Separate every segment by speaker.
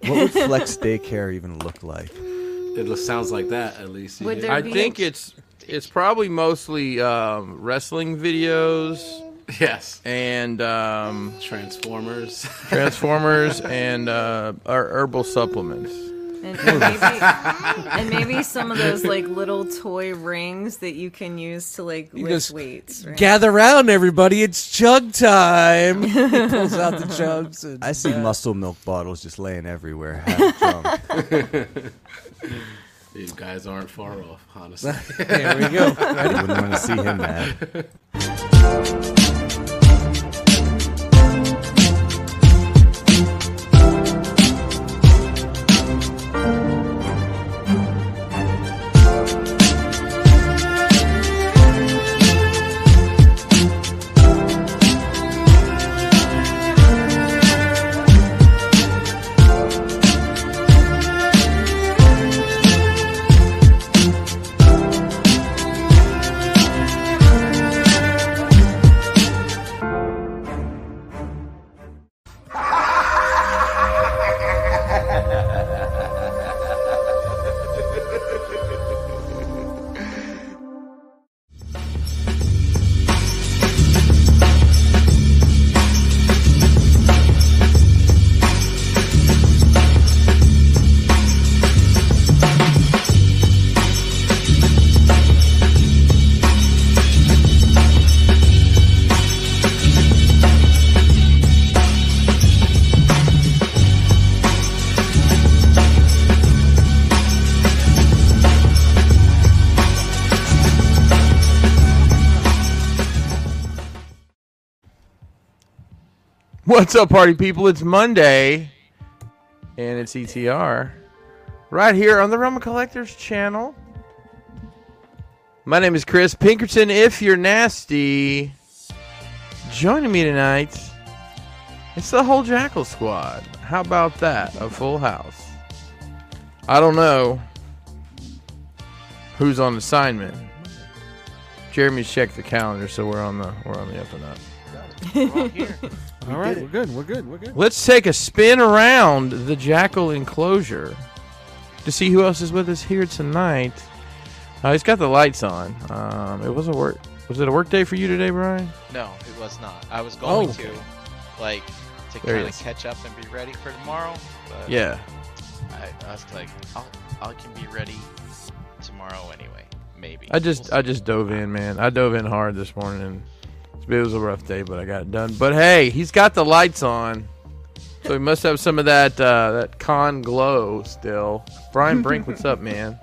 Speaker 1: What would flex daycare even look like?
Speaker 2: It lo- sounds like that at least. you
Speaker 3: Would
Speaker 2: did.
Speaker 3: there
Speaker 4: I
Speaker 3: be-
Speaker 4: think it's it's probably mostly um, wrestling videos
Speaker 2: yes.
Speaker 4: and um,
Speaker 2: Transformers.
Speaker 4: Transformers and uh, her- herbal supplements.
Speaker 3: And, and maybe, and maybe some of those like little toy rings that you can use to like lift
Speaker 5: just
Speaker 3: weights. Right?
Speaker 5: Gather round, everybody. It's chug time. he pulls out the chugs. And,
Speaker 1: I see muscle milk bottles just laying everywhere, half drunk.
Speaker 2: you guys aren't far off, honestly.
Speaker 5: there we go.
Speaker 1: I wouldn't want to see him mad.
Speaker 4: What's up, party people? It's Monday, and it's ETR right here on the Realm of Collectors channel. My name is Chris Pinkerton. If you're nasty, joining me tonight, it's the whole Jackal squad. How about that? A full house. I don't know who's on assignment. Jeremy's checked the calendar, so we're on the we're on the up and up.
Speaker 5: All right, we're good. We're good. We're good.
Speaker 4: Let's take a spin around the jackal enclosure to see who else is with us here tonight. Uh, he's got the lights on. Um, it was a work. Was it a work day for you today, Brian?
Speaker 6: No, it was not. I was going
Speaker 5: Oh.
Speaker 6: to, like, to
Speaker 4: There he
Speaker 6: kind of
Speaker 4: is.
Speaker 6: catch up and be ready for tomorrow. But
Speaker 4: Yeah.
Speaker 6: I, I was like, I'll, I can be ready tomorrow anyway. Maybe.
Speaker 4: I just
Speaker 6: We'll
Speaker 4: I
Speaker 6: see.
Speaker 4: just dove in, man. I dove in hard this morning. It was a rough day, but I got it done. But hey, he's got the lights on, so he must have some of that uh, that con glow still. Brian Brink, what's up, man?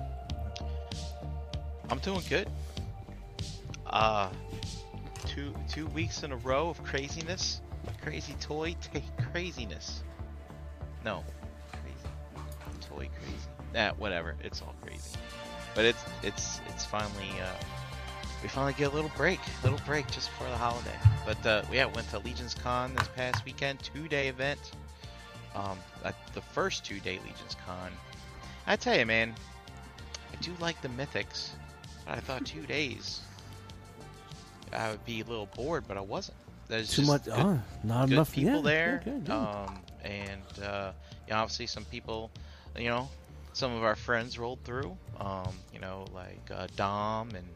Speaker 6: I'm doing good. Uh, two two weeks in a row of craziness. Crazy toy take craziness. No, crazy toy crazy. Nah, whatever. It's all crazy. But it's it's it's finally uh, we finally get a little break, little break just before the holiday. But uh, yeah, went to Legion's Con this past weekend, two day event. Um, uh, the first two day Legion's Con. I tell you, man, I do like the mythics. but I thought two days I would be a little bored, but I wasn't. There's
Speaker 5: Too
Speaker 6: just
Speaker 5: much.
Speaker 6: good-
Speaker 5: oh, not
Speaker 6: good
Speaker 5: enough
Speaker 6: people
Speaker 5: yeah,
Speaker 6: there.
Speaker 5: yeah, good, yeah.
Speaker 6: Um, and uh, you know, obviously some people, you know, some of our friends rolled through. Um, you know, like uh, Dom and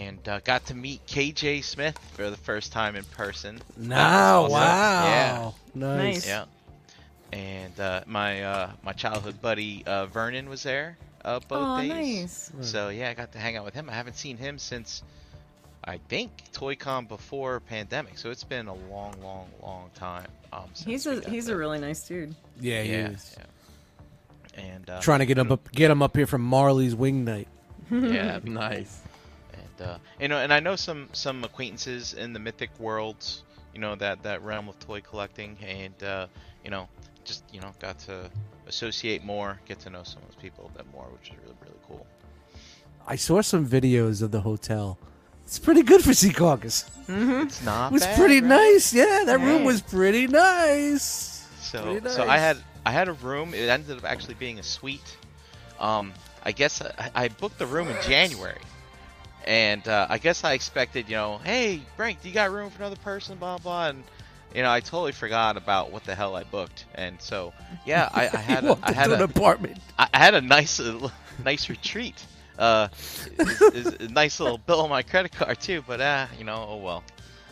Speaker 6: and uh, got to meet KJ Smith for the first time in person.
Speaker 5: Now,
Speaker 6: Awesome.
Speaker 5: wow.
Speaker 6: Yeah.
Speaker 5: Nice.
Speaker 3: Nice.
Speaker 6: Yeah. And uh, my uh, my childhood buddy uh, Vernon was there uh, both
Speaker 3: Oh,
Speaker 6: days.
Speaker 3: nice.
Speaker 6: So yeah, I got to hang out with him. I haven't seen him since I think ToyCon before pandemic. So it's been a long, long, long time. Um, since
Speaker 3: He's
Speaker 6: we
Speaker 3: a
Speaker 6: got
Speaker 3: he's
Speaker 6: to-
Speaker 3: a really nice dude.
Speaker 5: Yeah, he
Speaker 6: yeah,
Speaker 5: is.
Speaker 6: yeah. And uh,
Speaker 5: Trying to get him up, get him up here from Marley's wing night.
Speaker 6: yeah, that'd be
Speaker 4: Nice.
Speaker 6: and uh, you know, and I know some some acquaintances in the mythic world, you know, that that realm of toy collecting, and uh, you know, just you know, got to associate more, get to know some of those people a bit more, which is really really cool.
Speaker 5: I saw some videos of the hotel. It's pretty good for Sea Caucus.
Speaker 6: It's not
Speaker 5: It was
Speaker 6: bad,
Speaker 5: pretty
Speaker 6: right?
Speaker 5: nice. Yeah, that room
Speaker 3: Yeah.
Speaker 5: was pretty nice.
Speaker 6: So
Speaker 5: Pretty
Speaker 6: so I
Speaker 5: nice.
Speaker 6: had I had a room. It ended up actually being a suite. Um, I guess I, I booked the room in January, and uh, I guess I expected, you know, hey, Frank, do you got room for another person? Blah blah. And you know, I totally forgot about what the hell I booked, and so yeah, I, I had a,
Speaker 5: Walked
Speaker 6: I had
Speaker 5: into an
Speaker 6: a,
Speaker 5: apartment.
Speaker 6: I I had a nice uh, nice retreat. Uh, is, is a nice little bill on my credit card too, but ah, you know, oh well.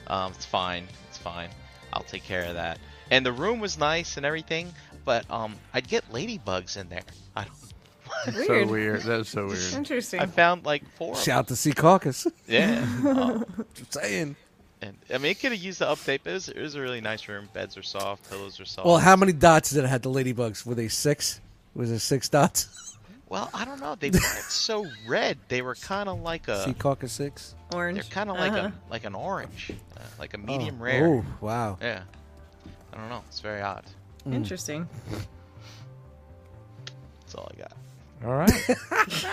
Speaker 6: Um, it's fine. It's fine. I'll take care of that. And the room was nice and everything, but um, I'd get ladybugs in there. I don't.
Speaker 4: So
Speaker 3: Weird.
Speaker 4: weird. That's so weird.
Speaker 3: Interesting.
Speaker 6: I found like four. Of them.
Speaker 5: Shout to see caucus.
Speaker 6: Yeah. Um,
Speaker 5: Saying.
Speaker 6: and I mean, it could have used the update, but it was, it was a really nice room. Beds are soft, pillows are soft.
Speaker 5: Well, how many dots did it have the ladybugs? Were they six? Was it six dots?
Speaker 6: Well, I don't know. They weren't so red. They were kind of like a.
Speaker 5: see caucus six.
Speaker 3: Orange.
Speaker 6: They're kind of like
Speaker 3: Uh-huh.
Speaker 6: a like an orange, uh, like a medium rare.
Speaker 5: Oh wow.
Speaker 6: Yeah. I don't know. It's very odd.
Speaker 5: Mm.
Speaker 3: Interesting.
Speaker 6: That's all I got.
Speaker 4: All right. it's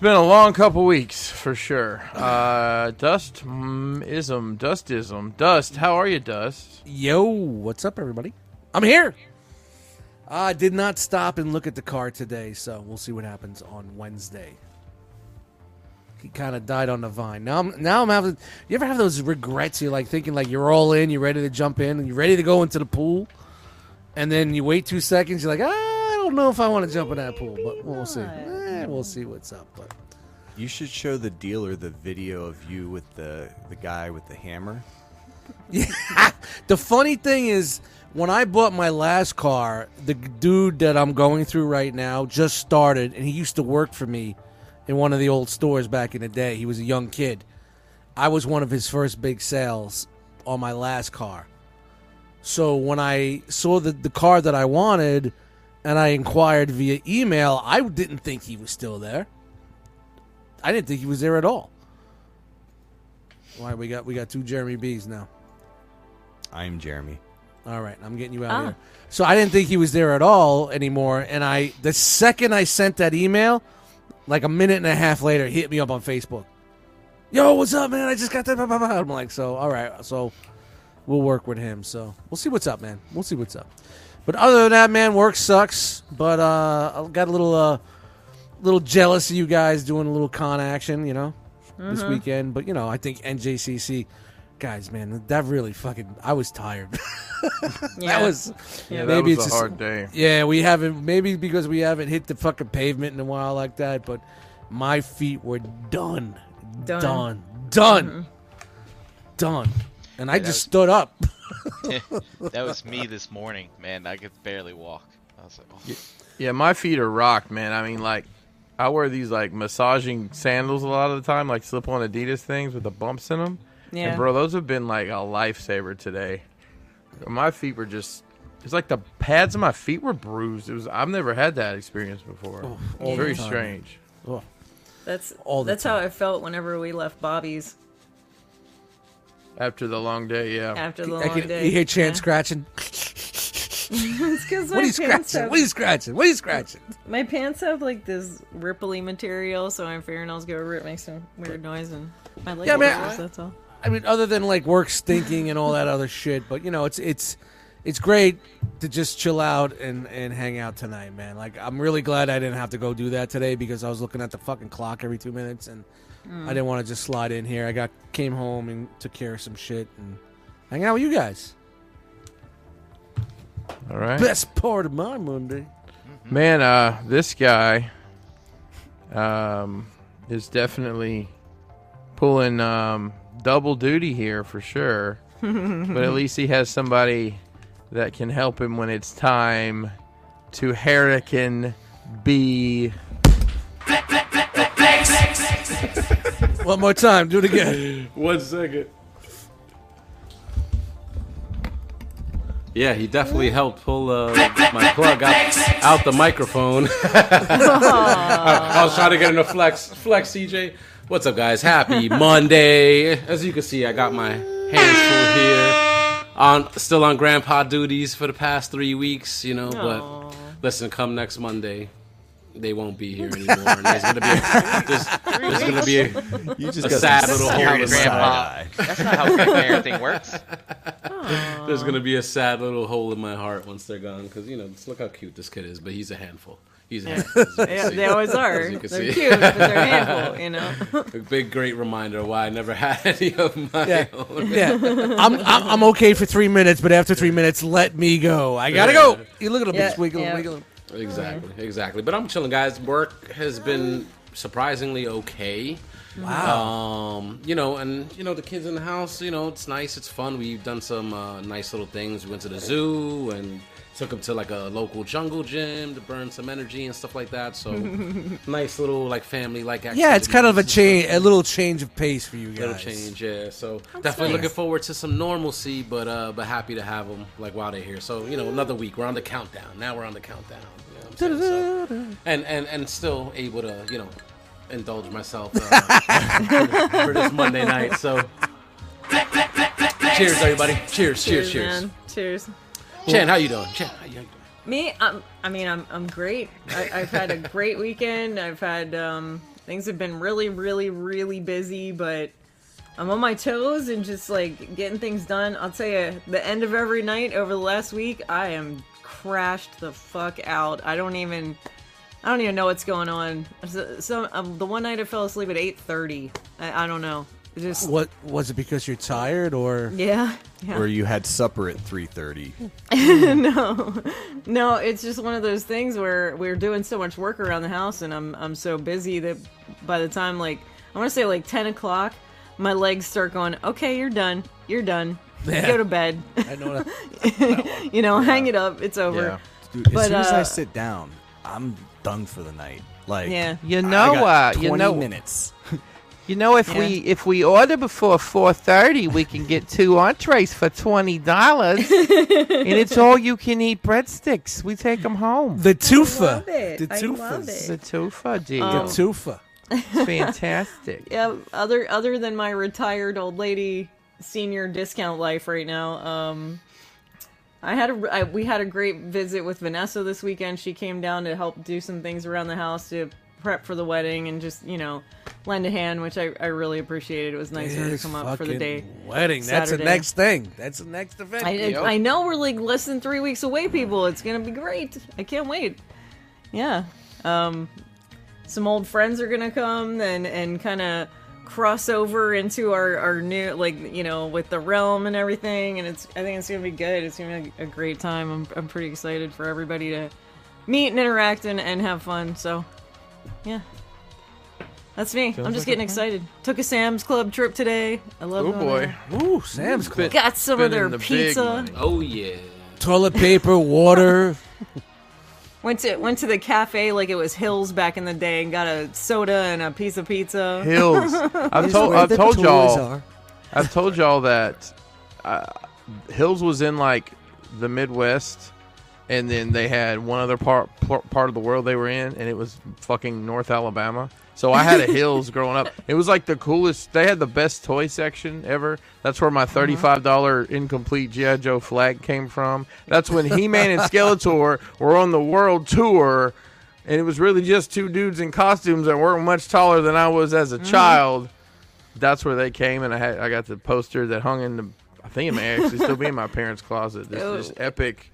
Speaker 4: been a long couple weeks for sure. Uh, dust mm, ism, dust ism, dust. How are you, Dust?
Speaker 5: Yo, what's up, everybody? I'm here. I did not stop and look at the car today, so we'll see what happens on Wednesday. He kind of died on the vine. Now I'm now I'm having. You ever have those regrets? You're like thinking like you're all in, you're ready to jump in, and you're ready to go into the pool, and then you wait two seconds. You're like, ah, I don't know if I want to jump in that pool, but we'll see.
Speaker 3: not.
Speaker 5: Eh, we'll see what's up. But
Speaker 1: You should show the dealer the video of you with the the guy with the hammer.
Speaker 5: The funny thing is, when I bought my last car, the g- dude that I'm going through right now just started, and he used to work for me in one of the old stores back in the day. He was a young kid. I was one of his first big sales on my last car. So when I saw the, the car that I wanted and I inquired via email, I didn't think he was still there. I didn't think he was there at all. Why we got we got two Jeremy B's now.
Speaker 1: I'm Jeremy.
Speaker 5: All right, I'm getting you out
Speaker 3: Ah.
Speaker 5: of here. So I didn't think he was there at all anymore. And I, the second I sent that email, like a minute and a half later, he hit me up on Facebook. Yo, what's up, man? I just got that. Blah, blah, blah. I'm like, so all right, so we'll work with him. So we'll see what's up, man. We'll see what's up. But other than that, man, work sucks. But uh, I got a little, uh, little jealous of you guys doing a little con action, you know, this weekend. But you know, I think NJCC. Guys, man, that really fucking. I was tired.
Speaker 3: Yeah.
Speaker 5: That was
Speaker 3: Yeah,
Speaker 4: that
Speaker 5: maybe
Speaker 4: was
Speaker 5: it's
Speaker 4: a
Speaker 5: just,
Speaker 4: hard day.
Speaker 5: Yeah, we haven't maybe because we haven't hit the fucking pavement in a while like that, but my feet were done.
Speaker 3: Done. Mm-hmm.
Speaker 5: Done. Done. Done. And I
Speaker 6: that
Speaker 5: just
Speaker 6: was-
Speaker 5: stood up.
Speaker 6: That was me this morning, man. I could barely walk. I was like, oh.
Speaker 4: Yeah, my feet are rocked, man. I mean, like, I wear these like massaging sandals a lot of the time, like slip-on Adidas things with the bumps in them.
Speaker 3: Yeah.
Speaker 4: And bro, those have been like a lifesaver today. My feet were just. It's like the pads of my feet were bruised. It was I've never had that experience before.
Speaker 5: all the
Speaker 4: Very
Speaker 5: time.
Speaker 4: strange.
Speaker 5: Oh,
Speaker 3: That's
Speaker 5: All the
Speaker 3: That's how I felt whenever we left Bobby's
Speaker 4: After the long day, yeah.
Speaker 3: after the
Speaker 5: I
Speaker 3: long
Speaker 5: can,
Speaker 3: day.
Speaker 5: you hear Chan
Speaker 3: Yeah.
Speaker 5: scratching.
Speaker 3: It's 'cause
Speaker 5: What
Speaker 3: my
Speaker 5: are you
Speaker 3: pants
Speaker 5: scratching?
Speaker 3: have-
Speaker 5: What are you scratching? What are you scratching?
Speaker 3: My pants have like this ripply material, so my fingernails go over it, makes some weird noise, and my leg
Speaker 5: Yeah, man,
Speaker 3: wobbles,
Speaker 5: I-
Speaker 3: That's all.
Speaker 5: I mean, other than like work stinking and all that other shit, but you know, it's it's it's great to just chill out and and hang out tonight, man. Like, I'm really glad I didn't have to go do that today because I was looking at the fucking clock every two minutes, and I didn't want to just slide in here. I got came home and took care of some shit and hang out with you guys.
Speaker 4: All right.
Speaker 5: Best part of my Monday.
Speaker 4: Man, uh, this guy um, is definitely pulling um, double duty here for sure. but at least he has somebody that can help him when it's time to hurricane be.
Speaker 5: One more time, do it again.
Speaker 2: One second. Yeah, he definitely helped pull uh, my plug out, out the microphone. I was trying to get into flex. Flex, CJ. What's up, guys? Happy Monday. As you can see, I got my hands full here. On still on grandpa duties for the past three weeks, you know.
Speaker 3: Aw.
Speaker 2: But listen, come next Monday, they won't be here anymore. And there's gonna be a, there's, there's gonna be a,
Speaker 1: You just
Speaker 2: A
Speaker 1: got some
Speaker 2: sad little hole in
Speaker 1: serious
Speaker 2: the
Speaker 1: side eye.
Speaker 6: that's not how everything works.
Speaker 2: There's gonna be a sad little hole in my heart once they're gone, because you know, just look how cute this kid is, but he's a handful. He's a handful, as you can
Speaker 3: Yeah,
Speaker 2: see.
Speaker 3: they always are.
Speaker 2: you
Speaker 3: They're
Speaker 2: can see.
Speaker 3: cute, but they're a handful, you know.
Speaker 2: a big great reminder why I never had any of my
Speaker 5: Yeah.
Speaker 2: own.
Speaker 5: Yeah, I'm, I'm I'm okay for three minutes, but after three minutes, let me go. I gotta go. You look at him,
Speaker 3: Yeah,
Speaker 5: he's wiggling,
Speaker 3: yeah.
Speaker 5: wiggling.
Speaker 2: Exactly, exactly. But I'm chilling, guys. Work has been surprisingly okay. Wow. Um, you know, and you know the kids in the house. You know, it's nice. It's fun. We've done some uh, nice little things. We went to the zoo and took them to like a local jungle gym to burn some energy and stuff like that. So nice little like family like.
Speaker 5: Yeah, it's kind of a change, a little change of pace for you guys.
Speaker 2: Little change, yeah. So definitely
Speaker 3: nice.
Speaker 2: looking forward to some normalcy, but uh, but happy to have them like while they're here. So you know, another week. We're on the countdown. Now we're on the countdown. You know what I'm saying? So- and and and still able to you know indulge myself uh, for this Monday night. So cheers, everybody. Cheers, cheers, cheers.
Speaker 3: man. Cheers.
Speaker 2: Chan, how you doing? Chan, how you how you doing?
Speaker 3: Me, um, I mean, I'm I'm great. I, I've had a great weekend. I've had um, things have been really, really, really busy, but I'm on my toes and just like getting things done. I'll tell you, the end of every night over the last week, I am crashed the fuck out. I don't even, I don't even know what's going on. So, so um, the one night I fell asleep at 8:30. I, I don't know. It Just
Speaker 5: What was it? Because you're tired, or
Speaker 3: yeah, yeah.
Speaker 1: Where you had supper at 3:30.
Speaker 3: no, no, it's just one of those things where we're doing so much work around the house, and I'm I'm so busy that by the time like I want to say like ten o'clock, my legs start going. Okay, you're done. You're done. Go to bed.
Speaker 5: I know that-
Speaker 3: you know, hang it up. It's over.
Speaker 1: Dude, as
Speaker 3: But,
Speaker 1: soon as
Speaker 3: uh,
Speaker 1: I sit down, I'm done for the night. Like
Speaker 3: Yeah.
Speaker 1: I
Speaker 4: You know,
Speaker 1: got
Speaker 4: uh,
Speaker 1: 20
Speaker 4: you know,
Speaker 1: minutes.
Speaker 4: you know, if
Speaker 3: Yeah.
Speaker 4: we if we order before four thirty, we can get two entrees for twenty dollars, and it's all you can eat breadsticks. We take them home.
Speaker 5: the tufa,
Speaker 3: love it.
Speaker 5: the
Speaker 3: I love
Speaker 5: tufas,
Speaker 4: The tofa, dude,
Speaker 5: the tufa.
Speaker 4: it's fantastic.
Speaker 3: Yeah. Other other than my retired old lady senior discount life right now. Um. I had a I, we had a great visit with Vanessa this weekend. She came down to help do some things around the house to prep for the wedding and just you know lend a hand, which I, I really appreciated. It was nice of her to
Speaker 5: This
Speaker 3: come up for the
Speaker 5: fucking
Speaker 3: day.
Speaker 5: Wedding. That's the
Speaker 3: Saturday.
Speaker 5: next thing. That's the next event.
Speaker 3: I,
Speaker 5: yo.
Speaker 3: I know we're like less than three weeks away, people. It's gonna be great. I can't wait. Yeah, um, some old friends are gonna come and and kind of cross over into our our new like you know with the realm and everything. And it's I think it's gonna be good. It's gonna be a great time. I'm I'm pretty excited for everybody to meet and interact and and have fun. So, yeah. That's me. I'm just getting excited. Took a Sam's Club trip today. I love
Speaker 4: Oh
Speaker 3: going
Speaker 4: boy,
Speaker 3: there.
Speaker 5: Ooh, Sam's Club.
Speaker 3: Got some of
Speaker 4: Spending
Speaker 3: their
Speaker 4: the big
Speaker 3: pizza.
Speaker 4: money.
Speaker 2: Oh yeah.
Speaker 5: Toilet paper, water.
Speaker 3: Went to went to the cafe like it was Hills back in the day and got a soda and a piece of pizza.
Speaker 4: hills. I've
Speaker 5: This is
Speaker 4: told
Speaker 5: where
Speaker 4: I've
Speaker 5: the
Speaker 4: told
Speaker 5: toys
Speaker 4: y'all
Speaker 5: are.
Speaker 4: I've told y'all that uh, Hills was in like the Midwest, and then they had one other part pl- part of the world they were in, and it was fucking North Alabama. So I had a Hills growing up. It was like the coolest. They had the best toy section ever. That's where my thirty-five dollar incomplete GI Joe flag came from. That's when He-Man and Skeletor were on the world tour. And it was really just two dudes in costumes that weren't much taller than I was as a child that's where they came, and I had I got the poster that hung in the. I think it may actually still be in my parents' closet. This, this
Speaker 3: Ew.
Speaker 4: epic,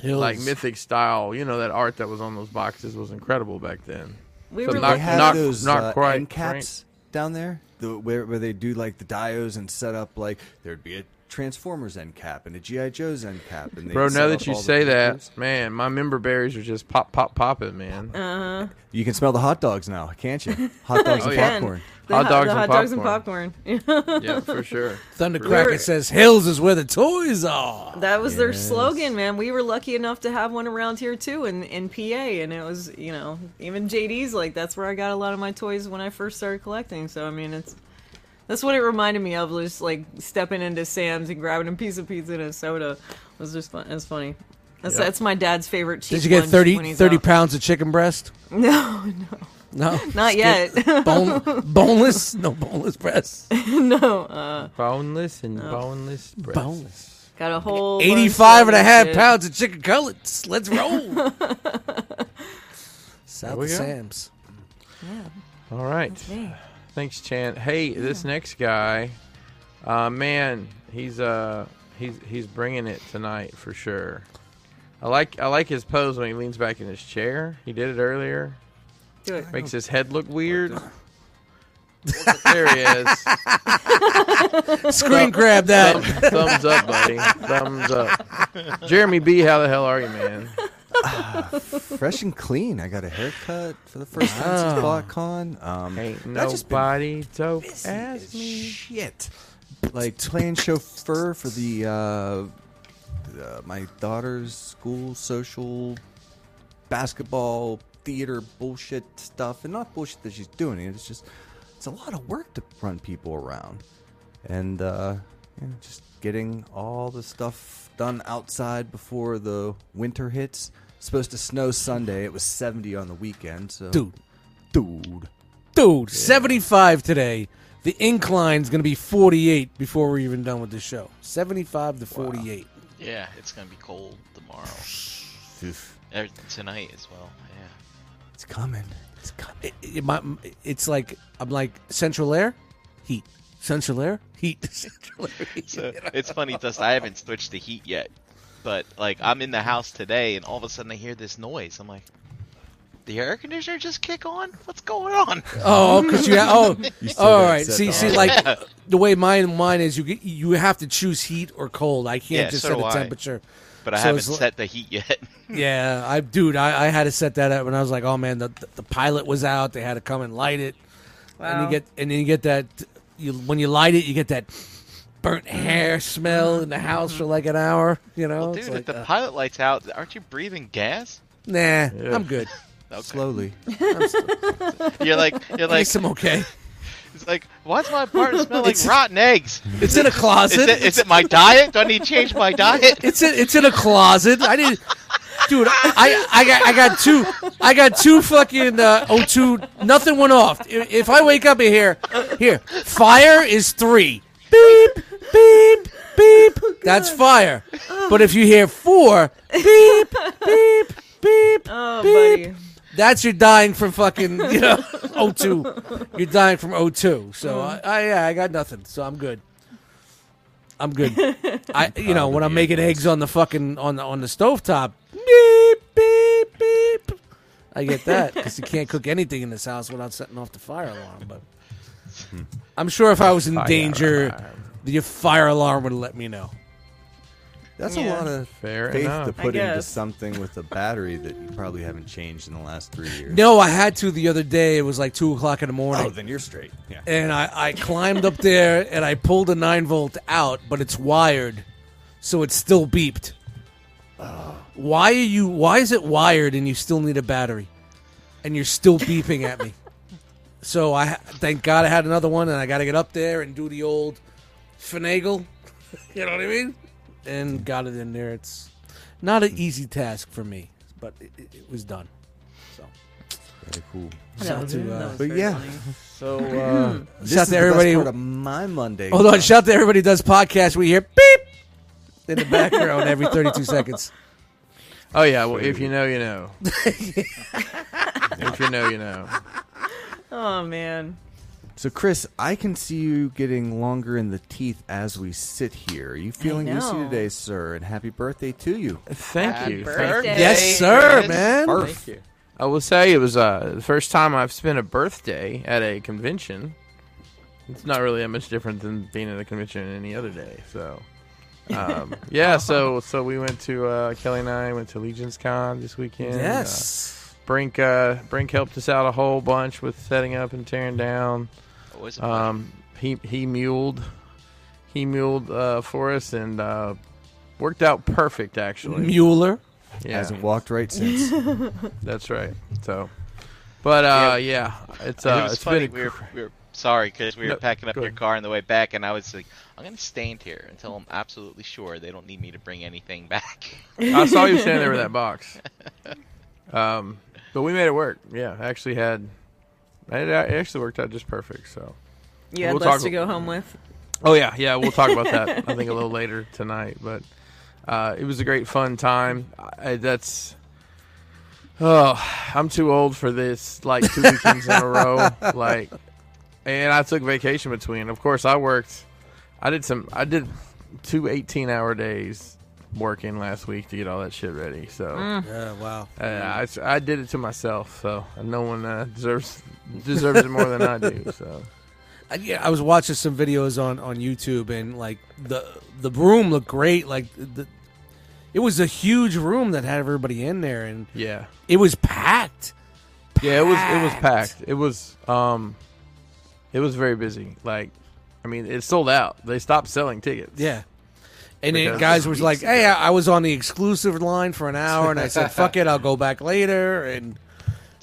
Speaker 5: Hills.
Speaker 4: like mythic style. You know that art that was on those boxes was incredible back then.
Speaker 3: We
Speaker 4: So
Speaker 3: were
Speaker 4: knock-
Speaker 1: They
Speaker 3: like,
Speaker 1: have
Speaker 4: knock-
Speaker 1: those
Speaker 4: knock
Speaker 1: uh,
Speaker 4: quite,
Speaker 1: end caps down there, the, where where they do like the dios and set up like there'd be a Transformers end cap and a GI Joe's end cap. And they'd
Speaker 4: Bro,
Speaker 1: set
Speaker 4: now that
Speaker 1: up
Speaker 4: you
Speaker 1: all the
Speaker 4: say that,
Speaker 1: figures.
Speaker 4: man, my member berries are just pop, pop, popping, man.
Speaker 5: Uh.
Speaker 1: you can smell the hot dogs now, can't you? Hot dogs
Speaker 4: Oh,
Speaker 1: and
Speaker 4: yeah.
Speaker 1: popcorn.
Speaker 3: the
Speaker 4: Hot
Speaker 3: hot,
Speaker 4: dogs
Speaker 3: the
Speaker 4: and
Speaker 3: hot dogs and
Speaker 4: popcorn.
Speaker 3: popcorn.
Speaker 4: yeah, for sure.
Speaker 5: Thundercracker says Hills is where the toys are.
Speaker 3: that was their slogan, man. We were lucky enough to have one around here too in, in PA and it was, you know, even JD's like that's where I got a lot of my toys when I first started collecting. So I mean it's that's what it reminded me of, was just like stepping into Sam's and grabbing a piece of pizza and a soda. It was just fun. It's funny. That's, that's my dad's favorite cheap
Speaker 5: Did you get
Speaker 3: lunch
Speaker 5: 30,
Speaker 3: when he's
Speaker 5: 30
Speaker 3: out.
Speaker 5: pounds of chicken breast?
Speaker 3: No,
Speaker 5: No,
Speaker 3: Not
Speaker 5: Skip.
Speaker 3: yet.
Speaker 5: Bone, boneless, no boneless breasts.
Speaker 3: no. Uh,
Speaker 4: Boneless and boneless breasts.
Speaker 5: Oh. Boneless.
Speaker 3: got a whole
Speaker 5: 85 and a half
Speaker 3: bunch of shit.
Speaker 5: pounds of chicken cutlets. Let's roll. South
Speaker 4: we
Speaker 5: of
Speaker 4: go.
Speaker 5: Sam's.
Speaker 4: All right.
Speaker 3: me.
Speaker 4: Thanks, Chan. Hey, this next guy, uh, man, he's uh, he's he's bringing it tonight for sure. I like I like his pose when he leans back in his chair. He did it earlier.
Speaker 3: Do it. Oh.
Speaker 4: Makes his head look weird. there he is.
Speaker 5: Screen grab
Speaker 4: Thumb,
Speaker 5: that.
Speaker 4: thumbs up, buddy. Thumbs up. Jeremy B, how the hell are you, man?
Speaker 1: Fresh and clean. I got a haircut for the first time
Speaker 4: Ah.
Speaker 1: since BlotCon. Um,
Speaker 4: Ain't
Speaker 1: I've just been
Speaker 4: nobody dope
Speaker 1: busy
Speaker 4: as
Speaker 1: as
Speaker 4: me.
Speaker 1: shit. Like playing chauffeur for the uh, uh, my daughter's school social basketball theater bullshit stuff, and not bullshit that she's doing. It's just it's a lot of work to run people around, and uh, you know, just getting all the stuff done outside before the winter hits. It's supposed to snow Sunday. It was seventy on the weekend. So
Speaker 5: Dude,
Speaker 1: dude.
Speaker 5: dude, 75 today. The incline's going to be 48 before we're even done with the show. 75 to 48.
Speaker 6: Yeah, it's gonna be cold tomorrow. Er, tonight as well. Yeah.
Speaker 1: It's coming. It's coming.
Speaker 5: It- it- my- it's like, I'm like, Central Air, heat. Central Air, heat. Central Air, heat.
Speaker 6: So it's funny, Dust. I haven't switched the heat yet, but like I'm in the house today, and all of a sudden I hear this noise. I'm like, the air conditioner just kick on? What's going on?
Speaker 5: Oh, because you. Ha- oh,
Speaker 1: still
Speaker 5: all
Speaker 1: got
Speaker 5: right.
Speaker 1: set
Speaker 5: See,
Speaker 1: on.
Speaker 5: see, like the way mine mine is, you get, you have to choose heat or cold. I can't
Speaker 6: Yeah,
Speaker 5: just
Speaker 6: so
Speaker 5: set
Speaker 6: do
Speaker 5: a
Speaker 6: I.
Speaker 5: temperature.
Speaker 6: But I
Speaker 5: So
Speaker 6: haven't
Speaker 5: it's li-
Speaker 6: set the heat yet.
Speaker 5: Yeah, I dude, I, I had to set that up when I was like, oh man, the, the pilot was out. They had to come and light it, and
Speaker 3: Wow.
Speaker 5: you get and then you get that you when you light it, you get that burnt hair smell in the house for like an hour. You know,
Speaker 6: Well,
Speaker 5: It's
Speaker 6: dude, if
Speaker 5: like,
Speaker 6: the
Speaker 5: uh,
Speaker 6: pilot lights out, aren't you breathing gas?
Speaker 5: nah, I'm good.
Speaker 6: Okay.
Speaker 1: Slowly.
Speaker 6: You're like, you're like,
Speaker 5: At least I'm okay.
Speaker 6: it's like, why's my apartment smell like rotten eggs?
Speaker 5: It's in a
Speaker 6: Is
Speaker 5: closet.
Speaker 6: it, is it my diet? Do I need to change my diet?
Speaker 5: It's in, it's in a closet. I didn't, dude. I, I got I got two I got two fucking uh, O2. Nothing went off. I- If I wake up in here, here fire is three. Beep beep beep. That's fire. But if you hear four, beep beep beep,
Speaker 3: Oh,
Speaker 5: Beep.
Speaker 3: buddy.
Speaker 5: that's you're dying from fucking you know O2. You're dying from O2. So I, I yeah I got nothing. So I'm good. I'm good. I you know when I'm making eggs on the fucking on the on the stovetop, beep beep beep. I get that because you can't cook anything in this house without setting off the fire alarm. But I'm sure if I was in
Speaker 4: Fire
Speaker 5: danger,
Speaker 4: alarm.
Speaker 5: the fire alarm would let me know.
Speaker 1: That's
Speaker 3: Yeah.
Speaker 1: a lot of
Speaker 4: Fair
Speaker 1: faith
Speaker 4: enough.
Speaker 1: to put
Speaker 3: I
Speaker 1: into
Speaker 3: guess.
Speaker 1: something with a battery that you probably haven't changed in the last three years.
Speaker 5: No, I had to the other day. It was like two o'clock in the morning.
Speaker 1: Oh, then you're straight. Yeah.
Speaker 5: and I, I climbed up there and I pulled a nine volt out, but it's wired, so it's still beeped. Why are you? Why is it wired and you still need a battery, and you're still beeping at me? So I ha- thank God I had another one, and I got to get up there and do the old finagle. You know what I mean? And got it in there. It's not an easy task for me, but it, it, it was done.
Speaker 1: Very cool.
Speaker 3: That was-
Speaker 5: to,
Speaker 3: that
Speaker 5: uh,
Speaker 3: was
Speaker 1: but
Speaker 3: very
Speaker 1: yeah.
Speaker 3: funny.
Speaker 4: So, uh,
Speaker 1: This
Speaker 5: Hmm. Shout
Speaker 1: is
Speaker 5: to
Speaker 1: the best
Speaker 5: everybody-
Speaker 1: part of my Monday.
Speaker 5: Hold on, shout to everybody who does podcasts. We hear beep in the background every 32 seconds.
Speaker 4: oh yeah, well, if you know, you know. if you know, you know.
Speaker 3: Oh man.
Speaker 1: So, Chris, I can see you getting longer in the teeth as we sit here. Are you feeling
Speaker 3: know.
Speaker 1: goosey today, sir? And happy birthday to you.
Speaker 4: Thank you. Thank
Speaker 3: birthday.
Speaker 4: you.
Speaker 5: Yes, sir,
Speaker 6: Chris.
Speaker 5: man.
Speaker 1: Barf.
Speaker 4: you. I will say it was uh, the first time I've spent a birthday at a convention. It's not really that much different than being at a convention any other day. So, um, yeah. So, so we went to uh, Kelly and I went to Legions Con this weekend.
Speaker 5: Yes.
Speaker 4: Uh, Brink, uh, Brink helped us out a whole bunch with setting up and tearing down.
Speaker 6: Always a pleasure.
Speaker 4: Um, he he muled, he muled uh, for us and uh, worked out perfect actually.
Speaker 5: Mueller.
Speaker 4: yeah.
Speaker 1: Hasn't walked right since.
Speaker 4: That's right. So, but uh, yeah, it's
Speaker 6: It
Speaker 4: uh,
Speaker 6: was
Speaker 4: it's
Speaker 6: funny.
Speaker 4: been
Speaker 6: we,
Speaker 4: a,
Speaker 6: were, we were sorry because we were
Speaker 4: No,
Speaker 6: packing up
Speaker 4: go
Speaker 6: your
Speaker 4: ahead.
Speaker 6: car on the way back, and I was like, I'm gonna stand here until I'm absolutely sure they don't need me to bring anything back.
Speaker 4: I saw you standing there with that box. Um, but we made it work. Yeah, I actually had it a- it actually worked out just perfect. So,
Speaker 3: You had
Speaker 4: We'll
Speaker 3: less
Speaker 4: talk-
Speaker 3: to go home with.
Speaker 4: oh yeah, yeah, we'll talk about that. I think a little later tonight, but uh, it was a great fun time. I, I- that's. Oh, I'm too old for this. Like two weekends in a row. Like, and I took vacation between. Of course, I worked. I did some. I did two 18 hour days working last week to get all that shit ready. So
Speaker 5: Yeah, wow.
Speaker 4: uh, I, s- I did it to myself. So no one uh, deserves deserves it more than I do. So
Speaker 5: I, yeah, I was watching some videos on on YouTube, and like the the room looked great. Like the, it was a huge room that had everybody in there, and
Speaker 4: yeah,
Speaker 5: it was packed.
Speaker 4: yeah. It was it was packed. It was um, it was very busy. Like, I mean, it sold out. They stopped selling tickets.
Speaker 5: Yeah. And then
Speaker 4: Because-
Speaker 5: guys was like, "Hey, I, I was on the exclusive line for an hour, and I said, fuck it, I'll go back later.'" And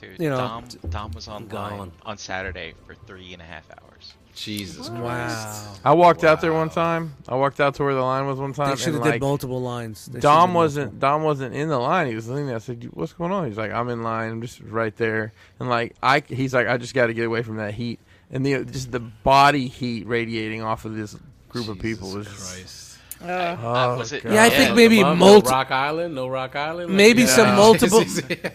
Speaker 6: Dude,
Speaker 5: You know,
Speaker 6: Dom, Dom was online
Speaker 2: gone.
Speaker 6: on Saturday for three and a half hours.
Speaker 2: Jesus Christ.
Speaker 5: wow,
Speaker 4: I walked out there one time. I walked out to where the line was one time.
Speaker 5: they should
Speaker 4: and,
Speaker 5: have
Speaker 4: like,
Speaker 5: did multiple lines. They shoulda
Speaker 4: Dom
Speaker 5: did
Speaker 4: wasn't Dom wasn't in the line. He was leaning. I said, "What's going on?" He's like, "I'm in line. I'm just right there." And like I, he's like, "I just got to get away from that heat." And the just the body heat radiating off of this group of people was.
Speaker 2: Christ.
Speaker 6: Uh, was it-
Speaker 4: Oh, God.
Speaker 5: Yeah, I
Speaker 6: Yeah,
Speaker 5: think
Speaker 6: look
Speaker 5: maybe
Speaker 2: Above, no
Speaker 5: multi-
Speaker 2: Rock Island, no Rock Island. like-
Speaker 5: maybe some
Speaker 4: No.
Speaker 5: multiple,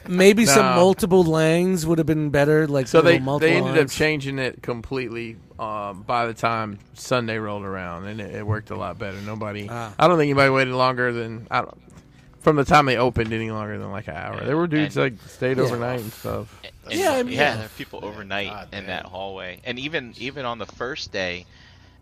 Speaker 5: maybe
Speaker 4: No.
Speaker 5: some multiple lanes would have been better. Like
Speaker 4: So they
Speaker 5: little multiple
Speaker 4: they ended up
Speaker 5: lines.
Speaker 4: changing it completely um, by the time Sunday rolled around, and it, it worked a lot better. Nobody,
Speaker 5: Ah.
Speaker 4: I don't think anybody waited longer than I don't. From the time they opened, any longer than like an hour. There were dudes
Speaker 6: And-
Speaker 4: like stayed overnight and stuff.
Speaker 6: And-
Speaker 5: Yeah, I mean-
Speaker 6: yeah, there are people overnight
Speaker 2: Oh, God
Speaker 6: in
Speaker 2: damn.
Speaker 6: that hallway, and even even on the first day,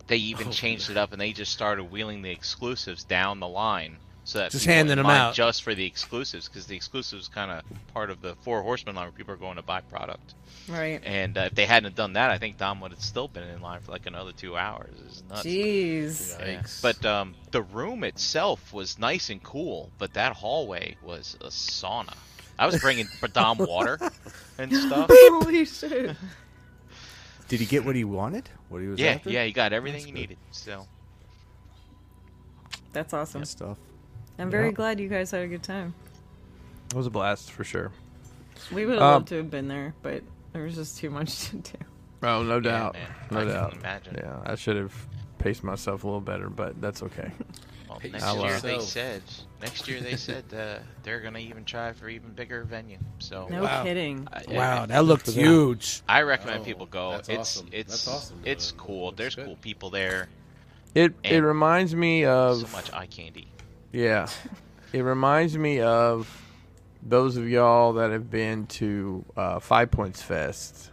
Speaker 6: they
Speaker 2: Oh,
Speaker 6: even changed it up and they just started wheeling the exclusives down the line, so that
Speaker 5: Just
Speaker 6: people
Speaker 5: handing
Speaker 6: in
Speaker 5: 'em
Speaker 6: line
Speaker 5: out.
Speaker 6: just for the exclusives because the exclusives kind of part of the four horsemen line where people are going to buy product.
Speaker 3: Right.
Speaker 6: And uh, if they hadn't have done that, I think Dom would have still been in line for like another two hours. It's nuts.
Speaker 3: Jeez.
Speaker 6: Yeah.
Speaker 2: Yikes.
Speaker 6: But um, the room itself was nice and cool, but that hallway was a sauna. I was bringing Dom water and stuff.
Speaker 3: Holy shit.
Speaker 1: Did he get what he wanted? What he was
Speaker 6: Yeah,
Speaker 1: after?
Speaker 6: yeah, you got everything
Speaker 1: That's
Speaker 6: you
Speaker 1: good.
Speaker 6: needed. So
Speaker 3: That's awesome.
Speaker 1: Good stuff.
Speaker 3: I'm very
Speaker 4: Yeah.
Speaker 3: glad you guys had a good time.
Speaker 4: It was a blast for sure.
Speaker 3: We would have
Speaker 4: Um,
Speaker 3: loved to have been there, but there was just too much to do.
Speaker 4: Oh, no doubt.
Speaker 6: man.
Speaker 4: No
Speaker 6: I can
Speaker 4: doubt.
Speaker 6: imagine.
Speaker 4: Yeah, I should have paced myself a little better, but that's okay.
Speaker 6: well,
Speaker 2: Pace
Speaker 6: next
Speaker 4: yourself.
Speaker 6: year they said next year they said uh, they're gonna even try for even bigger venue. So
Speaker 3: No
Speaker 5: Wow.
Speaker 3: kidding.
Speaker 6: I,
Speaker 5: Wow,
Speaker 6: I-
Speaker 5: that looked
Speaker 4: Yeah.
Speaker 5: huge.
Speaker 6: I recommend
Speaker 2: Oh,
Speaker 6: people go.
Speaker 2: that's
Speaker 6: it's
Speaker 2: awesome.
Speaker 6: it's
Speaker 2: That's awesome,
Speaker 6: it's
Speaker 2: uh,
Speaker 6: cool.
Speaker 2: looks
Speaker 6: There's
Speaker 2: good.
Speaker 6: cool people there.
Speaker 4: It it
Speaker 6: And-
Speaker 4: reminds me of
Speaker 6: So much eye candy.
Speaker 4: yeah, it reminds me of those of y'all that have been to uh, Five Points Fest.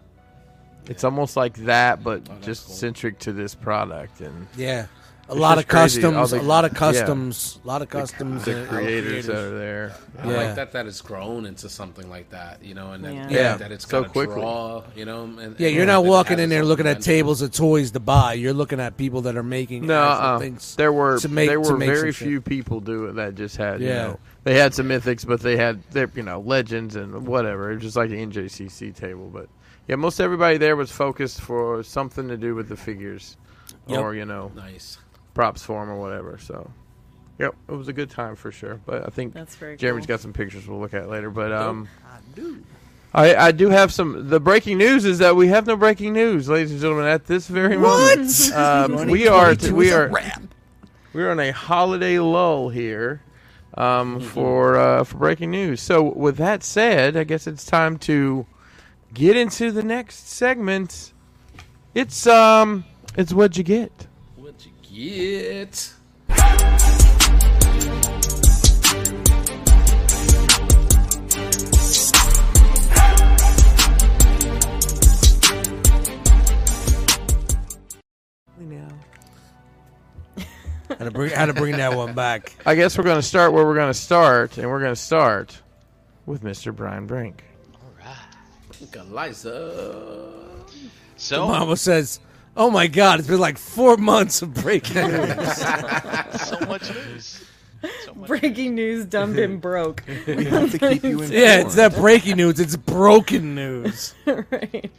Speaker 4: It's almost like that, but
Speaker 5: Oh,
Speaker 2: that's
Speaker 4: just
Speaker 2: cool.
Speaker 4: centric to this product and
Speaker 5: Yeah, a
Speaker 4: It's
Speaker 5: lot
Speaker 4: just
Speaker 5: of
Speaker 4: crazy, all
Speaker 5: customs,
Speaker 4: the-
Speaker 5: a lot of
Speaker 4: yeah.
Speaker 5: customs, a lot of
Speaker 4: the-
Speaker 5: customs.
Speaker 4: the,
Speaker 5: and- and
Speaker 4: creators that are there.
Speaker 2: I
Speaker 5: Yeah.
Speaker 2: like that that it's grown into something like that, you know, and that,
Speaker 3: Yeah.
Speaker 4: Yeah.
Speaker 2: that it's
Speaker 4: So
Speaker 2: got a
Speaker 4: quickly.
Speaker 2: draw, you know. And,
Speaker 5: Yeah,
Speaker 2: and
Speaker 5: you're
Speaker 2: that
Speaker 5: not
Speaker 2: it
Speaker 5: walking
Speaker 2: has
Speaker 5: in there
Speaker 2: its
Speaker 5: looking at
Speaker 2: momentum.
Speaker 5: tables of toys to buy. You're looking at people that are making
Speaker 4: No,
Speaker 5: actual
Speaker 4: uh,
Speaker 5: things.
Speaker 4: there were
Speaker 5: to make-
Speaker 4: there
Speaker 5: to
Speaker 4: were
Speaker 5: make
Speaker 4: very
Speaker 5: some shit.
Speaker 4: few people do it that just had you
Speaker 5: Yeah.
Speaker 4: know they had some mythics, but they had their you know legends and whatever. It was just like the NJCC table, but yeah, most everybody there was focused for something to do with the figures
Speaker 5: Yep.
Speaker 4: or you know
Speaker 2: Nice.
Speaker 4: props for 'em or whatever. So, yep, it was a good time for sure. But I think
Speaker 3: That's very
Speaker 4: Jeremy's
Speaker 3: cool.
Speaker 4: got some pictures we'll look at later. But um, I do. I, do have some. The breaking news is that we have no breaking news, ladies and gentlemen. At this very
Speaker 1: Uh,
Speaker 4: moment, um, we are we are we're on a holiday lull here um, for uh, for breaking news. So with that said, I guess it's time to get into the next segment. It's um, it's what you get.
Speaker 2: What you get?
Speaker 5: How to bring how to bring that one back?
Speaker 4: I guess we're going to start where we're going to start, and we're going to start with Mr. Brian Brink.
Speaker 6: All right.
Speaker 2: Eliza.
Speaker 6: So
Speaker 5: Mama says, "Oh my God, it's been like four months of breaking."
Speaker 6: so much news. So much
Speaker 3: Breaking news dumped and broke.
Speaker 1: We have to keep you informed.
Speaker 5: yeah, it's that breaking news. It's broken news.
Speaker 3: right.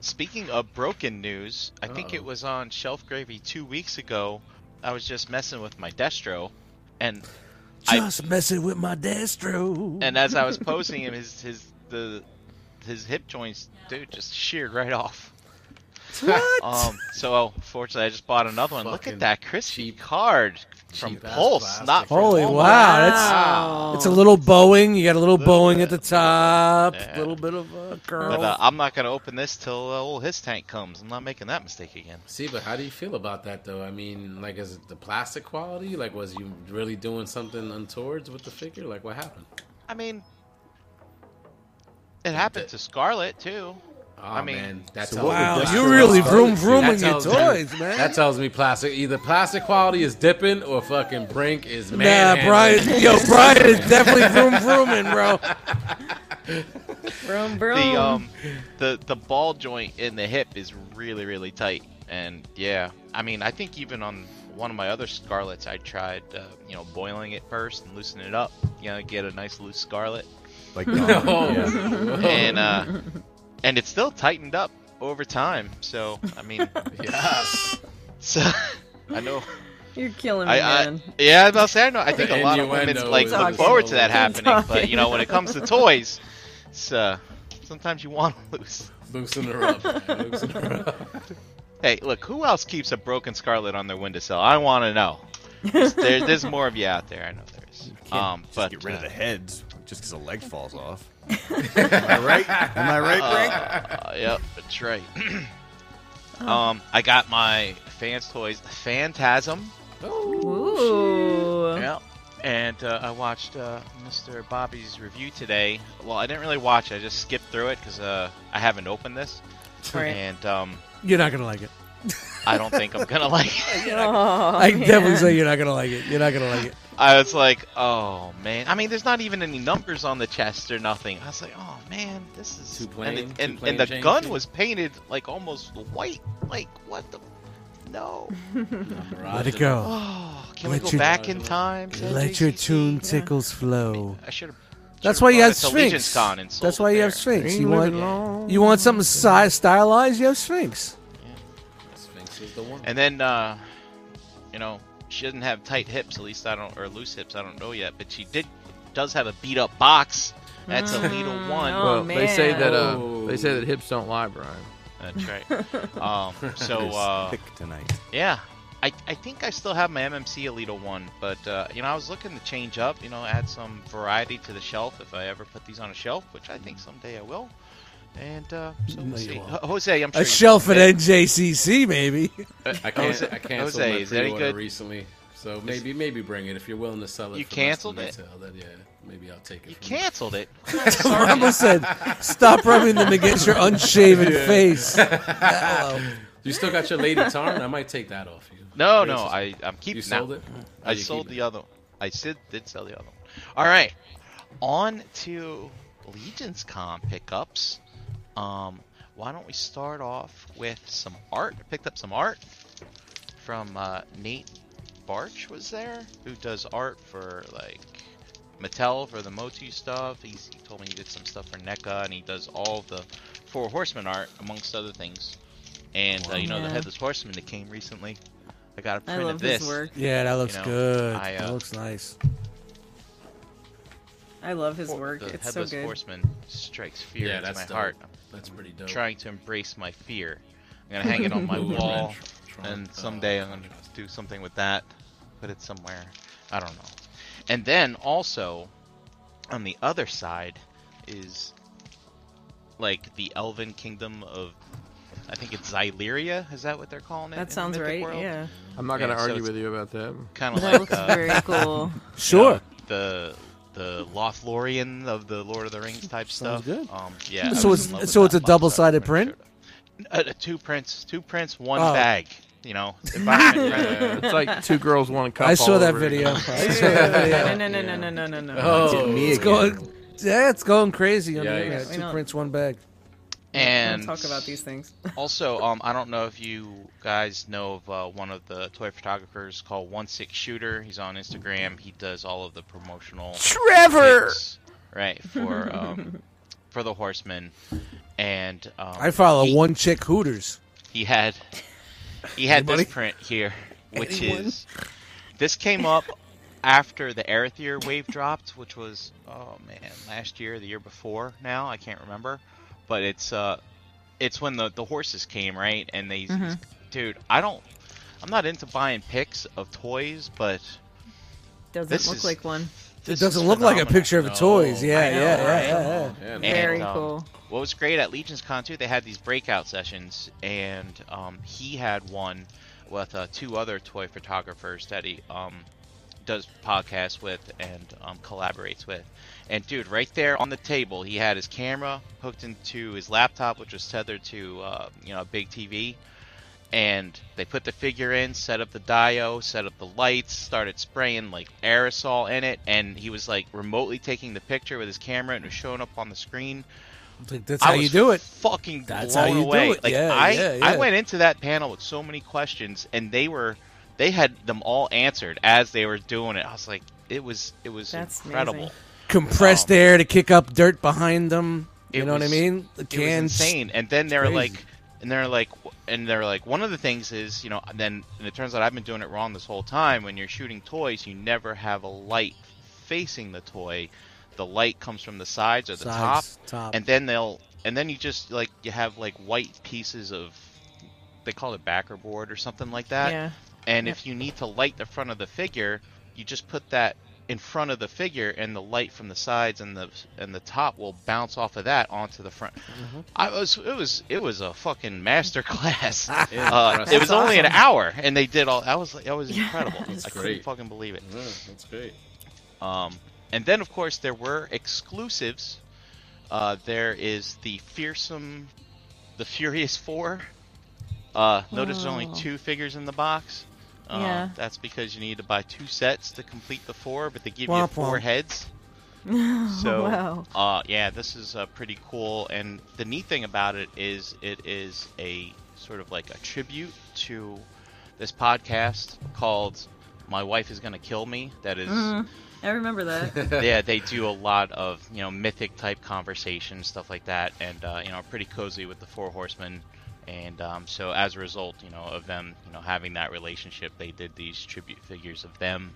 Speaker 6: Speaking of broken news, I think it
Speaker 2: Uh-oh.
Speaker 6: was on Shelf Gravy two weeks ago. I was just messing with my Destro, and I-
Speaker 5: Just messing with my destro.
Speaker 6: and as I was posing him, his his the his hip joints, dude, just sheared right off. Um, so fortunately, I just bought another one. Look
Speaker 2: Fucking
Speaker 6: at that crispy card from
Speaker 2: cheap-ass
Speaker 6: Pulse,
Speaker 2: plastic.
Speaker 6: not from
Speaker 5: Holy wow,
Speaker 6: Walmart.
Speaker 5: Ah, that's
Speaker 6: Ah.
Speaker 5: it's a little Boeing. You got a little Boeing at the top, a
Speaker 6: Yeah.
Speaker 5: little bit of a curl.
Speaker 6: But uh, I'm not gonna open this till uh, old his tank comes. I'm not making that mistake again.
Speaker 2: See, but how do you feel about that though? I mean, like, is it the plastic quality? Like, was you really doing something untoward with the figure? Like, what happened?
Speaker 6: I mean, it happened to Scarlet too.
Speaker 2: Oh,
Speaker 6: I mean-
Speaker 2: man, that's
Speaker 1: So
Speaker 2: how-
Speaker 1: what would
Speaker 5: wow,
Speaker 1: Wow,
Speaker 5: you really vroom
Speaker 2: That
Speaker 5: vrooming your
Speaker 2: tells me-
Speaker 5: toys, man.
Speaker 2: That tells me plastic. Either plastic quality is dipping or fucking Brink is man.
Speaker 5: Nah, Brian, yo, Brian is definitely vroom vrooming, bro.
Speaker 3: Vroom, vroom.
Speaker 6: The um, the the ball joint in the hip is really really tight, and yeah, I mean, I think even on one of my other Scarlets, I tried uh, you know boiling it first and loosening it up, you know, get a nice loose Scarlet.
Speaker 1: Like,
Speaker 2: No.
Speaker 6: and uh, and it's still tightened up over time. So I mean,
Speaker 2: Yes.
Speaker 6: so I know.
Speaker 3: You're killing me,
Speaker 6: I, I
Speaker 3: man.
Speaker 6: yeah, I was about to say I know. I think
Speaker 2: The
Speaker 6: a lot of women
Speaker 2: innuendo
Speaker 6: like
Speaker 2: is
Speaker 6: look
Speaker 3: awesome.
Speaker 6: forward to that
Speaker 3: Keep
Speaker 6: happening, but you know
Speaker 3: talking.
Speaker 6: when it comes to toys, it's, uh, sometimes you want to lose.
Speaker 2: Loosen her up. man. Loosen her up.
Speaker 6: Hey, look, who else keeps a broken scarlet on their windowsill? I want to know. There's, there, there's more of you out there. I know there's. Um,
Speaker 1: just
Speaker 6: but
Speaker 1: get rid of
Speaker 6: uh,
Speaker 1: the heads just because a leg falls off. Am I right? Am I right, Frank?
Speaker 6: Uh, yep, that's right. um, I got my fans toys, Phantasm.
Speaker 3: Ooh.
Speaker 6: Yeah. And uh, I watched uh, Mr. Bobby's review today. Well, I didn't really watch it. I just skipped through it because uh, I haven't opened this.
Speaker 3: Right.
Speaker 6: And um,
Speaker 5: You're not gonna like it.
Speaker 6: I don't think I'm going to like it.
Speaker 3: Oh,
Speaker 5: I can
Speaker 3: man.
Speaker 5: definitely say you're not gonna like it. You're not gonna like it.
Speaker 6: I was like, oh, man. I mean, there's not even any numbers on the chest or nothing. I was like, oh, man, this is.
Speaker 2: Too
Speaker 6: and,
Speaker 2: plain,
Speaker 6: it-
Speaker 2: too
Speaker 6: and,
Speaker 2: plain
Speaker 6: and the
Speaker 2: Jane,
Speaker 6: gun
Speaker 2: too.
Speaker 6: was painted like almost white. Like, what the. No.
Speaker 5: Let it go.
Speaker 6: Oh, can
Speaker 5: Let
Speaker 6: we go
Speaker 5: your-
Speaker 6: back in time? to
Speaker 5: Let your
Speaker 6: JCC?
Speaker 5: tune tickles flow.
Speaker 6: I should have.
Speaker 5: That's why you have Sphinx. That's why you have Sphinx. You want you want something size stylized. You have Sphinx.
Speaker 2: Sphinx is the one.
Speaker 6: And then, uh, you know, she doesn't have tight hips. At least I don't, or loose hips. I don't know yet. But she did, does have a beat up box. That's a little one.
Speaker 3: Oh,
Speaker 4: well, they say
Speaker 3: man.
Speaker 4: that uh,
Speaker 2: Oh.
Speaker 4: they say that hips don't lie, Brian.
Speaker 6: That's right. Um, so
Speaker 1: It's
Speaker 6: uh,
Speaker 1: thick tonight.
Speaker 6: yeah, I, I think I still have my MMC Alita one, but uh, you know, I was looking to change up. You know, add some variety to the shelf if I ever put these on a shelf, which I think someday I will. And uh, so we'll
Speaker 5: No, you
Speaker 6: see.
Speaker 5: won't.
Speaker 6: Ho- Jose, I'm sure
Speaker 5: A
Speaker 6: you-
Speaker 5: shelf at NJCC, baby.
Speaker 2: I can't.
Speaker 6: uh, Jose-
Speaker 2: I canceled
Speaker 6: Jose,
Speaker 2: my
Speaker 6: is that any
Speaker 2: pre-order
Speaker 6: good-
Speaker 2: recently, so maybe maybe bring it if you're willing to sell it.
Speaker 6: You
Speaker 2: for less
Speaker 6: canceled
Speaker 2: than
Speaker 6: it?
Speaker 2: retail, Then yeah, maybe I'll take it.
Speaker 6: You
Speaker 2: from
Speaker 6: canceled it.
Speaker 5: Rumble said, "Stop rubbing them against your unshaven face."
Speaker 2: You still got your Lady Tarn? I might take that off you.
Speaker 6: No,
Speaker 2: Racist.
Speaker 6: no, I I'm keeping
Speaker 2: you
Speaker 6: that.
Speaker 2: sold it.
Speaker 6: I sold the other. one. I did did sell the other one. All right, on to Legion's Con pickups. Um, why don't we start off with some art? I picked up some art from uh, Nate Barch was there, who does art for like Mattel for the Motu stuff. He's, he told me he did some stuff for NECA, and he does all the Four Horsemen art amongst other things. And uh, you know the
Speaker 3: Oh, Yeah.
Speaker 6: Headless Horseman that came recently. I got a
Speaker 3: I
Speaker 6: print
Speaker 3: love
Speaker 6: of this.
Speaker 3: his work.
Speaker 5: Yeah, that looks
Speaker 6: You know,
Speaker 5: good.
Speaker 6: I, uh,
Speaker 5: that looks nice.
Speaker 3: I love his
Speaker 6: Hor-
Speaker 3: work.
Speaker 6: The
Speaker 3: It's so
Speaker 6: headless
Speaker 3: good.
Speaker 6: horseman strikes fear
Speaker 2: Yeah,
Speaker 6: into
Speaker 2: that's
Speaker 6: my
Speaker 2: dope.
Speaker 6: heart.
Speaker 2: That's pretty dope.
Speaker 6: I'm trying to embrace my fear. I'm gonna hang it on my wall,
Speaker 2: uh,
Speaker 6: and someday I'm gonna do something with that. Put it somewhere. I don't know. And then also, on the other side, is like the Elven Kingdom of. I think it's Xyleria. Is that what they're calling it?
Speaker 3: That sounds right. Yeah.
Speaker 4: I'm not gonna
Speaker 6: Yeah, so
Speaker 4: argue
Speaker 6: it's-
Speaker 4: with you about that.
Speaker 6: Kind of
Speaker 3: That
Speaker 6: like
Speaker 3: looks
Speaker 6: uh,
Speaker 3: very cool.
Speaker 5: Sure.
Speaker 6: know, Um, the the Lothlorien of the Lord of the Rings type stuff.
Speaker 5: Sounds good.
Speaker 6: Um, yeah. I
Speaker 5: So
Speaker 6: was
Speaker 5: it's-
Speaker 6: in love with
Speaker 5: so
Speaker 6: that
Speaker 5: it's a
Speaker 6: Lothlorien
Speaker 5: double-sided
Speaker 6: when it
Speaker 5: print?
Speaker 6: showed up. Uh, two prints, two prints, one
Speaker 5: Oh.
Speaker 6: bag. You know, environment friendly.
Speaker 4: It's like two girls, one cup.
Speaker 5: I
Speaker 4: all
Speaker 5: saw that
Speaker 4: over
Speaker 5: video.
Speaker 4: again.
Speaker 5: I saw that
Speaker 3: No,
Speaker 5: video.
Speaker 3: no, no, no, no, no, no, no.
Speaker 2: Oh,
Speaker 1: me
Speaker 5: It's going, yeah, it's going crazy on
Speaker 2: Yikes.
Speaker 5: the internet.
Speaker 3: Why
Speaker 5: Two
Speaker 3: not?
Speaker 5: prints, one bag.
Speaker 6: and
Speaker 3: Don't talk about these things.
Speaker 6: Also, um, I don't know if you guys know of uh, one of the toy photographers called One Six Shooter. He's on Instagram. He does all of the promotional.
Speaker 4: Trevor.
Speaker 6: pics, right for um, for the Horsemen, and um,
Speaker 5: I follow
Speaker 6: he-
Speaker 5: one chick Hooters.
Speaker 6: he had he had
Speaker 5: Anybody?
Speaker 6: this print here, which
Speaker 5: Anyone?
Speaker 6: is this came up after the Aerithyr wave dropped, which was oh man, last year, the year before. Now I can't remember, but it's uh it's when the the horses came right and they
Speaker 5: Mm-hmm.
Speaker 6: dude i don't i'm not into buying pics of toys but
Speaker 3: Doesn't
Speaker 6: This
Speaker 3: look
Speaker 6: is-
Speaker 3: like one.
Speaker 6: this
Speaker 5: it doesn't
Speaker 6: is
Speaker 5: look like a
Speaker 6: phenomenal.
Speaker 5: picture of a toys. Yeah,
Speaker 6: I know,
Speaker 5: yeah, yeah,
Speaker 6: right?
Speaker 5: yeah, yeah.
Speaker 2: Yeah, no.
Speaker 6: And,
Speaker 3: Very
Speaker 6: um,
Speaker 3: cool.
Speaker 6: What was great at Legion's Con too, they had these breakout sessions, and um, he had one with uh, two other toy photographers that he um, does podcasts with and um, collaborates with. And dude, right there on the table, he had his camera hooked into his laptop, which was tethered to uh, you know a big TV. And they put the figure in, set up the dio, set up the lights, started spraying like aerosol in it, and he was like remotely taking the picture with his camera and it was showing up on the screen.
Speaker 5: It's like, that's
Speaker 6: I
Speaker 5: how
Speaker 6: was
Speaker 5: you do it.
Speaker 6: Fucking
Speaker 5: That's
Speaker 6: blown
Speaker 5: how you do
Speaker 6: away.
Speaker 5: it.
Speaker 6: Like
Speaker 5: Yeah,
Speaker 6: I,
Speaker 5: yeah, yeah.
Speaker 6: I went into that panel with so many questions, and they were, they had them all answered as they were doing it. I was like, it was, it was
Speaker 3: That's
Speaker 6: incredible.
Speaker 3: amazing.
Speaker 5: Compressed
Speaker 6: Um,
Speaker 5: air to kick up dirt behind them. You
Speaker 6: it
Speaker 5: know what I
Speaker 6: was-
Speaker 5: mean? The
Speaker 6: It was
Speaker 5: cans.
Speaker 6: insane. And then they were
Speaker 5: crazy.
Speaker 6: like, and they're like, and they're like, one of the things is, you know, and then and it turns out I've been doing it wrong this whole time. When you're shooting toys, you never have a light facing the toy. The light comes from the sides or the
Speaker 5: Sides,
Speaker 6: top,
Speaker 3: Um,
Speaker 5: top.
Speaker 6: and then they'll, and then you just like you have like white pieces of, they call it backer board or something like that.
Speaker 3: Yeah.
Speaker 6: And
Speaker 3: Yep.
Speaker 6: if you need to light the front of the figure, you just put that in front of the figure, and the light from the sides and the and the top will bounce off of that onto the front. I was it was it was a fucking master class. uh, it was
Speaker 3: That's
Speaker 6: only an
Speaker 3: awesome.
Speaker 6: hour, and they did all. I was like, that was
Speaker 3: Yeah,
Speaker 6: incredible.
Speaker 3: that's
Speaker 6: I couldn't
Speaker 2: great.
Speaker 6: fucking believe it.
Speaker 2: Yeah, that's great.
Speaker 6: Um, and then, of course, there were exclusives. Uh, there is the fearsome, the Furious Four. Uh, notice there's only
Speaker 3: Oh.
Speaker 6: two figures in the box. Uh,
Speaker 3: Yeah.
Speaker 6: That's because you need to buy two sets to complete the four, but they give you
Speaker 5: Womp
Speaker 6: four
Speaker 5: womp.
Speaker 6: heads. so,
Speaker 3: wow.
Speaker 6: uh, yeah, this is uh, pretty cool. And the neat thing about it is it is a sort of like a tribute to this podcast called "My Wife Is Gonna Kill Me." That is
Speaker 3: Mhm. I remember that.
Speaker 6: yeah, they do a lot of you know mythic type conversation stuff like that, and uh, you know pretty cozy with the four horsemen. And um, so as a result, you know of them, you know having that relationship, they did these tribute figures of them.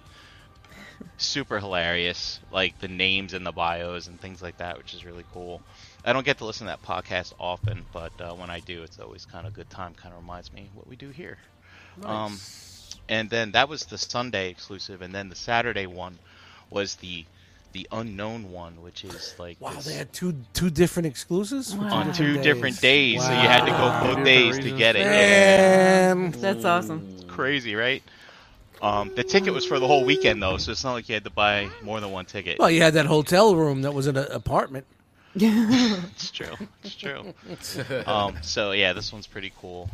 Speaker 6: Super hilarious, like the names and the bios and things like that, which is really cool. I don't get to listen to that podcast often, but uh, when I do, it's always kind of a good time. Kind of reminds me what we do here. Um, and then that was the Sunday exclusive, and then the Saturday one was the the unknown one, which is like
Speaker 5: Wow,
Speaker 6: this-
Speaker 5: they had two two different exclusives for
Speaker 6: on two different days, so you
Speaker 5: Wow.
Speaker 6: had to go both days to get it. Yeah.
Speaker 5: Damn.
Speaker 3: That's awesome.
Speaker 6: Crazy, right? Um, the ticket was for the whole weekend though, so it's not like you had to buy more than one ticket.
Speaker 5: Well, you had that hotel room that was an a- apartment.
Speaker 6: It's true. It's true. um, so yeah, this one's pretty cool.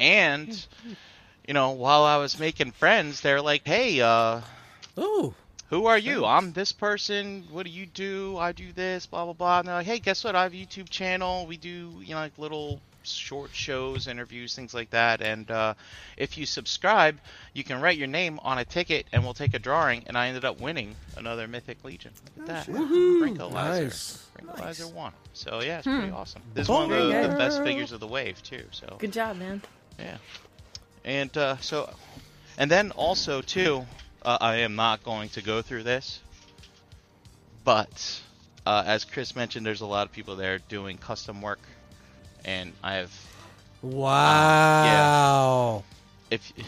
Speaker 6: And you know, while I was making friends, they're like, "Hey, uh,
Speaker 5: Oh,
Speaker 6: who are you? I'm this person. What do you do? I do this, blah blah blah. And they're like, hey, guess what? I have a YouTube channel. We do you know like little short shows, interviews, things like that. And uh, if you subscribe, you can write your name on a ticket, and we'll take a drawing. And I ended up winning another Mythic Legion. Look at that, Franco Lizer.
Speaker 5: nice.
Speaker 6: Franco Lizer won. So yeah, it's pretty awesome. This is one of
Speaker 3: Very
Speaker 6: the, the
Speaker 3: good.
Speaker 6: best figures of the wave too. So
Speaker 3: Good job, man.
Speaker 6: yeah. And uh, so, and then also too, uh, I am not going to go through this, but uh, as Chris mentioned, there's a lot of people there doing custom work, and I have
Speaker 5: Wow.
Speaker 6: if you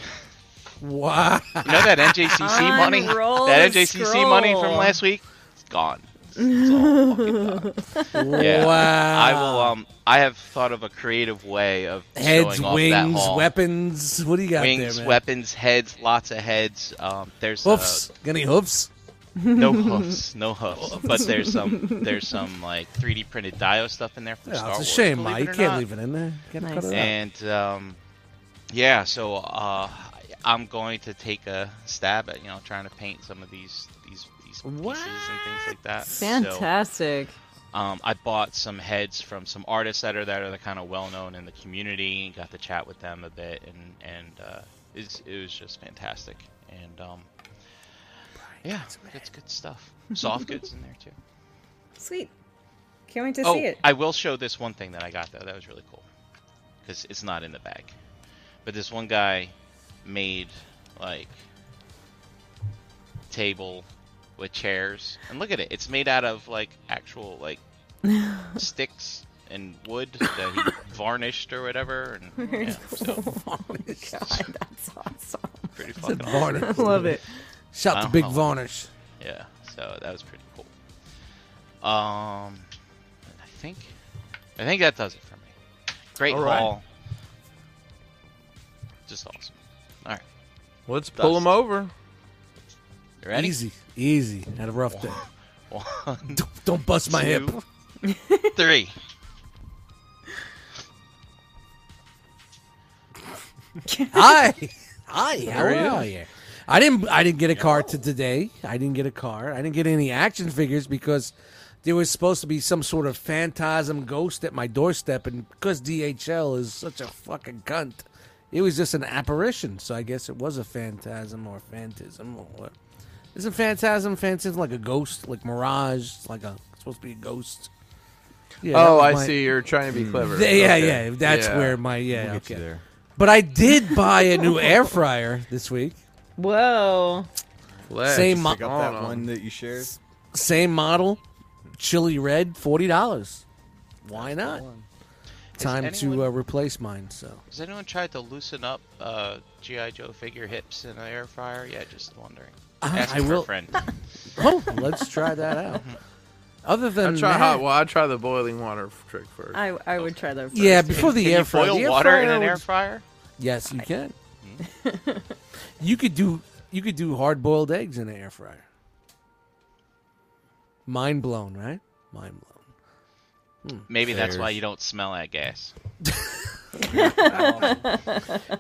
Speaker 5: Wow.
Speaker 6: know that NJCC money,
Speaker 3: Unroll
Speaker 6: that NJCC money from
Speaker 3: scroll.
Speaker 6: last week, it's gone. It's all fucking gone. Yeah.
Speaker 5: Wow.
Speaker 6: I will. Um, I have thought of a creative way of showing
Speaker 5: Heads,
Speaker 6: off that
Speaker 5: wings,
Speaker 6: haul.
Speaker 5: weapons. What do you got
Speaker 6: Wings,
Speaker 5: there, man?
Speaker 6: weapons, uh, heads, lots of heads. Um, there's uh,
Speaker 5: Hoofs. Got any hoofs?
Speaker 6: no hoofs, no hoofs. But there's some there's some like 3D printed Dio stuff in there from
Speaker 5: Yeah,
Speaker 6: Star
Speaker 5: it's a
Speaker 6: Wars.
Speaker 5: shame,
Speaker 6: believe
Speaker 5: Ma.
Speaker 6: it
Speaker 5: You
Speaker 6: or
Speaker 5: can't
Speaker 6: not.
Speaker 5: leave it in there. You gotta cut
Speaker 3: Nice.
Speaker 5: it out.
Speaker 6: And um, yeah, so uh, I'm going to take a stab at you know trying to paint some of these these these pieces and things like that. So,
Speaker 3: Fantastic.
Speaker 6: um, I bought some heads from some artists that are that are kind of well known in the community. and Got to chat with them a bit, and and uh, it's, it was just fantastic. And um, yeah, it's good stuff. Soft goods in there too.
Speaker 3: Sweet. Can't wait to
Speaker 6: oh,
Speaker 3: see it.
Speaker 6: I will show this one thing that I got though. That was really cool because it's not in the bag. But this one guy made like table with chairs, and look at it. It's made out of like actual like sticks and wood that he varnished or whatever. And yeah, so
Speaker 3: oh my god, that's awesome.
Speaker 6: pretty fucking awesome.
Speaker 5: Varnish.
Speaker 3: I love it.
Speaker 5: Shout to
Speaker 6: Wow.
Speaker 5: Big Varnish.
Speaker 6: Yeah, so that was pretty cool. Um, and I think, I think that does it for me. Great
Speaker 2: All right.
Speaker 6: haul. Just awesome. All right,
Speaker 4: Let's pull him over.
Speaker 6: you ready?
Speaker 5: Easy, easy. Had a rough day.
Speaker 6: One,
Speaker 5: Don't, don't bust my hip.
Speaker 6: two, three.
Speaker 5: Hi, hi. How
Speaker 4: There he
Speaker 5: are
Speaker 4: is.
Speaker 5: you? I didn't. I didn't get a car to today. I didn't get a car. I didn't get any action figures because there was supposed to be some sort of phantasm ghost at my doorstep, and because DHL is such a fucking cunt, it was just an apparition. So I guess it was a phantasm or phantasm or what? Isn't phantasm phantasm like a ghost, like mirage? It's like a it's supposed to be a ghost. Yeah, that
Speaker 4: oh,
Speaker 5: was
Speaker 4: I
Speaker 5: my-
Speaker 4: see. You're trying to be clever.
Speaker 5: Th- yeah,
Speaker 4: Okay.
Speaker 5: yeah. That's
Speaker 4: Hmm. Yeah.
Speaker 5: where my yeah.
Speaker 1: Get
Speaker 5: okay.
Speaker 1: you there.
Speaker 5: But I did buy a new air fryer this week.
Speaker 3: Whoa.
Speaker 4: Let's
Speaker 5: Same mo-
Speaker 2: Uh,
Speaker 4: pick up that one.
Speaker 1: that you shared.
Speaker 5: Same model, chili red, forty dollars. Why not? Time
Speaker 6: Is
Speaker 5: to
Speaker 6: anyone-
Speaker 5: uh, replace mine. So
Speaker 6: Has anyone tried to loosen up uh, GI Joe figure hips in an air fryer? Yeah, just wondering.
Speaker 5: I-
Speaker 6: Ask
Speaker 5: Ah, I
Speaker 6: for
Speaker 5: will-
Speaker 6: a friend.
Speaker 5: oh, let's try that out. Other than
Speaker 4: I'll try
Speaker 5: that-
Speaker 4: hot. Well, I'll try the boiling water f- trick first.
Speaker 3: I I would try that first.
Speaker 5: yeah, before the
Speaker 6: Can
Speaker 5: air
Speaker 6: you
Speaker 5: fryer.
Speaker 6: boil
Speaker 5: the air
Speaker 6: water in
Speaker 5: fryer
Speaker 6: an air
Speaker 5: was-
Speaker 6: fryer?
Speaker 5: Yes, you can. you could do you could do hard boiled eggs in an air fryer. Mind blown, right? Mind blown.
Speaker 6: Maybe that's why you don't smell that gas.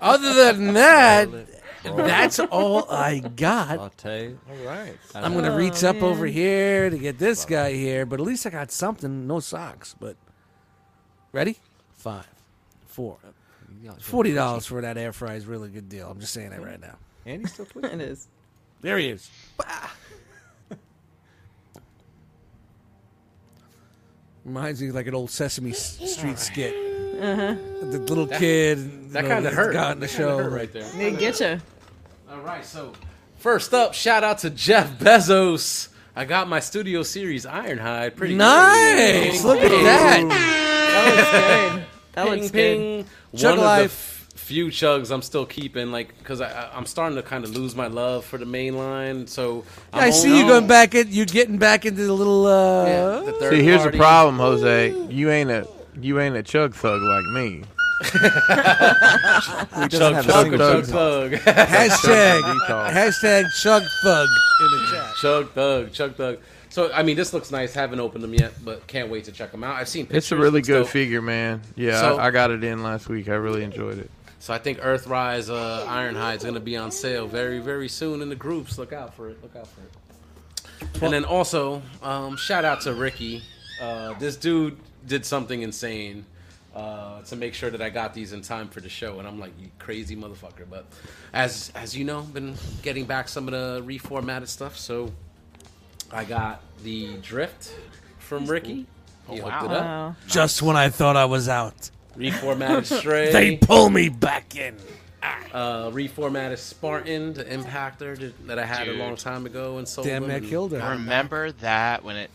Speaker 5: Other than that, that's all I got.
Speaker 1: Latte.
Speaker 4: All right.
Speaker 5: I'm gonna
Speaker 2: Oh,
Speaker 5: reach up over here to get this guy here, but at least I got something. No socks, but ready? Five, four. Forty dollars for that air fryer is really good deal. I'm just saying that right now.
Speaker 1: And he's still
Speaker 3: It is.
Speaker 5: There he is. Reminds me like an old Sesame S- Street skit. The little kid. you
Speaker 2: That
Speaker 5: know,
Speaker 2: kind of
Speaker 5: the
Speaker 2: hurt.
Speaker 5: Guy on the
Speaker 2: That kinda
Speaker 5: show.
Speaker 2: hurt right there.
Speaker 3: They get you.
Speaker 2: All right, so first up, shout out to Jeff Bezos. I got my studio series Ironhide. Pretty good.
Speaker 5: Nice. Look at that.
Speaker 3: That looks good. That
Speaker 2: Ping,
Speaker 3: looks good.
Speaker 2: ping.
Speaker 5: Chug
Speaker 2: One of the
Speaker 5: life.
Speaker 2: f- few chugs I'm still keeping, like because I, I, I'm starting to kind of lose my love for the main line. So I'm
Speaker 5: I see you
Speaker 2: only-
Speaker 5: going back at you getting back into the little uh
Speaker 2: Yeah, the third
Speaker 4: See, here's
Speaker 2: party.
Speaker 4: the problem, Jose. You ain't a you ain't a chug thug like me.
Speaker 1: He doesn't
Speaker 2: Chug,
Speaker 1: have a
Speaker 2: chug,
Speaker 1: single
Speaker 2: chug,
Speaker 1: chug.
Speaker 2: thug.
Speaker 5: Hashtag
Speaker 4: Detox.
Speaker 5: hashtag chug thug in the chat.
Speaker 2: Chug Thug, Chug Thug. So I mean, this looks nice. Haven't opened them yet, but can't wait to check them out. I've seen pictures.
Speaker 4: It's a really
Speaker 2: Looks
Speaker 4: good
Speaker 2: dope.
Speaker 4: figure, man. Yeah,
Speaker 2: So-
Speaker 4: I, I got it in last week. I really enjoyed it.
Speaker 2: So I think Earthrise uh, Ironhide's going to be on sale very, very soon in the groups. Look out for it. Look out for it. and then also, um, shout out to Ricky. Uh, this dude did something insane uh, to make sure that I got these in time for the show. And I'm like, you crazy motherfucker. But as as you know, been getting back some of the reformatted stuff. So I got the Drift from Ricky. He hooked it up.
Speaker 3: Wow.
Speaker 5: Just when I thought I was out,
Speaker 2: Reformatted Stray.
Speaker 5: they pull me back in.
Speaker 2: uh, reformatted Spartan, the Impactor that, that I had
Speaker 6: Dude.
Speaker 2: a long time ago, and sold
Speaker 5: Damn,
Speaker 2: them,
Speaker 5: that
Speaker 2: and
Speaker 5: killed her.
Speaker 6: Remember that when it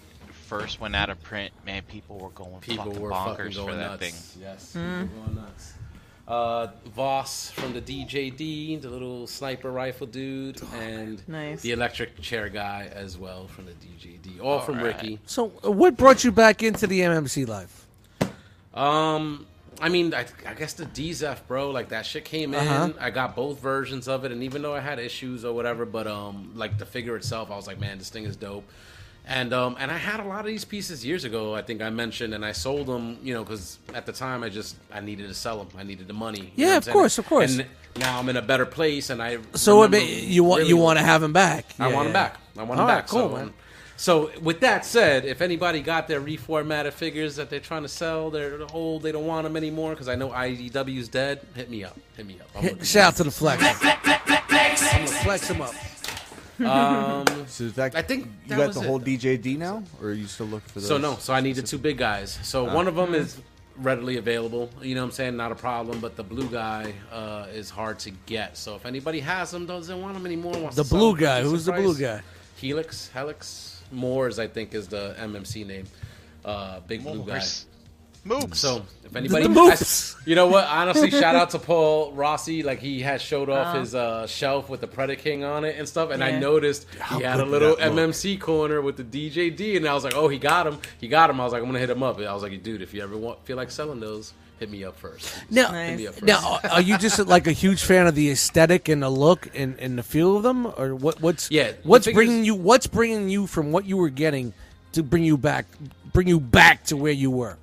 Speaker 6: first went out of print, man, people were going
Speaker 2: People
Speaker 6: fucking
Speaker 2: were
Speaker 6: bonkers
Speaker 2: fucking
Speaker 6: for
Speaker 2: going
Speaker 6: that
Speaker 2: nuts.
Speaker 6: thing.
Speaker 2: Yes, people were going nuts. Uh, Voss from the DJD, the little sniper rifle dude, and
Speaker 3: Nice.
Speaker 2: the electric chair guy as well from the DJD, all, from
Speaker 6: right.
Speaker 2: Ricky.
Speaker 5: So, uh, what brought you back into the MMC life?
Speaker 2: Um, I mean, I, I guess the DZF, bro, like that shit came
Speaker 5: Uh-huh.
Speaker 2: in. I got both versions of it, and even though I had issues or whatever, but um, like the figure itself, I was like, man, this thing is dope. And um, and I had a lot of these pieces years ago. I think I mentioned, and I sold them, you know, because at the time I just I needed to sell them. I needed the money. you
Speaker 5: Yeah,
Speaker 2: know what
Speaker 5: of
Speaker 2: I'm saying?
Speaker 5: course, of course.
Speaker 2: And now I'm in a better place, and I
Speaker 5: So, it
Speaker 2: remember
Speaker 5: ma- you want you
Speaker 2: really-
Speaker 5: want to have him back?
Speaker 2: I
Speaker 5: Yeah,
Speaker 2: want him
Speaker 5: yeah.
Speaker 2: back. I want him
Speaker 5: All right,
Speaker 2: back.
Speaker 5: cool,
Speaker 2: so,
Speaker 5: man.
Speaker 2: so with that said, if anybody got their reformatted figures that they're trying to sell, they're old, they don't want them anymore because I know IDW's dead. Hit me up. Hit me up. I'm
Speaker 5: Hit-
Speaker 2: looking.
Speaker 5: Shout out to the flex. I'm gonna flex him up.
Speaker 1: So is that,
Speaker 2: I think
Speaker 1: you
Speaker 2: that
Speaker 1: got
Speaker 2: was
Speaker 1: the
Speaker 2: it,
Speaker 1: whole
Speaker 2: though.
Speaker 1: DJD now, or are you still looking for those?
Speaker 2: So no, so I need the two big guys. So one of them is readily available. You know what I'm saying? Not a problem. But the blue guy uh, is hard to get. So if anybody has them, doesn't want them anymore. Wants
Speaker 5: The
Speaker 2: to sell
Speaker 5: blue
Speaker 2: them for a
Speaker 5: guy.
Speaker 2: decent
Speaker 5: Who's the blue
Speaker 2: price,
Speaker 5: guy?
Speaker 2: Helix. Helix Moores, I think, is the MMC name. Uh, big blue guy.
Speaker 6: Moors. Moops.
Speaker 2: So if anybody,
Speaker 5: the moops.
Speaker 2: s- you know what? Honestly, shout out to Paul Rossi. Like he has showed off his uh, shelf with the Predator King on it and stuff. And I
Speaker 3: Yeah.
Speaker 2: noticed he had a
Speaker 5: good did
Speaker 2: little
Speaker 5: that look?
Speaker 2: MMC corner with the DJD, and I was like, oh, he got him. He got him. I was like, I'm gonna hit him up. And I was like, dude, if you ever want, feel like selling those, hit me up first.
Speaker 5: Now,
Speaker 3: Nice.
Speaker 2: Hit me up first.
Speaker 5: now, are- are you just like a huge fan of the aesthetic and the look and, and the feel of them, or what? What's
Speaker 2: Yeah, the
Speaker 5: What's
Speaker 2: thing
Speaker 5: bringing
Speaker 2: is-
Speaker 5: you? What's bringing you from what you were getting to bring you back? Bring you back to where you were.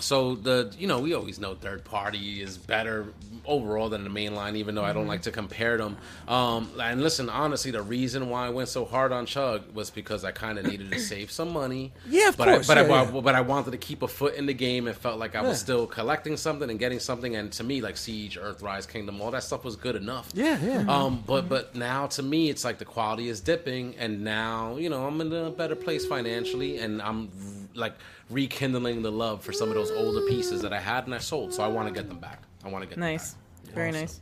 Speaker 2: So the you know we always know third party is better overall than the main line, even though I
Speaker 5: Mm-hmm.
Speaker 2: don't like to compare them. Um, and listen, honestly, the reason why I went so hard on Chug was because I kind of needed to save some money.
Speaker 5: Yeah, of
Speaker 2: but
Speaker 5: course,
Speaker 2: I, but,
Speaker 5: yeah,
Speaker 2: I,
Speaker 5: yeah.
Speaker 2: but I wanted to keep a foot in the game and felt like I
Speaker 5: Yeah.
Speaker 2: was still collecting something and getting something. And to me, like Siege, Earthrise, Kingdom, all that stuff was good enough.
Speaker 5: Yeah, yeah.
Speaker 2: Um, but but now to me, it's like the quality is dipping, and now you know I'm in a better place financially, and I'm like rekindling the love for some of those older pieces that I had and I sold. So I want to get them back. I want to get
Speaker 3: Nice.
Speaker 2: Them back.
Speaker 3: Very
Speaker 2: Awesome.
Speaker 3: nice.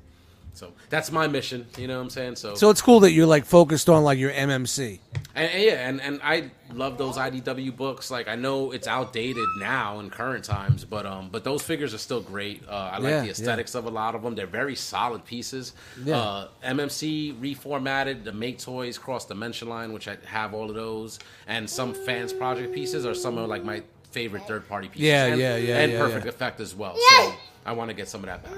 Speaker 2: So that's my mission. You know what I'm saying? So,
Speaker 5: So it's cool that you're like focused on like your MMC.
Speaker 2: and, and yeah, and and I love those IDW books. Like I know it's outdated now in current times, but um, but those figures are still great. Uh, I like
Speaker 5: Yeah,
Speaker 2: the
Speaker 5: yeah.
Speaker 2: aesthetics of a lot of them. They're very solid pieces.
Speaker 5: Yeah.
Speaker 2: Uh, MMC reformatted the Make Toys Cross Dimension line, which I have all of those, and some fans project pieces are some of like my favorite third party pieces.
Speaker 5: Yeah,
Speaker 2: and,
Speaker 5: yeah, yeah,
Speaker 2: and
Speaker 5: yeah,
Speaker 2: Perfect
Speaker 5: yeah.
Speaker 2: Effect as well. So I want to get some of that back.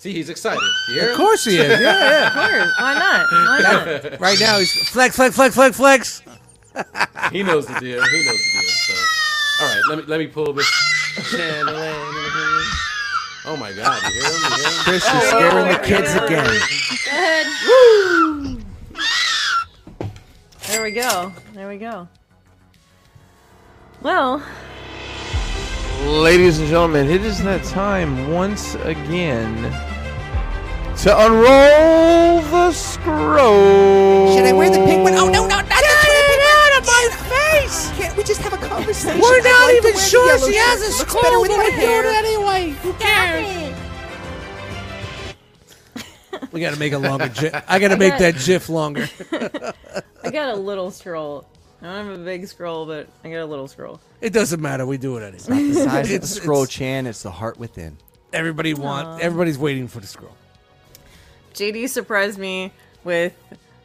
Speaker 2: See, he's excited. You hear
Speaker 5: Of
Speaker 2: him?
Speaker 5: course he is. Yeah,
Speaker 3: Word. Why not? Why not?
Speaker 5: yeah. Right now he's flex, flex, flex, flex, flex.
Speaker 2: He knows the deal. He knows the deal. So, all right, let me let me pull this channel. in. Oh my God! You hear him? You hear him?
Speaker 5: Chris is scaring the kids again.
Speaker 3: Go ahead. There we go. There we go. Well,
Speaker 4: Ladies and gentlemen, it is that time once again to unroll the scroll.
Speaker 7: Should I wear the pink one? Oh no, no, not the pink one! Out of my face! Can't we just have a conversation?
Speaker 5: We're
Speaker 7: I'd
Speaker 5: not
Speaker 7: like to
Speaker 5: even
Speaker 7: wear the
Speaker 5: sure
Speaker 7: yellow
Speaker 5: she
Speaker 7: shirt.
Speaker 5: has a
Speaker 7: Looks
Speaker 5: skull.
Speaker 7: better
Speaker 5: We're
Speaker 7: with my
Speaker 5: doing
Speaker 7: hair.
Speaker 5: it anyway. Who cares? We gotta make a longer gif. I gotta make that gif longer.
Speaker 3: I got a little scroll. I don't have a big scroll, but I got a little scroll.
Speaker 5: It doesn't matter. We do it anyway.
Speaker 1: The size of the
Speaker 5: It's-
Speaker 1: scroll,
Speaker 5: it's-
Speaker 1: Chan. It's the heart within.
Speaker 5: Everybody wants. Everybody's waiting for the scroll.
Speaker 3: JD surprised me with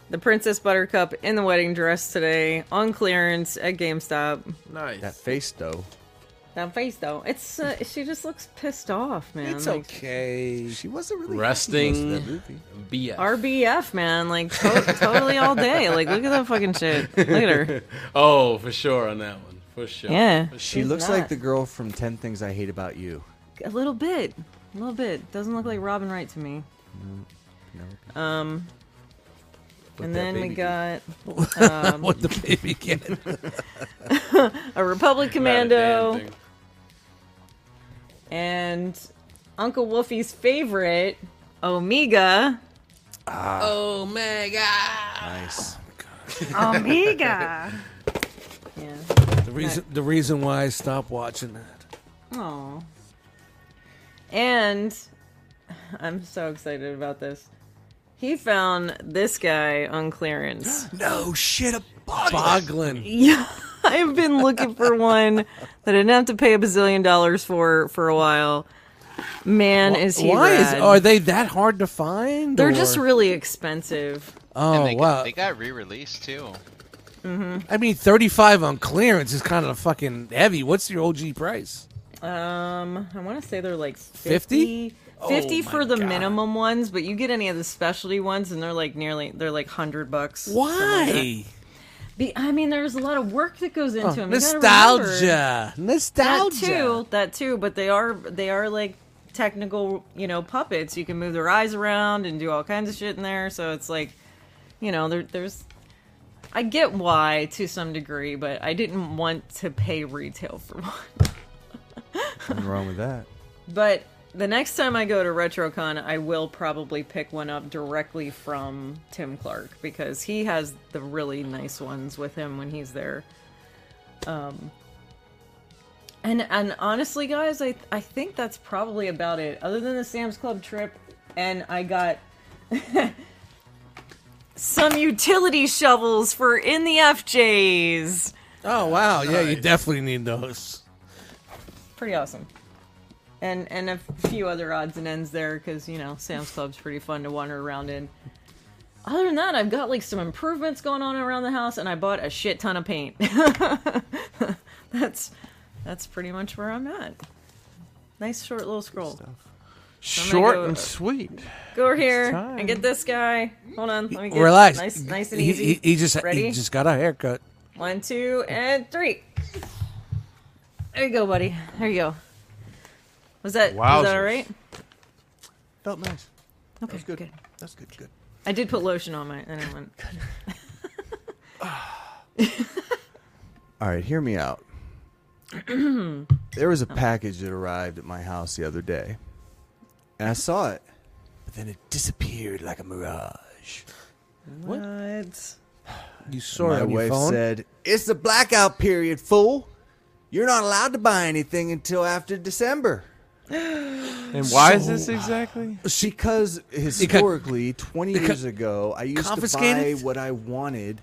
Speaker 3: the Princess Buttercup in the wedding dress today on clearance at GameStop.
Speaker 2: Nice.
Speaker 1: That face, though.
Speaker 3: That face though, it's uh, she just looks pissed off, man.
Speaker 5: It's
Speaker 3: Like,
Speaker 5: okay.
Speaker 1: She wasn't really
Speaker 2: Resting.
Speaker 1: That movie.
Speaker 2: BS.
Speaker 3: RBF, man, like to- totally all day. Like, look at that fucking shit. Look at her.
Speaker 2: oh, for sure on that one. For sure.
Speaker 3: Yeah,
Speaker 1: She
Speaker 3: she's
Speaker 1: looks
Speaker 3: not.
Speaker 1: like the girl from Ten Things I Hate About You.
Speaker 3: a little bit, a little bit. Doesn't look like Robin Wright to me.
Speaker 1: no.
Speaker 3: Um, and
Speaker 1: that
Speaker 3: then we
Speaker 1: baby
Speaker 3: got
Speaker 5: What the baby get?
Speaker 3: a Republic
Speaker 2: Not a damn
Speaker 3: Commando
Speaker 2: thing.
Speaker 3: and Uncle Wolfie's favorite, Omega.
Speaker 1: Nice.
Speaker 3: Omega. yeah.
Speaker 5: The reason. The reason why I stopped watching that.
Speaker 3: Oh. And I'm so excited about this. He found this guy on clearance.
Speaker 1: No shit. A bug.
Speaker 5: Boglin.
Speaker 3: yeah, I've been looking for one that I didn't have to pay a bazillion dollars for for a while. Man, is he
Speaker 5: Why is?
Speaker 3: rad.
Speaker 5: Are they that hard to find?
Speaker 3: They're
Speaker 5: or-
Speaker 3: just really expensive.
Speaker 5: Oh
Speaker 6: and they,
Speaker 5: wow.
Speaker 6: got, they got re-released too.
Speaker 5: I mean, thirty-five on clearance is kind of fucking heavy. What's your OG price?
Speaker 3: Um, I want to say they're like
Speaker 5: 50?
Speaker 3: 50 50, for the minimum ones, but you get any of the specialty ones and they're like nearly they're like 100 bucks.
Speaker 5: Why?
Speaker 3: Be- I mean, there's a lot of work that goes into them. You gotta remember.
Speaker 5: Nostalgia.
Speaker 3: That
Speaker 5: Nostalgia.
Speaker 3: too, that too. But they are they are like technical, you know, puppets. You can move their eyes around and do all kinds of shit in there. So it's like, you know, there, there's. I get why to some degree, but I didn't want to pay retail for one.
Speaker 2: Uh-huh.
Speaker 1: Nothing wrong with that.
Speaker 3: But the next time I go to RetroCon, I will probably pick one up directly from Tim Clark because he has the really nice ones with him when he's there. Um, and and honestly, guys, I I think that's probably about it. Other than the Sam's Club trip, and I got. Some utility shovels for in the FJs.
Speaker 5: Oh wow. Yeah, you definitely need those.
Speaker 3: Pretty awesome. and and a few other odds and ends there because you know Sam's Club's pretty fun to wander around in. Other than that, I've got like some improvements going on around the house, and I bought a shit ton of paint. that's that's pretty much where I'm at. Nice short little scroll.
Speaker 4: Short
Speaker 3: go-
Speaker 4: and sweet.
Speaker 3: Go over here
Speaker 4: time.
Speaker 3: and get this guy. Hold on, let me get
Speaker 5: Relax.
Speaker 3: Nice, nice and
Speaker 5: He-
Speaker 3: easy.
Speaker 5: He, he just
Speaker 3: Ready?
Speaker 5: he just got a haircut.
Speaker 3: One, two, and three. There you go, buddy. There you go. Was that was that all
Speaker 4: Wowzers.
Speaker 3: right?
Speaker 1: Felt nice.
Speaker 3: Okay,
Speaker 1: That's good.
Speaker 3: good.
Speaker 1: That's good. Good.
Speaker 3: I did put lotion on my and I went.
Speaker 1: All right, hear me out. there was a package that arrived at my house the other day, and I saw it, but then it disappeared like a mirage.
Speaker 3: What?
Speaker 5: You saw
Speaker 1: my
Speaker 5: it on your
Speaker 1: wife
Speaker 5: phone.
Speaker 1: said, "It's the blackout period, fool. You're not allowed to buy anything until after December."
Speaker 4: And why is this exactly?
Speaker 1: Because historically, 20 years ago, I used to buy
Speaker 5: confiscated?
Speaker 1: what I wanted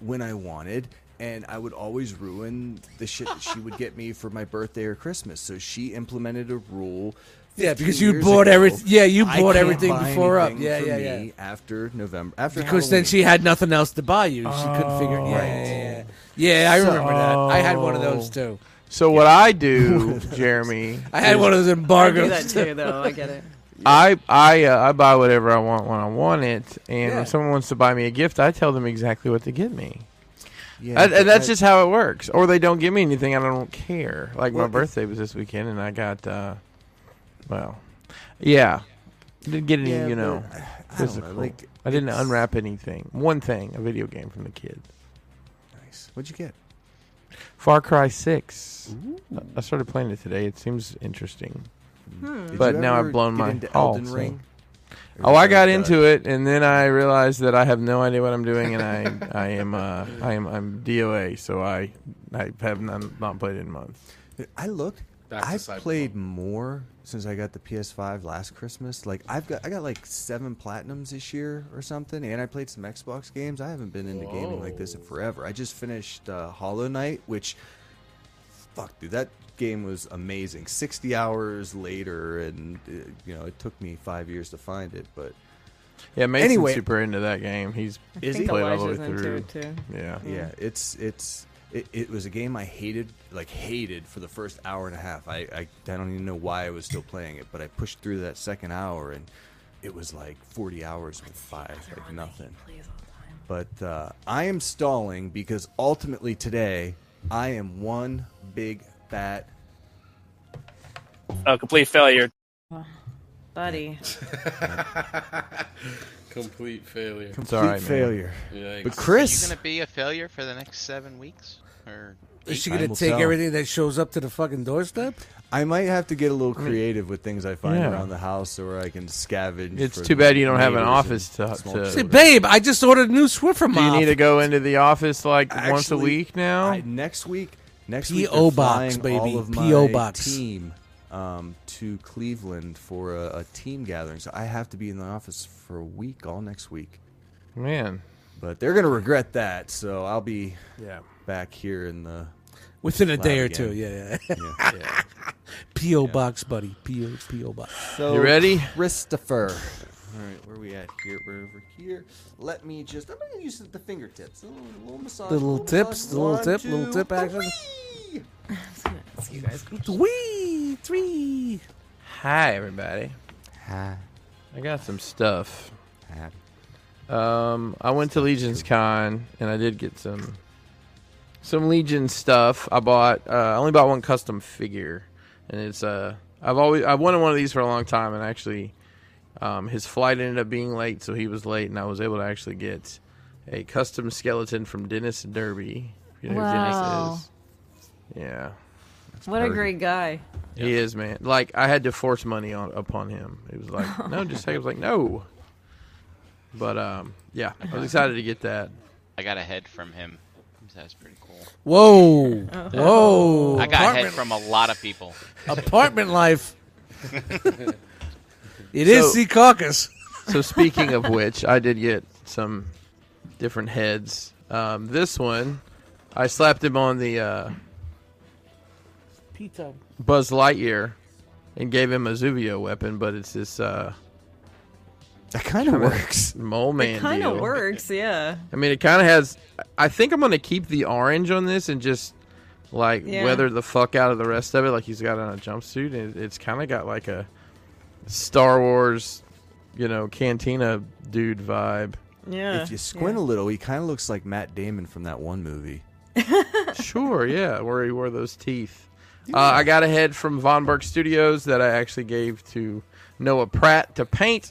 Speaker 1: when I wanted, and I would always ruin the shit that she would get me for my birthday or Christmas. So she implemented a rule.
Speaker 5: Yeah,
Speaker 1: 15
Speaker 5: because you
Speaker 1: years
Speaker 5: bought
Speaker 1: ago,
Speaker 5: everyth- yeah, you
Speaker 1: I
Speaker 5: bought
Speaker 1: can't
Speaker 5: everything
Speaker 1: buy
Speaker 5: before up.
Speaker 1: anything
Speaker 5: Yeah,
Speaker 1: for
Speaker 5: yeah, yeah.
Speaker 1: me After November, after
Speaker 5: because then
Speaker 1: Halloween.
Speaker 5: she had nothing else to buy you. She couldn't figure. Yeah, yeah, yeah. Yeah, I remember that. I had one of those too.
Speaker 4: So what I do, Jeremy,
Speaker 5: I had one of those
Speaker 3: I do that
Speaker 5: embargoes. too.
Speaker 3: too, though. I get it.
Speaker 4: I I uh, I buy whatever I want when I want it, and
Speaker 1: Yeah.
Speaker 4: when someone wants to buy me a gift, I tell them exactly what to get me,
Speaker 1: yeah,
Speaker 4: and, and that's
Speaker 1: I-
Speaker 4: just how it works. Or they don't give me anything, and I don't care. Like
Speaker 1: Well,
Speaker 4: my
Speaker 1: if-
Speaker 4: birthday was this weekend, and I got, uh, well, yeah, didn't get any,
Speaker 1: yeah,
Speaker 4: you
Speaker 1: but
Speaker 4: know,
Speaker 1: I- I don't know,
Speaker 4: physical.
Speaker 1: like
Speaker 4: I didn't
Speaker 1: it's-
Speaker 4: unwrap anything. One thing, a video game from the kid,
Speaker 1: Nice. What'd you get?
Speaker 4: Far Cry Six. I- I started playing it today. It seems interesting.
Speaker 1: Did
Speaker 4: But
Speaker 1: you
Speaker 4: now I've
Speaker 1: ever
Speaker 4: blown
Speaker 1: get
Speaker 4: my
Speaker 1: into
Speaker 4: haul,
Speaker 1: Elden
Speaker 4: so-
Speaker 1: Ring?
Speaker 4: Oh, I got into it, and then I realized that I have no idea what I'm doing, and I, I am, uh, I am, I'm DOA, so I, I have not, not played in a month.
Speaker 1: I looked.
Speaker 2: That's
Speaker 1: I've
Speaker 2: the cyberpunk.
Speaker 1: played more since I got the PS5 last Christmas. Like I've got, I got like seven platinums this year or something, and I played some Xbox games. I haven't been into gaming like this in
Speaker 2: Whoa.
Speaker 1: forever. I just finished uh, Hollow Knight, which, fuck, dude, that game was amazing. Sixty hours later, and uh, you know, it took me five years to find it, but
Speaker 4: Yeah, Mason's
Speaker 1: Anyway-
Speaker 4: super into that game. He's
Speaker 1: Is
Speaker 3: I
Speaker 1: he?
Speaker 3: think
Speaker 4: played all the
Speaker 3: Elijah's
Speaker 4: way
Speaker 3: into
Speaker 4: through.
Speaker 3: it too.
Speaker 4: yeah,
Speaker 1: yeah, it's it's. It, it was a game I hated, like hated, for the first hour and a half. I, I I don't even know why I was still playing it, but I pushed through that second hour, and it was like forty hours with five, like nothing. But uh, I am stalling because ultimately today I am one big fat.
Speaker 8: A complete failure.
Speaker 3: Buddy,
Speaker 2: Complete failure.
Speaker 4: it's all right, man.
Speaker 1: failure.
Speaker 2: Yikes.
Speaker 1: But
Speaker 6: Are you
Speaker 1: Chris,
Speaker 6: gonna be a failure for the next seven weeks? Or
Speaker 5: Is she
Speaker 1: Time
Speaker 5: gonna
Speaker 1: will
Speaker 5: take
Speaker 1: tell.
Speaker 5: everything that shows up to the fucking doorstep?
Speaker 1: I might have to get a little creative with things I find
Speaker 4: Yeah.
Speaker 1: around the house, or I can scavenge.
Speaker 4: It's
Speaker 1: for
Speaker 4: too bad you don't have an
Speaker 1: neighbors and
Speaker 4: office to-
Speaker 1: small
Speaker 4: to-
Speaker 5: Say,
Speaker 1: children.
Speaker 5: babe, I just ordered a new Swiffer
Speaker 4: Do you
Speaker 5: mop.
Speaker 4: need to go into the office like once a
Speaker 1: Actually,
Speaker 4: week now?
Speaker 1: I, next week, next week,
Speaker 5: P.O.
Speaker 1: they're
Speaker 5: box,
Speaker 1: flying all
Speaker 5: baby.
Speaker 1: of
Speaker 5: P.O.
Speaker 1: my
Speaker 5: box.
Speaker 1: team um, to Cleveland for a, a team gathering, so I have to be in the office for a week, all next week.
Speaker 4: man,
Speaker 1: But they're gonna regret that, so I'll be
Speaker 4: yeah,
Speaker 1: back here in the.
Speaker 5: Within a day or
Speaker 1: Loud
Speaker 5: two, yeah. yeah. P.O. box, buddy. P.O. P.O. box.
Speaker 1: So
Speaker 4: You ready?
Speaker 1: Christopher? All right, where we at here? We're over here. Let me just. I'm gonna use the fingertips, a little, little massage,
Speaker 5: The little
Speaker 1: massage.
Speaker 5: tips, the little
Speaker 1: One,
Speaker 5: tip, little
Speaker 1: two,
Speaker 5: tip
Speaker 1: three.
Speaker 5: action.
Speaker 3: you guys.
Speaker 5: Three, three.
Speaker 4: hi everybody.
Speaker 1: Ha,
Speaker 4: I got some stuff.
Speaker 1: ha.
Speaker 4: Um, I went to Legion's Con and I did get some some Legion stuff. I bought uh, I only bought one custom figure, and it's uh I've always I wanted one of these for a long time, and actually um, his flight ended up being late, so he was late, and I was able to actually get a custom skeleton from Dennis Derby. You know who Dennis
Speaker 3: Wow.
Speaker 4: is? Yeah,
Speaker 3: What a great guy.
Speaker 4: he is man. Like I had to force money on upon him. It was like no, just take. it." I was like no. But um, yeah, I was excited to get that.
Speaker 6: I got a head from him. That's pretty cool.
Speaker 5: Whoa, whoa.
Speaker 6: Oh. I got a head
Speaker 5: apartment,
Speaker 6: from a lot of people.
Speaker 5: apartment life. It is
Speaker 4: So-
Speaker 5: Sea Caucus.
Speaker 4: So speaking of which, I did get some different heads. Um, this one, I slapped him on the uh, Buzz Lightyear, and gave him a Zuvio weapon, but it's this uh,
Speaker 1: That kind of works.
Speaker 4: mole man.
Speaker 3: It kind
Speaker 4: deal.
Speaker 3: of works, yeah.
Speaker 4: I mean, it kind of has. I think I'm going to keep the orange on this and just like
Speaker 3: Yeah.
Speaker 4: weather the fuck out of the rest of it. Like he's got on a jumpsuit, and it's kind of got like a Star Wars, you know, cantina dude vibe.
Speaker 3: Yeah.
Speaker 1: If you squint a little, he kind of looks like Matt Damon from that one movie.
Speaker 4: Sure, yeah, where he wore those teeth. Uh, I got a head from Von Berg Studios that I actually gave to Noah Pratt to paint,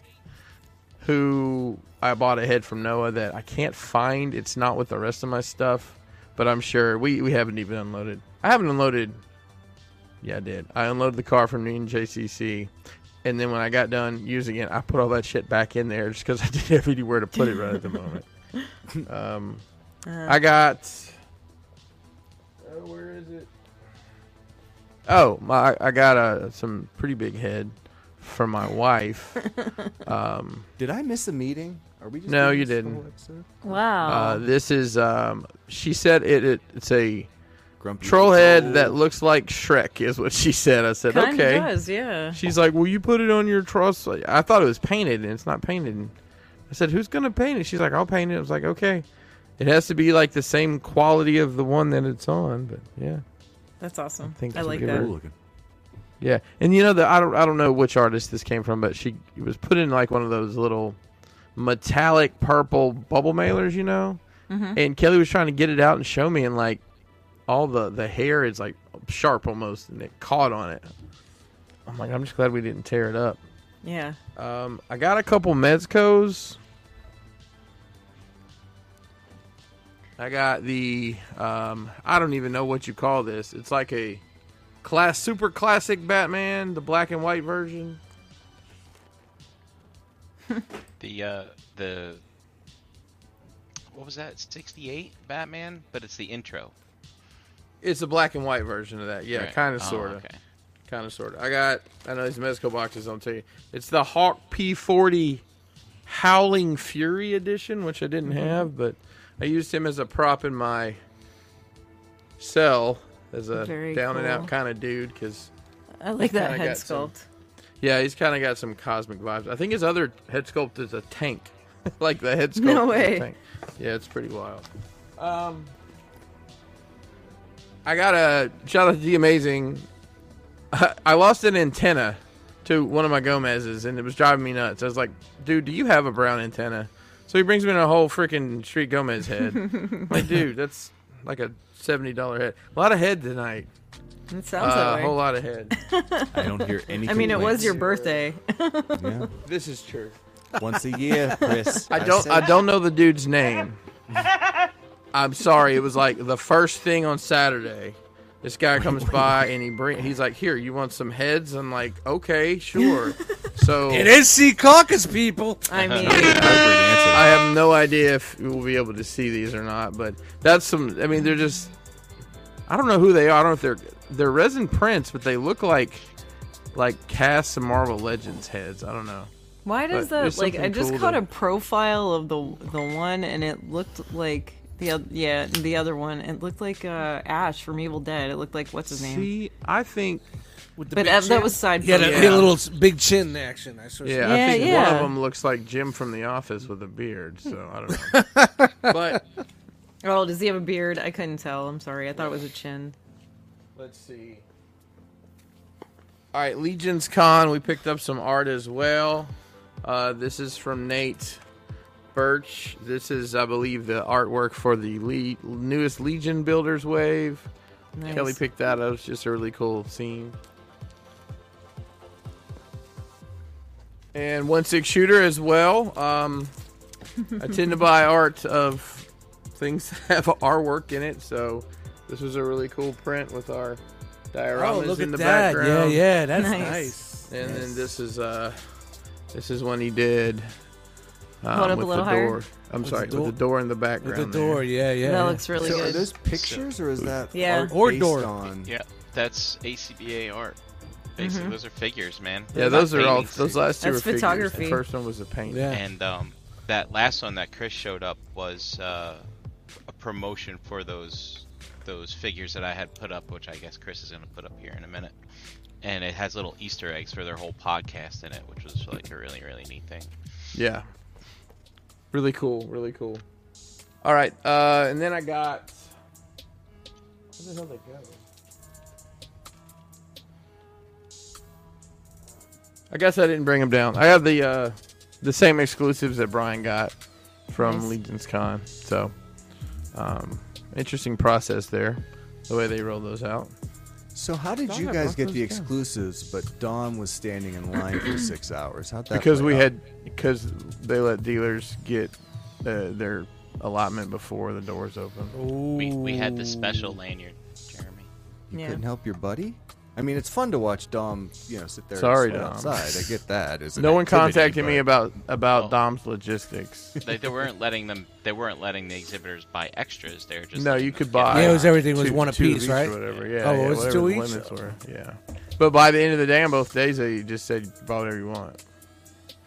Speaker 4: who I bought a head from Noah that I can't find. It's not with the rest of my stuff, but I'm sure we, we haven't even unloaded. I haven't unloaded. Yeah, I did. I unloaded the car from Newton JCC, and then when I got done using it, I put all that shit back in there just because I didn't have anywhere to put it right at the moment. Um, I got. Uh, where is it? Oh, my! I got uh, some pretty big head from my wife. um,
Speaker 1: Did I miss a meeting? Are we just
Speaker 4: No,
Speaker 1: doing
Speaker 4: you
Speaker 1: this the
Speaker 4: didn't.
Speaker 1: whole episode?
Speaker 3: Wow.
Speaker 4: uh, this is. Um, she said it, it. It's a
Speaker 1: Grumpy
Speaker 4: troll head
Speaker 1: old-
Speaker 4: that looks like Shrek, is what she said. I said,
Speaker 3: kind
Speaker 4: okay.
Speaker 3: of does, yeah.
Speaker 4: She's like, "Will you put it on your truss?" Like, I thought it was painted, and it's not painted. And I said, "Who's gonna paint it?" She's like, "I'll paint it." I was like, "Okay." It has to be like the same quality of the one that it's on, but yeah,
Speaker 3: That's awesome.
Speaker 4: think
Speaker 3: I
Speaker 4: it's a
Speaker 3: like
Speaker 4: good
Speaker 1: Cool
Speaker 3: that.
Speaker 4: word.
Speaker 1: looking.
Speaker 4: yeah. And you know, the I don't I don't know which artist this came from, but she was put in like one of those little metallic purple bubble mailers, you know. And Kelly was trying to get it out and show me, and like all the the hair is like sharp almost, and it caught on it. I'm like, I'm just glad we didn't tear it up.
Speaker 3: Yeah.
Speaker 4: Um, I got a couple Mezcos. I got the um, I don't even know what you call this. It's like a class super classic Batman, the black and white version.
Speaker 6: The uh the what was that? Sixty eight Batman, but it's the intro.
Speaker 4: It's the black and white version of that. Yeah,
Speaker 6: Right.
Speaker 4: kind of,
Speaker 6: Oh,
Speaker 4: sort of,
Speaker 6: okay.
Speaker 4: kind of, sort of. I got I know these Mezco boxes. I'll tell you, it's the Hawk P40 Howling Fury edition, which I didn't
Speaker 3: Mm-hmm.
Speaker 4: have, but I used him as a prop in my cell as a
Speaker 3: Very
Speaker 4: down and
Speaker 3: cool.
Speaker 4: out kind of dude because
Speaker 3: I like that
Speaker 4: kinda
Speaker 3: head
Speaker 4: got some-
Speaker 3: sculpt.
Speaker 4: yeah, he's kind of got some cosmic vibes. I think his other head sculpt is a tank, like the head sculpt.
Speaker 3: No
Speaker 4: is a
Speaker 3: way.
Speaker 4: tank. Yeah, it's pretty wild. Um, I got a shout out to the amazing. I lost an antenna to one of my Gomez's, and it was driving me nuts. I was like, "Dude, do you have a brown antenna?" So he brings me a whole freaking Street Gomez head. I'm like, dude, that's like a seventy dollar head. A lot of head tonight.
Speaker 3: It sounds
Speaker 4: Uh,
Speaker 3: that
Speaker 4: a
Speaker 3: way.
Speaker 4: whole lot of head.
Speaker 1: I don't hear anything.
Speaker 3: I mean, it was your birthday.
Speaker 1: Yeah.
Speaker 4: this is true.
Speaker 1: Once a year, Chris.
Speaker 4: I
Speaker 1: I've
Speaker 4: don't
Speaker 1: said
Speaker 4: I
Speaker 1: it.
Speaker 4: don't know the dude's name. I'm sorry. It was like the first thing on Saturday. This guy comes by and he bring he's like, "Here, you want some heads?" I'm like, "Okay, sure." So
Speaker 5: It is sea caucus, people.
Speaker 3: I mean,
Speaker 4: I have no idea if we'll be able to see these or not, but that's some I mean, they're just I don't know who they are. I don't know if they're they're resin prints, but they look like like cast some Marvel Legends heads. I don't know.
Speaker 3: why does
Speaker 4: But
Speaker 3: that
Speaker 4: there's
Speaker 3: like? I
Speaker 4: something
Speaker 3: just
Speaker 4: cool
Speaker 3: caught
Speaker 4: to-
Speaker 3: a profile of the the one, and it looked like the oth- yeah the other one. It looked like uh, Ash from Evil Dead. It looked like what's his name?
Speaker 4: See, I think
Speaker 5: With the
Speaker 3: But
Speaker 5: big
Speaker 3: uh,
Speaker 5: chin.
Speaker 3: that was side.
Speaker 5: He had a,
Speaker 3: photo.
Speaker 5: he had a little s- big chin action. I saw.
Speaker 4: Yeah,
Speaker 3: Yeah,
Speaker 4: I think one
Speaker 3: yeah.
Speaker 4: of them looks like Jim from The Office with a beard. So I don't know. but
Speaker 3: Oh, does he have a beard? I couldn't tell. I'm sorry. I thought it was a chin.
Speaker 4: let's see. All right, Legion's Con. We picked up some art as well. Uh, this is from Nate Birch. This is, I believe, the artwork for the le- newest Legion Builders wave.
Speaker 3: Nice.
Speaker 4: Kelly picked that up. It's just a really cool scene. And one six shooter as well. Um, I tend to buy art of things that have our work in it, so this was a really cool print with our dioramas
Speaker 5: Oh, look
Speaker 4: in
Speaker 5: at
Speaker 4: the
Speaker 5: that!
Speaker 4: background.
Speaker 5: Yeah, yeah, that's
Speaker 3: Nice.
Speaker 5: nice.
Speaker 4: And then this is uh, this is one he did. Um,
Speaker 3: Hold up a
Speaker 4: with
Speaker 3: little
Speaker 4: the
Speaker 3: higher.
Speaker 4: door. I'm
Speaker 5: With
Speaker 4: sorry,
Speaker 5: the
Speaker 4: with
Speaker 5: door-
Speaker 4: the door in the background.
Speaker 5: With the
Speaker 4: there.
Speaker 5: door, yeah, yeah.
Speaker 3: that
Speaker 5: yeah.
Speaker 3: looks really
Speaker 1: So are
Speaker 3: good.
Speaker 1: those pictures or is that
Speaker 3: Yeah.
Speaker 1: art
Speaker 5: Or
Speaker 1: based
Speaker 5: door.
Speaker 1: on?
Speaker 6: Yeah, that's ACBA art. Basically,
Speaker 5: Mm-hmm.
Speaker 6: those are figures, man.
Speaker 4: Yeah,
Speaker 6: They're
Speaker 4: those
Speaker 6: not
Speaker 4: are all.
Speaker 6: paintings.
Speaker 4: Those last two
Speaker 3: That's
Speaker 4: are figures.
Speaker 3: photography.
Speaker 4: The first one was a paint.
Speaker 5: Yeah.
Speaker 6: And um, that last one that Chris showed up was uh, a promotion for those those figures that I had put up, which I guess Chris is going to put up here in a minute. and it has little Easter eggs for their whole podcast in it, which was like a really really neat thing.
Speaker 4: Yeah. Really cool. Really cool. All right. Uh, and then I got. Where the hell they go? I guess I didn't bring them down. I have the uh, the same exclusives that Brian got from Legion's Con. So, um, interesting process there, the way they roll those out.
Speaker 1: So how did you guys get the exclusives, but Don was standing in line for six hours? How'd that
Speaker 4: because
Speaker 1: play
Speaker 4: we
Speaker 1: out?
Speaker 4: had because they let dealers get uh, their allotment before the doors open.
Speaker 6: We we had the special lanyard, Jeremy.
Speaker 1: you
Speaker 3: Yeah.
Speaker 1: couldn't help your buddy. I mean, it's fun to watch Dom, you know, sit there.
Speaker 4: Sorry,
Speaker 1: and sweat
Speaker 4: Dom.
Speaker 1: Outside, I get that. It's an
Speaker 4: No one
Speaker 1: activity,
Speaker 4: contacted me
Speaker 1: but-
Speaker 4: about about
Speaker 6: Oh.
Speaker 4: Dom's logistics.
Speaker 6: They, they weren't letting them. They weren't letting the exhiters buy extras. They're just
Speaker 4: No,
Speaker 6: letting
Speaker 4: you
Speaker 6: them
Speaker 4: could
Speaker 6: get
Speaker 4: buy.
Speaker 5: Yeah, it was everything was
Speaker 4: two-
Speaker 5: one a
Speaker 4: two
Speaker 5: piece,
Speaker 4: each
Speaker 5: right?
Speaker 4: Or whatever. Yeah.
Speaker 5: Oh, it
Speaker 4: yeah,
Speaker 5: was
Speaker 4: whatever
Speaker 5: two
Speaker 4: the
Speaker 5: each?
Speaker 4: limits were. Yeah. But by the end of the day, on both days, they just said buy whatever you want.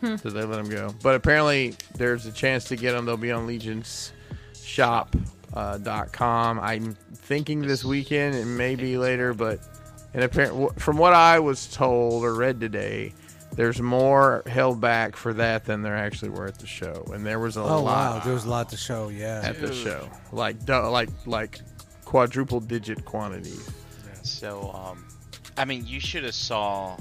Speaker 5: Hmm.
Speaker 4: So they let them go. But apparently, there's a chance to get them. They'll be on Legion's shop. Uh, dot com. I'm thinking this weekend. It may be later, but and apparently, from what I was told or read today, there's more held back for that than there actually were at the show. And there was a
Speaker 5: Oh
Speaker 4: lot
Speaker 5: wow, there was a lot to show. Yeah.
Speaker 4: at the show, like du- like like quadruple digit quantity.
Speaker 6: So, um, I mean, you should have saw.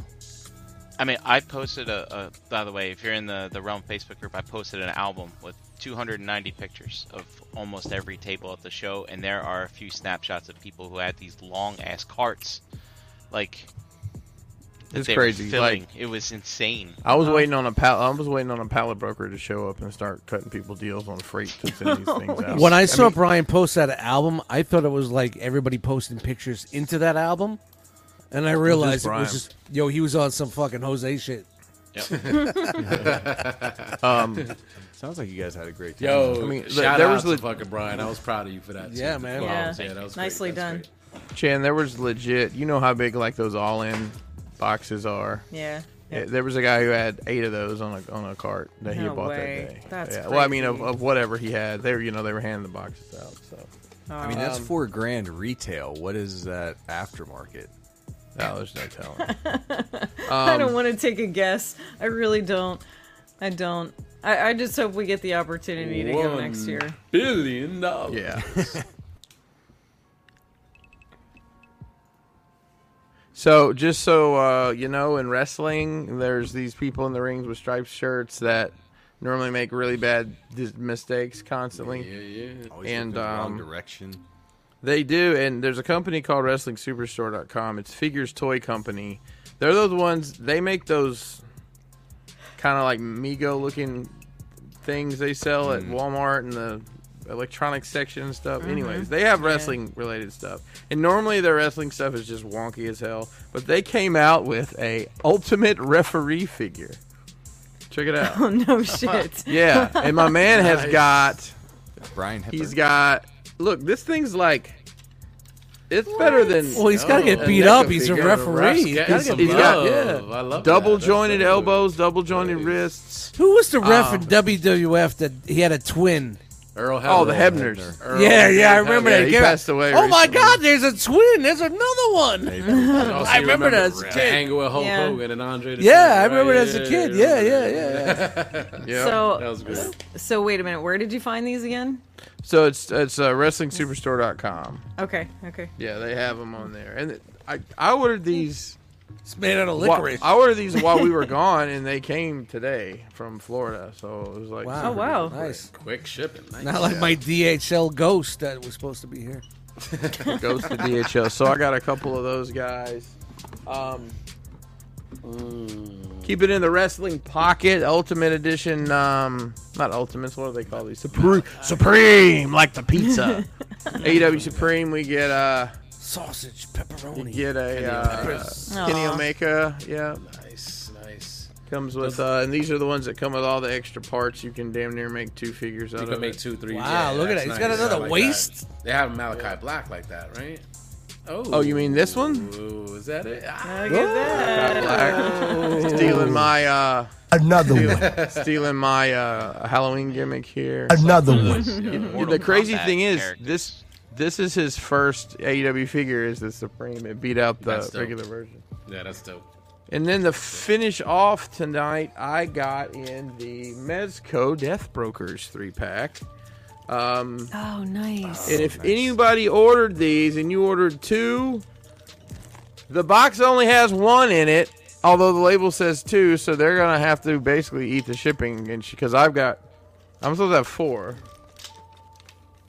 Speaker 6: I mean, I posted a, a. By the way, if you're in the the Realm Facebook group, I posted an album with 290 pictures of almost every table at the show, and there are a few snapshots of people who had these long ass carts, like. that
Speaker 4: It's
Speaker 6: they were
Speaker 4: crazy,
Speaker 6: filling.
Speaker 4: like-
Speaker 6: it was insane.
Speaker 4: I
Speaker 3: Uh-huh.
Speaker 4: was waiting on a pal- I was waiting on a pallet broker to show up and start cutting people deals on freight to send these things out.
Speaker 5: When I saw Brian post that album, I thought it was like everybody posting pictures into that album, and I realized it
Speaker 4: Brian?
Speaker 5: was just yo, he was on some fucking Jose shit.
Speaker 1: Sounds like you guys had a great time.
Speaker 2: Yo,
Speaker 4: I mean, th-
Speaker 2: shout
Speaker 4: there
Speaker 2: out
Speaker 4: was
Speaker 2: to
Speaker 4: le-
Speaker 2: fucking Brian. I was proud of you for that.
Speaker 5: Yeah,
Speaker 2: too.
Speaker 5: man.
Speaker 2: Wow,
Speaker 3: Yeah.
Speaker 2: that was
Speaker 3: Nicely
Speaker 2: great. That's
Speaker 3: done.
Speaker 2: great.
Speaker 4: Chan, there was legit. You know how big like those all in boxes are.
Speaker 3: Yeah.
Speaker 4: Yeah, There was a guy who had eight of those on a on a cart that he
Speaker 3: No
Speaker 4: had bought
Speaker 3: way.
Speaker 4: that day.
Speaker 3: That's
Speaker 4: yeah. Well, I mean, of,
Speaker 3: crazy.
Speaker 4: of whatever he had, they were you know they were handing the boxes out. So
Speaker 1: I mean,
Speaker 4: um,
Speaker 1: that's four grand retail. What is that aftermarket?
Speaker 4: no, there's no telling.
Speaker 3: I don't want to take a guess. I really don't. I don't. I, I just hope we get the opportunity to go
Speaker 2: One
Speaker 3: next year.
Speaker 2: Billion dollars.
Speaker 4: Yeah. so just so uh, you know, in wrestling, there's these people in the rings with striped shirts that normally make really bad dis- mistakes constantly.
Speaker 2: Yeah, yeah.
Speaker 1: Always
Speaker 4: And,
Speaker 1: look in the
Speaker 4: um,
Speaker 1: wrong direction.
Speaker 4: They do, and there's a company called WrestlingSuperstore.com. It's Figures Toy Company. They're those ones. They make those kind of like Mego looking things they sell at Walmart and the electronics section and stuff. Anyways, they have wrestling related stuff, and normally their wrestling stuff is just wonky as hell. But they came out with a Ultimate Referee figure. Check it out.
Speaker 3: Oh no shit.
Speaker 4: yeah, and my man has got.
Speaker 1: Brian Hepburn.
Speaker 4: He's got. Look, this thing's like. It's better than
Speaker 5: Well, he's got to get beat
Speaker 2: that
Speaker 5: up.
Speaker 2: could
Speaker 5: He's
Speaker 2: be
Speaker 5: a
Speaker 2: good.
Speaker 5: referee. He's
Speaker 2: Getting
Speaker 5: gotta
Speaker 2: some
Speaker 5: get
Speaker 4: he's
Speaker 5: beat
Speaker 4: got-
Speaker 5: up.
Speaker 2: love.
Speaker 4: yeah.
Speaker 2: I love
Speaker 4: double
Speaker 2: that. That's
Speaker 4: jointed
Speaker 2: so cool.
Speaker 4: elbows, double jointed
Speaker 2: Nice.
Speaker 4: wrists.
Speaker 5: Who was the ref in WWF that he had a twin?
Speaker 2: Earl Hebner.
Speaker 4: Oh, the Hebners.
Speaker 2: Earl
Speaker 5: yeah, yeah, I
Speaker 2: Hebner.
Speaker 5: remember
Speaker 4: Yeah,
Speaker 5: that.
Speaker 4: he
Speaker 5: Give-
Speaker 4: passed away
Speaker 5: Oh my
Speaker 4: recently.
Speaker 5: God, there's a twin. There's another one.
Speaker 2: And also
Speaker 5: I
Speaker 2: Oh, you
Speaker 5: remember that as a
Speaker 2: the
Speaker 5: kid.
Speaker 2: Angle with Hulk
Speaker 3: Yeah.
Speaker 2: Hogan and Andre. the
Speaker 5: Yeah,
Speaker 2: Giant,
Speaker 5: I remember
Speaker 2: right?
Speaker 5: that as a kid. Yeah, yeah, yeah.
Speaker 4: Yeah. So,
Speaker 2: That was
Speaker 3: So
Speaker 2: good.
Speaker 3: so wait a minute. Where did you find these again?
Speaker 4: it's it's uh, WrestlingSuperstore.com.
Speaker 3: Okay. Okay.
Speaker 4: Yeah, they have them on there, and it- I I ordered these.
Speaker 5: It's made out of
Speaker 4: whi-
Speaker 5: licorice.
Speaker 4: I ordered these while we were gone, and they came today from Florida. So it was like
Speaker 5: Wow.
Speaker 3: Oh wow.
Speaker 5: Nice.
Speaker 2: Quick shipping. Nice.
Speaker 5: Not like my DHL ghost that was supposed to be here.
Speaker 4: goes to DHL. So I got a couple of those guys. Um, mm. Keep it in the wrestling pocket, Ultimate Edition. Um, not Ultimates. What do they call these? Supreme, Supreme, like the pizza. AEW Supreme. We get uh,
Speaker 5: Sausage, pepperoni.
Speaker 4: get a uh, Kenny
Speaker 3: Aw.
Speaker 4: Omega. Yeah,
Speaker 2: Nice, nice.
Speaker 4: comes with uh, and these are the ones that come with all the extra parts. You can damn near make two figures out
Speaker 2: You
Speaker 4: of
Speaker 2: can make
Speaker 4: it.
Speaker 2: two, three.
Speaker 5: Wow,
Speaker 2: yeah,
Speaker 5: look at
Speaker 2: that's
Speaker 5: that. He's got
Speaker 2: nice.
Speaker 5: another
Speaker 2: I like
Speaker 5: waist.
Speaker 2: that. They have Malachi Black like that, right? Oh,
Speaker 4: Oh, you mean this one?
Speaker 2: Ooh, is that it? Ah,
Speaker 3: Look at that.
Speaker 4: Black. Stealing my uh,
Speaker 8: Another one.
Speaker 4: stealing my uh, Halloween gimmick here.
Speaker 8: Another one.
Speaker 4: the crazy thing is this this is his first AEW E figure is the Supreme. It beat out the
Speaker 2: That's dope.
Speaker 4: regular version.
Speaker 2: Yeah, that's dope.
Speaker 4: And then to finish off tonight, I got in the Mezco Death Brokers three pack. Um,
Speaker 3: Oh, nice.
Speaker 4: and if anybody ordered these and you ordered two, the box only has one in it, although the label says two, so they're going to have to basically eat the shipping and because I've got, I'm supposed to have four,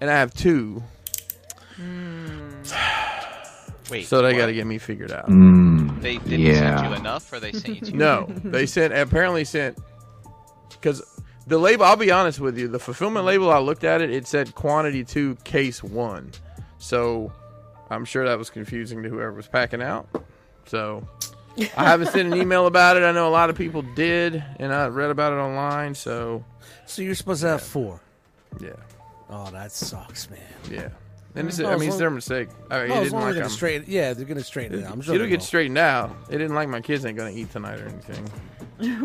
Speaker 4: and I have two,
Speaker 6: Wait.
Speaker 4: so they
Speaker 6: what?
Speaker 4: got to get me figured out.
Speaker 6: They didn't
Speaker 8: Yeah.
Speaker 6: send you enough, or they sent you too
Speaker 4: No, they sent apparently sent because the label. I'll be honest with you, the fulfillment label. I looked at it. It said quantity two, case one. So I'm sure that was confusing to whoever was packing out. So I haven't sent an email about it. I know a lot of people did, and I read about it online. So
Speaker 5: So you're supposed to have four.
Speaker 4: yeah,
Speaker 5: Oh, that sucks, man.
Speaker 4: yeah. And it's,
Speaker 5: Oh,
Speaker 4: I
Speaker 5: as
Speaker 4: mean, it's
Speaker 5: long-
Speaker 4: their mistake. I mean,
Speaker 5: Oh,
Speaker 4: it didn't
Speaker 5: as long as
Speaker 4: like
Speaker 5: they're gonna
Speaker 4: them.
Speaker 5: straighten, yeah, they're gonna straighten it. out. I'm sure
Speaker 4: It'll
Speaker 5: they
Speaker 4: get
Speaker 5: will.
Speaker 4: straightened out. It didn't like my kids ain't gonna eat tonight or anything.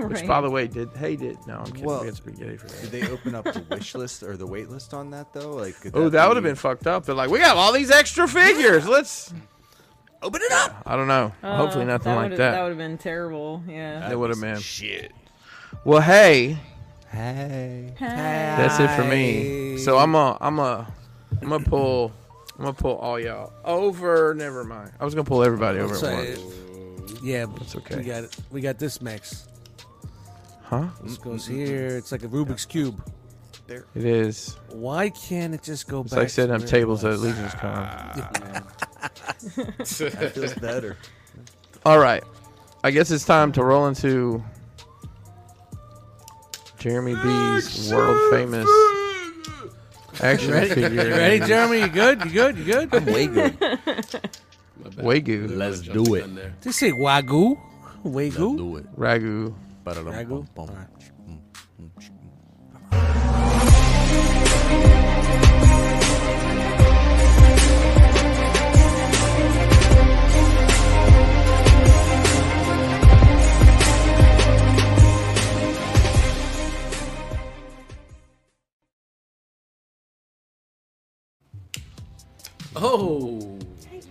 Speaker 4: Which, by the way, did hey did no? I'm kidding.
Speaker 1: Well-
Speaker 4: we had spaghetti for that.
Speaker 1: Did they open up the wish list or the wait list on that though? Like, could
Speaker 4: Oh, that would have
Speaker 1: be-
Speaker 4: been fucked up. They're like, we have all these extra figures. Let's.
Speaker 7: Open it up.
Speaker 4: I don't know. Hopefully,
Speaker 3: Uh,
Speaker 4: nothing like
Speaker 3: would've- That
Speaker 4: that. Uh,
Speaker 3: would have been terrible. Yeah.
Speaker 4: It would have been. Shit. Well, hey,
Speaker 1: Hey,
Speaker 4: that's it for me. So I'm a, I'm a, I'm gonna pull, I'm gonna pull all y'all over. Never mind. I was gonna pull everybody over
Speaker 5: So,
Speaker 4: at once.
Speaker 5: uh, yeah, that's
Speaker 4: okay.
Speaker 5: We got it. We got this mix.
Speaker 4: Huh?
Speaker 5: This goes here. It's like a Rubik's cube.
Speaker 4: It is.
Speaker 5: Why can't it just go
Speaker 4: It's
Speaker 5: back?
Speaker 4: like
Speaker 5: to
Speaker 4: setting up
Speaker 5: where it
Speaker 4: tables at
Speaker 5: was?
Speaker 4: Legion's Con.
Speaker 1: that feels better.
Speaker 4: All right. I guess it's time to roll into Jeremy B's world famous action figure.
Speaker 5: You ready, Jeremy? You good? You good? You good? I'm way good.
Speaker 2: My bad.
Speaker 4: Wagyu.
Speaker 2: Let's
Speaker 8: do it.
Speaker 5: Did you say wagyu? Wagyu?
Speaker 8: it.
Speaker 4: Ragu.
Speaker 5: Wagyu?
Speaker 2: Oh,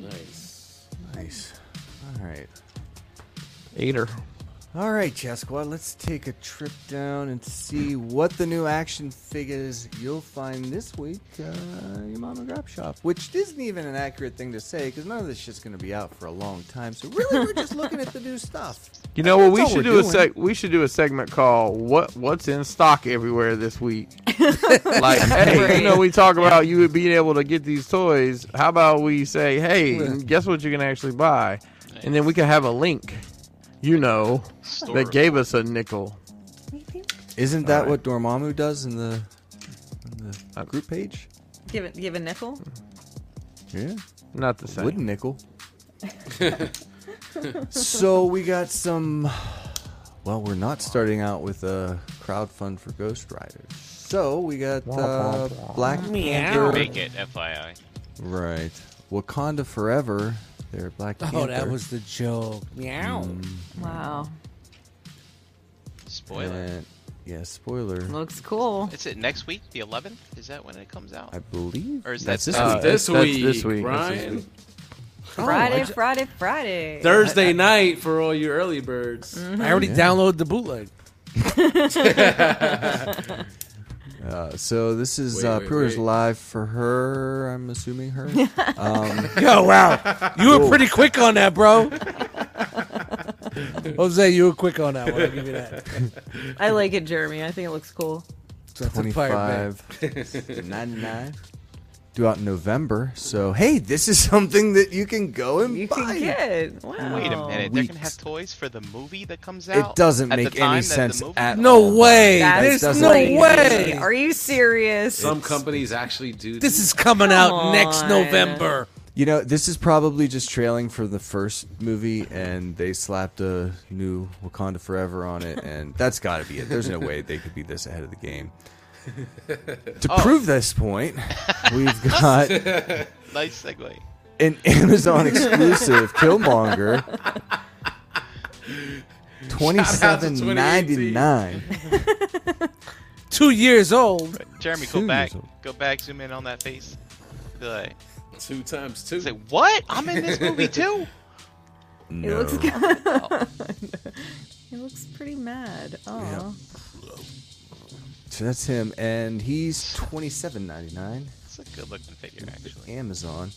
Speaker 2: nice.
Speaker 1: Nice. All right.
Speaker 4: Eater.
Speaker 1: All right, Jazz Squad, let's take a trip down and see what the new action figures you'll find this week uh, at your mom and grab shop, which isn't even an accurate thing to say because none of this shit's going to be out for a long time. So really, we're just looking at the new stuff.
Speaker 4: You know what? We
Speaker 1: all
Speaker 4: should
Speaker 1: we're
Speaker 4: do a
Speaker 1: doing.
Speaker 4: seg- we should do a segment called "What What's in Stock Everywhere This Week." like, hey, you know, we talk about you being able to get these toys. How about we say, hey, and guess what you can actually buy, and then we can have a link. You know,
Speaker 6: Store
Speaker 4: that gave us a nickel.
Speaker 1: Isn't that what Dormammu does in the, in the uh, group page?
Speaker 3: Give it. Give a nickel.
Speaker 1: Yeah.
Speaker 4: Not the same.
Speaker 1: Wooden nickel. so we got some. Well, we're not starting out with a crowdfund for Ghost Riders. So we got uh, Black Panther.
Speaker 6: Make it, FYI.
Speaker 1: Right. Wakanda Forever. They're Black Panther.
Speaker 5: Oh, that was the joke.
Speaker 7: Meow.
Speaker 3: Wow.
Speaker 6: Spoiler.
Speaker 1: And- yeah, spoiler.
Speaker 3: Looks cool.
Speaker 6: Is it next week, the 11th? Is that when it comes out?
Speaker 1: I believe.
Speaker 6: Or is
Speaker 1: that's
Speaker 6: that
Speaker 1: this
Speaker 6: Uh,
Speaker 1: week.
Speaker 2: this, week,
Speaker 4: that's this week. That's this
Speaker 2: Brian.
Speaker 4: week.
Speaker 3: Friday, Friday, Friday.
Speaker 2: Thursday night for all you early birds.
Speaker 5: I already downloaded the bootleg.
Speaker 1: Uh, so this is
Speaker 2: Wait,
Speaker 1: uh,
Speaker 2: wait,
Speaker 1: pre-orders
Speaker 2: wait.
Speaker 1: live for her. I'm assuming her.
Speaker 5: Yo, wow. You were pretty quick on that, bro. Jose, you were quick on that one. I'll give you that.
Speaker 3: I like it, Jeremy. I think it looks cool.
Speaker 5: So that's a pirate man.
Speaker 1: Twenty-five, ninety-nine. Throughout November, so hey, this is something that you can go and
Speaker 3: You
Speaker 1: buy.
Speaker 3: can get. Wow.
Speaker 6: Wait a minute, they're gonna
Speaker 1: Weeks.
Speaker 6: have toys for the movie that comes out.
Speaker 1: It doesn't
Speaker 6: at the
Speaker 1: make
Speaker 6: time
Speaker 1: any
Speaker 6: that the
Speaker 1: sense
Speaker 6: movie-
Speaker 1: at all.
Speaker 5: No way.
Speaker 3: That's
Speaker 5: There's
Speaker 1: doesn't
Speaker 5: no
Speaker 1: make
Speaker 3: crazy.
Speaker 5: way.
Speaker 3: Are you serious?
Speaker 2: Some companies actually do
Speaker 5: This is coming out next
Speaker 3: on.
Speaker 5: November.
Speaker 1: You know, this is probably just trailing for the first movie, and they slapped a new Wakanda Forever on it, and that's got to be it. There's no way they could be this ahead of the game. To prove this point, we've got
Speaker 6: Nice segue.
Speaker 1: an Amazon exclusive Killmonger. Twenty-seven ninety-nine.
Speaker 5: Two years old.
Speaker 6: Jeremy, go
Speaker 1: Two
Speaker 6: back,
Speaker 1: years
Speaker 6: go back, zoom in on that face. Be like,
Speaker 2: two times two.
Speaker 6: say, what? I'm in this movie too.
Speaker 1: No.
Speaker 3: He looks good. he looks pretty mad. Oh,
Speaker 1: So that's him, and he's twenty seven ninety nine.
Speaker 6: It's a good looking figure, actually.
Speaker 1: Amazon.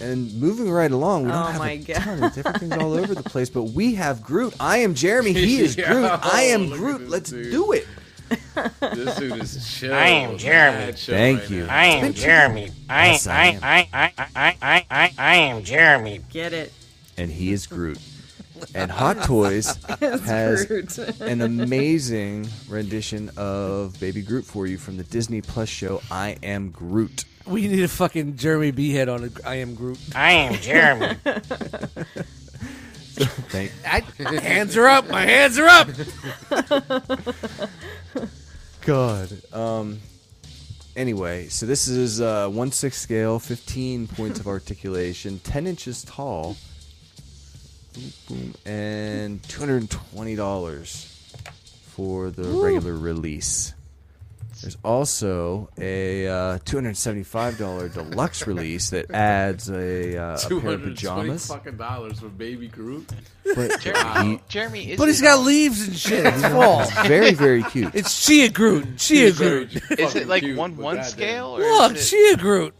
Speaker 1: And moving right along, we don't
Speaker 3: Oh
Speaker 1: have
Speaker 3: my
Speaker 1: a
Speaker 3: God.
Speaker 1: ton of different things all over the place, but we have Groot. I am Jeremy. He is
Speaker 2: Yeah,
Speaker 1: Groot. I am
Speaker 2: look at
Speaker 1: Groot.
Speaker 2: this
Speaker 1: Let's
Speaker 2: dude.
Speaker 1: do it.
Speaker 2: This dude is chill.
Speaker 8: I am
Speaker 2: Mad
Speaker 8: Jeremy.
Speaker 2: chill
Speaker 1: Thank
Speaker 2: right
Speaker 1: you.
Speaker 2: now.
Speaker 8: I am
Speaker 1: Thank you.
Speaker 8: Jeremy. I
Speaker 1: Yes, I am.
Speaker 8: I I I I I I I am Jeremy.
Speaker 3: get it.
Speaker 1: And he is Groot. And Hot Toys has
Speaker 3: Groot.
Speaker 1: an amazing rendition of Baby Groot for you from the Disney Plus show I Am Groot.
Speaker 5: We need a fucking Jeremy B head on a I am Groot.
Speaker 8: I am Jeremy.
Speaker 1: Thank
Speaker 5: hands are up. My hands are up.
Speaker 1: God. Um. Anyway, so this is uh, one six scale, fifteen points of articulation, ten inches tall, Boom, boom, and two hundred and twenty dollars for the regular release. There's also a uh, two hundred seventy-five dollar deluxe release that adds a, uh, a
Speaker 2: Two
Speaker 1: pair of
Speaker 2: hundred twenty
Speaker 1: pajamas.
Speaker 2: fucking dollars for baby Groot.
Speaker 1: But
Speaker 6: Jeremy, Jeremy is
Speaker 5: But he's
Speaker 6: it,
Speaker 5: got leaves and shit. It's fall.
Speaker 1: very, very cute.
Speaker 5: It's Chia Groot. Chia Groot.
Speaker 6: Is it like one one scale or
Speaker 5: Look,
Speaker 6: is it-
Speaker 5: Chia Groot.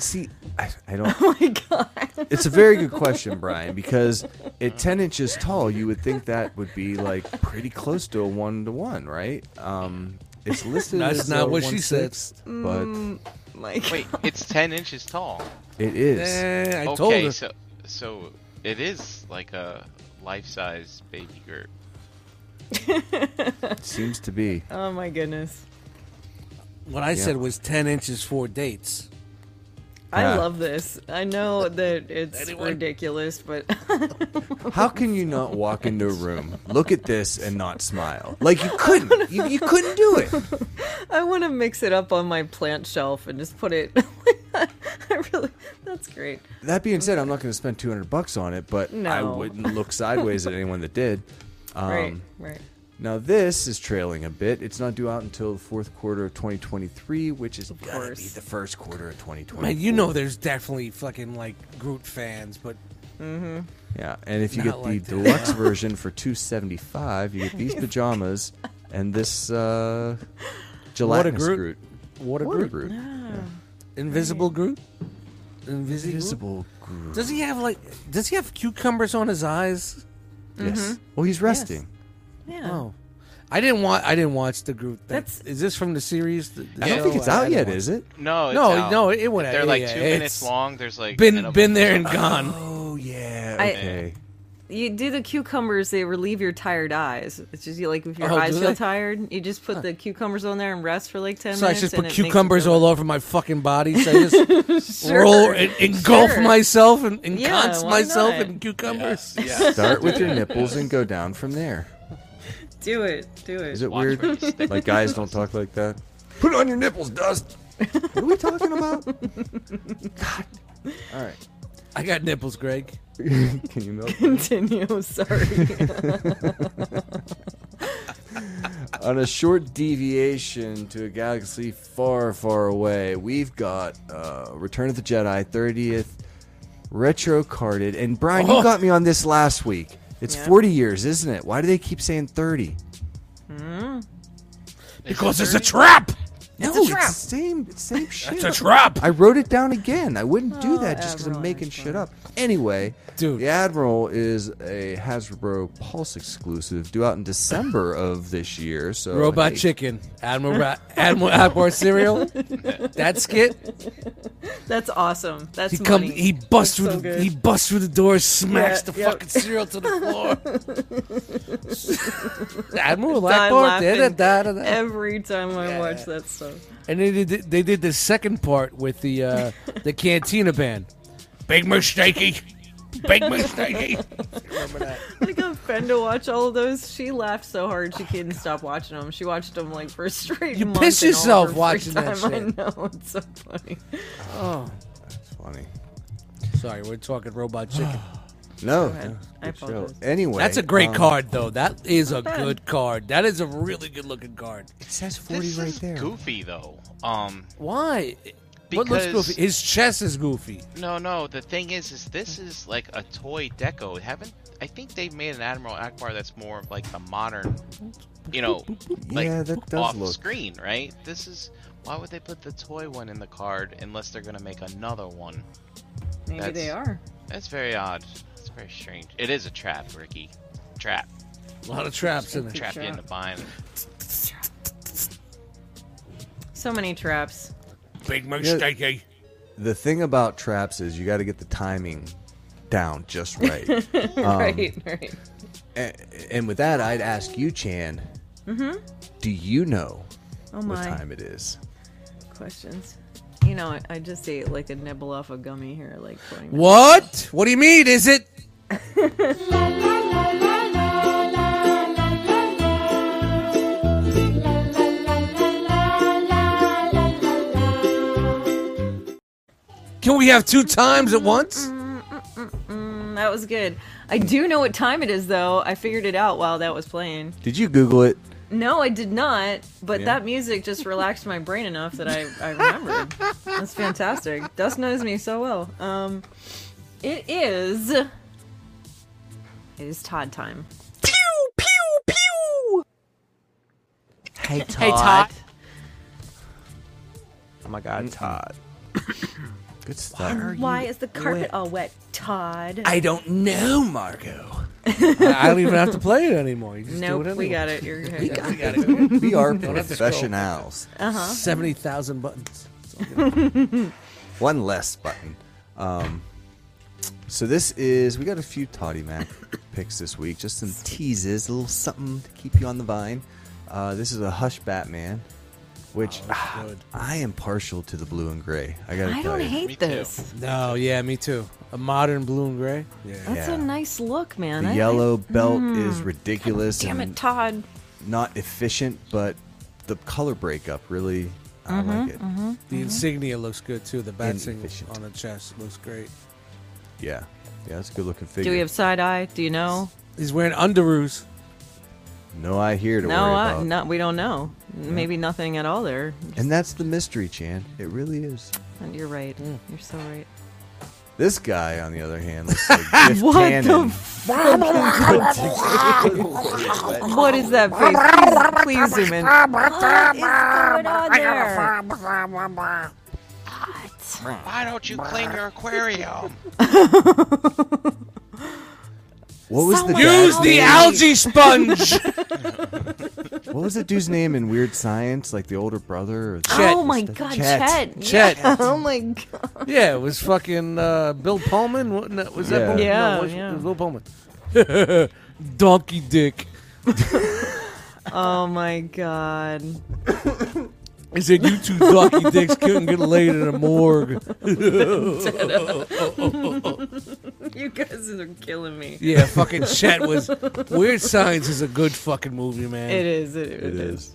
Speaker 1: See, I, I don't.
Speaker 3: Oh my god.
Speaker 1: It's a very good question, Brian, because at 10 inches tall, you would think that would be like pretty close to a one to one, right? Um, it's listed.
Speaker 5: That's
Speaker 1: as a
Speaker 5: not what she said.
Speaker 1: one-sixth, but
Speaker 3: Like,
Speaker 6: Wait, it's ten inches tall.
Speaker 1: it is.
Speaker 5: Eh, I told
Speaker 6: Okay,
Speaker 5: her.
Speaker 6: so so it is like a life size baby Groot.
Speaker 1: Seems to be.
Speaker 3: oh my goodness.
Speaker 5: What I
Speaker 1: Yeah.
Speaker 5: said was ten inches for dates.
Speaker 1: Yeah.
Speaker 3: I love this. I know that it's ridiculous, but
Speaker 1: How can you not walk into a room, look at this, and not smile? Like you couldn't. You, you couldn't do it.
Speaker 3: I want to mix it up on my plant shelf and just put it. I really. That's great.
Speaker 1: That being said, I'm not going to spend 200 bucks on it, but I
Speaker 3: No.
Speaker 1: wouldn't look sideways at anyone that did. Um,
Speaker 3: right. Right.
Speaker 1: Now this is trailing a bit. It's not due out until the fourth quarter of 2023, which is gotta
Speaker 3: course.
Speaker 1: be the first quarter of 2024.
Speaker 5: Man, you know there's definitely fucking like Groot fans, but
Speaker 1: Yeah, and if you
Speaker 5: Not
Speaker 1: get
Speaker 5: like
Speaker 1: the
Speaker 5: that.
Speaker 1: deluxe version for 275, you get these pajamas and this uh, gelatinous
Speaker 5: Groot.
Speaker 1: Groot.
Speaker 5: what a
Speaker 1: Water
Speaker 5: Groot.
Speaker 1: Groot.
Speaker 5: Invisible Groot? Invisible.
Speaker 1: Invisible Groot.
Speaker 5: Does he have like? Does he have cucumbers on his eyes?
Speaker 1: Yes. Well, he's resting.
Speaker 3: Yeah.
Speaker 5: Oh, I didn't want. I didn't watch the Groot. Thing.
Speaker 3: That's-
Speaker 5: That's is this from the series? The, the
Speaker 1: I don't
Speaker 5: show?
Speaker 1: think it's
Speaker 5: I- I
Speaker 1: out
Speaker 5: didn't
Speaker 1: yet,
Speaker 5: watch
Speaker 1: is it?
Speaker 6: No, it's
Speaker 5: No,
Speaker 6: out.
Speaker 5: no, it would.
Speaker 6: They're like
Speaker 5: yeah,
Speaker 6: two
Speaker 5: it's
Speaker 6: minutes long. There's like
Speaker 5: Been
Speaker 6: minimum-
Speaker 5: been there and gone.
Speaker 1: Oh yeah.
Speaker 3: I-
Speaker 1: Okay.
Speaker 3: You do the cucumbers; they relieve your tired eyes. It's just you like if your
Speaker 5: Oh,
Speaker 3: eyes
Speaker 5: do
Speaker 3: feel
Speaker 5: they?
Speaker 3: tired, you just put the cucumbers on there and rest for like ten
Speaker 5: So I
Speaker 3: minutes.
Speaker 5: just
Speaker 3: and
Speaker 5: put
Speaker 3: it makes
Speaker 5: cucumbers
Speaker 3: it feel
Speaker 5: all over my fucking body. So I just
Speaker 3: Sure.
Speaker 5: roll and engulf
Speaker 3: Sure.
Speaker 5: myself and, and
Speaker 3: Yeah,
Speaker 5: conce
Speaker 3: why
Speaker 5: myself
Speaker 3: not?
Speaker 5: in cucumbers.
Speaker 2: Yeah.
Speaker 1: Start with your nipples and go down from there.
Speaker 3: Do it, do it.
Speaker 1: Is it
Speaker 6: Watch where you
Speaker 1: weird?
Speaker 6: stick
Speaker 1: like guys don't talk like that. Put on your nipples, Dust. what are we talking about? God. All right.
Speaker 5: I got nipples, Greg.
Speaker 1: Can you milk?
Speaker 3: Continue. Sorry.
Speaker 1: On a short deviation to a galaxy far, far away, we've got uh, Return of the Jedi 30th retro carded. And Brian, you got me on this last week. It's
Speaker 3: Yeah.
Speaker 1: 40 years, isn't it? Why do they keep saying 30?
Speaker 5: Because it's a trap.
Speaker 1: No, it's, same, it's same shit.
Speaker 5: It's a trap.
Speaker 1: I wrote it down again. I wouldn't do that just because I'm
Speaker 3: Admiral
Speaker 1: making shit
Speaker 3: Akbar.
Speaker 1: up. Anyway,
Speaker 5: Dude.
Speaker 1: the Admiral is a Hasbro Pulse exclusive, due out in December of this year. So
Speaker 5: Robot
Speaker 1: hey,
Speaker 5: Chicken, Admiral Ra- Admiral Akbar cereal. That skit.
Speaker 3: That's awesome. That's
Speaker 5: He come.
Speaker 3: money.
Speaker 5: He busts through.
Speaker 3: That's so
Speaker 5: the,
Speaker 3: good.
Speaker 5: he busts through the door. Smacks
Speaker 3: Yeah,
Speaker 5: the
Speaker 3: yeah.
Speaker 5: fucking cereal to the floor. Admiral
Speaker 3: I
Speaker 5: Akbar.
Speaker 3: laugh
Speaker 5: Da,
Speaker 3: and-
Speaker 5: da, da, da.
Speaker 3: every time I watch that stuff.
Speaker 5: And they did. They did the second part with the uh, the Cantina band. Big mistakey. Big mistakey.
Speaker 3: I got Fen to watch all of those. She laughed so hard she couldn't stop watching them. She watched them like for a straight.
Speaker 5: You
Speaker 3: month
Speaker 5: piss
Speaker 3: in all of her
Speaker 5: yourself
Speaker 3: free
Speaker 5: watching that
Speaker 3: time.
Speaker 5: shit.
Speaker 3: I know it's so funny.
Speaker 1: That's funny.
Speaker 5: Sorry, we're talking robot chicken.
Speaker 1: No,
Speaker 3: ahead. I
Speaker 1: good show.
Speaker 3: apologize.
Speaker 1: Anyway,
Speaker 5: That's a great
Speaker 1: um,
Speaker 5: card, though. That is a
Speaker 3: bad.
Speaker 5: good card. That is a really good looking card.
Speaker 1: It says 40
Speaker 6: This
Speaker 1: right
Speaker 6: is
Speaker 1: there.
Speaker 6: goofy though. Um,
Speaker 5: Why? What looks
Speaker 6: Because-
Speaker 5: goofy? His chest is goofy.
Speaker 6: No, no. The thing is, is this is like a toy deco. Haven't I think they've made an Admiral Akbar that's more of like a modern, you know, like
Speaker 1: yeah, that does
Speaker 6: off
Speaker 1: look.
Speaker 6: screen, right? This is why would they put the toy one in the card unless they're gonna make another one?
Speaker 3: Maybe
Speaker 6: That's-
Speaker 3: they are.
Speaker 6: That's very odd. It's very strange. It is a trap, Ricky. Trap.
Speaker 5: A lot of traps in it.
Speaker 6: Trap you
Speaker 3: trap.
Speaker 6: into buying. it.
Speaker 3: So many traps.
Speaker 5: Big
Speaker 1: mistake, The thing about traps is you got to get the timing down just right.
Speaker 3: right, right.
Speaker 1: and, and with that, I'd ask you, Chan. Do you know
Speaker 3: Oh
Speaker 1: what
Speaker 3: my.
Speaker 1: time it is?
Speaker 3: Questions. You know, I, I just ate like a nibble off a gummy here, like 20 minutes.
Speaker 5: What? What do you mean? Is it? Can we have two times at once?
Speaker 3: Mm, that was good. I do know what time it is, though. I figured it out while that was playing.
Speaker 1: Did you Google it?
Speaker 3: No, I did not, but that music just relaxed my brain enough that I, I remembered. That's fantastic. Dust knows me so well. Um, it is. It is Todd time.
Speaker 1: Hey Todd.
Speaker 4: Oh my God, Todd.
Speaker 1: Good stuff.
Speaker 3: Why is the carpet all wet, Todd?
Speaker 1: I don't know, Marco.
Speaker 5: I don't even have to play it anymore. You just
Speaker 3: nope,
Speaker 5: do it
Speaker 3: we got it. You're we got it.
Speaker 1: We are professionals.
Speaker 5: Seventy thousand buttons.
Speaker 1: One less button. Um, so this is we got a few Toddy Mac picks this week. Just some teases, a little something to keep you on the vine. Uh, this is a Hush Batman, which
Speaker 5: Oh.
Speaker 1: ah,
Speaker 5: good.
Speaker 1: I am partial to the blue and gray. I gotta
Speaker 3: I
Speaker 1: tell
Speaker 3: don't
Speaker 1: you.
Speaker 3: hate
Speaker 6: too.
Speaker 3: this.
Speaker 5: No, yeah, me too. A modern blue and gray.
Speaker 1: Yeah.
Speaker 3: That's a nice look, man.
Speaker 1: the
Speaker 3: I- I-
Speaker 1: yellow belt is ridiculous
Speaker 3: damn
Speaker 1: and
Speaker 3: it, Todd.
Speaker 1: not efficient, but the color breakup really I
Speaker 3: Mm-hmm,
Speaker 1: like it.
Speaker 5: The insignia looks good too. The bat signal
Speaker 1: Inefficient.
Speaker 5: on the chest looks great.
Speaker 1: Yeah, yeah, that's a good looking figure.
Speaker 3: Do we have side eye? Do you know?
Speaker 5: He's wearing underoos.
Speaker 1: no eye here to
Speaker 3: No,
Speaker 1: worry
Speaker 3: I,
Speaker 1: about?
Speaker 3: no, we don't know. Maybe nothing at all there.
Speaker 1: And that's the mystery, Chan. It really is.
Speaker 3: And You're right.
Speaker 1: Mm.
Speaker 3: You're so right.
Speaker 1: This guy, on the other hand, looks like Biff
Speaker 3: What the
Speaker 1: Tannen.
Speaker 3: What is that face? Please, please zoom in. What is going on there?
Speaker 6: Why don't you clean your aquarium?
Speaker 1: What was the
Speaker 3: Someone
Speaker 1: guy's
Speaker 3: else.
Speaker 5: Use the
Speaker 1: name?
Speaker 5: algae sponge.
Speaker 1: What was the dude's name in Weird Science? Like the older brother? Or the-
Speaker 3: Oh my
Speaker 1: Chet.
Speaker 3: god,
Speaker 1: Chet.
Speaker 3: Chet.
Speaker 5: Chet.
Speaker 3: Yeah. Oh my god.
Speaker 5: yeah, it was fucking uh, Bill Pullman. What, no, was that
Speaker 1: Yeah.
Speaker 3: Yeah,
Speaker 5: Pullman? No, it was,
Speaker 3: yeah.
Speaker 5: it was Bill Pullman. Donkey dick.
Speaker 3: Oh my god.
Speaker 5: He said, "You two donkey dicks couldn't get laid in a morgue."
Speaker 3: You guys are killing me.
Speaker 5: Yeah, fucking Chet was. Weird Science is a good fucking movie, man.
Speaker 3: It is. It,
Speaker 1: It is.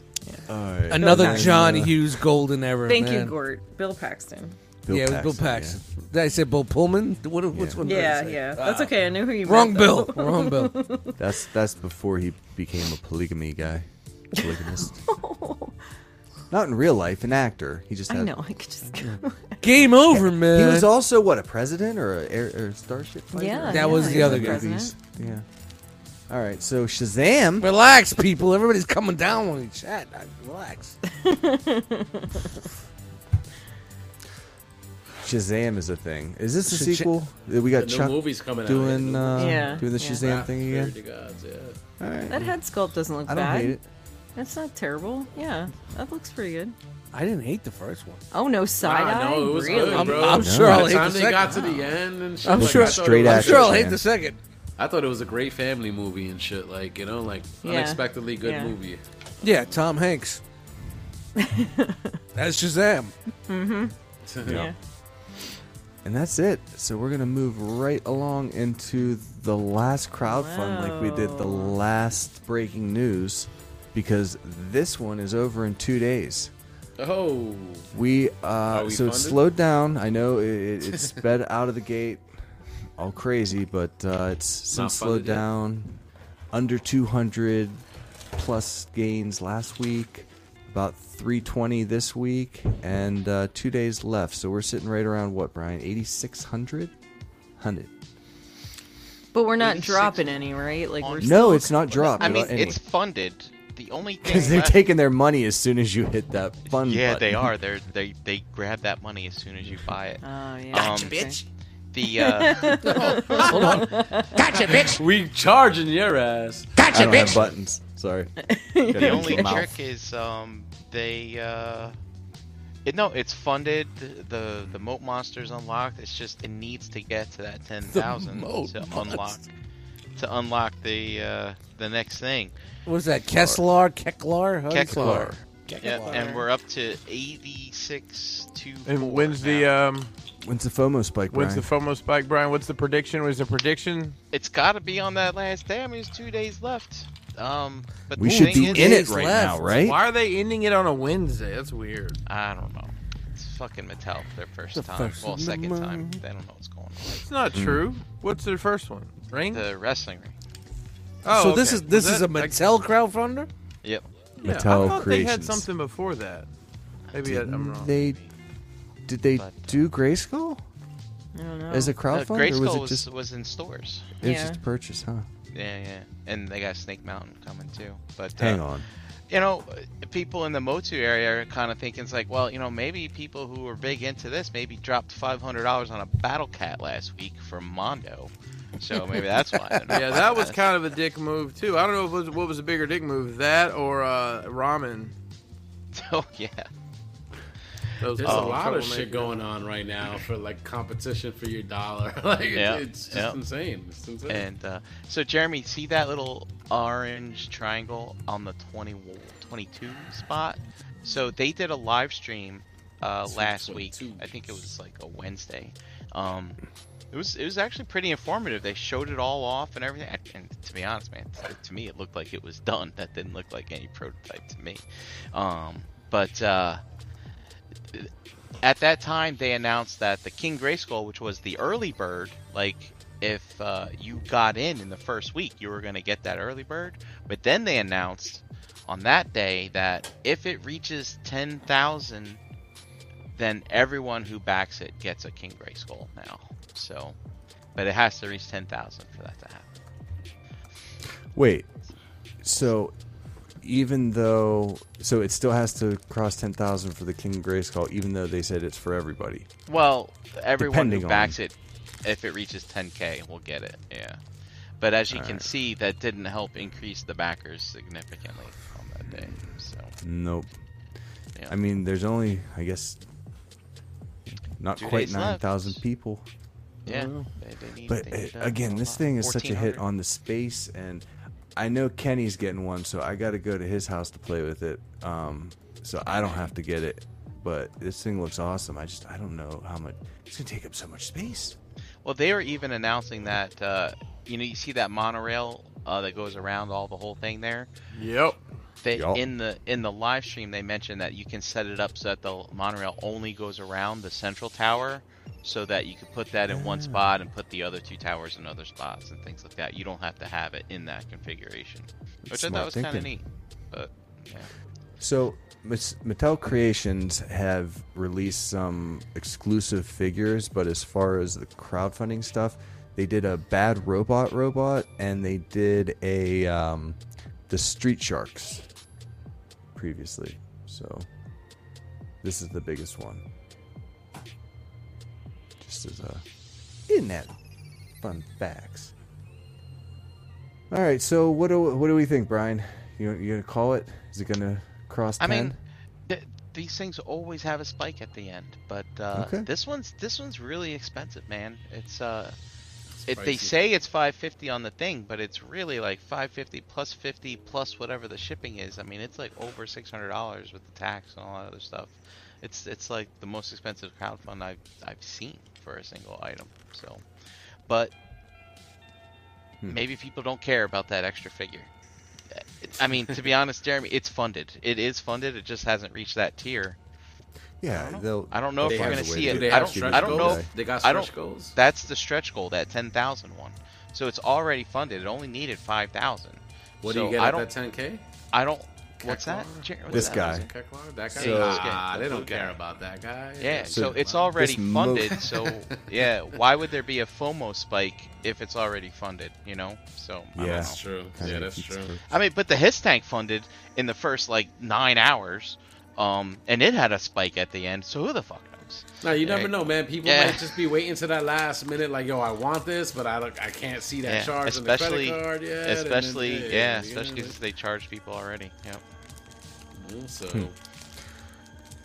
Speaker 1: All right.
Speaker 5: Another
Speaker 1: Okay.
Speaker 5: John Hughes golden era.
Speaker 3: Thank you,
Speaker 5: man.
Speaker 3: Gort. Bill Paxton.
Speaker 1: Bill
Speaker 5: yeah, it was Bill Paxton. Did I say Bill Pullman? What, Which one? did I
Speaker 3: Yeah,
Speaker 5: say?
Speaker 3: yeah. That's okay. I knew who you
Speaker 5: Wrong
Speaker 3: meant,
Speaker 5: Bill.
Speaker 3: though.
Speaker 5: Wrong Bill.
Speaker 1: yeah. That's that's before he became a polygamy guy, polygamist. Not in real life, an actor. He just
Speaker 3: I
Speaker 1: had,
Speaker 3: know. I could just.
Speaker 5: Game over, man.
Speaker 1: He was also what a president or a air, or starship fighter.
Speaker 3: Yeah.
Speaker 5: That was
Speaker 3: yeah,
Speaker 5: the
Speaker 3: he's
Speaker 5: other guy.
Speaker 3: president.
Speaker 1: Yeah. All right. So Shazam.
Speaker 5: Relax, people. Everybody's coming down on each chat. I- Relax.
Speaker 1: Shazam is a thing. Is this a
Speaker 5: Shaz-
Speaker 1: sequel? We got
Speaker 2: The new
Speaker 1: Chuck
Speaker 2: movie's coming out.
Speaker 1: doing
Speaker 2: Yeah,
Speaker 1: uh,
Speaker 3: Yeah.
Speaker 1: doing the
Speaker 3: Yeah.
Speaker 1: Shazam
Speaker 2: the-
Speaker 1: thing
Speaker 2: Spirit
Speaker 1: again.
Speaker 2: to gods, yeah.
Speaker 1: All right.
Speaker 3: That head sculpt doesn't look
Speaker 1: I don't
Speaker 3: bad.
Speaker 1: hate it.
Speaker 3: That's not terrible. Yeah, that looks pretty good.
Speaker 5: I didn't hate the first one.
Speaker 3: Oh no, side
Speaker 2: Nah,
Speaker 3: eye.
Speaker 2: no, it was
Speaker 3: really?
Speaker 2: good, bro.
Speaker 5: I'm
Speaker 2: By
Speaker 5: sure I'll
Speaker 2: the
Speaker 5: hate
Speaker 2: time
Speaker 5: the
Speaker 2: they got to
Speaker 5: second.
Speaker 2: the end and shit.
Speaker 5: I'm
Speaker 2: like,
Speaker 5: sure-
Speaker 2: I thought it
Speaker 1: Straight
Speaker 2: was-
Speaker 5: I'm
Speaker 1: action.
Speaker 5: sure I'll hate
Speaker 1: man.
Speaker 5: the second.
Speaker 2: I thought it was a great family movie and shit. Like you know, like
Speaker 3: Yeah.
Speaker 2: unexpectedly good
Speaker 3: Yeah.
Speaker 2: movie.
Speaker 5: Yeah, Tom Hanks. That's Shazam.
Speaker 3: Yeah.
Speaker 1: And that's it. So we're gonna move right along into the last crowdfund, like we did the
Speaker 3: Wow.
Speaker 1: last breaking news, because this one is over in two days.
Speaker 2: Oh,
Speaker 1: We uh,
Speaker 2: we
Speaker 1: so it's
Speaker 2: funded?
Speaker 1: slowed down. I know it, it, it sped out of the gate, all crazy, but uh, it's
Speaker 2: Not
Speaker 1: since slowed
Speaker 2: funded yet.
Speaker 1: down. Under 200 plus gains last week, about 320 this week, and uh, two days left. So we're sitting right around what, Brian? 8,600? 100.
Speaker 3: But we're not
Speaker 6: 86
Speaker 3: dropping any, right? Like we're
Speaker 6: on-
Speaker 3: still-
Speaker 1: No, it's not dropped.
Speaker 6: I mean, it's funded. The only thing
Speaker 1: because they're
Speaker 6: left-
Speaker 1: taking their money as soon as you hit that fund.
Speaker 6: Yeah, they
Speaker 1: button.
Speaker 6: are. They're they they grab that money as soon as you buy it.
Speaker 3: Oh yeah.
Speaker 6: Gotcha,
Speaker 3: okay.
Speaker 7: bitch.
Speaker 6: The uh,
Speaker 7: Gotcha, bitch.
Speaker 2: We charging your ass.
Speaker 1: I
Speaker 7: Gotcha,
Speaker 1: don't have
Speaker 7: bitch.
Speaker 1: buttons. Sorry.
Speaker 6: the only trick is um they uh it, no it's funded the the moat monster's unlocked. It's just it needs to get to that ten thousand to
Speaker 5: moat
Speaker 6: unlock to unlock the uh the next thing.
Speaker 5: What was that? Kesslar? Keklar? How do you say
Speaker 6: Keklar.
Speaker 5: it?
Speaker 6: Yeah, and we're up to eighty six to.
Speaker 4: And when's the
Speaker 1: uh,
Speaker 4: um,
Speaker 1: When's the FOMO spike,
Speaker 4: when's
Speaker 1: Brian?
Speaker 4: the FOMO spike, Brian? What's the prediction? Was the prediction?
Speaker 6: It's got to be on that last day. I mean, there's two days left. Um, but
Speaker 1: we
Speaker 6: the
Speaker 1: should
Speaker 6: thing
Speaker 1: be
Speaker 6: is-
Speaker 1: in it
Speaker 5: days
Speaker 1: right now,
Speaker 5: left.
Speaker 1: right?
Speaker 4: Why are they ending it on a Wednesday? That's weird.
Speaker 6: I don't know. It's fucking Mattel. for Their first
Speaker 5: The
Speaker 6: time.
Speaker 5: first
Speaker 6: well,
Speaker 5: of the
Speaker 6: second time.
Speaker 5: month.
Speaker 6: They don't know what's going on.
Speaker 4: It's not
Speaker 1: Hmm.
Speaker 4: true. What's their first one? Ring.
Speaker 6: The wrestling ring.
Speaker 4: oh,
Speaker 5: so this
Speaker 4: okay.
Speaker 5: is this
Speaker 4: Well,
Speaker 5: is a
Speaker 4: that- I-
Speaker 5: Mattel crowdfunder?
Speaker 6: Yep.
Speaker 4: yeah, I
Speaker 1: Mattel
Speaker 4: thought they had
Speaker 1: Creations.
Speaker 4: something before that. Maybe I, I'm wrong.
Speaker 1: They did they
Speaker 6: But, uh,
Speaker 1: do Grayskull
Speaker 3: I don't know.
Speaker 1: as a
Speaker 6: Uh,
Speaker 1: crowdfund,
Speaker 6: Grayskull
Speaker 1: or was
Speaker 6: was,
Speaker 1: it just
Speaker 6: was in stores.
Speaker 1: it was
Speaker 3: Yeah.
Speaker 1: just a purchase? Huh?
Speaker 6: Yeah, yeah. And they got Snake Mountain coming too. But uh,
Speaker 1: Hang on.
Speaker 6: you know, people in the Motu area are kind of thinking it's like, well, you know, maybe people who were big into this maybe dropped five hundred dollars on a Battle Cat last week for Mondo. So maybe that's why. they're not
Speaker 4: yeah,
Speaker 6: buying
Speaker 4: that was
Speaker 6: this.
Speaker 4: kind of a dick move too. I don't know if it was, what was a bigger dick move, that or uh, ramen.
Speaker 6: Oh yeah.
Speaker 4: Those
Speaker 2: There's
Speaker 4: were
Speaker 2: a
Speaker 4: the
Speaker 2: lot of
Speaker 4: troublemakers.
Speaker 2: shit going on right now for like competition for your dollar. like it-
Speaker 6: Yeah,
Speaker 2: it's just
Speaker 6: yeah.
Speaker 2: insane. It's insane.
Speaker 6: And uh, so, Jeremy, see that little orange triangle on the 20, 22 spot? So they did a live stream uh, last week.
Speaker 2: 22.
Speaker 6: I think it was like a Wednesday. Um, it was it was actually pretty informative. They showed it all off and everything. And to be honest, man, t- to me it looked like it was done. That didn't look like any prototype to me. Um, but uh, at that time they announced that the King Grayskull, which was the early bird, like if uh, you got in in the first week, you were going to get that early bird. But then they announced on that day that if it reaches ten thousand, then everyone who backs it gets a King Grayskull now. So, but it has to reach ten thousand for that to happen.
Speaker 1: Wait. So even though so it still has to cross ten thousand for the King Grayskull, even though they said it's for everybody.
Speaker 6: Well, everyone
Speaker 1: Depending
Speaker 6: who
Speaker 1: on-
Speaker 6: backs it, if it reaches 10k, will get it. Yeah. But as you can see, that didn't help increase the backers significantly on that day. So
Speaker 1: Nope.
Speaker 6: Yeah.
Speaker 1: I mean, there's only I guess not
Speaker 6: Two
Speaker 1: quite
Speaker 6: days left.
Speaker 1: nine thousand people.
Speaker 6: yeah, they, they need,
Speaker 1: But
Speaker 6: they
Speaker 1: uh,
Speaker 6: need, uh,
Speaker 1: again,
Speaker 6: a
Speaker 1: this
Speaker 6: lot.
Speaker 1: thing is such a hit
Speaker 6: 1400.
Speaker 1: on the space, and I know Kenny's getting one, so I got to go to his house to play with it. Um, so I don't have to get it. But this thing looks awesome. I just I don't know how much it's gonna take up so much space.
Speaker 6: Well, they were even announcing that uh, you know you see that monorail uh, that goes around all the whole thing there.
Speaker 4: Yep.
Speaker 6: They
Speaker 1: Yup.
Speaker 6: in the in the live stream they mentioned that you can set it up so that the monorail only goes around the central tower, so that you could put that in
Speaker 1: Ah.
Speaker 6: one spot and put the other two towers in other spots and things like that. You don't have to have it in that configuration, which I
Speaker 1: Smart
Speaker 6: thought was kind of
Speaker 1: thinking.
Speaker 6: neat. But yeah.
Speaker 1: So Mat- Mattel Creations have released some exclusive figures, but as far as the crowdfunding stuff, they did a Bad Robot robot, and they did a um, the Street Sharks previously. So this is the biggest one. Just as a isn't that fun facts. All right, so what do what do we think, Brian? You you gonna call it? Is it gonna cross?
Speaker 6: I
Speaker 1: 10?
Speaker 6: mean, th- these things always have a spike at the end, but uh,
Speaker 1: Okay.
Speaker 6: this one's this one's really expensive, man. It's uh, it, they
Speaker 2: pricey.
Speaker 6: say it's 550 on the thing, but it's really like 550 plus 50 plus whatever the shipping is. I mean, it's like over 600 dollars with the tax and all that other stuff. It's it's like the most expensive crowdfund I've I've seen for a single item. So, but
Speaker 2: Hmm.
Speaker 6: maybe people don't care about that extra figure. I mean, to be honest, Jeremy, it's funded. It is funded. It just hasn't reached that tier.
Speaker 1: yeah, they'll.
Speaker 6: I don't know
Speaker 2: They
Speaker 6: if we're
Speaker 2: have
Speaker 6: gonna
Speaker 1: a way
Speaker 6: see
Speaker 1: to
Speaker 6: it.
Speaker 1: do
Speaker 6: I
Speaker 1: that.
Speaker 6: don't. I don't know.
Speaker 1: Okay.
Speaker 6: if-
Speaker 2: They got
Speaker 6: I don't-
Speaker 2: stretch goals.
Speaker 6: that's the stretch goal. That 10,000 one. So it's already funded. It only needed five thousand.
Speaker 2: What
Speaker 6: so
Speaker 2: do you get
Speaker 6: I
Speaker 2: at
Speaker 6: don't.
Speaker 2: that 10k?
Speaker 6: I don't. What's that? Jer- what's
Speaker 1: This
Speaker 6: that?
Speaker 1: guy.
Speaker 2: Keklar? That guy?
Speaker 6: So-
Speaker 2: ah, they don't
Speaker 6: Okay.
Speaker 2: care about that guy.
Speaker 6: Yeah,
Speaker 2: It's
Speaker 6: so,
Speaker 2: just
Speaker 6: it's
Speaker 2: like-
Speaker 6: already
Speaker 1: this mo-
Speaker 6: funded. so yeah, why would there be a FOMO spike if it's already funded? You know, so I don't
Speaker 1: Yeah.
Speaker 6: know.
Speaker 2: That's true.
Speaker 1: Kinda
Speaker 2: yeah, that's
Speaker 1: keeps
Speaker 2: true.
Speaker 1: her-
Speaker 6: I mean, but the his tank funded in the first like nine hours, um, and it had a spike at the end. So who the fuck knows?
Speaker 2: No, you never
Speaker 6: Right.
Speaker 2: know, man. People
Speaker 6: Yeah.
Speaker 2: might just be waiting to that last minute, like, yo, I want this, but I don't, I can't see that
Speaker 6: Yeah,
Speaker 2: charge
Speaker 6: especially,
Speaker 2: on the credit card yet. and then-
Speaker 6: especially, yeah, especially
Speaker 2: yeah.
Speaker 6: if they charge people already. Yep.
Speaker 2: Mhm, So
Speaker 1: Hmm.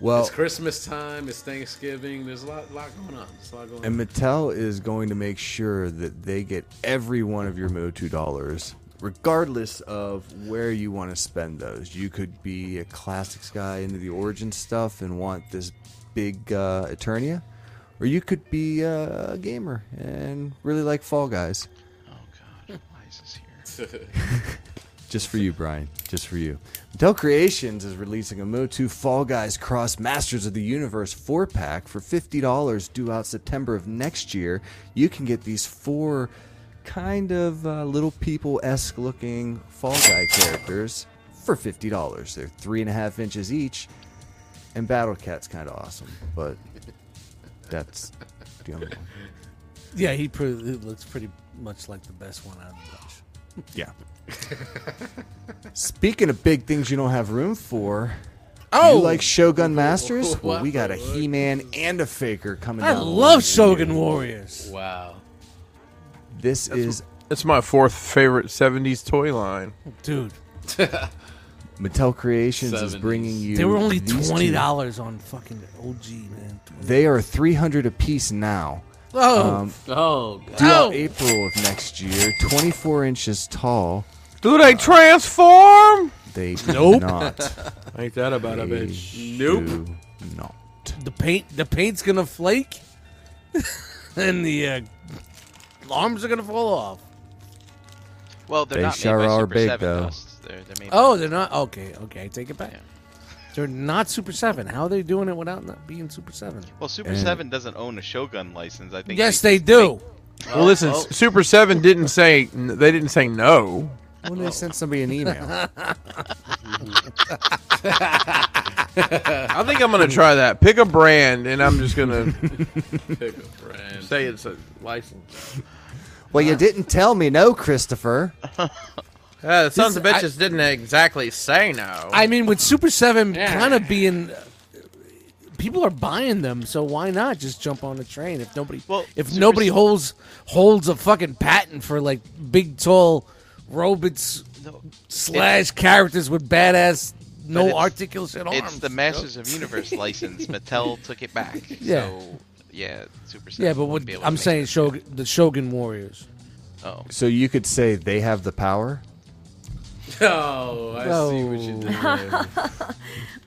Speaker 1: Well,
Speaker 2: it's Christmas time. It's Thanksgiving. There's a lot, lot going on. There's a lot going on.
Speaker 1: and Mattel is going to make sure that they get every one of your Motu dollars, regardless of where you want to spend those. You could be a classics guy into the origin stuff and want this big uh, Eternia, or you could be uh, a gamer and really like Fall Guys.
Speaker 6: Oh god, why is this here?
Speaker 1: Just for you, Brian. Just for you. Mattel Creations is releasing a Motu Fall Guys Cross Masters of the Universe 4 pack for $50 due out September of next year. You can get these four kind of uh, little people esque looking Fall Guy characters for $50. They're three and a half inches each, and Battle Cat's kind of awesome, but that's the only one.
Speaker 5: Yeah, he pre- he looks pretty much like the best one out of the bunch.
Speaker 1: Yeah. Speaking of big things you don't have room for,
Speaker 5: Oh!
Speaker 1: you like Shogun Masters? Well,
Speaker 2: What
Speaker 1: we got a
Speaker 2: the fuck?
Speaker 1: He-Man and a Faker coming.
Speaker 5: I
Speaker 1: down the
Speaker 5: love
Speaker 1: line.
Speaker 5: Shogun Warriors.
Speaker 2: wow.
Speaker 1: This is
Speaker 4: That's my fourth favorite 70s toy line.
Speaker 5: Dude,
Speaker 1: Mattel Creations is
Speaker 2: 70s.
Speaker 1: bringing you.
Speaker 5: they were only
Speaker 1: these two.
Speaker 5: $20 on fucking OG, man.
Speaker 1: They are three hundred apiece now.
Speaker 5: Oh,
Speaker 1: Um,
Speaker 2: Oh, God.
Speaker 1: due out
Speaker 5: Oh.
Speaker 1: April of next year, twenty-four inches tall.
Speaker 4: Do they transform?
Speaker 1: They do
Speaker 5: Nope.
Speaker 1: not.
Speaker 4: Ain't that about a
Speaker 1: They
Speaker 4: bitch?
Speaker 2: Nope.
Speaker 1: do not.
Speaker 5: the paint the paint's gonna flake and the uh, arms are gonna fall off
Speaker 6: Well, they're
Speaker 1: They
Speaker 6: not
Speaker 1: sure
Speaker 6: made by
Speaker 1: are
Speaker 6: Super
Speaker 1: big,
Speaker 6: Seven
Speaker 1: though.
Speaker 6: dust. They're, they're made by-
Speaker 5: oh they're not okay okay i take it back
Speaker 6: Yeah.
Speaker 5: they're not super seven how are they doing it without not being super seven
Speaker 6: well, Super
Speaker 1: and-
Speaker 6: Seven doesn't own a Shogun license. I think.
Speaker 5: yes they do
Speaker 4: Well, listen, S- Super Seven didn't say n- they didn't say no.
Speaker 1: When they sent somebody an email,
Speaker 4: I think I'm gonna try that. Pick a brand, and I'm just gonna
Speaker 2: Pick a friend.
Speaker 4: say it's a license.
Speaker 1: well, you didn't tell me no, Christopher.
Speaker 4: Uh, the sons of
Speaker 5: Listen, I-
Speaker 4: bitches didn't exactly say no.
Speaker 5: i mean with super seven
Speaker 2: Yeah.
Speaker 5: kind of being people are buying them so why not just jump on the train if nobody
Speaker 6: Well,
Speaker 5: if
Speaker 6: Super
Speaker 5: nobody
Speaker 6: S-
Speaker 5: holds holds a fucking patent for like big tall robots
Speaker 6: No,
Speaker 5: slash characters with badass
Speaker 6: But
Speaker 5: no
Speaker 6: it's-
Speaker 5: articulation arms.
Speaker 6: it's the Masters of Universe license. Mattel took it back.
Speaker 5: Yeah.
Speaker 6: So, yeah, Super Seven.
Speaker 5: Yeah, but
Speaker 6: wouldn't
Speaker 5: what
Speaker 6: be able to
Speaker 5: I'm
Speaker 6: make
Speaker 5: saying,
Speaker 6: it.
Speaker 5: Shogun, the Shogun Warriors.
Speaker 6: Oh.
Speaker 1: So you could say they have the power.
Speaker 2: Oh, I see what you did there.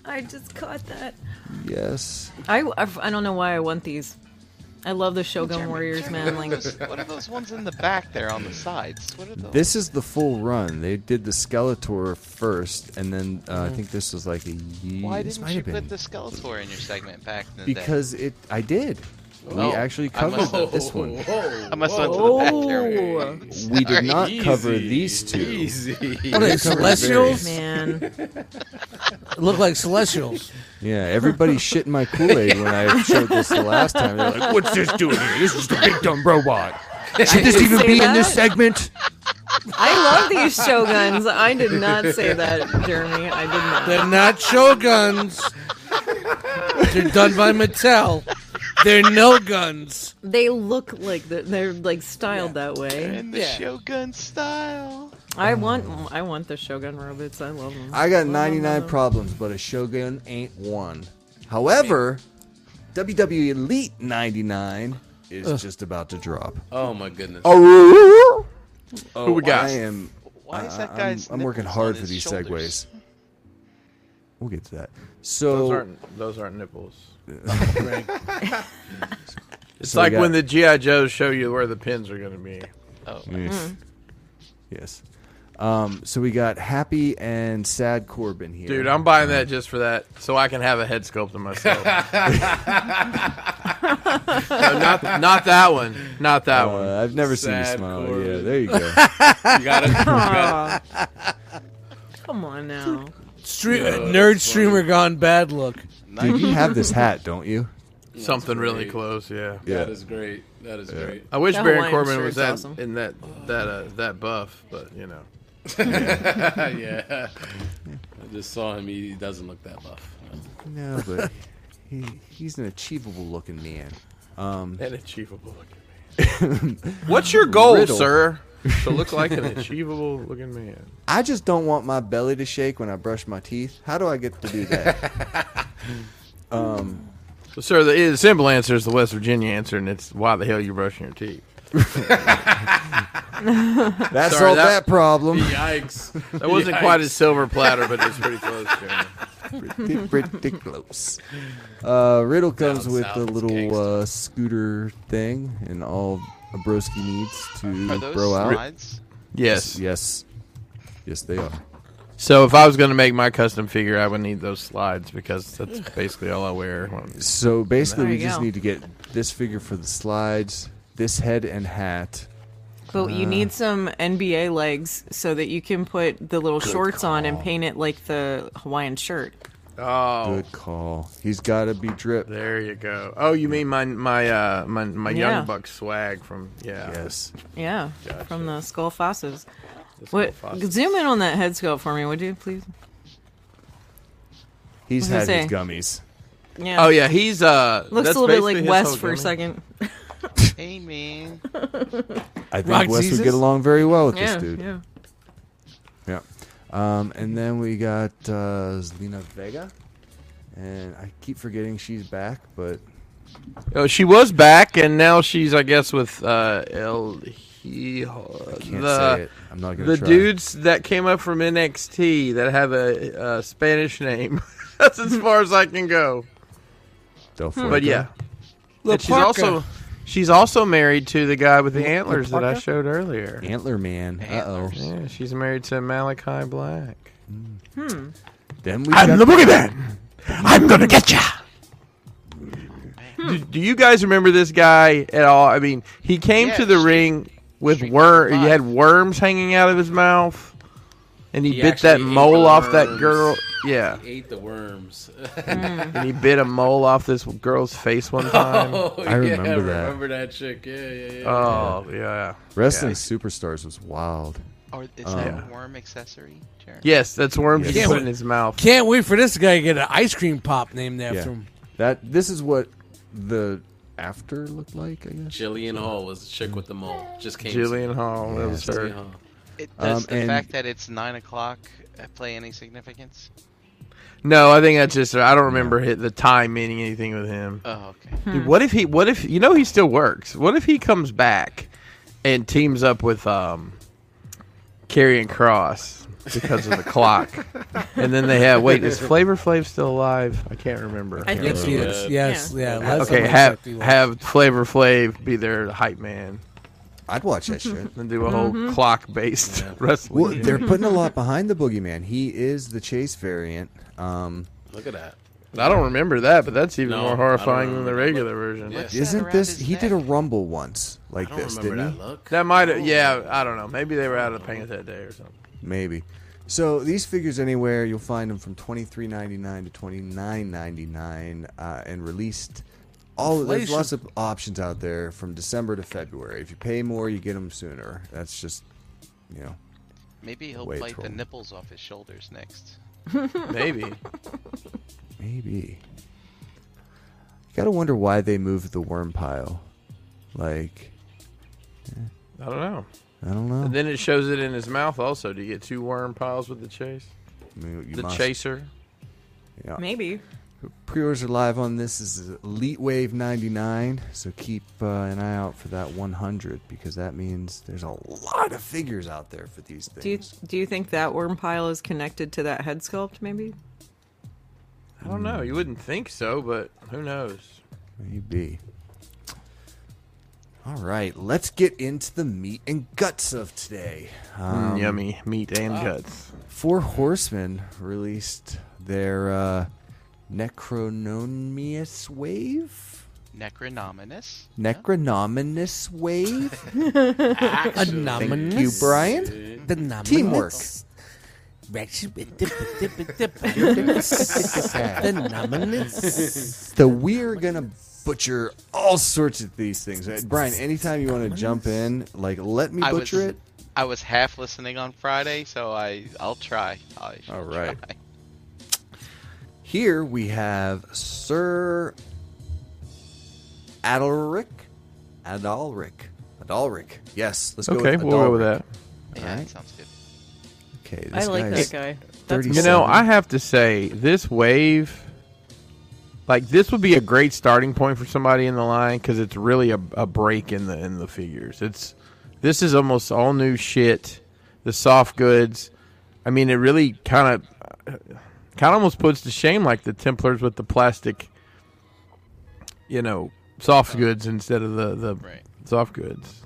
Speaker 3: I just caught that.
Speaker 1: Yes.
Speaker 3: I, I, I don't know why I want these. I love the Shogun Warriors, man. Like,
Speaker 6: What are those ones in the back there on the sides? What are those?
Speaker 1: This is the full run. They did the Skeletor first, and then uh, I think this was like a year.
Speaker 6: Why
Speaker 1: this
Speaker 6: didn't
Speaker 1: might
Speaker 6: you
Speaker 1: have
Speaker 6: put
Speaker 1: been.
Speaker 6: the Skeletor in your segment back in the
Speaker 1: Because it, I did.
Speaker 6: Oh,
Speaker 1: we actually
Speaker 6: I must
Speaker 1: covered
Speaker 6: have-
Speaker 1: this one.
Speaker 2: Whoa,
Speaker 6: day? I must
Speaker 2: whoa.
Speaker 6: went to the back there.
Speaker 3: oh,
Speaker 1: We did not
Speaker 2: Easy,
Speaker 1: cover these two.
Speaker 2: Easy.
Speaker 5: What are they, Celestials?
Speaker 3: man.
Speaker 5: Look like Celestials.
Speaker 1: Yeah, everybody shit in my Kool Aid when I showed this the last time. They're like, "What's this doing here? This is the big dumb robot. Should this even
Speaker 3: say
Speaker 1: be in this
Speaker 3: that.
Speaker 1: segment?"
Speaker 3: I love these Shoguns. I did not say that, Jeremy. I did not.
Speaker 5: They're not Shoguns. They're done by Mattel. They're no guns.
Speaker 3: They look like the, they're like styled that way.
Speaker 6: In the Shogun style.
Speaker 3: I want I want the Shogun robots. I love them.
Speaker 1: I got 99 problems, but a Shogun ain't one. However, WWE Elite 99 is just about to drop.
Speaker 2: Oh my goodness.
Speaker 1: Oh,
Speaker 4: Who we got?
Speaker 1: I am.
Speaker 6: Why is that
Speaker 1: I-
Speaker 6: guy's?
Speaker 1: Uh, I'm, I'm working
Speaker 6: nipples
Speaker 1: hard
Speaker 6: on
Speaker 1: for
Speaker 6: his
Speaker 1: these
Speaker 6: shoulders?
Speaker 1: segues. We'll get to that.
Speaker 4: Those
Speaker 1: So
Speaker 4: aren't those aren't nipples. it's
Speaker 1: So we
Speaker 4: like
Speaker 1: got-
Speaker 4: when the GI Joes show you where the pins are gonna be.
Speaker 6: Oh,
Speaker 1: yes. Um, so we got Happy and Sad Corbin here.
Speaker 4: Dude, I'm buying that just for that, so I can have a head sculpt of myself. No, not, not that one. Not that one.
Speaker 1: Uh, I've never seen
Speaker 2: Sad
Speaker 1: you smile.
Speaker 2: Corbin.
Speaker 1: Yeah, there you go.
Speaker 2: You gotta, you gotta
Speaker 3: Come on now.
Speaker 5: Stre- nerd streamer gone bad look.
Speaker 1: Dude, you have this hat, don't you?
Speaker 4: Something really
Speaker 2: great.
Speaker 4: close, yeah.
Speaker 2: That is great. That is great.
Speaker 4: I wish
Speaker 3: That
Speaker 4: Baron
Speaker 3: Hawaiian
Speaker 4: Corbin
Speaker 3: shirt
Speaker 4: was
Speaker 3: is
Speaker 4: that
Speaker 3: awesome.
Speaker 4: in that that uh, that buff, but you know.
Speaker 2: yeah. I just saw him. He doesn't look that buff.
Speaker 1: No, but he, he's an achievable looking man. Um,
Speaker 4: An achievable looking man. What's your goal,
Speaker 1: Riddle.
Speaker 4: sir? To look like an achievable looking man.
Speaker 1: I just don't want my belly to shake when I brush my teeth. How do I get to do that?
Speaker 4: So, sir, the, the simple answer is the West Virginia answer, and it's why the hell you're brushing your teeth.
Speaker 1: That
Speaker 4: Sorry,
Speaker 1: solved
Speaker 4: that-
Speaker 1: that, problem.
Speaker 2: Yikes.
Speaker 4: That wasn't
Speaker 2: Yikes.
Speaker 4: quite a silver platter, but it's pretty close. Jeremy.
Speaker 1: pretty, pretty close. Uh, Riddle comes
Speaker 2: Down
Speaker 1: with
Speaker 2: south
Speaker 1: a
Speaker 2: is
Speaker 1: little
Speaker 2: gangsta.
Speaker 1: uh, scooter thing, and all a broski needs
Speaker 6: Are
Speaker 1: to
Speaker 6: those
Speaker 1: bro out.
Speaker 6: slides?
Speaker 4: Yes.
Speaker 1: Yes, yes, they are.
Speaker 4: So if I was going to make my custom figure, I would need those slides because that's basically all I wear.
Speaker 1: So basically,
Speaker 3: There
Speaker 1: we
Speaker 3: you
Speaker 1: just
Speaker 3: go.
Speaker 1: need to get this figure for the slides, this head and hat.
Speaker 3: But
Speaker 4: Uh.
Speaker 3: you need some NBA legs so that you can put the little shorts on and paint it like the Hawaiian shirt.
Speaker 4: Oh,
Speaker 1: Good call. He's got to be dripped.
Speaker 4: there you go. Oh, you mean my my uh, my my
Speaker 3: Yeah.
Speaker 4: young buck swag from yeah.
Speaker 1: Yes.
Speaker 3: Yeah, from the skull fosses.
Speaker 4: The
Speaker 3: What?
Speaker 4: Skull Oh, Fossils.
Speaker 3: Zoom in on that head sculpt for me, would you, please?
Speaker 1: He's
Speaker 3: What
Speaker 1: had
Speaker 3: was I
Speaker 1: his gummies.
Speaker 3: Yeah.
Speaker 4: Oh yeah, he's uh
Speaker 3: Looks
Speaker 4: that's
Speaker 3: a little bit
Speaker 4: basically
Speaker 3: like
Speaker 4: his
Speaker 3: Wes
Speaker 4: whole
Speaker 3: for a
Speaker 4: gimmick.
Speaker 3: second.
Speaker 6: Hey man.
Speaker 1: I think
Speaker 5: Rock
Speaker 1: Wes
Speaker 5: Jesus?
Speaker 1: would get along very well with
Speaker 3: Yeah,
Speaker 1: this dude.
Speaker 3: yeah.
Speaker 1: Yeah. Um, and then we got uh, Zelina Vega. And I keep forgetting she's back, but
Speaker 4: Oh, she was back, and now she's I guess with uh El Hijo.
Speaker 1: can't
Speaker 4: the,
Speaker 1: say it. I'm not gonna
Speaker 4: The
Speaker 1: try.
Speaker 4: dudes that came up from NXT that have a, uh Spanish name. That's as far as I can go.
Speaker 1: Del
Speaker 4: But
Speaker 1: Fuego.
Speaker 4: yeah,
Speaker 5: La
Speaker 4: And she's
Speaker 5: Parka.
Speaker 4: also she's also married to the guy with the antlers that I
Speaker 1: Parka?
Speaker 4: showed earlier.
Speaker 1: Antler Man. Uh oh.
Speaker 4: Yeah, she's married to Malachi Black.
Speaker 1: Then we got
Speaker 4: boogeyman. I'm gonna get ya. Do, do you guys remember this guy at all? I mean, he came
Speaker 6: Yeah,
Speaker 4: to the
Speaker 6: Street-
Speaker 4: ring with
Speaker 6: Street
Speaker 4: worm. He
Speaker 6: Fighter
Speaker 4: had worms hanging out of his mouth, and he,
Speaker 2: He
Speaker 4: bit that
Speaker 2: actually ate
Speaker 4: mole
Speaker 2: the
Speaker 4: off that
Speaker 2: worms.
Speaker 4: girl. Yeah,
Speaker 2: He ate the worms.
Speaker 4: and he bit a mole off this girl's face one time.
Speaker 2: Oh,
Speaker 1: I remember
Speaker 2: yeah,
Speaker 1: that.
Speaker 2: Remember that chick? Yeah, yeah, yeah.
Speaker 4: oh yeah.
Speaker 1: Wrestling
Speaker 4: Yeah.
Speaker 1: Superstars was wild.
Speaker 6: Or is
Speaker 1: Yeah.
Speaker 6: that a worm accessory, Jared?
Speaker 4: Yes, that's worms
Speaker 1: Yeah.
Speaker 4: he put in his mouth.
Speaker 5: Can't wait for this guy to get an ice cream pop named after
Speaker 1: Yeah.
Speaker 5: him.
Speaker 1: That this is what the after looked like, I guess.
Speaker 2: Jillian Hall was the chick with the mole. Just came.
Speaker 4: Jillian Hall, that was
Speaker 2: Jillian
Speaker 4: her.
Speaker 2: Hall.
Speaker 6: It, does
Speaker 1: Um,
Speaker 6: the
Speaker 1: and-
Speaker 6: fact that it's nine o'clock uh, play any significance?
Speaker 4: No, I think that's just. her. I don't remember hit the time meaning anything with him.
Speaker 6: Oh, okay.
Speaker 1: Hmm.
Speaker 4: Dude, what if he? What if you know he still works? What if he comes back and teams up with um, and Cross because of the clock, and then they have wait is Flavor Flav still alive? I can't remember.
Speaker 3: I think
Speaker 5: Yes,
Speaker 3: so.
Speaker 5: he is.
Speaker 2: Yeah.
Speaker 5: Yes, yeah. let's
Speaker 4: okay,
Speaker 5: not
Speaker 4: have
Speaker 5: exactly like-
Speaker 4: have Flavor Flav be their hype man
Speaker 1: I'd watch that shit.
Speaker 4: and do a whole clock based wrestling.
Speaker 1: Well, they're putting a lot behind the boogeyman. He is the chase variant. Um,
Speaker 2: Look at that.
Speaker 4: I don't remember that, but that's even
Speaker 2: No, I
Speaker 4: more
Speaker 2: don't
Speaker 4: horrifying than the
Speaker 2: remember.
Speaker 4: regular version.
Speaker 2: Yeah. Is
Speaker 1: isn't
Speaker 6: around
Speaker 1: this?
Speaker 6: his
Speaker 1: He did a
Speaker 6: neck?
Speaker 1: rumble once like
Speaker 2: I don't
Speaker 1: this,
Speaker 2: remember
Speaker 1: didn't he?
Speaker 2: that look.
Speaker 4: That might have, yeah, I don't know. Maybe they were out of the paint that day or something.
Speaker 1: Maybe. So these figures anywhere you'll find them from twenty three ninety nine to twenty nine ninety nine, uh, and released. All there's
Speaker 5: Inflation.
Speaker 1: lots of options out there from December to February. If you pay more, you get them sooner. That's just, you know,
Speaker 6: Maybe he'll
Speaker 1: Way
Speaker 6: bite
Speaker 1: troll.
Speaker 6: the nipples off his shoulders next.
Speaker 4: Maybe.
Speaker 1: maybe. You gotta wonder why they moved the worm pile. Like,
Speaker 4: I don't know.
Speaker 1: I don't know.
Speaker 4: And then it shows it in his mouth also. Do you get two worm piles with the chase?
Speaker 1: I mean, you
Speaker 4: the
Speaker 1: must-
Speaker 4: chaser?
Speaker 1: Yeah.
Speaker 3: Maybe.
Speaker 1: Pre-orders are live on this is Elite Wave 99, so keep uh, an eye out for that 100 because that means there's a lot of figures out there for these things.
Speaker 3: Do you do you think that worm pile is connected to that head sculpt? Maybe.
Speaker 4: I don't
Speaker 1: Mm.
Speaker 4: know. You wouldn't think so, but who knows?
Speaker 1: Maybe. All right, let's get into the meat and guts of today. Um, uh,
Speaker 4: Yummy meat and guts.
Speaker 1: Four Horsemen released their uh, Necronomius Wave,
Speaker 6: Necronominus.
Speaker 1: Necronominus Wave.
Speaker 5: a nominous.
Speaker 1: Thank you, Brian.
Speaker 5: The nominous.
Speaker 1: Teamwork.
Speaker 5: the numbness.
Speaker 1: So we're gonna butcher all sorts of these things. Uh, Brian, anytime you want to jump in, like let me
Speaker 6: I was-
Speaker 1: butcher it.
Speaker 6: I was half listening on Friday, so I I'll try. I shall
Speaker 1: All right.
Speaker 6: try.
Speaker 1: Here we have Sir Adalric. Adalric. Adalric. Yes, let's go.
Speaker 4: Okay,
Speaker 1: with
Speaker 4: we'll go with
Speaker 1: Adalric.
Speaker 4: that.
Speaker 6: Yeah,
Speaker 1: All right.
Speaker 6: that sounds good.
Speaker 1: Okay,
Speaker 3: I
Speaker 1: this
Speaker 3: like
Speaker 1: guy's
Speaker 3: that guy. That's
Speaker 1: 30
Speaker 4: You know, I have to say, this wave, like this, would be a great starting point for somebody in the line because it's really a, a break in the in the figures. It's this is almost all new shit. The soft goods. I mean, it really kind of kind of almost puts to shame like the Templars with the plastic, you know, soft goods instead of the the
Speaker 6: Right.
Speaker 4: soft goods.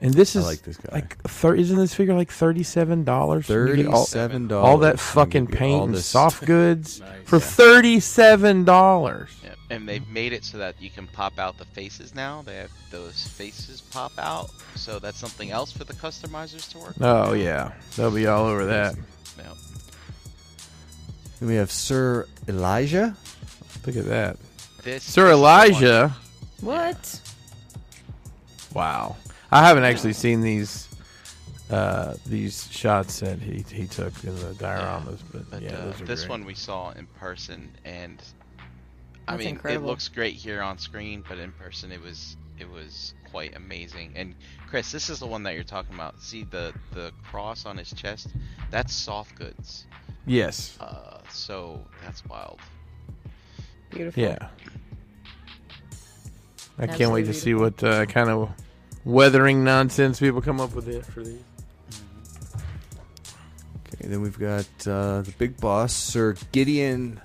Speaker 4: And this
Speaker 1: I
Speaker 4: is
Speaker 1: like this guy.
Speaker 4: Like, thir- isn't this figure like thirty-seven dollars?
Speaker 1: Thirty-seven dollars.
Speaker 4: all that fucking paint and soft goods
Speaker 2: Nice.
Speaker 4: for thirty-seven dollars.
Speaker 6: Yeah. And they've made it so that you can pop out the faces now. They have those faces pop out, so that's something else for the customizers to work.
Speaker 4: Oh yeah, they'll be all over that.
Speaker 6: No.
Speaker 1: Then we have Sir Elijah.
Speaker 4: Look at that,
Speaker 6: This
Speaker 4: Sir
Speaker 6: is the one.
Speaker 4: Elijah.
Speaker 3: What?
Speaker 4: Wow, I haven't actually seen these uh, these shots that he he took in the dioramas, but,
Speaker 6: But
Speaker 4: yeah,
Speaker 6: uh,
Speaker 4: those are
Speaker 6: this
Speaker 4: great.
Speaker 6: one we saw in person, and I
Speaker 3: That's
Speaker 6: mean,
Speaker 3: incredible.
Speaker 6: it looks great here on screen, but in person, it was it was quite amazing. And Chris, this is the one that you're talking about. See the the cross on his chest? That's soft goods.
Speaker 4: Yes.
Speaker 6: Uh, so that's wild.
Speaker 3: Beautiful.
Speaker 4: Yeah. I can't
Speaker 3: Absolutely
Speaker 4: wait to see what uh, kind of weathering nonsense people come up with it for these.
Speaker 1: Okay, then we've got uh, the big boss, Sir Gideon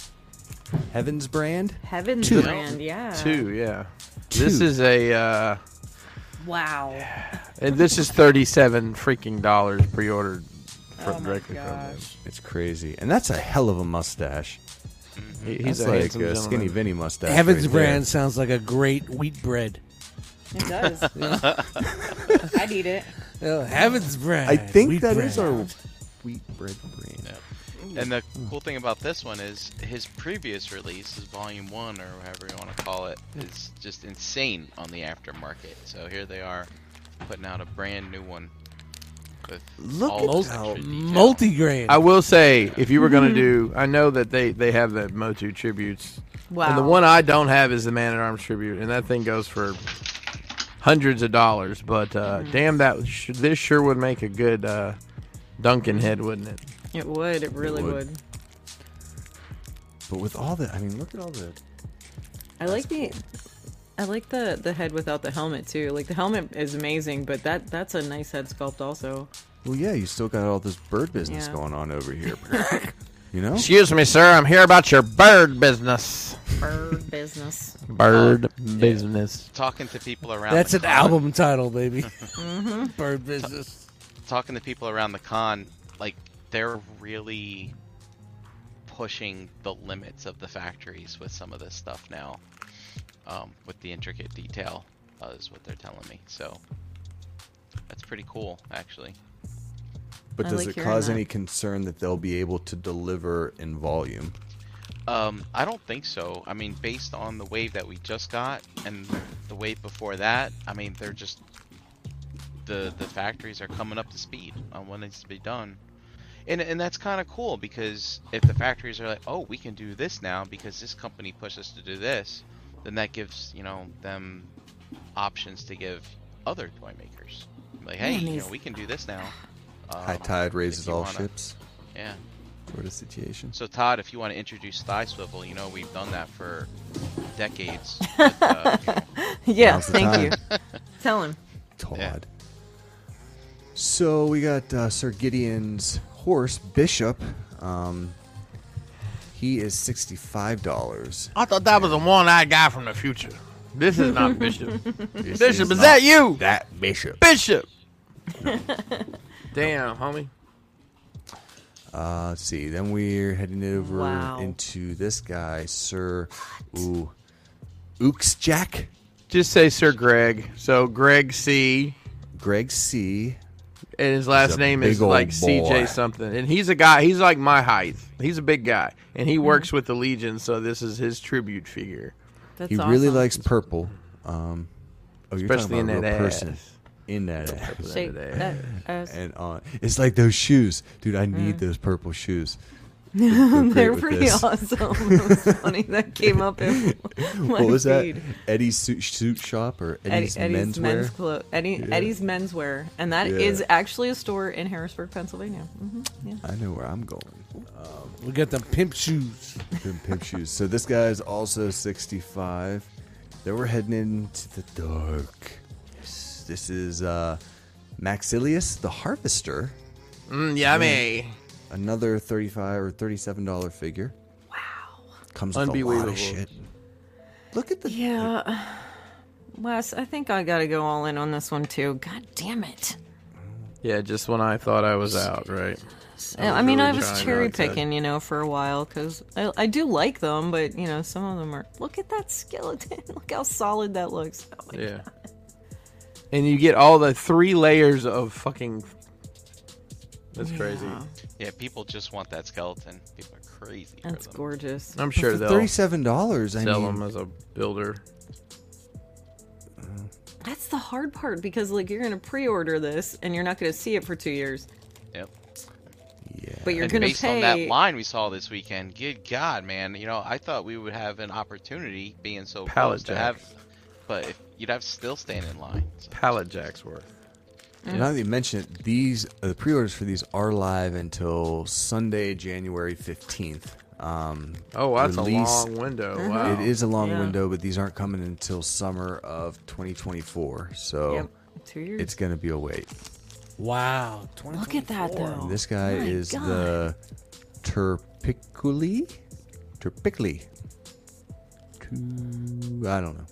Speaker 1: Heavens Brand.
Speaker 3: Heaven's
Speaker 1: Two.
Speaker 3: brand. Yeah.
Speaker 4: Two, yeah.
Speaker 1: Two.
Speaker 4: This is a, uh,
Speaker 3: Wow.
Speaker 4: and Uh, this is thirty-seven freaking dollars pre-ordered from,
Speaker 3: Oh my
Speaker 4: directly from them.
Speaker 3: gosh.
Speaker 1: It's crazy, and that's a hell of a mustache.
Speaker 4: He-
Speaker 1: He's
Speaker 4: He's a
Speaker 1: like
Speaker 4: handsome
Speaker 1: a
Speaker 4: gentleman.
Speaker 1: skinny Vinny mustache.
Speaker 5: Heaven's
Speaker 1: right there.
Speaker 5: brand sounds like a great wheat bread.
Speaker 3: It does. I'd eat it.
Speaker 5: Oh, Heaven's brand.
Speaker 1: I think
Speaker 5: wheat
Speaker 1: that
Speaker 5: bread.
Speaker 1: is our wheat bread brand.
Speaker 6: And the cool thing about this one is his previous release, is volume one or whatever you want to call it, is just insane on the aftermarket. So here they are, putting out a brand new one. With
Speaker 1: Look
Speaker 6: all
Speaker 1: at
Speaker 6: this
Speaker 1: how
Speaker 6: extra detail.
Speaker 5: multi-grain.
Speaker 4: I will say, if you were going
Speaker 3: Mm-hmm.
Speaker 4: to do, I know that they they have the Motu tributes.
Speaker 3: Wow.
Speaker 4: And the one I don't have is the Man at Arms tribute, and that thing goes for hundreds of dollars. But uh,
Speaker 3: Mm-hmm.
Speaker 4: damn, that sh- this sure would make a good uh, Duncan head, wouldn't it?
Speaker 3: It would. It really
Speaker 1: It would.
Speaker 3: would.
Speaker 1: But with all the, I mean, look at all the.
Speaker 3: I like the. I like the the head without the helmet too. Like the helmet is amazing, but that that's a nice head sculpt also.
Speaker 1: Well, yeah, you still got all this bird business
Speaker 3: Yeah.
Speaker 1: going on over here. you know,
Speaker 4: Excuse me, sir. I'm here about your bird business. Uh,
Speaker 3: Bird business.
Speaker 4: Bird business.
Speaker 6: talking to people around.
Speaker 5: That's
Speaker 6: the
Speaker 5: an
Speaker 6: con,
Speaker 5: album title, baby. Bird business.
Speaker 6: Talking to people around the con, like they're really pushing the limits of the factories with some of this stuff now, um, with the intricate detail, uh, is what they're telling me. So that's pretty cool, actually.
Speaker 1: but
Speaker 3: I
Speaker 1: does
Speaker 3: like
Speaker 1: it
Speaker 3: hearing
Speaker 1: cause
Speaker 3: that.
Speaker 1: any concern that they'll be able to deliver in volume?
Speaker 6: Um, I don't think so. I mean, based on the wave that we just got and the wave before that, I mean, they're just the the factories are coming up to speed on what needs to be done, and and that's kind of cool because if the factories are like, oh, we can do this now because this company pushed us to do this, then that gives you know them options to give other toy makers like, hey, you know,
Speaker 3: Nice.
Speaker 6: we can do this now. Um,
Speaker 1: High tide raises
Speaker 6: you
Speaker 1: all
Speaker 6: wanna-
Speaker 1: ships.
Speaker 6: yeah.
Speaker 1: Sort of situation.
Speaker 6: So Todd, if you want to introduce thigh swivel, you know we've done that for decades. But, uh, you know,
Speaker 3: Yeah.
Speaker 1: Now's the
Speaker 3: Thank
Speaker 1: time.
Speaker 3: you. Tell him.
Speaker 1: Todd.
Speaker 6: Yeah.
Speaker 1: So we got uh, Sir Gideon's horse, Bishop. Um, he is sixty-five dollars.
Speaker 4: I thought that was a one-eyed guy from the future. This is not Bishop. Bishop, is
Speaker 1: not
Speaker 4: that you?
Speaker 1: That Bishop.
Speaker 4: Bishop. Damn, homie.
Speaker 1: Uh, let's see. Then we're heading over
Speaker 3: Wow.
Speaker 1: into this guy, Sir Ooh, Ooks Jack,
Speaker 4: Just say Sir Greg. So Greg C.
Speaker 1: Greg C.
Speaker 4: and his last
Speaker 1: a
Speaker 4: name is
Speaker 1: big old
Speaker 4: like
Speaker 1: boy.
Speaker 4: CJ something. And he's a guy. He's like my height. He's a big guy, and he works with the Legion. So this is his tribute figure,
Speaker 3: That's
Speaker 1: He
Speaker 3: awesome.
Speaker 1: really likes purple. Um, oh, you're
Speaker 4: especially in
Speaker 1: talking about
Speaker 4: that
Speaker 1: a real
Speaker 4: ass.
Speaker 1: person in that ass.
Speaker 3: Shake that ass.
Speaker 1: and on. It's like those shoes, dude. I need those purple shoes.
Speaker 3: They're
Speaker 1: with
Speaker 3: pretty
Speaker 1: this.
Speaker 3: awesome. It was funny that came up in my
Speaker 1: what was that?
Speaker 3: feed.
Speaker 1: Eddie's suit, suit shop or
Speaker 3: Eddie,
Speaker 1: Eddie's,
Speaker 3: Eddie's
Speaker 1: menswear?
Speaker 3: men's clo- Eddie, Eddie's menswear, and that is
Speaker 1: Yeah.
Speaker 3: actually a store in Harrisburg, Pennsylvania. hmm Yeah.
Speaker 1: I know where I'm going.
Speaker 5: We got them pimp shoes.
Speaker 1: Them pimp shoes. So this guy is also 65. Then we're heading into the dark. Yes. This is uh, Maxilius the Harvester,
Speaker 4: Mm, yummy.
Speaker 1: another 35 or 37 dollar figure. Wow. Comes with a lot
Speaker 4: Unbelievable.
Speaker 1: of shit. Look at the
Speaker 3: Yeah. Wes, I think I gotta go all in on this one too. God damn it!
Speaker 4: Yeah, just when I thought I was out, right?
Speaker 3: I, mean,
Speaker 4: really
Speaker 3: I was
Speaker 4: trying
Speaker 3: cherry
Speaker 4: not to.
Speaker 3: picking, you know, for a while because I, I do like them, but you know, some of them are. Look at that skeleton! Look how solid that looks. Oh my
Speaker 4: Yeah. And you get all the three layers of fucking. That's crazy.
Speaker 6: Yeah, people just want that skeleton. People are crazy. for
Speaker 3: That's
Speaker 6: them.
Speaker 3: gorgeous.
Speaker 4: I'm sure
Speaker 1: for
Speaker 4: they'll
Speaker 1: thirty-seven dollars. I
Speaker 4: sell
Speaker 1: mean,
Speaker 4: them as a builder.
Speaker 3: That's the hard part because like you're gonna pre-order this and you're not gonna see it for two years,
Speaker 6: Yep.
Speaker 1: yeah.
Speaker 3: but you're
Speaker 6: and
Speaker 3: gonna
Speaker 6: based
Speaker 3: pay.
Speaker 6: on that line we saw this weekend, good God, man! You know, I thought we would have an opportunity being so
Speaker 4: Pallet
Speaker 6: close to
Speaker 4: jack.
Speaker 6: have, but if, you'd have still stand in line. So.
Speaker 4: Pallet jacks worth.
Speaker 1: Now that you mention it, these uh, the pre-orders for these are live until Sunday, January fifteenth. Um,
Speaker 4: Oh, wow, that's
Speaker 1: release-
Speaker 4: a long window. Wow.
Speaker 1: It is a long
Speaker 3: Yeah.
Speaker 1: window, but these aren't coming until summer of 2024. So
Speaker 3: Yep, two years.
Speaker 1: it's going to be a wait.
Speaker 5: Wow.
Speaker 3: Look at that though.
Speaker 1: This guy
Speaker 3: My
Speaker 1: is
Speaker 3: God.
Speaker 1: the Terpiculi? Terpiculi. Tu- I don't know.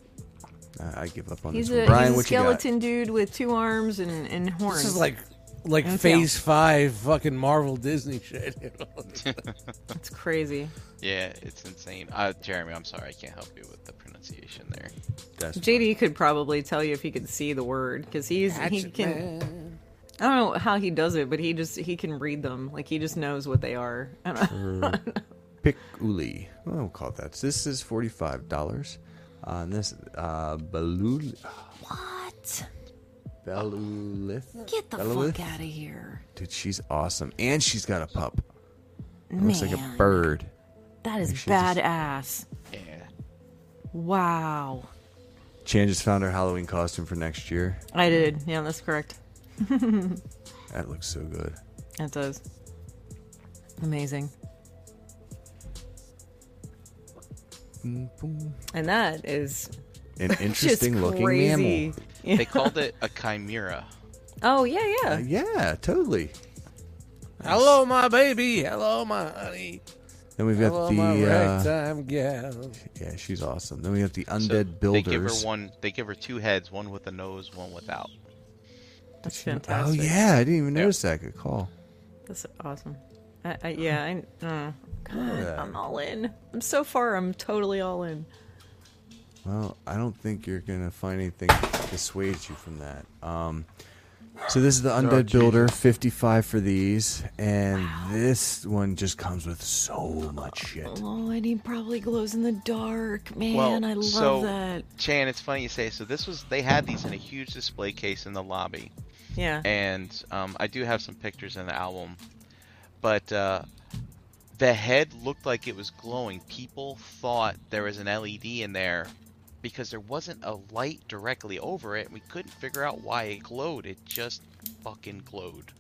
Speaker 1: I, I give up on
Speaker 3: He's
Speaker 1: this.
Speaker 3: a,
Speaker 1: one. Brian,
Speaker 3: he's a
Speaker 1: what you
Speaker 3: skeleton dude with two arms and, and horns.
Speaker 5: This is like like
Speaker 3: And
Speaker 5: phase five fucking Marvel Disney shit.
Speaker 3: it's crazy.
Speaker 6: Yeah, it's insane. Uh, Jeremy, I'm sorry, I can't help you with the pronunciation there.
Speaker 1: got? That's
Speaker 3: JD could probably tell you if he could see the word because he's he can. I don't know how he does it, but he just he can read them. Like he just knows what they are. I don't know.
Speaker 1: Terpiculi. Well, we'll call it that. So this is $45. Uh, and this, uh, Belul.
Speaker 3: What?
Speaker 1: Belulith?
Speaker 3: Get the
Speaker 1: Belulith?
Speaker 3: fuck out of here!
Speaker 1: Dude, she's awesome. And she's got a pup. Looks like a bird.
Speaker 3: that is
Speaker 1: she just-
Speaker 3: badass.
Speaker 6: Yeah.
Speaker 3: Wow.
Speaker 1: Chan just found her Halloween costume for next year.
Speaker 3: I did. Yeah, that's correct.
Speaker 1: That looks so good.
Speaker 3: It does. Amazing. And that is
Speaker 1: An interesting
Speaker 3: just
Speaker 1: looking
Speaker 3: crazy.
Speaker 1: mammal.
Speaker 3: Yeah.
Speaker 6: They called it a chimera.
Speaker 3: Oh yeah, yeah.
Speaker 1: Uh, yeah, totally.
Speaker 5: Hello, my baby. Hello, my honey.
Speaker 1: Then we've got
Speaker 5: Hello, my
Speaker 1: the uh,
Speaker 5: ragtime gal.
Speaker 1: yeah, she's awesome. Then we have the
Speaker 6: So
Speaker 1: undead
Speaker 6: They
Speaker 1: builders.
Speaker 6: give her one. They give her two heads, one with a nose, one without.
Speaker 3: That's
Speaker 1: oh
Speaker 3: fantastic.
Speaker 1: yeah, I didn't even notice that. Good call.
Speaker 3: That's awesome. I, I, yeah, I. Uh, God,
Speaker 1: that.
Speaker 3: I'm all in. I'm so far. I'm totally all in.
Speaker 1: Well, I don't think you're gonna find anything that dissuades you from that. Um, so this is the undead builder, fifty-five for these, and this one just comes with so much shit.
Speaker 3: Oh, and he probably glows in the dark. Man,
Speaker 6: Well,
Speaker 3: I love
Speaker 6: so-
Speaker 3: that.
Speaker 6: Chan, it's funny you say. So this was. They had these in a huge display case in the lobby.
Speaker 3: Yeah.
Speaker 6: and um, I do have some pictures in the album, but uh, the head looked like it was glowing. People thought there was an LED in there because there wasn't a light directly over it, and we couldn't figure out why it glowed. It just fucking glowed,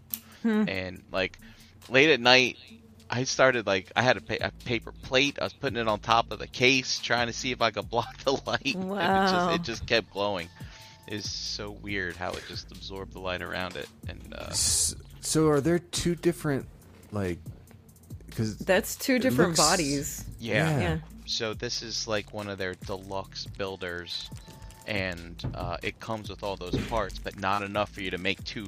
Speaker 6: and like late at night. I started like I had a, pa- a paper plate. I was putting it on top of the case, trying to see if I could block the light. and
Speaker 3: Wow.
Speaker 6: It just, it just kept glowing is so weird how it just absorbed the light around it and uh,
Speaker 1: S- So are there two different like? Because
Speaker 3: That's two different
Speaker 1: looks-
Speaker 3: bodies.
Speaker 6: yeah.
Speaker 1: Yeah.
Speaker 3: Yeah.
Speaker 6: so this is like one of their deluxe builders and uh, it comes with all those parts but not enough for you to make two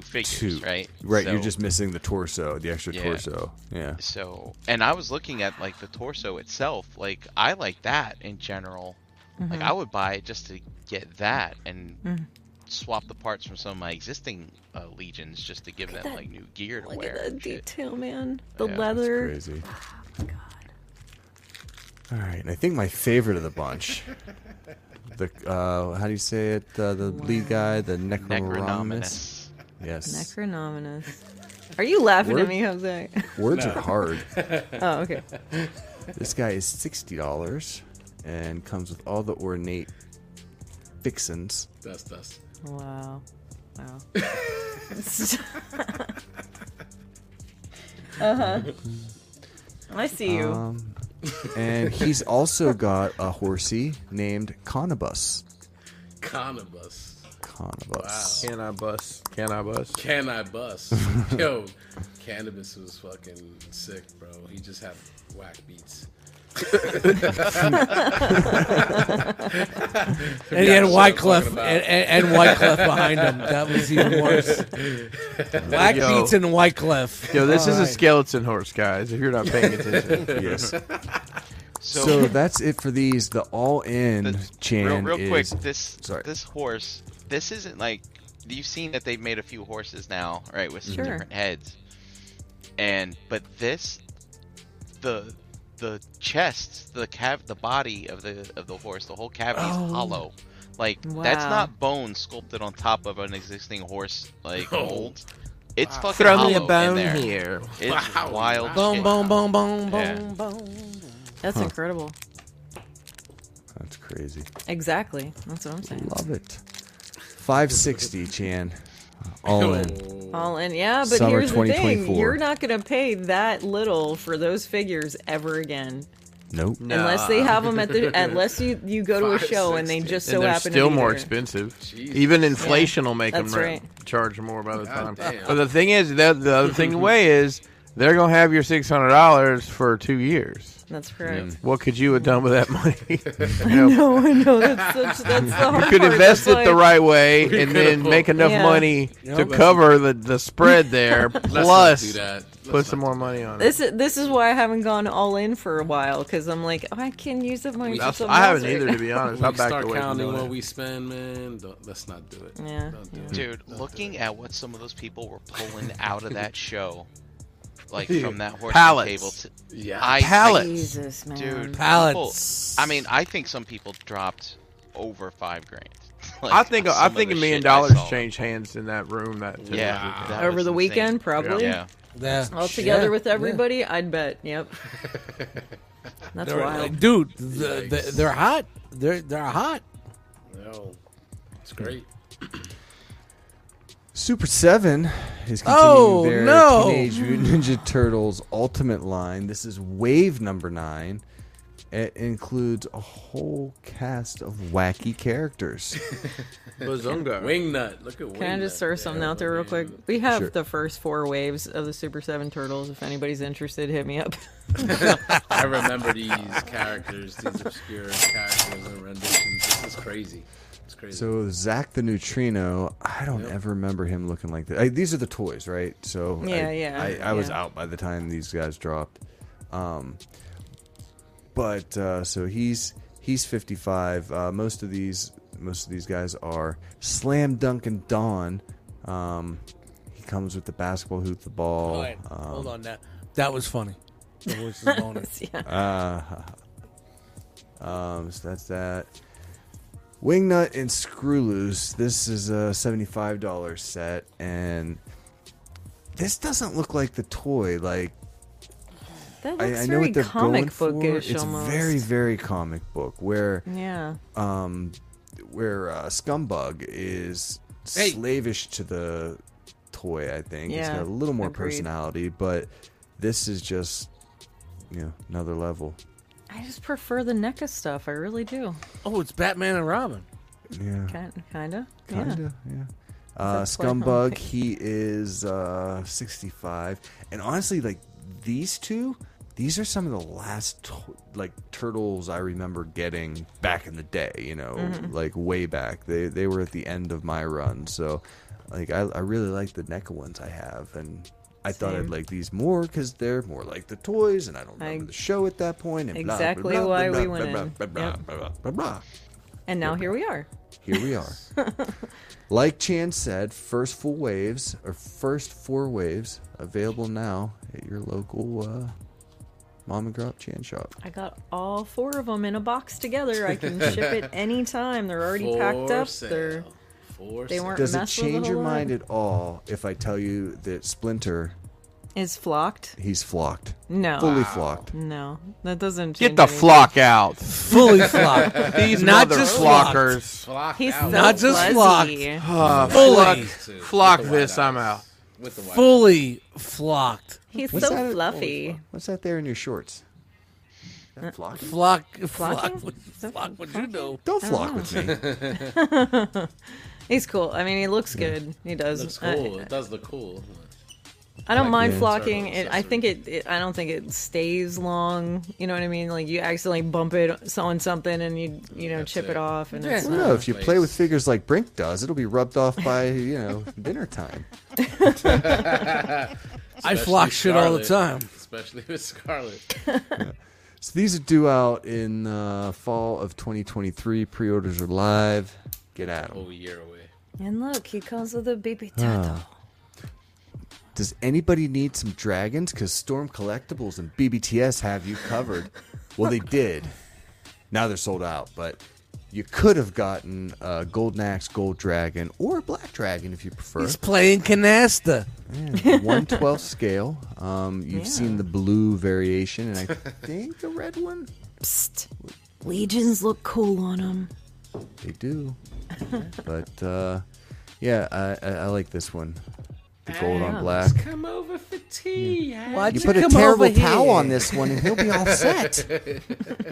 Speaker 1: two,
Speaker 6: figures right
Speaker 1: Right, you're
Speaker 6: So-
Speaker 1: just missing the torso, the extra
Speaker 6: Yeah.
Speaker 1: torso. Yeah.
Speaker 6: so and i was looking at like the torso itself like i
Speaker 3: Mm-hmm. Mm.
Speaker 6: like that in general like i would buy it just to get that and swap the parts from some of my existing uh, legions just to give them
Speaker 3: that-
Speaker 6: like new gear to
Speaker 3: Look at
Speaker 6: wear.
Speaker 3: the
Speaker 6: and shit.
Speaker 3: detail, man. The
Speaker 6: Yeah, it's
Speaker 3: leather.
Speaker 1: Crazy. All right, and I think my favorite of the bunch, the uh, how do you say it? Uh, the lead guy, the Necronominus.
Speaker 6: Necronominus.
Speaker 1: Yes,
Speaker 3: Necronominous. Are you laughing at
Speaker 1: Word?
Speaker 3: me, Jose?
Speaker 1: words are hard.
Speaker 3: Oh, okay.
Speaker 1: This guy is sixty dollars, and comes with all the ornate fixins.
Speaker 2: That's us.
Speaker 3: Wow. Wow. uh-huh. I see you.
Speaker 1: Um, and he's also got a horsey named Conibus.
Speaker 2: Cannabis.
Speaker 1: Conibus.
Speaker 4: Can I bus? Can I bus?
Speaker 2: Can I bust? Yo, cannabis was fucking sick, bro. He just had whack beats.
Speaker 5: And he had
Speaker 2: Forgot what I was
Speaker 5: Wyclef
Speaker 2: talking
Speaker 5: and,
Speaker 2: about.
Speaker 5: and, and Wyclef behind him. That was even worse. Black
Speaker 4: Yo.
Speaker 5: Beats and Wyclef.
Speaker 4: Yo, this is a
Speaker 5: Alright.
Speaker 4: skeleton horse, guys. If you're not paying attention,
Speaker 1: Yes.
Speaker 6: So,
Speaker 1: So that's it for these. The all in
Speaker 6: That's-
Speaker 1: Chan
Speaker 6: real, real quick,
Speaker 1: is
Speaker 6: this
Speaker 1: sorry.
Speaker 6: this horse, this isn't like you've seen that they've made a few horses now, right, with some
Speaker 3: Sure.
Speaker 6: different heads. And but this, the the chest, the cav, the body of the of the horse, the whole cavity is hollow. Like that's
Speaker 3: Oh. Wow.
Speaker 6: not bone sculpted on top of an existing horse like mold. It's fucking
Speaker 4: throw
Speaker 6: hollow
Speaker 4: me a
Speaker 6: in
Speaker 4: bone
Speaker 6: there.
Speaker 4: here.
Speaker 6: It's
Speaker 2: Wow.
Speaker 6: wild.
Speaker 5: Boom,
Speaker 6: shit.
Speaker 5: boom, boom, boom, boom,
Speaker 6: Yeah.
Speaker 5: boom.
Speaker 3: That's incredible.
Speaker 1: that's crazy.
Speaker 3: Exactly. That's what I'm saying.
Speaker 1: Love it. Five sixty Chan, all in.
Speaker 3: All in. Yeah, but
Speaker 1: Summer
Speaker 3: here's the thing.
Speaker 1: 2024.
Speaker 3: You're not going to pay that little for those figures ever again.
Speaker 1: Nope.
Speaker 3: Unless they have them at the unless you you go to a
Speaker 2: Five,
Speaker 3: show and they
Speaker 2: six, ten.
Speaker 3: just so
Speaker 4: and they're
Speaker 3: happen
Speaker 4: still
Speaker 3: to be
Speaker 4: more
Speaker 3: there.
Speaker 4: expensive.
Speaker 2: Jesus.
Speaker 4: Even inflation will make
Speaker 3: That's
Speaker 4: them ra-
Speaker 3: right.
Speaker 4: charge more by the time.
Speaker 2: God damn.
Speaker 4: But the thing is, the, the other thing away is they're gonna have your six hundred dollars for two years.
Speaker 3: That's correct.
Speaker 4: What could you have done with that money? you know,
Speaker 3: No, I know that's such, that's the hard
Speaker 4: you could
Speaker 3: part.
Speaker 4: invest
Speaker 3: That's
Speaker 4: it the
Speaker 3: why-
Speaker 4: right way
Speaker 2: We
Speaker 4: and
Speaker 2: could've
Speaker 4: then
Speaker 2: pulled-
Speaker 4: make enough
Speaker 3: Yeah.
Speaker 4: money
Speaker 5: Yeah,
Speaker 4: to
Speaker 5: but-
Speaker 4: cover the, the spread there.
Speaker 2: Let's not
Speaker 4: plus,
Speaker 2: do that. Let's
Speaker 4: put some
Speaker 2: not-
Speaker 4: more money on it.
Speaker 3: This is this is why I haven't gone all in for a while because I'm like oh, I can use up money.
Speaker 2: We-
Speaker 3: for
Speaker 4: I
Speaker 3: something
Speaker 4: I haven't
Speaker 3: else right
Speaker 4: either, to be honest. I
Speaker 2: We
Speaker 4: backed
Speaker 2: start
Speaker 4: away from
Speaker 2: counting
Speaker 4: doing
Speaker 2: what
Speaker 4: it.
Speaker 2: we spend, man. Don't, let's not do it.
Speaker 3: Yeah,
Speaker 2: Don't do it.
Speaker 6: Dude, looking at what some of those people were pulling out of that show, like from that horse
Speaker 4: Pallets.
Speaker 6: table, to,
Speaker 2: Yeah.
Speaker 3: Uh,
Speaker 6: I,
Speaker 3: now.
Speaker 4: Pallets.
Speaker 3: Jesus, man.
Speaker 6: I, dude,
Speaker 5: Pallets.
Speaker 6: people- I mean, I think some people dropped over five grand. Like,
Speaker 4: I think I
Speaker 6: some of
Speaker 4: think
Speaker 6: the
Speaker 4: a million
Speaker 6: shit I
Speaker 4: dollars
Speaker 6: saw.
Speaker 4: changed hands in that room. That
Speaker 6: Yeah, that
Speaker 3: Over
Speaker 6: was
Speaker 3: the
Speaker 6: insane.
Speaker 3: weekend, probably.
Speaker 6: Yeah,
Speaker 5: Yeah.
Speaker 3: All together
Speaker 5: Yeah,
Speaker 3: with
Speaker 5: yeah.
Speaker 3: everybody, I'd bet. Yep. That's
Speaker 5: They're-
Speaker 3: wild.
Speaker 5: Dude, the, the,
Speaker 2: Yikes.
Speaker 5: they're hot. They're they're hot.
Speaker 2: No. It's great.
Speaker 1: Super Seven is continuing
Speaker 5: Oh,
Speaker 1: their
Speaker 5: no.
Speaker 1: Teenage Mutant Ninja Turtles Ultimate line. This is wave number nine. It includes a whole cast of wacky characters.
Speaker 2: Wingnut. Look at Wingnut.
Speaker 3: Can I just throw something out there real quick? We have the first four waves of the Super Seven Turtles. If anybody's interested, hit me up.
Speaker 2: I remember these characters, these obscure characters and renditions. This is crazy. It's crazy.
Speaker 1: so Zach the Neutrino, I don't ever remember him looking like that. I, these are the toys, right? So I-
Speaker 3: Yeah, yeah,
Speaker 1: I, I was
Speaker 3: yeah.
Speaker 1: out by the time these guys dropped. Um, but uh, so he's he's 55. Uh, most of these most of these guys are slam dunk and Don. Um, he comes with the basketball hoop, the ball. um,
Speaker 5: Hold on, that that was funny. The voice is bonus.
Speaker 3: yeah.
Speaker 1: Um, so that's that. Wingnut and Screw Loose. This is a seventy-five dollar set, and this doesn't look like the toy. Like
Speaker 3: That
Speaker 1: I,
Speaker 3: looks
Speaker 1: I know
Speaker 3: very
Speaker 1: what they're going
Speaker 3: comic
Speaker 1: for.
Speaker 3: bookish
Speaker 1: It's
Speaker 3: almost.
Speaker 1: very, very comic book. Where,
Speaker 3: yeah.
Speaker 1: um, where uh, Scumbug is
Speaker 2: Hey.
Speaker 1: slavish to the toy. I think it's
Speaker 3: Yeah,
Speaker 1: got a little more
Speaker 3: agreed.
Speaker 1: personality, but this is just you know another level.
Speaker 3: I just prefer the NECA stuff. I really do.
Speaker 5: Oh, it's Batman and Robin.
Speaker 1: Yeah.
Speaker 3: Kind, kinda. Yeah.
Speaker 1: Kinda, yeah. Uh,
Speaker 3: That's what I kinda
Speaker 1: Scumbag,
Speaker 3: think.
Speaker 1: he is uh, 65, and honestly, like these two, these are some of the last to- like turtles I remember getting back in the day. You know,
Speaker 3: Mm-hmm.
Speaker 1: like way back. They they were at the end of my run, so like I, I really like the NECA ones I have, and I thought I'd
Speaker 3: Same.
Speaker 1: like these more because they're more like the toys, and I don't
Speaker 3: I-
Speaker 1: remember the show at that point. And blah, blah,
Speaker 3: Exactly
Speaker 1: blah,
Speaker 3: why
Speaker 1: blah,
Speaker 3: we
Speaker 1: blah,
Speaker 3: went
Speaker 1: blah,
Speaker 3: in.
Speaker 1: blah, blah,
Speaker 3: Yep.
Speaker 1: blah, blah, blah, blah.
Speaker 3: And now here we are.
Speaker 7: here we are. like Chan said, first full waves or first four waves available now at your local uh, mom and grop Chan shop.
Speaker 3: I got all four of them in a box together. I can ship it anytime. They're already packed up. They're
Speaker 2: For
Speaker 3: they weren't.
Speaker 7: Does it
Speaker 3: messed with a
Speaker 7: change your
Speaker 3: whole lot.
Speaker 7: mind at all if I tell you that Splinter
Speaker 3: Is flocked?
Speaker 7: he's flocked,
Speaker 3: No,
Speaker 7: fully flocked?
Speaker 3: no, that doesn't.
Speaker 4: Get
Speaker 3: change
Speaker 4: the
Speaker 3: anything.
Speaker 4: flock out.
Speaker 5: fully flocked.
Speaker 4: These
Speaker 5: Not
Speaker 4: mother
Speaker 5: just flocked.
Speaker 4: flockers.
Speaker 2: Flock
Speaker 3: He's
Speaker 2: out
Speaker 3: so
Speaker 5: Not just
Speaker 3: fuzzy.
Speaker 4: Uh, flock,
Speaker 5: Fully,
Speaker 4: flock this. I'm out.
Speaker 2: with the white.
Speaker 5: fully flocked.
Speaker 3: He's
Speaker 7: What's
Speaker 3: so
Speaker 7: that-
Speaker 3: fluffy.
Speaker 7: What's that there in your shorts? Is that flock?
Speaker 5: Flock, flock,
Speaker 3: Flocking?
Speaker 5: flock.
Speaker 3: Is that
Speaker 5: What you know?
Speaker 7: Don't flock with me.
Speaker 3: He's cool. I mean, he looks good. He does.
Speaker 2: Looks
Speaker 3: I-
Speaker 2: cool. It does look cool.
Speaker 3: I don't mind
Speaker 7: yeah.
Speaker 3: flocking.
Speaker 2: Turtles,
Speaker 3: It, I
Speaker 2: that's
Speaker 3: think it, it. I don't think it stays long. You know what I mean? Like you accidentally bump it on something, and you you know
Speaker 2: That's
Speaker 3: chip it.
Speaker 2: it.
Speaker 3: off, and
Speaker 5: Yeah.
Speaker 3: it's
Speaker 7: Well,
Speaker 3: not-
Speaker 7: no, if you play with figures like Brink does, it'll be rubbed off by you know dinner time.
Speaker 5: I flock shit all the time.
Speaker 2: Scarlet. Especially with Scarlet.
Speaker 7: So these are due out in uh, fall of 2023. Pre-orders are live. Get at them.
Speaker 2: Whole Oh, year away.
Speaker 3: And look, he comes with a baby
Speaker 7: Oh.
Speaker 3: turtle.
Speaker 7: Does anybody need some dragons? Because Storm Collectibles and BBTS have you covered. well, they did. Now they're sold out, but you could have gotten a Golden Axe Gold Dragon or a Black Dragon if you prefer.
Speaker 5: He's playing canasta.
Speaker 7: One twelfth scale. Um, you've seen the blue variation, and I think a red one.
Speaker 3: Psst. Legions look cool on him.
Speaker 7: They do, but uh, yeah, I, I, I like this one. The gold on black.
Speaker 2: Come over for tea.
Speaker 5: Why'd
Speaker 7: You
Speaker 5: you,
Speaker 7: put a
Speaker 5: come
Speaker 7: terrible
Speaker 5: over
Speaker 7: towel
Speaker 5: here?
Speaker 7: on this one, and he'll be all set.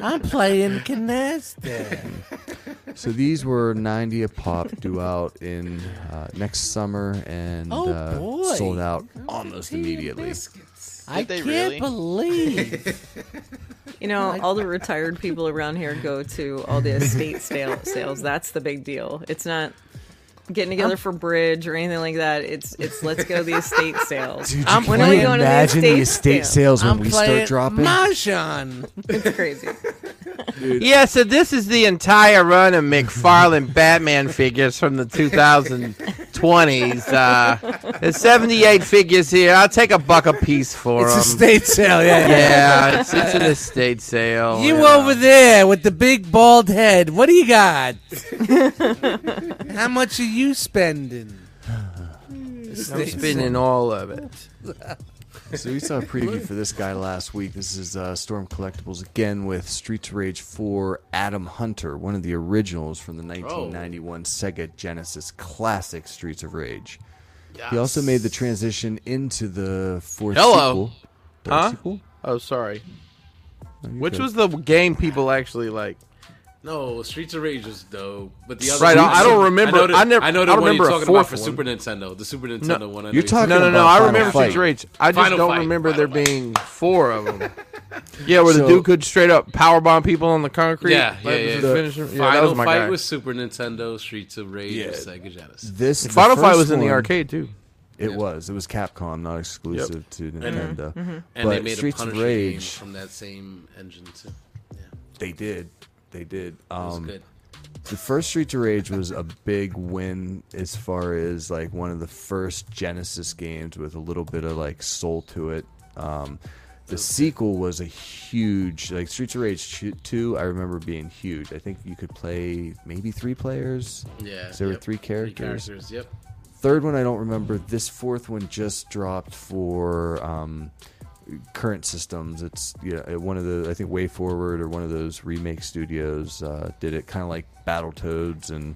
Speaker 5: I'm playing canasta.
Speaker 7: so these were ninety a pop, due out in uh, next summer, and
Speaker 5: Oh,
Speaker 7: uh,
Speaker 5: boy.
Speaker 7: sold out almost immediately.
Speaker 5: I
Speaker 6: they
Speaker 5: can't
Speaker 6: really?
Speaker 5: believe.
Speaker 3: You know, all the retired people around here go to all the estate sale sales. That's the big deal. It's not getting together for bridge or anything like that. It's it's let's go to the estate sales.
Speaker 5: I'm
Speaker 3: When are we
Speaker 5: playing.
Speaker 3: going to the
Speaker 7: Imagine the
Speaker 3: estate, sale?
Speaker 7: estate sales when
Speaker 5: I'm
Speaker 7: we
Speaker 5: playing
Speaker 7: start dropping.
Speaker 5: Mahjong.
Speaker 3: It's crazy.
Speaker 4: Yeah, so this is the entire run of McFarlane Batman figures from the 2020s. Uh, there's 78 figures here. I'll take a buck a piece for
Speaker 5: It's a
Speaker 4: them.
Speaker 5: state sale, yeah.
Speaker 4: yeah, it's, it's an estate sale.
Speaker 5: You
Speaker 4: yeah.
Speaker 5: over there with the big bald head. What do you got? How much are you spending?
Speaker 4: I'm spinning all of it.
Speaker 7: So we saw a preview for this guy last week. This is uh, Storm Collectibles again with Streets of Rage 4 Adam Hunter, one of the originals from
Speaker 4: Oh.
Speaker 7: the 1991 Sega Genesis classic Streets of Rage. He also made the transition into the fourth
Speaker 4: Hello.
Speaker 7: sequel. Third
Speaker 4: Huh?
Speaker 7: sequel?
Speaker 4: Oh, sorry.
Speaker 7: No, you're
Speaker 4: Which
Speaker 7: good.
Speaker 4: was the game people actually like?
Speaker 2: No, Streets of Rage is dope, but the other
Speaker 4: Right, I-
Speaker 2: one-
Speaker 4: I don't remember-
Speaker 2: know the-
Speaker 4: I never-
Speaker 2: I know the
Speaker 4: I
Speaker 2: one
Speaker 4: remember
Speaker 2: you're
Speaker 4: a
Speaker 2: talking about for
Speaker 4: fourth one.
Speaker 2: Super Nintendo, the Super Nintendo one. I know
Speaker 7: You're talking
Speaker 4: No, no, no.
Speaker 7: about
Speaker 4: I
Speaker 7: Final
Speaker 4: remember
Speaker 7: Fight.
Speaker 4: Streets of Rage. I just
Speaker 2: Final
Speaker 4: don't
Speaker 2: Fight,
Speaker 4: remember there
Speaker 2: Final Fight.
Speaker 4: being four of them. Yeah, where the
Speaker 7: So-
Speaker 4: dude could straight up powerbomb people on the concrete.
Speaker 2: Yeah, yeah,
Speaker 4: Like,
Speaker 2: yeah.
Speaker 4: just
Speaker 2: The
Speaker 4: finish him. yeah,
Speaker 2: Final
Speaker 4: that was my
Speaker 2: fight
Speaker 4: guy.
Speaker 2: was Super Nintendo, Streets of Rage, was Sega Genesis.
Speaker 7: this the
Speaker 4: Final Fight
Speaker 7: first
Speaker 4: was in the
Speaker 7: one-
Speaker 4: arcade too.
Speaker 7: It was. It was Capcom, not exclusive to Nintendo.
Speaker 2: And they
Speaker 7: But
Speaker 2: made
Speaker 7: Streets
Speaker 2: a
Speaker 7: of
Speaker 2: Punisher game
Speaker 7: Rage,
Speaker 2: from that same engine too.
Speaker 7: they did. They did. Um,
Speaker 2: It was good.
Speaker 7: the first Street to Rage was a big win as far as like one of the first Genesis games with a little bit of like soul to it. Um,
Speaker 4: Oh,
Speaker 7: the sequel was a huge like Streets of Rage two- two. I remember being huge. I think you could play maybe three players.
Speaker 2: Yeah,
Speaker 7: So there were
Speaker 2: yep.
Speaker 7: three characters.
Speaker 2: Three characters. Yep.
Speaker 7: Third one I don't remember. This fourth one just dropped for um, current systems. It's you know, one of the I think Way Forward or one of those remake studios uh, did it, kind of like Battletoads and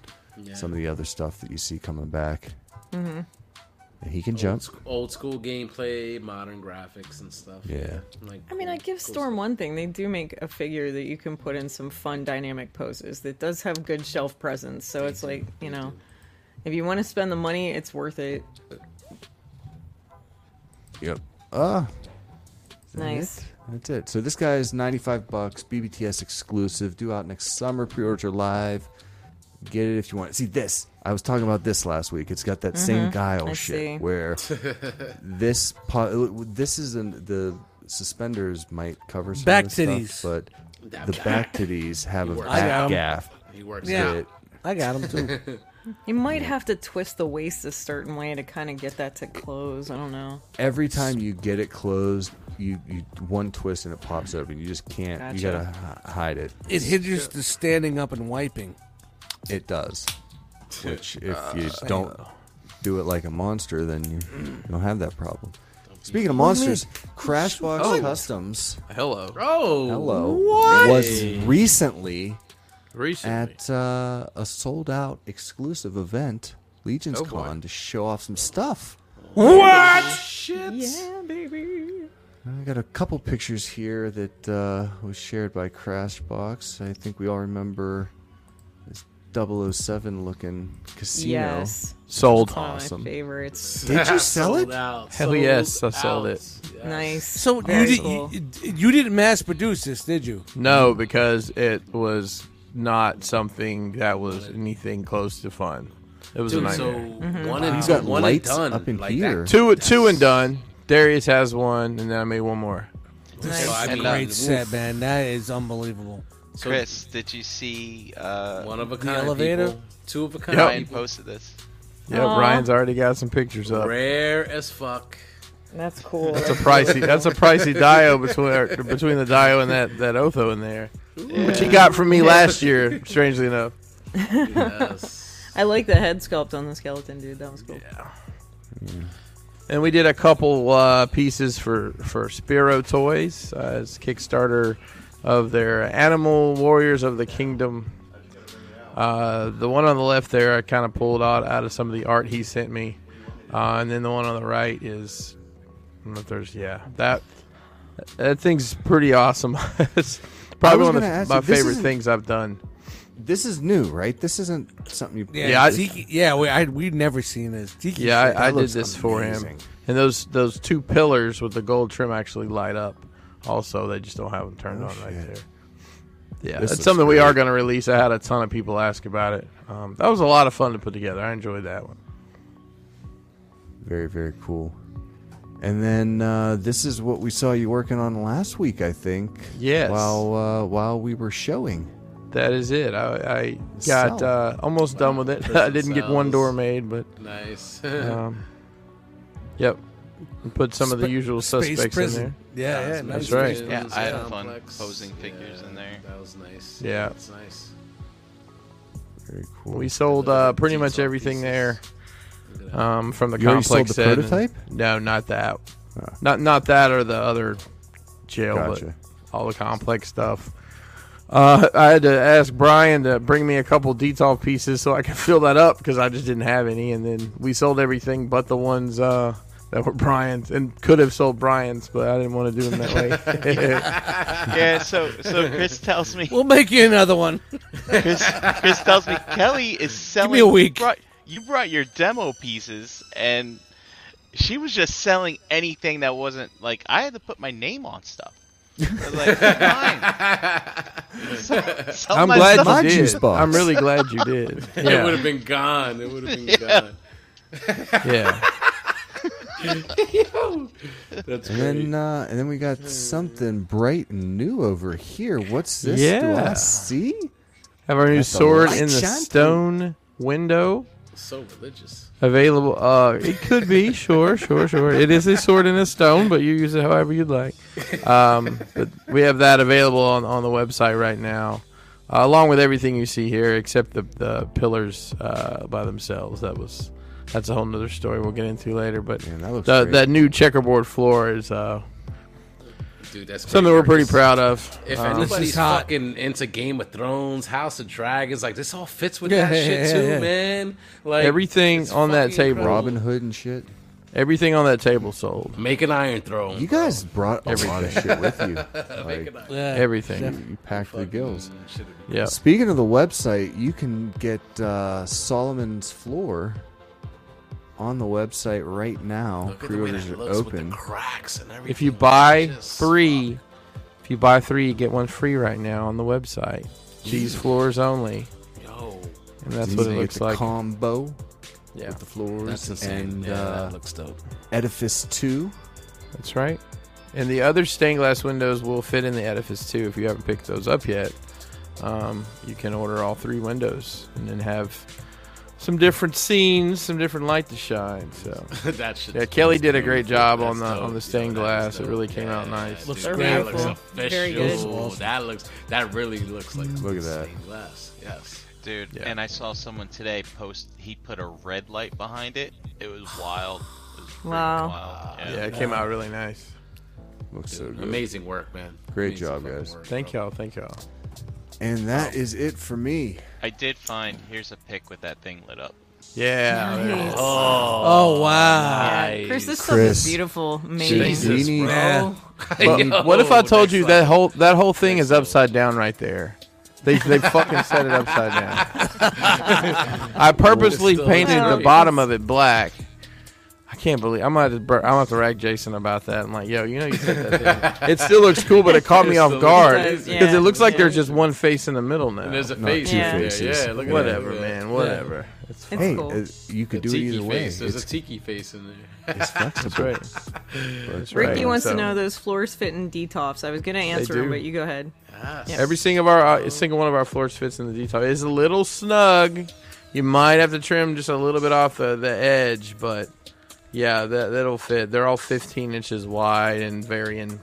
Speaker 7: some of the other stuff that you see coming back. Mm-hmm. And he can
Speaker 2: Old,
Speaker 7: jump.
Speaker 2: sc- old school gameplay, modern graphics and stuff.
Speaker 7: Yeah.
Speaker 2: Like,
Speaker 3: I mean, I give Storm one thing. They do make a figure that you can put in some fun dynamic poses that does have good shelf presence. So it's like, you know, if you want to spend the money, it's worth it.
Speaker 7: Yep. Ah,
Speaker 3: Nice.
Speaker 7: that's it. So this guy is ninety five bucks, BBTS exclusive, due out next summer. Pre-orders are live. Get it if you want. See this. I was talking about this last week. It's got that same guile
Speaker 3: Mm-hmm. I
Speaker 7: shit
Speaker 3: see.
Speaker 7: where this po- this is an, the suspenders might cover some
Speaker 5: Back
Speaker 7: of this
Speaker 5: titties.
Speaker 7: stuff, but the back titties have a
Speaker 2: works.
Speaker 5: I got
Speaker 7: back
Speaker 5: 'em.
Speaker 7: gaff
Speaker 2: he works.
Speaker 5: Yeah.
Speaker 7: that
Speaker 5: I got them too.
Speaker 3: You might have to twist the waist a certain way to kind of get that to close. I don't know.
Speaker 1: Every time you get it closed, you, you one twist and it pops open. You just can't. You
Speaker 3: Gotcha.
Speaker 1: gotta hi- hide it.
Speaker 5: It hinders the standing up and wiping.
Speaker 1: It does. Which, if you
Speaker 2: Uh,
Speaker 1: don't do it like a monster, then you don't have that problem. Speaking of monsters, Crashbox
Speaker 4: Oh.
Speaker 1: Customs,
Speaker 4: Hello.
Speaker 2: Oh,
Speaker 1: hello, was recently
Speaker 2: Recently.
Speaker 1: at uh, a sold out exclusive event, Legion's
Speaker 4: Oh, boy.
Speaker 1: Con, to show off some stuff.
Speaker 2: Shit.
Speaker 3: Yeah, baby.
Speaker 1: I got a couple pictures here that uh, was shared by Crashbox. I think we all remember this 007 looking casino.
Speaker 3: Yes.
Speaker 4: Sold.
Speaker 3: One of
Speaker 1: Awesome.
Speaker 3: my favorites.
Speaker 1: Did you sell it?
Speaker 2: Out.
Speaker 4: Hell
Speaker 2: Sold
Speaker 4: yes, I sold
Speaker 2: out.
Speaker 4: it.
Speaker 2: Yes.
Speaker 3: Nice.
Speaker 5: So you,
Speaker 3: Very
Speaker 5: did,
Speaker 3: cool.
Speaker 5: you, you didn't mass produce this, did you?
Speaker 4: No, because it was not something that was anything close to fun. It was a
Speaker 2: Dude, so
Speaker 4: nightmare.
Speaker 2: one and
Speaker 1: He's got
Speaker 2: one and
Speaker 1: lights
Speaker 2: done
Speaker 1: up in
Speaker 2: like
Speaker 1: here.
Speaker 2: That.
Speaker 4: two, two and done. Darius has one, and then I made one more.
Speaker 2: So, I mean,
Speaker 5: Great
Speaker 2: woof.
Speaker 5: set, man. That is unbelievable.
Speaker 2: So,
Speaker 6: Chris, did you see? Uh,
Speaker 2: one of a kind.
Speaker 5: elevator?
Speaker 2: people. Two of a kind.
Speaker 4: Yep.
Speaker 6: Ryan
Speaker 2: people.
Speaker 6: posted this.
Speaker 4: Yeah,
Speaker 3: Aw.
Speaker 4: Ryan's already got some pictures up.
Speaker 2: Rare as fuck.
Speaker 3: That's cool.
Speaker 4: That's a pricey. That's a pricey dio between or, between the dio and that that Otho in there, which he got from me last year. Strangely enough,
Speaker 2: Yes.
Speaker 3: I like the head sculpt on the skeleton, dude. That was cool.
Speaker 4: and we did a couple uh, pieces for for Spiro Toys uh, as Kickstarter of their Animal Warriors of the Kingdom. Uh, the one on the left there, I kind of pulled out out of some of the art he sent me, uh, and then the one on the right is, I don't know if there's yeah that that thing's pretty awesome. it's probably
Speaker 1: was
Speaker 4: one of
Speaker 1: gonna ask
Speaker 4: my
Speaker 1: you, this
Speaker 4: favorite
Speaker 1: isn't-
Speaker 4: things I've done.
Speaker 1: This is new, right? This isn't something you.
Speaker 4: Yeah, I-
Speaker 5: Zeke- yeah. We, I, we'd never seen this. Zeke-
Speaker 4: Yeah,
Speaker 1: That
Speaker 4: I, I did
Speaker 1: looks
Speaker 4: this for him.
Speaker 1: amazing.
Speaker 4: And those those two pillars with the gold trim actually light up. Also, they just don't have them turned on right
Speaker 1: shit.
Speaker 4: there. Yeah,
Speaker 1: This
Speaker 4: it's
Speaker 1: looks
Speaker 4: something we are
Speaker 1: great.
Speaker 4: going to release. I had a ton of people ask about it. Um, that was a lot of fun to put together. I enjoyed that one.
Speaker 1: Very, very cool. And then uh, this is what we saw you working on last week, I think.
Speaker 4: Yes.
Speaker 1: While uh, while we were showing.
Speaker 4: That is it. I, I got
Speaker 1: Sell.
Speaker 4: uh, almost done with it. I didn't get one
Speaker 2: sells.
Speaker 4: door made, but
Speaker 2: Nice.
Speaker 4: um, yep, put some of the
Speaker 5: Sp-
Speaker 4: usual
Speaker 5: Space
Speaker 4: suspects in
Speaker 5: prison.
Speaker 4: there.
Speaker 5: Yeah, yeah.
Speaker 4: That's
Speaker 5: nice.
Speaker 4: right.
Speaker 6: Yeah, I had fun
Speaker 2: Complex.
Speaker 6: posing figures in there.
Speaker 2: That was nice.
Speaker 4: Yeah.
Speaker 2: That's nice.
Speaker 1: Very cool.
Speaker 4: We sold uh, pretty much everything there um, from the
Speaker 1: You already
Speaker 4: complex.
Speaker 1: sold the
Speaker 4: set.
Speaker 1: prototype?
Speaker 4: No, not that.
Speaker 1: Ah.
Speaker 4: Not not that or the other jail,
Speaker 1: Gotcha.
Speaker 4: but all the complex stuff. Uh, I had to ask Brian to bring me a couple detail pieces so I could fill that up because I just didn't have any. And then we sold everything but the ones uh, that were Brian's and could have sold Brian's, but I didn't want to do them that way.
Speaker 6: Yeah, so so Chris tells me
Speaker 5: We'll make you another one.
Speaker 6: Chris, Chris tells me Kelly is selling.
Speaker 5: me a week.
Speaker 6: You brought, you brought your demo pieces, and she was just selling anything that wasn't like I had to put my name on stuff. I was like, fine. Sell- sell
Speaker 4: I'm
Speaker 6: my
Speaker 4: glad
Speaker 6: stuff.
Speaker 1: My
Speaker 4: you
Speaker 1: juice
Speaker 4: did.
Speaker 1: box.
Speaker 4: I'm really glad you did.
Speaker 2: It would
Speaker 4: Yeah,
Speaker 2: have been gone. It would have been gone.
Speaker 4: yeah.
Speaker 2: That's
Speaker 1: And
Speaker 2: great.
Speaker 1: then, uh, and then we got something bright and new over here. What's this? Do
Speaker 4: Yeah.
Speaker 1: I see?
Speaker 4: Have our new
Speaker 1: a
Speaker 4: sword
Speaker 1: light
Speaker 4: in the
Speaker 1: shanty.
Speaker 4: stone window.
Speaker 2: so religious.
Speaker 4: available. Uh, it could be, sure, sure, sure. It is a sword and a stone, but you use it however you'd like. Um, but we have that available on, on the website right now, uh, along with everything you see here, except the, the pillars uh, by themselves. That was that's a whole nother story we'll get into later. But
Speaker 1: Man, that looks
Speaker 4: the,
Speaker 1: great.
Speaker 4: that new checkerboard floor is uh,
Speaker 2: Dude, that's
Speaker 4: something
Speaker 2: great
Speaker 4: we're pretty
Speaker 2: purchase.
Speaker 4: proud of.
Speaker 2: If
Speaker 4: Um,
Speaker 2: anybody's
Speaker 5: hot.
Speaker 2: fucking into Game of Thrones, House of Dragons, like this all fits with
Speaker 5: Yeah,
Speaker 2: that
Speaker 5: yeah,
Speaker 2: shit
Speaker 5: yeah,
Speaker 2: too,
Speaker 5: yeah.
Speaker 2: man. Like
Speaker 4: everything
Speaker 2: it's
Speaker 4: on that
Speaker 2: fucking
Speaker 4: table,
Speaker 2: incredible.
Speaker 1: Robin Hood and shit.
Speaker 4: everything on that table sold.
Speaker 2: Make an iron throne.
Speaker 1: You
Speaker 2: bro.
Speaker 1: guys brought a lot of shit with you. Like,
Speaker 5: Yeah.
Speaker 4: Everything.
Speaker 1: you packed the gills.
Speaker 4: Yeah.
Speaker 1: Speaking of the website, you can get uh, Solomon's Floor on the website right now.
Speaker 2: Look at the way
Speaker 1: Pre-orders
Speaker 2: that
Speaker 1: are
Speaker 2: looks with
Speaker 1: open.
Speaker 2: the cracks and everything.
Speaker 4: If you buy
Speaker 2: Just
Speaker 4: three, if you buy three, you get one free right now on the website. Cheese floors only,
Speaker 2: fuck, Yo,
Speaker 4: and that's
Speaker 1: You
Speaker 4: what
Speaker 1: can
Speaker 4: it
Speaker 1: get
Speaker 4: looks
Speaker 1: the
Speaker 4: like.
Speaker 1: Combo
Speaker 4: Yeah,
Speaker 1: with the floors
Speaker 2: that's insane.
Speaker 1: and
Speaker 2: yeah,
Speaker 1: uh,
Speaker 2: that looks dope.
Speaker 1: Edifice Two.
Speaker 4: that's right. And the other stained glass windows will fit in the edifice too. If you haven't picked those up yet, um, you can order all three windows and then have some different scenes, some different light to shine. So
Speaker 2: that shit.
Speaker 4: yeah, Kelly did a great job on the
Speaker 2: That's dope.
Speaker 4: on the stained
Speaker 2: Yeah, that is
Speaker 4: glass. It
Speaker 2: dope.
Speaker 4: really came out
Speaker 2: Yeah,
Speaker 4: nice.
Speaker 2: dude,
Speaker 3: Looks
Speaker 2: That looks
Speaker 3: beautiful.
Speaker 2: official.
Speaker 3: Very good.
Speaker 2: That looks. That really looks like
Speaker 1: Look at that.
Speaker 2: stained glass. Yes.
Speaker 6: Dude,
Speaker 4: Yeah.
Speaker 6: and I saw someone today post he put a red light behind it. It was wild. It was freaking
Speaker 3: Wow.
Speaker 6: wild. Yeah.
Speaker 4: Yeah, it came out really nice.
Speaker 1: Looks so good.
Speaker 2: Amazing work, man.
Speaker 1: Great
Speaker 2: Amazing
Speaker 1: job,
Speaker 2: fucking
Speaker 1: guys.
Speaker 2: work,
Speaker 4: Thank
Speaker 2: bro.
Speaker 4: y'all, thank y'all.
Speaker 1: And that is it for me.
Speaker 6: I did find here's a pic with that thing lit up.
Speaker 4: Yeah. there it is.
Speaker 5: Oh wow!
Speaker 3: Yeah, Chris, this stuff
Speaker 1: Chris.
Speaker 3: is beautiful, amazing.
Speaker 1: Jesus,
Speaker 2: Jesus,
Speaker 1: bro.
Speaker 5: Yeah.
Speaker 2: Yo,
Speaker 4: what if I told
Speaker 2: next
Speaker 4: you
Speaker 2: level.
Speaker 4: that whole that whole thing is upside down right there? They they fucking set it upside down. I purposely
Speaker 2: Still
Speaker 4: painted the
Speaker 3: hilarious.
Speaker 4: bottom of it black. I can't believe I'm gonna have to, bur- I'm gonna have to rag Jason about that. I'm like, yo, you know, you set that thing. it still looks cool, but it caught me
Speaker 2: It
Speaker 4: off
Speaker 2: still
Speaker 4: guard
Speaker 3: looks
Speaker 4: because
Speaker 3: amazing.
Speaker 4: it looks like
Speaker 3: Yeah.
Speaker 4: there's just one face in the middle now.
Speaker 2: And there's a
Speaker 1: Not
Speaker 2: face.
Speaker 3: two
Speaker 2: yeah.
Speaker 1: faces.
Speaker 2: Yeah, look at
Speaker 4: whatever,
Speaker 2: that.
Speaker 4: man, whatever. It's
Speaker 3: It's
Speaker 1: hey,
Speaker 3: cool.
Speaker 1: uh, you could
Speaker 2: The
Speaker 1: do it
Speaker 2: tiki
Speaker 1: either way.
Speaker 2: face. There's
Speaker 1: It's,
Speaker 2: a tiki face in there.
Speaker 1: it's flexible.
Speaker 4: that's right.
Speaker 1: That's right.
Speaker 3: Ricky
Speaker 4: right,
Speaker 3: wants
Speaker 4: so-
Speaker 3: to know those floors fit in detofs. I was gonna answer
Speaker 4: do.
Speaker 3: him, but you go ahead. Yeah.
Speaker 4: Every single of our uh, single one of our floors fits in the detail. It's a little snug. You might have to trim just a little bit off the, the edge, but yeah, that that'll fit. They're all 15 inches wide and varying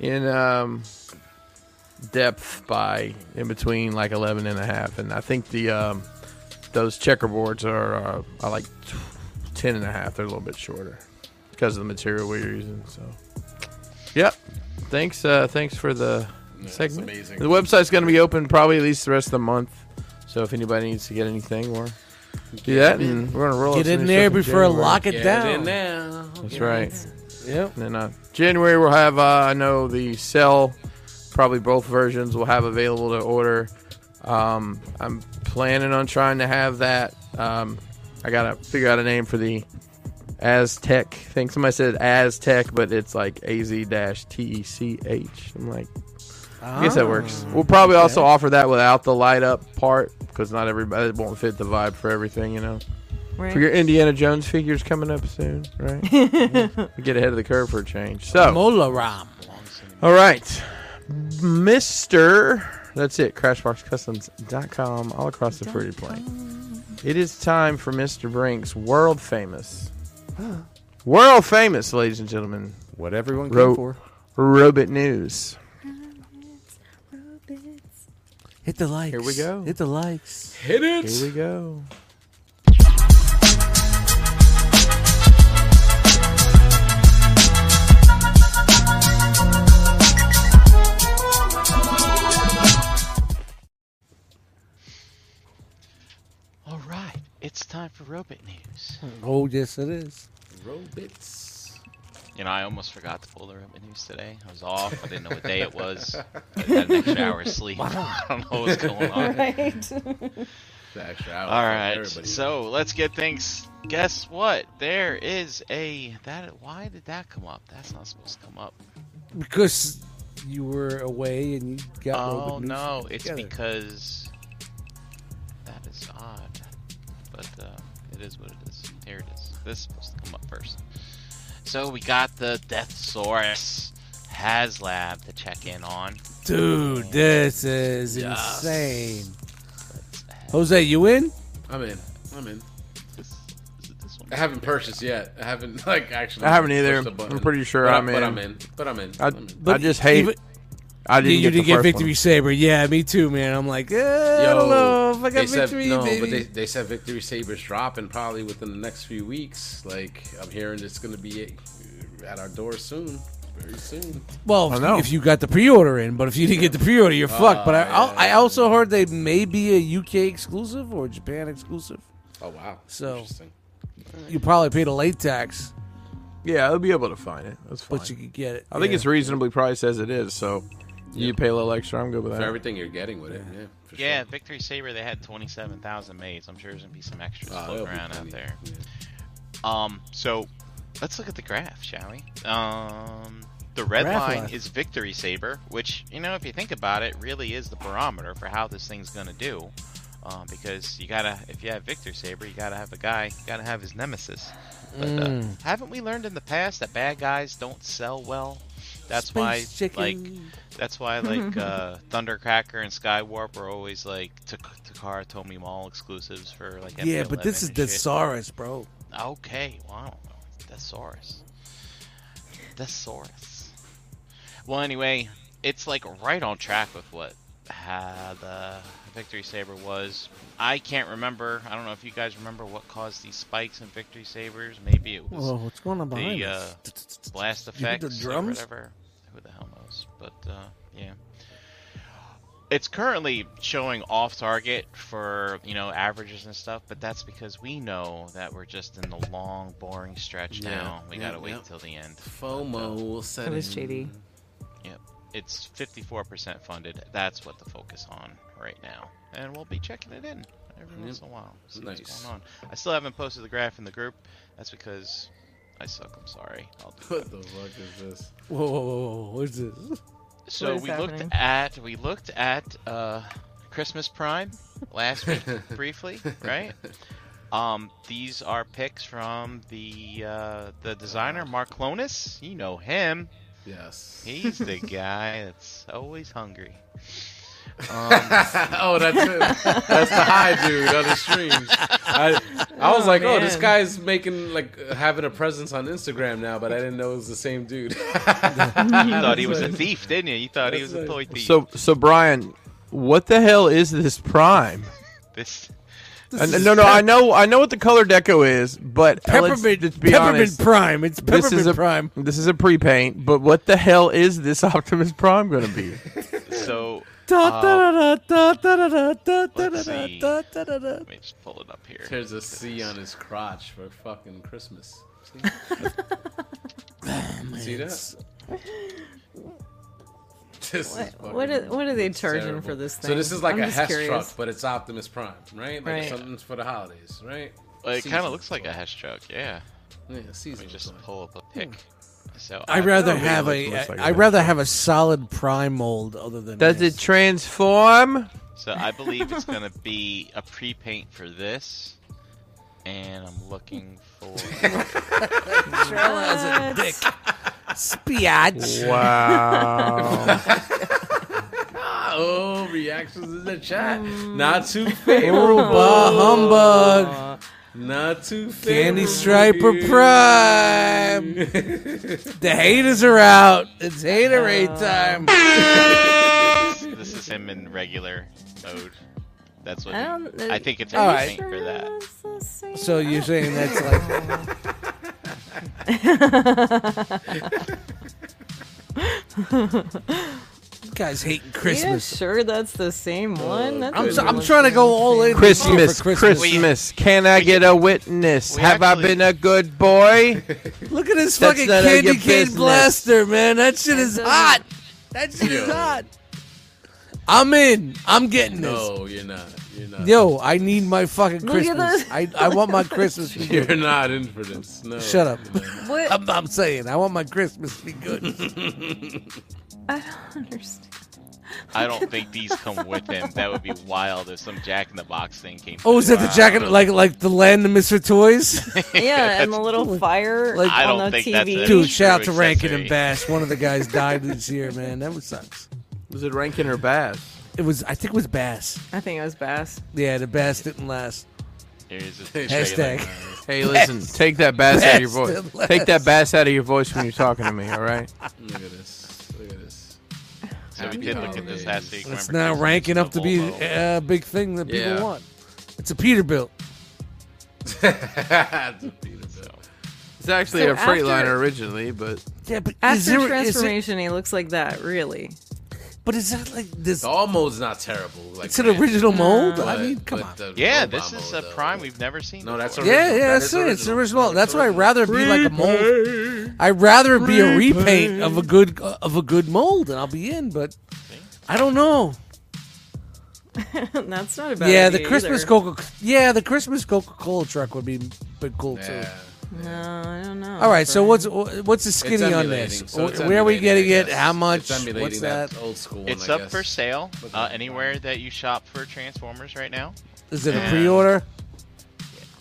Speaker 4: in um, depth by in between like 11 and a half. And I think the um, those checkerboards are uh, are like t- 10 and a half. They're a little bit shorter because of the material we're using. So, yep. Thanks. Uh, thanks for the
Speaker 2: it's
Speaker 4: segment.
Speaker 2: amazing.
Speaker 4: The website's going to be open probably at least the rest of the month. So if anybody needs to get anything, we're do that, and we're going to roll. up
Speaker 5: Get
Speaker 4: some
Speaker 5: in
Speaker 4: new
Speaker 5: there
Speaker 4: stuff
Speaker 5: before I
Speaker 4: January.
Speaker 5: lock it
Speaker 2: Get
Speaker 5: down.
Speaker 2: in now.
Speaker 4: That's right.
Speaker 5: Yep.
Speaker 4: And then uh, January we'll have uh, I know the cell, probably both versions will have available to order. Um, I'm planning on trying to have that. Um, I gotta figure out a name for the Aztec thing. Somebody said Aztec, but it's like A Z dash T E C H. I'm like, I guess that works. We'll probably also offer that without the light up part because not everybody it won't fit the vibe for everything, you know.
Speaker 3: Right.
Speaker 4: For your Indiana Jones figures coming up soon, right? Get ahead of the curve for a change. So,
Speaker 5: Mola Ram.
Speaker 4: all right, Mister, that's it. CrashboxCustoms.com, all across the pretty plane. It is time for Mister Brink's world famous, world famous, ladies and gentlemen,
Speaker 1: What everyone
Speaker 4: Ro-
Speaker 1: came for.
Speaker 4: Robit News.
Speaker 5: Hit the likes.
Speaker 4: Here we go.
Speaker 5: Hit the likes.
Speaker 2: Hit
Speaker 4: Here
Speaker 2: it.
Speaker 4: we go.
Speaker 6: All right, it's time for robot news.
Speaker 5: Oh yes, it is.
Speaker 2: Robits.
Speaker 6: You know, I almost forgot to pull the robot news today. I was off. I didn't know what day it was. I had an extra hour of sleep. I don't know what's going on.
Speaker 3: Right.
Speaker 2: The extra hour.
Speaker 6: All right,
Speaker 2: Everybody.
Speaker 6: so let's get things. Guess what? There is a that. Why did that come up? That's not supposed to come up.
Speaker 5: Because you were away and you got.
Speaker 6: Oh
Speaker 5: Robert News
Speaker 6: no, it's
Speaker 5: together.
Speaker 6: because that is odd. But uh, it is what it is. Here it is. This is supposed to come up first. So we got the Death Source HasLab to check in on.
Speaker 5: Dude, this is
Speaker 2: Yes.
Speaker 5: insane. Jose, you in?
Speaker 2: I'm in. I'm in.
Speaker 6: This, is it this one?
Speaker 2: I haven't purchased yet. I haven't like actually.
Speaker 4: I haven't either.
Speaker 2: pushed the button.
Speaker 4: I'm pretty sure
Speaker 2: But
Speaker 4: I'm
Speaker 2: But
Speaker 4: in.
Speaker 2: I'm in. But I'm in.
Speaker 4: I,
Speaker 2: I'm in.
Speaker 4: I just hate.
Speaker 5: even-
Speaker 4: I didn't
Speaker 5: you
Speaker 4: get the
Speaker 5: didn't get
Speaker 4: first
Speaker 5: Victory
Speaker 4: one.
Speaker 5: Saber. Yeah, me too, man. I'm like, eh, I don't know if I
Speaker 2: they
Speaker 5: got
Speaker 2: said,
Speaker 5: Victory
Speaker 2: no,
Speaker 5: baby.
Speaker 2: but they, they said Victory Saber's dropping probably within the next few weeks. Like, I'm hearing it's going to be at our door soon. Very soon.
Speaker 5: well,
Speaker 4: I know.
Speaker 5: if you got the pre-order in, but if you didn't get the pre-order, you're
Speaker 6: Oh,
Speaker 5: fucked. But I,
Speaker 2: yeah.
Speaker 5: I also heard they may be a UK exclusive or Japan exclusive.
Speaker 2: Oh, wow.
Speaker 5: So-
Speaker 2: Interesting.
Speaker 5: You probably paid a late tax,
Speaker 4: Yeah, they'll be able to find it. That's fine.
Speaker 5: but you could get it.
Speaker 4: I think
Speaker 5: Yeah.
Speaker 4: it's reasonably priced as it is, so you pay a little extra. I'm good with
Speaker 2: For
Speaker 4: that.
Speaker 2: everything you're getting with it. Yeah. For
Speaker 6: Yeah, Victory Saber. They had twenty-seven thousand maids. I'm sure there's gonna Ah, be some extras
Speaker 2: Sure. Uh,
Speaker 6: floating
Speaker 2: there'll be
Speaker 6: around out
Speaker 2: plenty.
Speaker 6: there.
Speaker 2: Yeah.
Speaker 6: Um, so let's look at the graph, shall we? Um, the red
Speaker 5: Graph
Speaker 6: line
Speaker 5: line.
Speaker 6: is Victory Saber, which you know, if you think about it, really is the barometer for how this thing's gonna do. Um, because you gotta, if you have Victor Saber, you gotta have a guy, you gotta have his nemesis. But, uh, haven't we learned in the past that bad guys don't sell well? That's why, like, that's why, like, uh, Thundercracker and Skywarp are always like Tak- Takara Tomy Mall exclusives for like.
Speaker 5: Yeah, but this is
Speaker 6: MK11
Speaker 5: the
Speaker 6: and shit.
Speaker 5: Saurus, bro.
Speaker 6: Okay, well, I don't know. Thesaurus. Thesaurus. Well, anyway, it's like right on track with what uh, the Victory Saber was. I can't remember. I don't know if you guys remember what caused these spikes in Victory Sabers. Maybe it was
Speaker 5: Whoa, what's going on behind
Speaker 6: the uh,
Speaker 5: us?
Speaker 6: blast
Speaker 5: hear the
Speaker 6: effects or
Speaker 5: drums?
Speaker 6: whatever. Who the hell knows? But uh, yeah, it's currently showing off target for you know averages and stuff. But that's because we know that we're just in the long, boring stretch
Speaker 2: Yeah,
Speaker 6: now. We
Speaker 2: yeah,
Speaker 6: gotta wait
Speaker 2: yeah.
Speaker 6: until the end.
Speaker 2: FOMO will set
Speaker 3: That is
Speaker 2: in.
Speaker 3: shady.
Speaker 6: Yep, it's 54% funded. That's what the focus on right now, and we'll be checking it in every once in a while. See
Speaker 2: Nice.
Speaker 6: what's going on. I still haven't posted the graph in the group. That's because I suck. I'm sorry. I'll do
Speaker 2: What the fuck is this?
Speaker 5: Whoa, whoa, whoa, whoa, what's this?
Speaker 6: So
Speaker 3: What is
Speaker 6: we
Speaker 3: happening?
Speaker 6: looked at we looked at uh, Christmas Prime last week briefly, right? Um, these are picks from the uh, the designer Mark Clonis. You know him.
Speaker 2: Yes.
Speaker 6: He's the guy that's always hungry.
Speaker 2: oh, that's it. That's the high dude on the streams. I, I was
Speaker 3: Oh,
Speaker 2: like, oh, this
Speaker 3: man.
Speaker 2: guy's making like having a presence on Instagram now, but I didn't know it was the same dude.
Speaker 6: You thought he was a thief, didn't you? You thought he was
Speaker 2: That's
Speaker 6: a
Speaker 2: nice.
Speaker 6: toy thief.
Speaker 4: So, so Brian, what the hell is this prime?
Speaker 6: this
Speaker 4: Uh, no, no, I know, I know what the color deco is, but uh, let's-
Speaker 5: Peppermint,
Speaker 4: let's be
Speaker 5: Peppermint
Speaker 4: honest,
Speaker 5: Prime. It's Peppermint
Speaker 4: this is a
Speaker 5: Prime.
Speaker 4: This is a pre-paint, but what the hell is this Optimus Prime going to be?
Speaker 6: so
Speaker 5: Da, da, da, da, da, da, da, da, da,
Speaker 6: let's
Speaker 5: da,
Speaker 6: see.
Speaker 5: da, da, da, da.
Speaker 6: let me just pull it up here.
Speaker 2: There's a C on his crotch for fucking Christmas. See, See that? This is
Speaker 3: What,
Speaker 2: fucking
Speaker 3: what, are, what are they charging
Speaker 2: terrible.
Speaker 3: for this thing?
Speaker 2: So this is like
Speaker 3: I'm
Speaker 2: a
Speaker 3: just
Speaker 2: Hess
Speaker 3: curious.
Speaker 2: truck, but it's Optimus Prime, right? Like
Speaker 3: Right.
Speaker 2: something for the holidays, right?
Speaker 6: Well, it kind
Speaker 2: Seasonal
Speaker 6: of looks like a
Speaker 2: toy.
Speaker 6: hash truck, yeah.
Speaker 2: Yeah,
Speaker 6: Let me
Speaker 2: seasonal
Speaker 6: just
Speaker 2: toy.
Speaker 6: pull up a pic. So
Speaker 5: I'd rather
Speaker 4: really
Speaker 5: have
Speaker 4: looks- looks
Speaker 5: a.
Speaker 4: like
Speaker 5: I- I'd
Speaker 4: that.
Speaker 5: rather have a solid prime mold other than.
Speaker 4: Does
Speaker 5: this.
Speaker 4: it transform?
Speaker 6: So I believe it's gonna be a pre-paint for this, and I'm looking for.
Speaker 3: What?
Speaker 5: Biatch.
Speaker 4: Wow.
Speaker 2: Oh, reactions in the chat. Not too
Speaker 3: Mm.
Speaker 2: favorable.
Speaker 5: Oh, bah humbug.
Speaker 2: Not too favorable.
Speaker 5: Candy Striper Prime. the haters are out. It's haterade time.
Speaker 6: this is him in regular mode. That's what
Speaker 3: I
Speaker 6: he- I,
Speaker 3: don't. know.
Speaker 6: think it's a
Speaker 5: All
Speaker 6: pre-paint
Speaker 5: right.
Speaker 6: for that.
Speaker 5: So you're saying that's like you guys hating Christmas?
Speaker 3: Yeah, sure, that's the same
Speaker 6: Oh,
Speaker 3: one. That's
Speaker 5: I'm,
Speaker 3: the
Speaker 5: so, I'm
Speaker 3: one
Speaker 5: trying to
Speaker 3: thing.
Speaker 5: go all in. this year
Speaker 4: Christmas,
Speaker 5: for
Speaker 4: Christmas, Can I get a witness?
Speaker 6: we
Speaker 4: Have I
Speaker 6: actually-
Speaker 4: been a good boy?
Speaker 5: Look at this
Speaker 4: That's
Speaker 5: fucking
Speaker 4: none of your
Speaker 5: candy cane
Speaker 4: business.
Speaker 5: blaster, man. That shit is
Speaker 3: doesn't-
Speaker 5: hot. That shit is hot. I'm in. I'm getting
Speaker 2: No, you're not. You're not.
Speaker 5: this. Yo, I need my fucking
Speaker 3: Look at
Speaker 5: Christmas.
Speaker 3: this.
Speaker 5: I, I want my Christmas to be good.
Speaker 2: You're not in for this. No.
Speaker 5: Shut up.
Speaker 3: What?
Speaker 6: Um,
Speaker 5: I'm, I'm saying, I want my Christmas to be good.
Speaker 3: I don't understand.
Speaker 6: I don't think these come with him. That would be wild if some Jack in the Box thing came.
Speaker 5: Oh, is that the
Speaker 6: Wow.
Speaker 5: jacket like like the land of misfit toys?
Speaker 3: Yeah, and the little fire
Speaker 5: Like-
Speaker 6: I
Speaker 3: on
Speaker 6: don't
Speaker 3: the
Speaker 6: think that's
Speaker 3: TV.
Speaker 6: it.
Speaker 5: Dude, shout out to
Speaker 6: True
Speaker 5: Rankin and
Speaker 6: accessory.
Speaker 5: Bass. One of the guys died this year, man. That was sucks.
Speaker 4: Was it Rankin or Bass?
Speaker 5: It was, I think, it was Bass.
Speaker 3: I think it was Bass.
Speaker 5: Yeah, the Bass didn't last.
Speaker 6: Here's his
Speaker 5: Hashtag.
Speaker 4: Hey, listen, take that bass out of your
Speaker 5: Best and
Speaker 4: voice. Take that
Speaker 5: last.
Speaker 4: bass out of your voice when you're talking to me. All right.
Speaker 2: Look at this. Look at this.
Speaker 6: So we did look at this last week.
Speaker 5: It's
Speaker 6: remember,
Speaker 5: now
Speaker 6: because
Speaker 5: ranking
Speaker 6: it's
Speaker 5: up to
Speaker 6: a
Speaker 5: be
Speaker 6: Volvo.
Speaker 5: a big thing that people
Speaker 2: Yeah.
Speaker 5: want. It's a Peterbilt.
Speaker 4: It's actually
Speaker 3: So
Speaker 4: a Freightliner
Speaker 3: after-
Speaker 4: originally, but
Speaker 5: Yeah, but is
Speaker 3: After
Speaker 5: there, is it,
Speaker 3: transformation, he looks like that. Really?
Speaker 5: but is that like this?
Speaker 2: the all mode's not terrible. Like
Speaker 5: It's an original mold. I
Speaker 2: but-
Speaker 5: mean, come
Speaker 2: but the
Speaker 5: on.
Speaker 6: yeah,
Speaker 2: robot
Speaker 6: this is a
Speaker 2: mode, though.
Speaker 6: prime we've never seen.
Speaker 2: No, that's
Speaker 6: before.
Speaker 2: original.
Speaker 5: Yeah, yeah,
Speaker 2: That
Speaker 5: that's
Speaker 2: is
Speaker 5: it. It's
Speaker 2: original.
Speaker 5: original. That's why I'd
Speaker 2: original.
Speaker 5: rather it be like a mold. I'd rather it be a repaint of a good of a good mold, and I'll be in. But I don't know.
Speaker 3: that's not a bad.
Speaker 5: yeah, the
Speaker 3: idea
Speaker 5: Christmas
Speaker 3: either.
Speaker 5: Coca. Yeah, the Christmas Coca Cola truck would be bit cool too.
Speaker 2: Yeah.
Speaker 3: No, I don't know.
Speaker 5: All right, so
Speaker 3: Brian.
Speaker 5: what's what's the
Speaker 2: It's
Speaker 5: skinny on this?
Speaker 2: emulating, so it's
Speaker 5: Where are we
Speaker 2: emulating,
Speaker 5: getting
Speaker 2: I
Speaker 5: it?
Speaker 2: guess.
Speaker 5: How much?
Speaker 2: It's emulating
Speaker 5: What's that?
Speaker 2: old school one,
Speaker 6: It's
Speaker 2: I
Speaker 6: up for
Speaker 2: guess.
Speaker 6: sale
Speaker 2: But
Speaker 6: uh,
Speaker 2: that's
Speaker 6: anywhere that you shop for Transformers right now.
Speaker 5: Is it a
Speaker 6: Yeah.
Speaker 5: pre-order?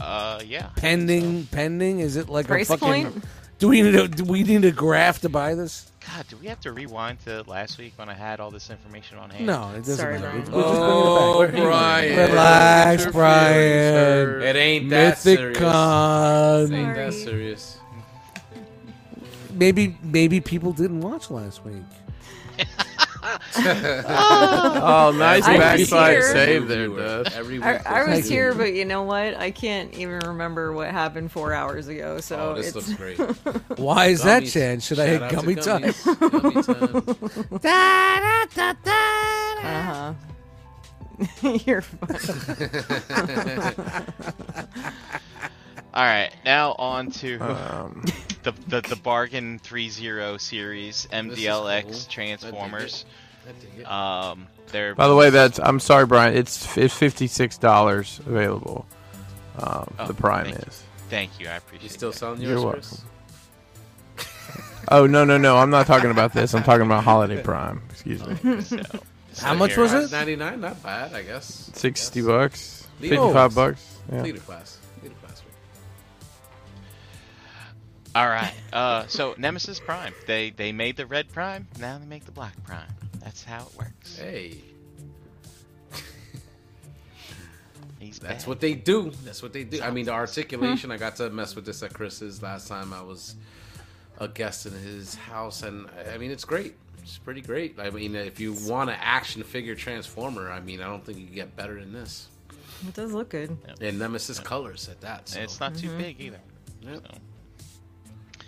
Speaker 6: Uh, yeah.
Speaker 5: Pending? Pending? Is it like
Speaker 3: Price
Speaker 5: a fucking?
Speaker 3: point?
Speaker 5: Do we need a, do we need a graph to buy this?
Speaker 6: God, do we have to rewind to last week when I had all this information on hand?
Speaker 5: No, it doesn't
Speaker 3: Sorry,
Speaker 5: matter.
Speaker 3: Brian.
Speaker 5: It's- we're just bringing
Speaker 2: Oh,
Speaker 5: it back.
Speaker 2: Brian.
Speaker 5: Relax,
Speaker 2: Your feelings
Speaker 5: Brian.
Speaker 2: hurt. It ain't that
Speaker 5: Mythic
Speaker 2: serious.
Speaker 5: Con.
Speaker 2: It ain't that
Speaker 3: Sorry.
Speaker 2: serious.
Speaker 5: Maybe maybe people didn't watch last week.
Speaker 4: Oh, nice
Speaker 3: I was
Speaker 4: backside
Speaker 3: here.
Speaker 4: save there, Duff.
Speaker 2: Every
Speaker 3: I,
Speaker 2: week
Speaker 3: I
Speaker 2: there's
Speaker 3: was
Speaker 2: a-
Speaker 3: here, but you know what? I can't even remember what happened four hours ago. So
Speaker 2: Oh, this
Speaker 3: it's
Speaker 2: looks great.
Speaker 5: Why is that,
Speaker 2: Gummies.
Speaker 5: Chan? Should I
Speaker 2: Shout
Speaker 5: hit
Speaker 2: out to
Speaker 5: gummy time?
Speaker 2: gummies. Gummy time.
Speaker 3: uh huh. You're fine.
Speaker 6: All right, now on to
Speaker 4: Um.
Speaker 6: the, the the bargain three zero series MDLX
Speaker 2: cool. I dig
Speaker 6: Transformers.
Speaker 2: I dig it.
Speaker 6: Um, they're
Speaker 4: By the way, that's I'm sorry, Brian. It's it's fifty six dollars available. Um,
Speaker 2: Oh,
Speaker 4: the Prime
Speaker 6: thank you.
Speaker 4: is.
Speaker 6: Thank you, I
Speaker 2: You
Speaker 6: appreciate.
Speaker 2: still
Speaker 6: that.
Speaker 2: selling
Speaker 4: You're
Speaker 2: yours,
Speaker 4: welcome.
Speaker 2: Chris?
Speaker 4: Oh no no no! I'm not talking about this. I'm talking about Holiday Prime. Excuse me.
Speaker 6: So,
Speaker 5: How
Speaker 6: so
Speaker 5: much
Speaker 6: here
Speaker 5: was
Speaker 6: I-
Speaker 5: it?
Speaker 2: 99, not bad, I guess.
Speaker 4: Sixty
Speaker 2: Yes.
Speaker 4: bucks.
Speaker 2: Leader
Speaker 4: Fifty
Speaker 2: class.
Speaker 4: five bucks. Yeah.
Speaker 2: Leader class. Leader class. week.
Speaker 6: All right. Uh, so Nemesis Prime. They they made the red Prime. Now they make the black Prime. That's how it works.
Speaker 2: Hey,
Speaker 6: He's
Speaker 2: that's
Speaker 6: back.
Speaker 2: what they do. That's what they do. I mean, the articulation. I got to mess with this at Chris's last time I was a guest in his house, and I mean, it's great. It's pretty great. I mean, if you want an action figure transformer, I mean, I don't think you can get better than this.
Speaker 3: It does look good.
Speaker 2: And Nemesis colors at that. So.
Speaker 6: And it's not too big either.
Speaker 2: Yep.
Speaker 6: So.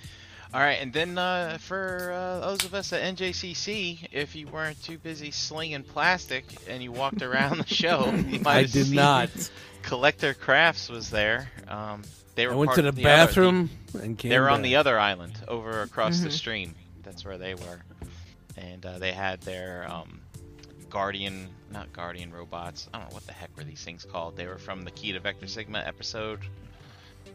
Speaker 6: All right, and then uh, for uh, those of us at NJCC, if you weren't too busy slinging plastic and you walked around the show, you might
Speaker 5: I
Speaker 6: have
Speaker 5: did
Speaker 6: seen
Speaker 5: not.
Speaker 6: Collector Crafts was there. Um, they were
Speaker 5: I went
Speaker 6: part
Speaker 5: to the,
Speaker 6: of other-
Speaker 5: bathroom and came.
Speaker 6: they were on
Speaker 5: back.
Speaker 6: the other island over across the
Speaker 3: Mm-hmm.
Speaker 6: stream. That's where they were, and uh, they had their um, guardian, not guardian robots. I don't know what the heck were these things called. They were from the Key to Vector Sigma episode.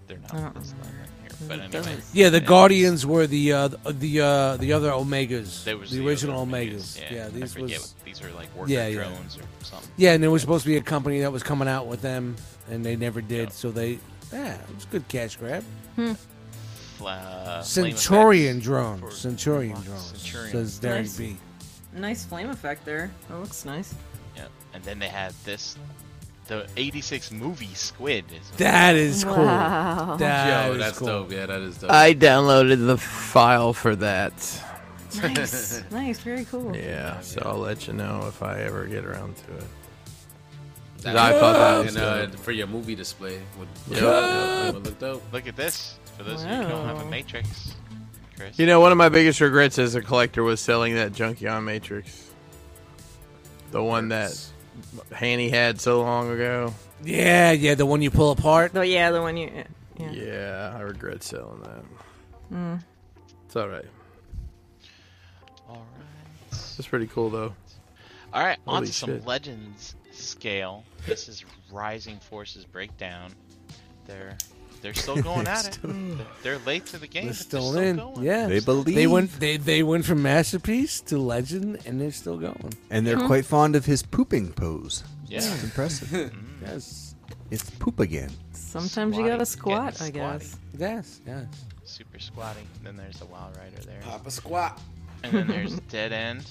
Speaker 6: They're not.
Speaker 3: don't
Speaker 6: that's not right here. But
Speaker 3: It
Speaker 6: anyway,
Speaker 3: doesn't-
Speaker 5: Yeah, the
Speaker 6: it was-
Speaker 5: Guardians were the uh, the uh, the other Omegas.
Speaker 6: There was
Speaker 5: the,
Speaker 6: other
Speaker 5: original Omegas. Yeah,
Speaker 6: I
Speaker 5: these
Speaker 6: forget
Speaker 5: was.
Speaker 6: what- these were like worker
Speaker 5: Yeah, yeah.
Speaker 6: drones or something.
Speaker 5: Yeah, and there was supposed to be a company that was coming out with them, and they never did. So they, yeah, it was a good cash grab.
Speaker 6: Fla- flame
Speaker 5: Centurion
Speaker 6: effects
Speaker 5: drone,
Speaker 6: for-
Speaker 5: Centurion
Speaker 6: Lock
Speaker 5: drone.
Speaker 6: Centurion.
Speaker 5: Says Derek
Speaker 3: Nice.
Speaker 5: B.
Speaker 3: Nice flame effect there. That looks nice.
Speaker 6: Yeah. And then they had this, the '86 movie Squid. Is
Speaker 5: That is cool.
Speaker 3: Wow.
Speaker 5: That
Speaker 2: Yo,
Speaker 5: is
Speaker 2: that's
Speaker 5: cool.
Speaker 2: dope. Yeah, that is dope.
Speaker 4: I downloaded the file for that.
Speaker 3: Nice. nice. Very cool.
Speaker 4: Yeah, so I'll let you know if I ever get around to it.
Speaker 2: That-
Speaker 4: I thought that was
Speaker 2: and, uh,
Speaker 4: dope.
Speaker 2: for your movie display would,
Speaker 4: Yeah.
Speaker 2: would- would look dope.
Speaker 6: Look at this. For those of you who don't have a
Speaker 3: Wow.
Speaker 6: matrix, Chris.
Speaker 4: You know, one of my biggest regrets as a collector was selling that Junkion Matrix, the one that Hanny had so long ago.
Speaker 5: Yeah, yeah, the one you pull apart.
Speaker 3: Oh yeah, the one you. Yeah.
Speaker 4: Yeah, Mm. I regret selling that. It's all right.
Speaker 6: All right.
Speaker 4: It's pretty cool though.
Speaker 6: All right, on
Speaker 4: Holy
Speaker 6: to some
Speaker 4: shit.
Speaker 6: legends scale. This is Rising Forces Breakdown. They're they're still going at it. They're, they're late to the game.
Speaker 5: They're
Speaker 6: but
Speaker 5: still,
Speaker 6: they're
Speaker 5: in.
Speaker 6: Going.
Speaker 5: Yeah,
Speaker 1: They believe.
Speaker 5: They went. They they went from masterpiece to legend, and they're still going.
Speaker 1: and they're quite fond of his pooping pose.
Speaker 6: Yeah.
Speaker 1: It's impressive.
Speaker 5: Yes,
Speaker 1: it's poop again.
Speaker 3: Sometimes you
Speaker 6: Squatty,
Speaker 3: gotta
Speaker 6: getting
Speaker 3: squat, I
Speaker 6: squatty.
Speaker 3: guess.
Speaker 5: yes, yes.
Speaker 6: Super squatty. Then there's the Wild Rider there.
Speaker 2: Papa squat.
Speaker 6: And then there's Dead End.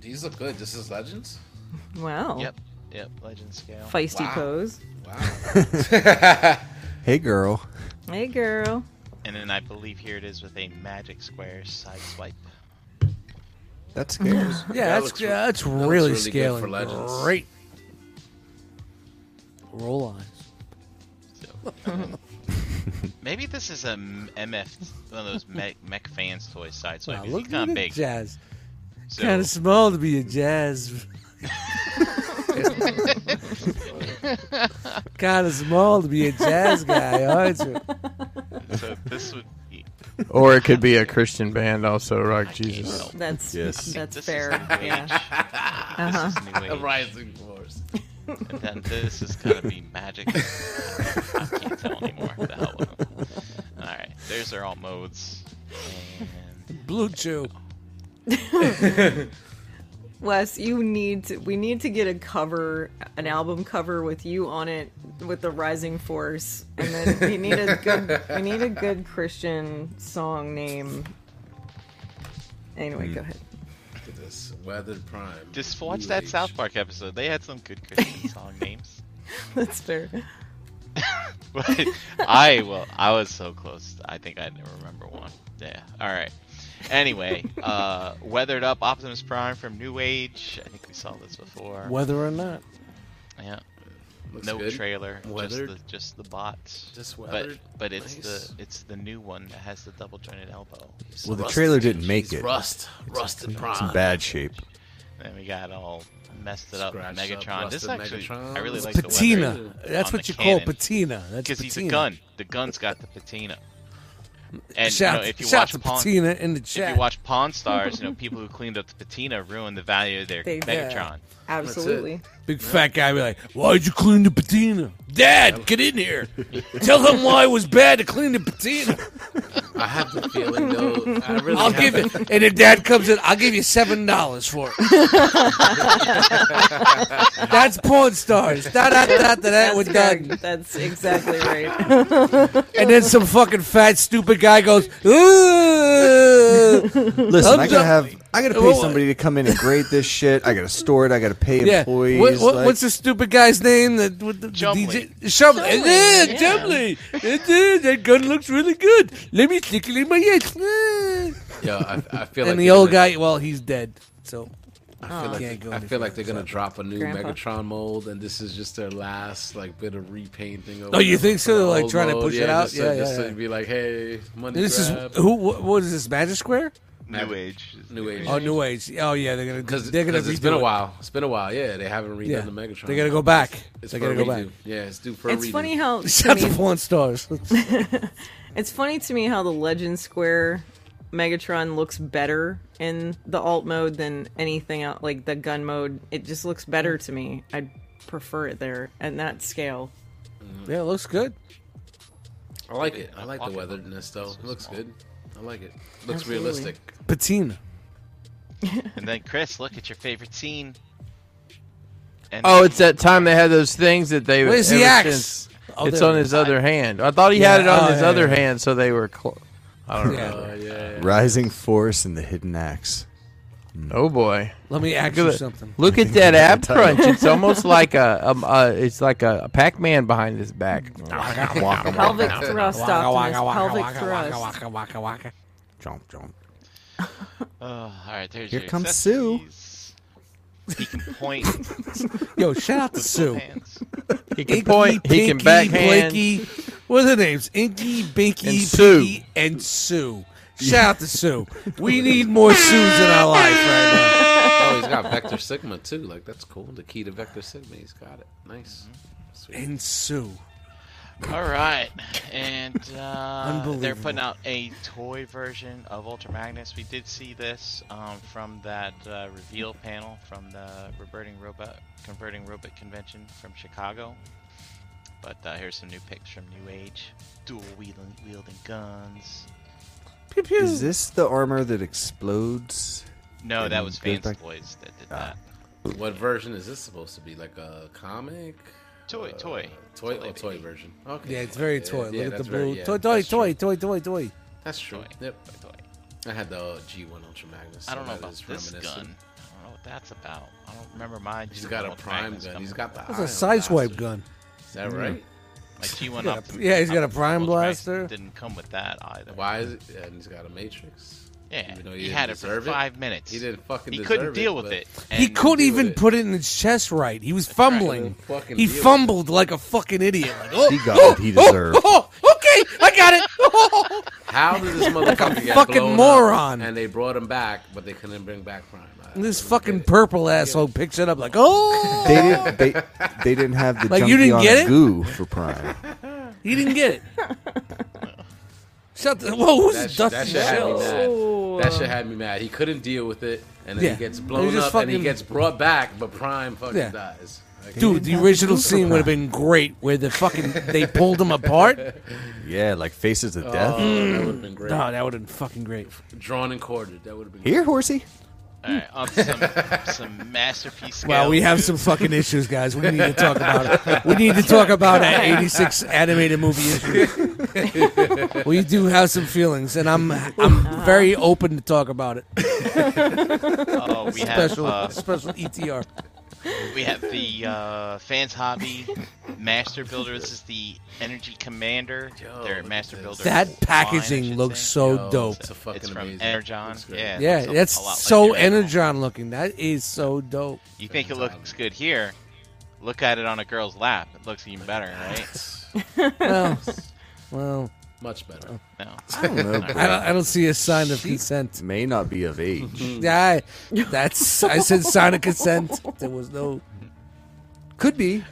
Speaker 2: These look good. This is Legends.
Speaker 3: Wow.
Speaker 6: Yep. Yep. Legend scale.
Speaker 3: Feisty
Speaker 2: Wow.
Speaker 3: pose.
Speaker 2: Wow.
Speaker 1: Hey, girl.
Speaker 3: Hey girl.
Speaker 6: And then I believe here it is with a Magic Square side swipe.
Speaker 1: That scares.
Speaker 2: That
Speaker 5: Yeah, that's
Speaker 2: looks re-
Speaker 5: yeah, that's
Speaker 2: looks
Speaker 5: really,
Speaker 2: really good
Speaker 5: scaling.
Speaker 2: for Legends.
Speaker 5: Great. Roll eyes.
Speaker 6: So, um, maybe this is a m- MF, one of those mech, mech fans toy side
Speaker 5: Wow,
Speaker 6: swipe.
Speaker 5: look
Speaker 6: He's kind
Speaker 5: at
Speaker 6: of big.
Speaker 5: jazz.
Speaker 6: so-
Speaker 5: Kind of small to be a jazz. kind of small to be a jazz guy, aren't you?
Speaker 6: so this would. Be,
Speaker 4: Or it could be a Christian band also, Rock Jesus.
Speaker 6: help.
Speaker 3: That's
Speaker 1: Yes.
Speaker 3: that's
Speaker 6: This is
Speaker 3: fair.
Speaker 6: new age.
Speaker 3: Yeah. Uh-huh.
Speaker 6: This is new
Speaker 2: The
Speaker 6: age.
Speaker 2: Rising Force.
Speaker 6: And then this is gonna be magic. I can't tell anymore. What The hell. All right, there's their alt modes. And
Speaker 5: Blue Chew.
Speaker 3: Wes, you need to, we need to get a cover, an album cover with you on it with the Rising Force, and then we need a good, we need a good Christian song name. Anyway, go ahead.
Speaker 2: Look at this weathered prime.
Speaker 6: Just watch
Speaker 2: New
Speaker 6: that
Speaker 2: age.
Speaker 6: South Park episode. They had some good Christmas song names.
Speaker 3: That's fair.
Speaker 6: But I well, I was so close. I think I didn't remember one. Yeah. All right. Anyway, uh, weathered up Optimus Prime from New Age. I think we saw this before.
Speaker 5: Whether or not.
Speaker 6: Yeah.
Speaker 2: Looks
Speaker 6: No
Speaker 2: good.
Speaker 6: trailer.
Speaker 2: Weathered.
Speaker 6: Just the just the bots.
Speaker 2: Just
Speaker 6: but
Speaker 2: weathered.
Speaker 6: but it's
Speaker 2: Nice.
Speaker 6: the it's the new one that has the double jointed elbow.
Speaker 1: Well, the
Speaker 2: Rust.
Speaker 1: trailer didn't make
Speaker 2: He's
Speaker 1: it.
Speaker 2: Rust, rusted prime.
Speaker 1: It's in bad shape.
Speaker 6: And we got all messed it up.
Speaker 2: Scratched up,
Speaker 6: Megatron. this is
Speaker 2: rusted
Speaker 6: actually
Speaker 2: Megatron.
Speaker 6: I really
Speaker 2: It's
Speaker 6: like the
Speaker 5: Patina.
Speaker 6: weathering
Speaker 5: That's
Speaker 6: on
Speaker 5: what
Speaker 6: the
Speaker 5: you call
Speaker 6: cannon.
Speaker 5: patina. That's
Speaker 6: because he's a
Speaker 5: patina.
Speaker 6: gun. The gun's got the patina. And you
Speaker 5: shout
Speaker 6: know, if you
Speaker 5: shout
Speaker 6: watch
Speaker 5: to
Speaker 6: Pawn,
Speaker 5: patina in the
Speaker 6: if
Speaker 5: chat.
Speaker 6: you watch Pawn Stars, you know people who cleaned up the patina ruined the value of their
Speaker 3: They-
Speaker 6: Megatron.
Speaker 3: Absolutely.
Speaker 5: Big fat guy be like, "Why'd you clean the patina, Dad? Get in here. Tell him why it was bad to clean the patina.
Speaker 2: I have the feeling though. I really
Speaker 5: I'll
Speaker 2: have
Speaker 5: give
Speaker 2: that-
Speaker 5: it." And if Dad comes in, I'll give you seven dollars for it. That's porn stars. Da da da da da. With
Speaker 3: Doug,
Speaker 5: that,
Speaker 3: that's exactly right.
Speaker 5: and then some fucking fat stupid guy goes, "Ooh."
Speaker 1: Listen, I
Speaker 5: Thumbs
Speaker 1: gotta
Speaker 5: up.
Speaker 1: have, I gotta pay
Speaker 5: Well,
Speaker 1: somebody to come in and grade this shit. I gotta store it. I gotta pay
Speaker 5: Yeah.
Speaker 1: employees.
Speaker 5: What, what,
Speaker 1: like-
Speaker 5: what's the stupid guy's name? That with the
Speaker 6: Chumley.
Speaker 5: DJ
Speaker 3: Chumley,
Speaker 5: Shumley. Yeah,
Speaker 3: yeah.
Speaker 5: Chumley. It is. That gun looks really good. Let me stick it in my ass. Ah.
Speaker 2: Yo, I, I feel like
Speaker 5: And the
Speaker 2: they're
Speaker 5: old
Speaker 2: gonna-
Speaker 5: guy, well, he's dead. So
Speaker 2: I feel like,
Speaker 5: Can't go
Speaker 2: I
Speaker 5: any
Speaker 2: feel like they're gonna drop a new
Speaker 3: Grandpa.
Speaker 2: Megatron mold, and this is just their last like bit of repainting. Or
Speaker 5: Oh, you
Speaker 2: whatever
Speaker 5: think
Speaker 2: for
Speaker 5: so?
Speaker 2: the
Speaker 5: They're, like,
Speaker 2: old
Speaker 5: trying to
Speaker 2: mold.
Speaker 5: push it
Speaker 2: Yeah,
Speaker 5: out?
Speaker 2: Just so,
Speaker 5: Yeah,
Speaker 2: just
Speaker 5: yeah,
Speaker 2: so
Speaker 5: yeah.
Speaker 2: you'd be like, hey, money
Speaker 5: this is
Speaker 2: grab.
Speaker 5: who? What, what is this? Magic Square?
Speaker 2: Mag-
Speaker 6: New Age. is
Speaker 2: New Age.
Speaker 5: Oh, New Age. Oh yeah, they're gonna
Speaker 2: Because
Speaker 5: they're gonna
Speaker 2: it's
Speaker 5: redo
Speaker 2: been a
Speaker 5: it.
Speaker 2: while. It's been a while. Yeah, they haven't redone
Speaker 5: Yeah,
Speaker 2: the Megatron.
Speaker 5: they're gonna go back.
Speaker 2: It's
Speaker 5: they're
Speaker 2: for a
Speaker 5: gonna go
Speaker 2: redo.
Speaker 5: back.
Speaker 2: Yeah, it's due for a
Speaker 3: It's
Speaker 2: redo.
Speaker 3: funny how to
Speaker 5: Shout
Speaker 3: me,
Speaker 5: to porn stars.
Speaker 3: it's funny to me how the Legend Square Megatron looks better in the alt mode than anything else. Like the gun mode, it just looks better to me. I prefer it there at that scale.
Speaker 5: yeah, it looks good.
Speaker 2: I like it. I like the
Speaker 6: Pocket money.
Speaker 2: weatheredness though. It looks good. I like it. Looks
Speaker 3: Absolutely.
Speaker 2: realistic.
Speaker 5: Patina.
Speaker 6: And then Chris, look at your favorite scene. And
Speaker 4: Oh, it's that time they had those things that they.
Speaker 5: Where's the
Speaker 4: ever
Speaker 5: axe?
Speaker 4: since-
Speaker 5: Oh,
Speaker 4: it's
Speaker 5: there
Speaker 4: on
Speaker 5: it
Speaker 4: his other hand. I thought he
Speaker 5: Yeah,
Speaker 4: had it on
Speaker 5: oh,
Speaker 4: his
Speaker 5: yeah,
Speaker 4: other
Speaker 5: yeah.
Speaker 4: hand, so they were close. I don't know.
Speaker 5: Yeah.
Speaker 2: Oh yeah.
Speaker 1: Rising Force and the Hidden Axe.
Speaker 4: Oh boy.
Speaker 5: Let me ask
Speaker 4: Look
Speaker 5: you
Speaker 4: at,
Speaker 5: something.
Speaker 4: look at
Speaker 1: think
Speaker 4: that
Speaker 1: I got
Speaker 4: ab
Speaker 1: the title.
Speaker 4: crunch. It's almost like a, um, uh, it's like a, a Pac-Man behind his back.
Speaker 3: Pelvic thrust, Optimus. Pelvic thrust.
Speaker 5: waka waka waka.
Speaker 1: Jump, jump.
Speaker 6: oh, all right, there's
Speaker 1: Here
Speaker 6: your
Speaker 1: comes Sue.
Speaker 6: accessories. He can point with
Speaker 5: Yo, shout out to
Speaker 6: both
Speaker 5: Sue.
Speaker 6: hands.
Speaker 4: He can point. He can
Speaker 5: Pinky,
Speaker 4: backhand.
Speaker 5: Blinky. What are the names? Inky, Binky,
Speaker 4: And Sue.
Speaker 5: Pinky, and Sue. Shout out to Sue. We need more Sues in our life right
Speaker 2: Oh, he's got Vector Sigma too. Like that's cool. The key to Vector Sigma. He's got it. Nice.
Speaker 5: now. And Sue.
Speaker 6: All right, and uh, they're putting
Speaker 5: Unbelievable.
Speaker 6: out a toy version of Ultra Magnus. We did see this um, from that uh, reveal panel from the Reverting Robot Converting Robot Convention from Chicago. But uh, here's some new pics from New Age, dual wielding, wielding guns.
Speaker 5: Pew, pew.
Speaker 1: Is this the armor that explodes?
Speaker 6: No, that
Speaker 1: And
Speaker 6: was
Speaker 1: goes
Speaker 6: Fans
Speaker 1: back-
Speaker 6: Boys that did
Speaker 1: Ah.
Speaker 6: that.
Speaker 2: What version is this supposed to be? Like a comic?
Speaker 6: Toy,
Speaker 2: Uh,
Speaker 6: toy.
Speaker 2: Toy, oh,
Speaker 6: baby.
Speaker 2: toy version. Okay.
Speaker 5: yeah, it's very toy.
Speaker 2: yeah,
Speaker 5: Look at the
Speaker 2: that's
Speaker 5: blue.
Speaker 2: very- yeah,
Speaker 5: toy, toy,
Speaker 2: that's true.
Speaker 5: toy, toy, toy, toy.
Speaker 2: That's true.
Speaker 6: Toy.
Speaker 2: Yep.
Speaker 6: Toy.
Speaker 2: I had the uh, G1 Ultra Magnus.
Speaker 6: I don't
Speaker 2: so
Speaker 6: know
Speaker 2: that
Speaker 6: about
Speaker 2: is
Speaker 6: this gun. I
Speaker 2: reminiscent.
Speaker 6: don't know what that's about. I don't remember my.
Speaker 2: He's got a
Speaker 6: Ultra
Speaker 2: prime
Speaker 6: Magnus
Speaker 2: gun.
Speaker 6: coming
Speaker 2: He's
Speaker 6: up.
Speaker 2: got the.
Speaker 5: That's a
Speaker 2: ion
Speaker 5: sideswipe
Speaker 2: blaster.
Speaker 5: gun.
Speaker 2: Is that right?
Speaker 6: My G1
Speaker 5: Yeah,
Speaker 6: up.
Speaker 5: yeah, he's got a
Speaker 6: up-
Speaker 5: prime
Speaker 6: Ultra Magnus
Speaker 5: blaster.
Speaker 6: Didn't come with that either.
Speaker 2: Why is it? And he's got a Matrix.
Speaker 6: Yeah,
Speaker 2: Even though
Speaker 6: he
Speaker 2: didn't
Speaker 6: had it for
Speaker 2: deserve
Speaker 6: five minutes.
Speaker 2: He didn't fucking.
Speaker 6: He
Speaker 2: deserve
Speaker 6: couldn't deal with
Speaker 2: but-
Speaker 6: it.
Speaker 5: He
Speaker 6: and-
Speaker 5: couldn't
Speaker 2: do
Speaker 5: even
Speaker 2: it.
Speaker 5: put it in his chest right. He was fumbling.
Speaker 2: Couldn't fucking
Speaker 5: He
Speaker 2: deal with it.
Speaker 5: fumbled like a fucking idiot. Like, oh,
Speaker 1: He got
Speaker 5: oh,
Speaker 1: what he
Speaker 5: oh,
Speaker 1: deserved.
Speaker 5: Oh, okay, I got it. Oh.
Speaker 2: How did this motherfucker get
Speaker 5: fucking
Speaker 2: blown up
Speaker 5: moron.
Speaker 2: and they brought him back, but they couldn't bring back Prime. I-
Speaker 5: And this
Speaker 2: I don't
Speaker 5: fucking
Speaker 2: get it.
Speaker 5: purple asshole picks it up like, oh,
Speaker 1: They didn't. They, they didn't have the
Speaker 5: Like,
Speaker 1: junkie
Speaker 5: you didn't
Speaker 1: on
Speaker 5: get it?
Speaker 1: goo for Prime.
Speaker 5: he didn't get it. Shut the. Whoa, who's
Speaker 2: That,
Speaker 5: this
Speaker 2: sh-
Speaker 5: Dustin
Speaker 2: that shit had me
Speaker 5: Shells?
Speaker 2: mad. That shit had me mad. He couldn't deal with it, and then
Speaker 5: Yeah.
Speaker 2: he gets
Speaker 5: He
Speaker 2: blown
Speaker 5: just
Speaker 2: up, and he
Speaker 5: fucking-
Speaker 2: gets brought back, but Prime fucking
Speaker 5: Yeah.
Speaker 2: dies. Like,
Speaker 5: Dude, the original scene would have been great where the fucking they pulled him apart.
Speaker 1: Yeah, like faces of
Speaker 2: oh,
Speaker 1: death.
Speaker 2: that would have been great.
Speaker 5: No, that would have been fucking great.
Speaker 2: Drawn and quartered. That would have been
Speaker 1: Here, horsey.
Speaker 6: All right, on to some, some masterpiece. Scale.
Speaker 5: Well, we have some fucking issues, guys. We need to talk about it. We need to talk about that 86 animated movie issue. well, you do have some feelings, and I'm I'm very open to talk about it.
Speaker 6: Oh, we have
Speaker 5: Special
Speaker 6: uh,
Speaker 5: special E ETR.
Speaker 6: we have the uh, fans hobby master builder. This is the energy commander. Their
Speaker 2: look at
Speaker 6: master
Speaker 2: this.
Speaker 6: builder. line,
Speaker 5: That
Speaker 6: I
Speaker 5: packaging
Speaker 6: should
Speaker 5: looks
Speaker 6: say.
Speaker 5: so
Speaker 2: Yo,
Speaker 5: dope.
Speaker 2: It's a fucking
Speaker 6: It's from
Speaker 2: amazing.
Speaker 6: Energon.
Speaker 2: Looks good.
Speaker 6: Yeah,
Speaker 5: Yeah,
Speaker 6: it's a-
Speaker 5: that's
Speaker 6: a lot like
Speaker 5: so
Speaker 6: your Energon.
Speaker 5: energon looking. That is so dope.
Speaker 6: You think it looks good here? Look at it on a girl's lap. It looks even better, right?
Speaker 5: Well, well
Speaker 2: Much
Speaker 1: Oh.
Speaker 2: better.
Speaker 6: No.
Speaker 1: I don't know.
Speaker 5: I, don't,
Speaker 1: But
Speaker 5: I don't see a sign of consent.
Speaker 1: may not be of age.
Speaker 6: Mm.
Speaker 5: Yeah, I- that's I said sign of consent. There was no.
Speaker 1: Could be.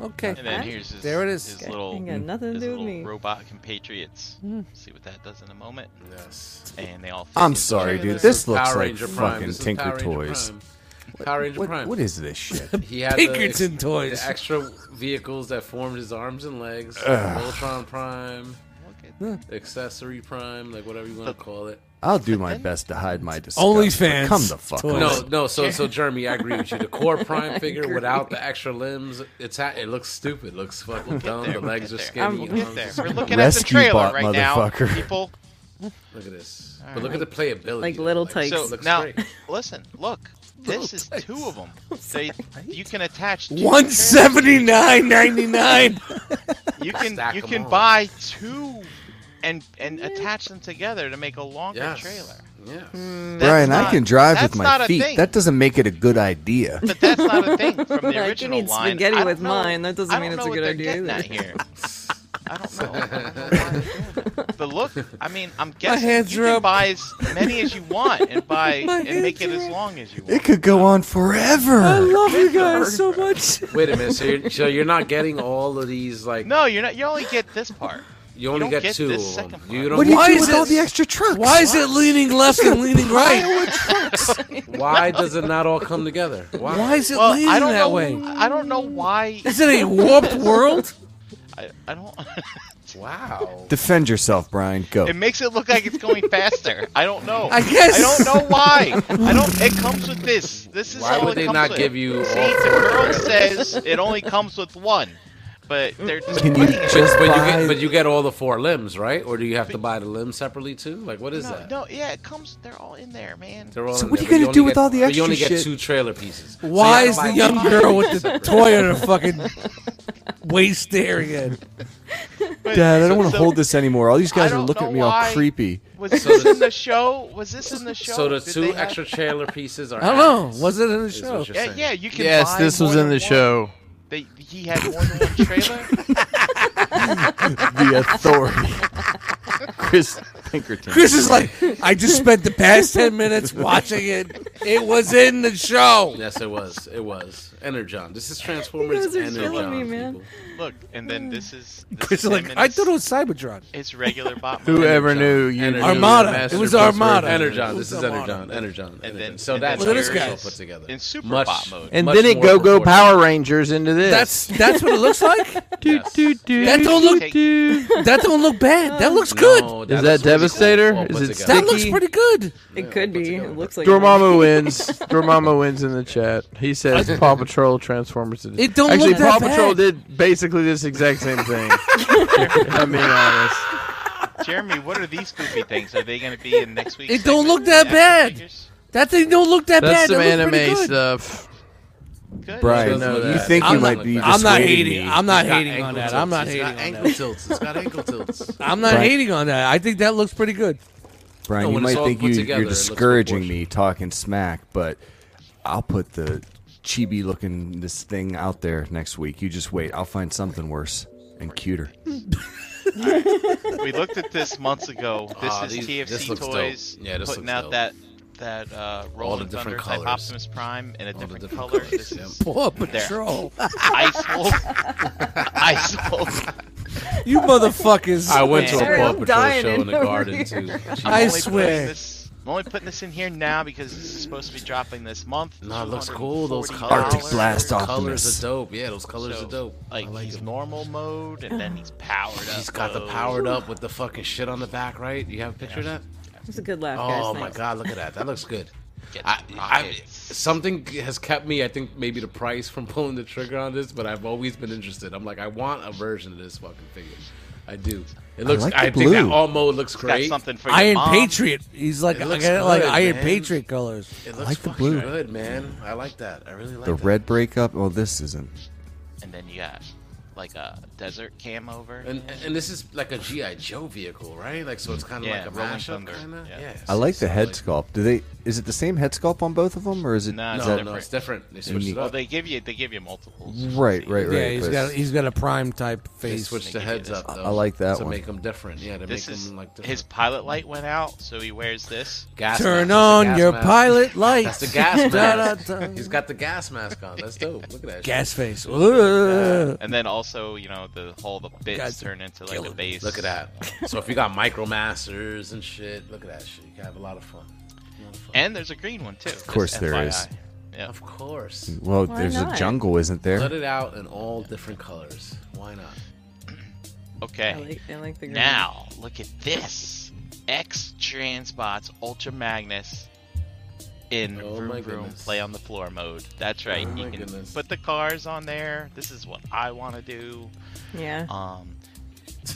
Speaker 5: Okay.
Speaker 6: And then
Speaker 3: Okay.
Speaker 6: here's his,
Speaker 5: There it is.
Speaker 6: his
Speaker 3: Okay,
Speaker 6: little,
Speaker 3: ain't
Speaker 1: Mm.
Speaker 3: got nothing to
Speaker 6: his
Speaker 3: do with
Speaker 6: little
Speaker 3: me. Mm.
Speaker 6: robot compatriots. See what that does in a moment.
Speaker 2: Yes.
Speaker 6: And they all. fit
Speaker 1: I'm
Speaker 6: into
Speaker 1: sorry,
Speaker 6: shape.
Speaker 1: dude.
Speaker 2: is
Speaker 1: This looks
Speaker 2: Power
Speaker 1: like
Speaker 2: Ranger Prime.
Speaker 1: fucking
Speaker 2: This is
Speaker 1: Tinker
Speaker 2: Power Ranger
Speaker 1: Toys.
Speaker 2: Prime. Power Ranger
Speaker 1: What,
Speaker 2: Prime.
Speaker 1: what is this shit?
Speaker 2: He had
Speaker 5: Pinkerton
Speaker 2: the,
Speaker 5: toys.
Speaker 2: The extra vehicles that formed his arms and legs. Voltron Prime,
Speaker 6: Look at
Speaker 2: accessory Prime, like whatever you want to call it.
Speaker 1: I'll do my best to hide my disgust.
Speaker 5: OnlyFans
Speaker 1: but Come the fuck
Speaker 5: toys.
Speaker 2: No,
Speaker 1: on.
Speaker 2: no. So, so Jeremy, I agree with you. The core Prime figure without the extra limbs, it's ha- it looks stupid. It looks fucking dumb.
Speaker 6: there,
Speaker 2: the
Speaker 6: we'll
Speaker 2: legs are
Speaker 6: get
Speaker 3: there.
Speaker 2: skinny.
Speaker 3: I'm-
Speaker 2: the arms are
Speaker 6: there.
Speaker 2: skinny.
Speaker 6: We're looking at the
Speaker 1: Rescue
Speaker 6: trailer
Speaker 1: bot,
Speaker 6: right now,
Speaker 1: motherfucker.
Speaker 6: people.
Speaker 2: Look at this. But look at the playability.
Speaker 3: Like little
Speaker 2: types.
Speaker 3: tykes.
Speaker 6: So
Speaker 2: looks
Speaker 6: now,
Speaker 2: great.
Speaker 6: listen, look. This is two of them. They, you can attach. two
Speaker 5: One
Speaker 6: trailers.
Speaker 5: seventy nine ninety nine.
Speaker 6: You can
Speaker 2: Stack
Speaker 6: you
Speaker 2: 'em
Speaker 6: can
Speaker 2: all.
Speaker 6: buy two, and and attach them together to make a longer
Speaker 2: Yes.
Speaker 6: trailer.
Speaker 2: Yes.
Speaker 3: Hmm.
Speaker 6: That's
Speaker 1: Brian, I
Speaker 6: not-
Speaker 1: can drive with
Speaker 6: that's not
Speaker 1: my
Speaker 6: a
Speaker 1: feet.
Speaker 6: thing.
Speaker 1: That doesn't make it a good idea.
Speaker 6: But that's not a thing from
Speaker 3: I
Speaker 6: the
Speaker 3: can
Speaker 6: original
Speaker 3: eat
Speaker 6: line.
Speaker 3: spaghetti
Speaker 6: I don't
Speaker 3: with
Speaker 6: know-
Speaker 3: mine. That doesn't
Speaker 6: I
Speaker 3: mean
Speaker 6: don't
Speaker 3: it's a
Speaker 6: know
Speaker 3: good
Speaker 6: what they're
Speaker 3: idea
Speaker 6: getting
Speaker 3: either.
Speaker 6: at here. I don't know. I don't know why they're doing it. but look, I mean, I'm guessing
Speaker 5: hands
Speaker 6: you
Speaker 5: are
Speaker 6: can
Speaker 5: up.
Speaker 6: buy as many as you want and buy
Speaker 5: My
Speaker 6: and make it
Speaker 5: hands
Speaker 6: as
Speaker 5: are up.
Speaker 6: long as you want.
Speaker 1: It could go on forever.
Speaker 5: I love you guys so much.
Speaker 2: Wait a minute. So you're, so you're not getting all of these like
Speaker 6: No, you're not. You only get this part.
Speaker 2: You only
Speaker 6: don't
Speaker 2: get,
Speaker 6: get
Speaker 2: two.
Speaker 6: this
Speaker 2: of 'em.
Speaker 6: second
Speaker 2: You
Speaker 6: part.
Speaker 2: don't.
Speaker 1: What do you
Speaker 5: Why
Speaker 1: do
Speaker 5: is
Speaker 1: with all
Speaker 5: this-
Speaker 1: the extra trucks?
Speaker 5: Why is it leaning left and leaning right?
Speaker 2: why does it not all come together? Why?
Speaker 5: Why is it
Speaker 6: Well,
Speaker 5: leaning
Speaker 6: I don't
Speaker 5: that
Speaker 6: know.
Speaker 5: way?
Speaker 6: I don't know why.
Speaker 5: Is it a warped world?
Speaker 6: I, I don't.
Speaker 2: Wow.
Speaker 1: Defend yourself, Brian. Go.
Speaker 6: It makes it look like it's going faster. I don't know.
Speaker 5: I guess.
Speaker 6: I don't know why. I don't. It comes with this. This is
Speaker 2: Why
Speaker 6: all
Speaker 2: would
Speaker 6: it
Speaker 2: they
Speaker 6: comes
Speaker 2: not
Speaker 6: with.
Speaker 2: give you all
Speaker 6: See,
Speaker 2: four
Speaker 6: the girl
Speaker 2: trailers?
Speaker 6: says it only comes with one, but they're just
Speaker 1: Can you
Speaker 2: But,
Speaker 1: just
Speaker 2: but you
Speaker 1: buy-
Speaker 2: get but you get all the four limbs, right? Or do you have to buy the limbs separately too? Like what is
Speaker 6: no,
Speaker 2: that?
Speaker 6: no, yeah, it comes. They're all in there, man.
Speaker 2: They're all
Speaker 1: So
Speaker 2: in
Speaker 1: what are
Speaker 2: there,
Speaker 1: you gonna
Speaker 2: but only
Speaker 1: do with
Speaker 2: get-
Speaker 1: all the
Speaker 2: but
Speaker 1: extra
Speaker 2: You only get
Speaker 1: shit?
Speaker 2: two trailer pieces. So you
Speaker 5: Why
Speaker 2: have to
Speaker 5: is the
Speaker 2: buy
Speaker 5: young
Speaker 2: five
Speaker 5: girl with the
Speaker 2: separate.
Speaker 5: toy in her fucking waist staring at?
Speaker 6: But-
Speaker 1: Dad, I don't
Speaker 6: so-
Speaker 1: want to
Speaker 6: so
Speaker 1: hold this anymore. All these guys
Speaker 6: I
Speaker 1: are
Speaker 6: don't
Speaker 1: looking
Speaker 6: know
Speaker 1: at me
Speaker 6: why.
Speaker 1: all creepy.
Speaker 6: Was this
Speaker 2: So the-
Speaker 6: in the show? Was this in the show?
Speaker 2: So the
Speaker 6: Did
Speaker 2: two
Speaker 6: they have-
Speaker 2: extra trailer pieces are.
Speaker 5: I don't know.
Speaker 2: ads,
Speaker 5: Was it in the
Speaker 2: is
Speaker 5: show?
Speaker 2: what you're
Speaker 6: Yeah,
Speaker 2: saying.
Speaker 6: yeah, you can.
Speaker 4: Yes,
Speaker 6: buy
Speaker 4: this was
Speaker 6: more
Speaker 4: in
Speaker 6: than
Speaker 4: the
Speaker 6: one.
Speaker 4: show.
Speaker 6: They, he had more than one trailer.
Speaker 1: The authority. Chris Pinkerton.
Speaker 5: Chris is like, I just spent the past ten minutes watching it. It was in the show.
Speaker 2: Yes, it was. It was. Energon. This is
Speaker 3: You
Speaker 2: Transformers
Speaker 3: guys are killing
Speaker 2: Energon.
Speaker 3: me, man.
Speaker 2: people.
Speaker 6: Look, and then this is. This
Speaker 5: Chris
Speaker 6: is
Speaker 5: is
Speaker 6: him
Speaker 5: like,
Speaker 6: and
Speaker 5: I
Speaker 6: his-
Speaker 5: thought it was Cybertron.
Speaker 6: His regular bot.
Speaker 4: Whoever
Speaker 2: Energon.
Speaker 4: knew you
Speaker 2: Energon.
Speaker 4: knew
Speaker 5: Armada.
Speaker 4: the master
Speaker 5: It was
Speaker 4: builder.
Speaker 5: Armada.
Speaker 2: Energon.
Speaker 5: Who's
Speaker 2: This is
Speaker 5: the model?
Speaker 2: Energon. Energon.
Speaker 6: And then-
Speaker 2: Energon. So
Speaker 6: and
Speaker 2: that's
Speaker 5: then
Speaker 2: very
Speaker 5: there's
Speaker 2: well
Speaker 5: guys.
Speaker 2: put together.
Speaker 6: in super
Speaker 2: Much-
Speaker 6: bot mode.
Speaker 4: And
Speaker 2: Much
Speaker 4: then it
Speaker 2: more
Speaker 4: go go
Speaker 2: proportionate.
Speaker 4: Power Rangers into this.
Speaker 5: That's that's what it looks like.
Speaker 2: Yes.
Speaker 5: That don't look
Speaker 6: Take-
Speaker 5: that don't look bad. That looks good.
Speaker 2: No,
Speaker 4: Is
Speaker 2: looks
Speaker 4: that Devastator?
Speaker 2: well put
Speaker 4: Is it
Speaker 2: together.
Speaker 5: That looks
Speaker 4: Sticky.
Speaker 5: pretty good.
Speaker 3: It could be. It looks like
Speaker 4: Dormammu wins. Dormammu wins in the chat. He says Paw Patrol transforms into.
Speaker 5: It don't
Speaker 4: Actually,
Speaker 5: look that
Speaker 4: Paw Patrol
Speaker 5: bad.
Speaker 4: did basically this exact same thing. I'm being honest.
Speaker 6: Jeremy, what are these goofy things? Are they going to be in next week's?
Speaker 5: It don't
Speaker 6: segment?
Speaker 5: look that
Speaker 6: Action
Speaker 5: bad.
Speaker 6: figures?
Speaker 5: That thing don't look that
Speaker 4: That's
Speaker 5: bad.
Speaker 4: some
Speaker 5: That looks pretty
Speaker 4: anime
Speaker 5: good.
Speaker 4: stuff.
Speaker 6: Good.
Speaker 1: Brian,
Speaker 2: Doesn't look
Speaker 1: you
Speaker 2: bad.
Speaker 1: think
Speaker 5: I'm
Speaker 1: you
Speaker 5: not-
Speaker 1: might be
Speaker 5: I'm not
Speaker 1: dissuading
Speaker 5: hating.
Speaker 1: me.
Speaker 5: I'm not
Speaker 2: got
Speaker 5: hating on
Speaker 2: ankle
Speaker 5: that.
Speaker 2: tilts.
Speaker 5: I'm not
Speaker 2: It's
Speaker 5: hating
Speaker 2: got
Speaker 5: on
Speaker 2: ankle
Speaker 5: that.
Speaker 2: tilts. It's got ankle tilts.
Speaker 5: I'm not
Speaker 1: Right.
Speaker 5: hating on that. I think that looks pretty good.
Speaker 1: Brian,
Speaker 2: No,
Speaker 1: you
Speaker 2: when it's
Speaker 1: might
Speaker 2: all
Speaker 1: think
Speaker 2: put
Speaker 1: you,
Speaker 2: together, it
Speaker 1: you're
Speaker 2: looks
Speaker 1: discouraging
Speaker 2: proportionate.
Speaker 1: me talking smack, but I'll put the chibi looking this thing out there next week. You just wait. I'll find something worse and cuter.
Speaker 6: We looked at this months ago. This
Speaker 2: Ah,
Speaker 6: is
Speaker 2: these-
Speaker 6: TFC
Speaker 2: this looks dope.
Speaker 6: Toys
Speaker 2: Yeah, this
Speaker 6: putting
Speaker 2: looks
Speaker 6: out
Speaker 2: dope.
Speaker 6: that that uh, Rolling
Speaker 2: the different
Speaker 6: Thunder type
Speaker 2: colors.
Speaker 6: Optimus Prime in a different,
Speaker 2: different
Speaker 6: color.
Speaker 2: colors,
Speaker 6: This is
Speaker 5: Paw Patrol.
Speaker 6: Ice Wolf. Ice Wolf.
Speaker 5: you motherfuckers.
Speaker 2: I went to a
Speaker 3: Sorry,
Speaker 2: Paw
Speaker 3: I'm
Speaker 2: Patrol
Speaker 3: dying
Speaker 2: show in the
Speaker 3: over
Speaker 2: garden
Speaker 3: here.
Speaker 2: too. Jeez.
Speaker 5: I
Speaker 6: I'm only
Speaker 5: swear.
Speaker 6: putting This, I'm only putting this in here now because this is supposed to be dropping this month.
Speaker 2: No, it looks cool. Those colors.
Speaker 6: $240.
Speaker 1: Arctic Blast off.
Speaker 2: colors
Speaker 1: Optimus.
Speaker 2: are dope. Yeah, those colors
Speaker 6: So,
Speaker 2: are dope.
Speaker 6: Like, he's normal mode, and then he's powered up.
Speaker 2: He's got the
Speaker 6: mode.
Speaker 2: powered up with the fucking shit on the back, right? You have a picture of that?
Speaker 3: It's a good laugh, guys.
Speaker 2: Oh my
Speaker 3: thanks.
Speaker 2: god, look at that. That looks good.
Speaker 6: Get
Speaker 2: I, I,
Speaker 6: rockets.
Speaker 2: something has kept me, I think maybe the price from pulling the trigger on this, but I've always been interested. I'm like, I want a version of this fucking figure. I do. It looks. I,
Speaker 1: like the
Speaker 2: think that
Speaker 1: blue.
Speaker 2: all mode looks
Speaker 6: Got
Speaker 2: great.
Speaker 6: something for your
Speaker 5: Iron
Speaker 6: mom.
Speaker 5: Patriot. He's like,
Speaker 2: It looks
Speaker 5: I got, like
Speaker 2: good,
Speaker 5: Iron
Speaker 2: man.
Speaker 5: Patriot colors.
Speaker 2: It looks
Speaker 1: like the
Speaker 2: fucking
Speaker 1: blue.
Speaker 2: good, man. I like that. I really like
Speaker 1: The
Speaker 2: that.
Speaker 1: red breakup. Well, this isn't.
Speaker 6: And then you got like a desert cam over.
Speaker 2: And and this is like a GI Joe vehicle, right? Like so, it's kind of
Speaker 6: Yeah,
Speaker 2: like a
Speaker 6: Rolling
Speaker 2: mashup
Speaker 6: Thunder,
Speaker 2: kind of.
Speaker 6: yeah.
Speaker 1: I like
Speaker 2: so
Speaker 1: the head sculpt. Do they? Is it the same head sculpt on both of them, or is it?
Speaker 6: Nah,
Speaker 1: is
Speaker 2: No,
Speaker 6: that-
Speaker 2: no, it's different. They switched
Speaker 1: Unique.
Speaker 2: it
Speaker 6: Well,
Speaker 2: up.
Speaker 6: they give you they give you multiples.
Speaker 1: Right, right, right.
Speaker 5: Yeah, he's
Speaker 1: but-
Speaker 5: got he's got a prime type
Speaker 2: They
Speaker 5: face.
Speaker 2: switched
Speaker 6: They
Speaker 2: the
Speaker 6: give you
Speaker 2: heads
Speaker 6: this.
Speaker 2: up.
Speaker 1: I- I
Speaker 2: Though,
Speaker 1: like that
Speaker 2: to
Speaker 1: one.
Speaker 2: make them different. Yeah, to
Speaker 6: This
Speaker 2: make
Speaker 6: is
Speaker 2: them like different.
Speaker 6: his pilot light went out, so he wears this.
Speaker 2: gas mask.
Speaker 5: Turn
Speaker 2: That's a
Speaker 5: on
Speaker 2: gas
Speaker 5: your
Speaker 2: mask.
Speaker 5: pilot lights.
Speaker 2: That's the gas
Speaker 5: Da,
Speaker 2: mask.
Speaker 5: da, da.
Speaker 2: He's got the gas mask on. That's dope. Look at that.
Speaker 5: Gas face. Ugh.
Speaker 6: And then also, you know, the whole the bits
Speaker 5: Guys,
Speaker 6: turn into like
Speaker 5: kill
Speaker 6: a
Speaker 5: it.
Speaker 6: base.
Speaker 2: Shit. Look at that. So if you got micromasters and shit, look at that shit. You can have a lot of fun. A lot of fun.
Speaker 6: And there's a green one too. Of
Speaker 1: course there is.
Speaker 6: Yeah.
Speaker 2: Of course.
Speaker 1: Well,
Speaker 3: Why
Speaker 1: there's
Speaker 3: not?
Speaker 1: a jungle, isn't there?
Speaker 2: Let it out in all different colors. Why not?
Speaker 6: Okay.
Speaker 3: I like, I like the
Speaker 2: Mm-hmm.
Speaker 3: green.
Speaker 6: Now, look at this. X Transbots Ultra Magnus in
Speaker 2: Oh my
Speaker 6: Vroom Vroom
Speaker 2: goodness.
Speaker 6: Play on the Floor mode. That's right.
Speaker 2: Oh
Speaker 6: you
Speaker 2: my
Speaker 6: can
Speaker 2: goodness.
Speaker 6: put the cars on there. This is what I want to do.
Speaker 3: Yeah.
Speaker 6: Um,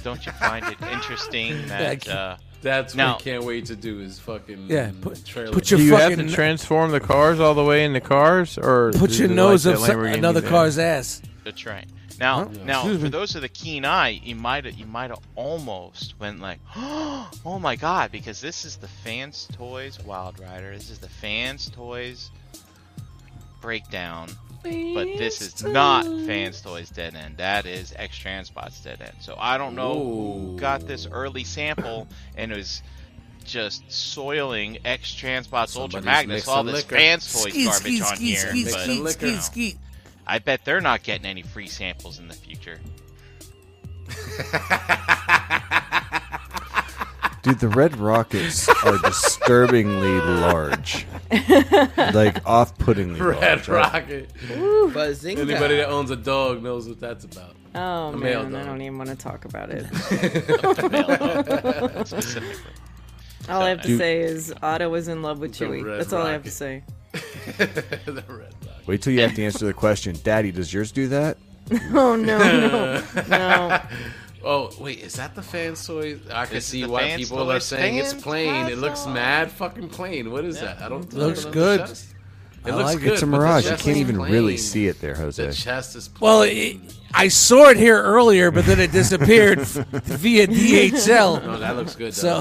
Speaker 6: don't you find it interesting that uh,
Speaker 2: That's
Speaker 6: Now-
Speaker 2: what I can't wait to do is fucking
Speaker 5: Yeah, put-
Speaker 2: trailer.
Speaker 5: put
Speaker 4: Do
Speaker 5: your
Speaker 4: you have to
Speaker 5: fucking-
Speaker 4: transform the cars all the way into cars, or
Speaker 5: Put
Speaker 4: is
Speaker 5: your
Speaker 4: it
Speaker 5: nose
Speaker 4: like
Speaker 5: up
Speaker 4: that
Speaker 5: some-
Speaker 4: Lamborghini
Speaker 5: another
Speaker 4: thing?
Speaker 5: car's ass.
Speaker 6: the train? Now,
Speaker 5: Huh?
Speaker 6: now
Speaker 5: Excuse
Speaker 6: for
Speaker 5: me.
Speaker 6: those with a keen eye, you might you might have almost went like, oh my god, because this is the fans' toys Wild Rider. This is the fans' toys breakdown. But this is not Fans Toys Dead End. That is X Transbot's Dead End. So I don't know who got this early sample and was just soiling X Transbot's Ultra
Speaker 2: Somebody's
Speaker 6: Magnus
Speaker 2: mixing
Speaker 6: all this
Speaker 2: liquor.
Speaker 6: Fans Toys
Speaker 5: Skeet,
Speaker 6: garbage
Speaker 5: skeet,
Speaker 6: on
Speaker 5: skeet,
Speaker 6: here.
Speaker 5: skeet,
Speaker 6: but
Speaker 5: skeet,
Speaker 6: you
Speaker 2: skeet,
Speaker 6: know,
Speaker 5: skeet.
Speaker 6: I bet they're not getting any free samples in the future.
Speaker 1: Dude, the red rockets are disturbingly large. Like off puttingly
Speaker 2: Red
Speaker 1: large.
Speaker 2: Rocket.
Speaker 9: Bazinga.
Speaker 2: Anybody that owns a dog knows what that's about.
Speaker 3: Oh
Speaker 2: male
Speaker 3: man, I
Speaker 2: dog.
Speaker 3: don't even want to talk about it.
Speaker 6: Specifically.
Speaker 3: All I have to
Speaker 6: Dude.
Speaker 3: say is Otto was in love with
Speaker 2: The
Speaker 3: Chewie.
Speaker 2: Red
Speaker 3: That's all I have to
Speaker 2: Rocket.
Speaker 3: say.
Speaker 2: the Red Rocket.
Speaker 1: Wait till you have to answer the question. Daddy, does yours do that?
Speaker 3: Oh no, no, no.
Speaker 2: Oh wait, is that the fans toys? I can
Speaker 6: This is
Speaker 2: see
Speaker 6: the
Speaker 2: why
Speaker 6: fans
Speaker 2: people are
Speaker 6: toys.
Speaker 2: saying it's
Speaker 6: Fans
Speaker 2: plain. It looks
Speaker 6: toys.
Speaker 2: mad fucking plain. What is that? I don't.
Speaker 5: Looks
Speaker 2: I don't
Speaker 5: good.
Speaker 2: know the chest. It
Speaker 5: I
Speaker 2: looks
Speaker 5: like it.
Speaker 2: good.
Speaker 1: It's a
Speaker 2: but the
Speaker 1: mirage. You
Speaker 2: chest
Speaker 1: can't
Speaker 2: is
Speaker 1: even really
Speaker 2: plain.
Speaker 1: see it there,
Speaker 2: The
Speaker 1: Jose.
Speaker 2: chest is plain.
Speaker 5: Well, it, I saw it here earlier, but then it disappeared f- via
Speaker 2: no,
Speaker 5: DHL.
Speaker 2: that looks good. Though.
Speaker 5: So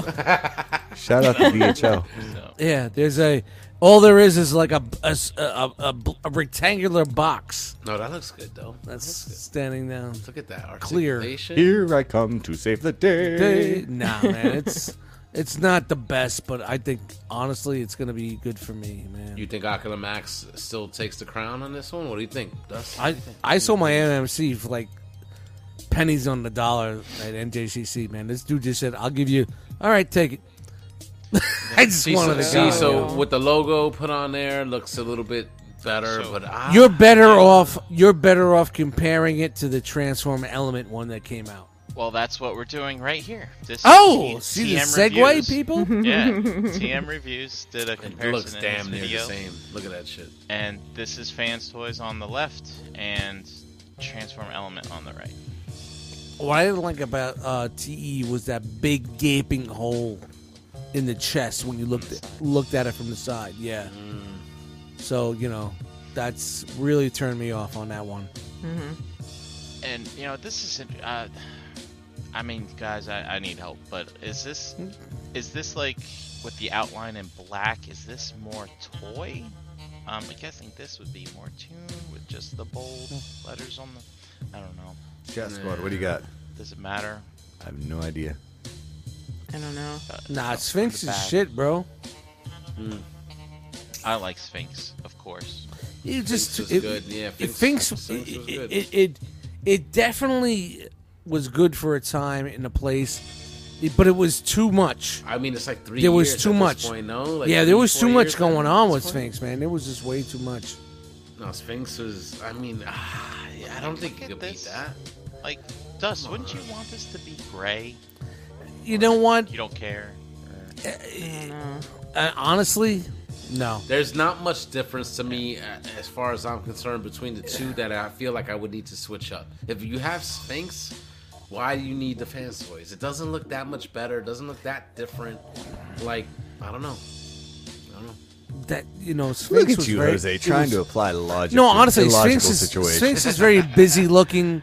Speaker 1: Shout out to DHL.
Speaker 5: yeah, there's a all there is is like a a, s- a- a- a bl- a rectangular box
Speaker 2: no, that looks good though.
Speaker 5: that's
Speaker 2: That looks
Speaker 5: standing down.
Speaker 2: good. Look at that
Speaker 5: clear.
Speaker 2: articulation.
Speaker 1: Here I come to save the day.
Speaker 5: They- Nah, man, it's it's not the best, but I think honestly, it's gonna be good for me, man.
Speaker 2: You think Akira Max still takes the crown on this one? What do you think? Dust?
Speaker 5: I I sold my MMC for like pennies on the dollar at NJCC. Man, this dude just said, "I'll give you." All right, take it. I just
Speaker 2: see, so,
Speaker 5: wanted to
Speaker 2: see,
Speaker 5: go.
Speaker 2: so with the logo put on there, looks a little bit better.
Speaker 6: So-
Speaker 2: but I,
Speaker 5: you're better off. You're better off comparing it to the Transform Element one that came out.
Speaker 6: Well, that's what we're doing right here. This is
Speaker 5: Oh,
Speaker 6: T-
Speaker 5: see the
Speaker 6: TM
Speaker 5: segue,
Speaker 2: Mm-hmm.
Speaker 6: reviews.
Speaker 5: people.
Speaker 6: Yeah, TM reviews did a
Speaker 2: it
Speaker 6: comparison
Speaker 2: looks
Speaker 6: in
Speaker 2: damn
Speaker 6: this
Speaker 2: near
Speaker 6: video.
Speaker 2: the same. Look at that shit.
Speaker 6: and this is fans toys on the left and transform element on the right
Speaker 5: What I didn't like about uh, TE was that big gaping hole in the chest when you looked at, looked at it from the side. Yeah.
Speaker 2: Mm.
Speaker 5: So you know, that's really turned me off on that one.
Speaker 6: and you know this is an- uh, i mean guys I, I need help but is this is this like with the outline in black is this more toy um, i'm guessing this would be more tune with just the bold letters on the i don't know
Speaker 1: Chat squad, what do you got?
Speaker 6: does it matter
Speaker 1: I have no idea.
Speaker 3: I don't know.
Speaker 6: Uh,
Speaker 5: Nah,
Speaker 6: no,
Speaker 5: Sphinx
Speaker 6: in the
Speaker 5: is
Speaker 6: back.
Speaker 5: shit, bro.
Speaker 6: i like sphinx of course
Speaker 5: You just
Speaker 2: was
Speaker 5: it,
Speaker 2: good, yeah,
Speaker 5: It,
Speaker 2: Finks-
Speaker 5: Finks,
Speaker 2: Finks was
Speaker 5: it,
Speaker 2: good.
Speaker 5: it, it it definitely was good for a time and a place, it- but it was too much.
Speaker 2: I mean, it's like three.
Speaker 5: There was
Speaker 2: years
Speaker 5: too
Speaker 2: at this
Speaker 5: much.
Speaker 2: Point, no? Like
Speaker 5: yeah, there
Speaker 2: three,
Speaker 5: was
Speaker 2: four
Speaker 5: too much
Speaker 2: years
Speaker 5: going
Speaker 2: at
Speaker 5: on
Speaker 2: this
Speaker 5: with
Speaker 2: point?
Speaker 5: Sphinx, man. It was just way too much.
Speaker 2: No, Sphinx was. I mean, ah, yeah, I don't think you
Speaker 6: Look
Speaker 2: could
Speaker 6: at
Speaker 2: beat
Speaker 6: this.
Speaker 2: that.
Speaker 6: like dust wouldn't you want this to be gray
Speaker 5: You know what?
Speaker 6: you don't care Or-
Speaker 5: Uh, honestly, no.
Speaker 2: There's not much difference to me, a- as far as I'm concerned, between the two that I feel like I would need to switch up. If you have Sphinx, Why do you need the fans' toys? It doesn't look that much better. It doesn't look that different. Like, I don't know. I don't know.
Speaker 5: That you know, Sphinx
Speaker 9: Look at
Speaker 5: was
Speaker 9: you,
Speaker 5: very,
Speaker 9: Jose,
Speaker 5: it
Speaker 9: trying
Speaker 5: was-
Speaker 9: to apply logic.
Speaker 5: No,
Speaker 9: to
Speaker 5: honestly,
Speaker 9: illogical
Speaker 5: Sphinx is
Speaker 9: situation.
Speaker 5: Sphinx is very busy looking.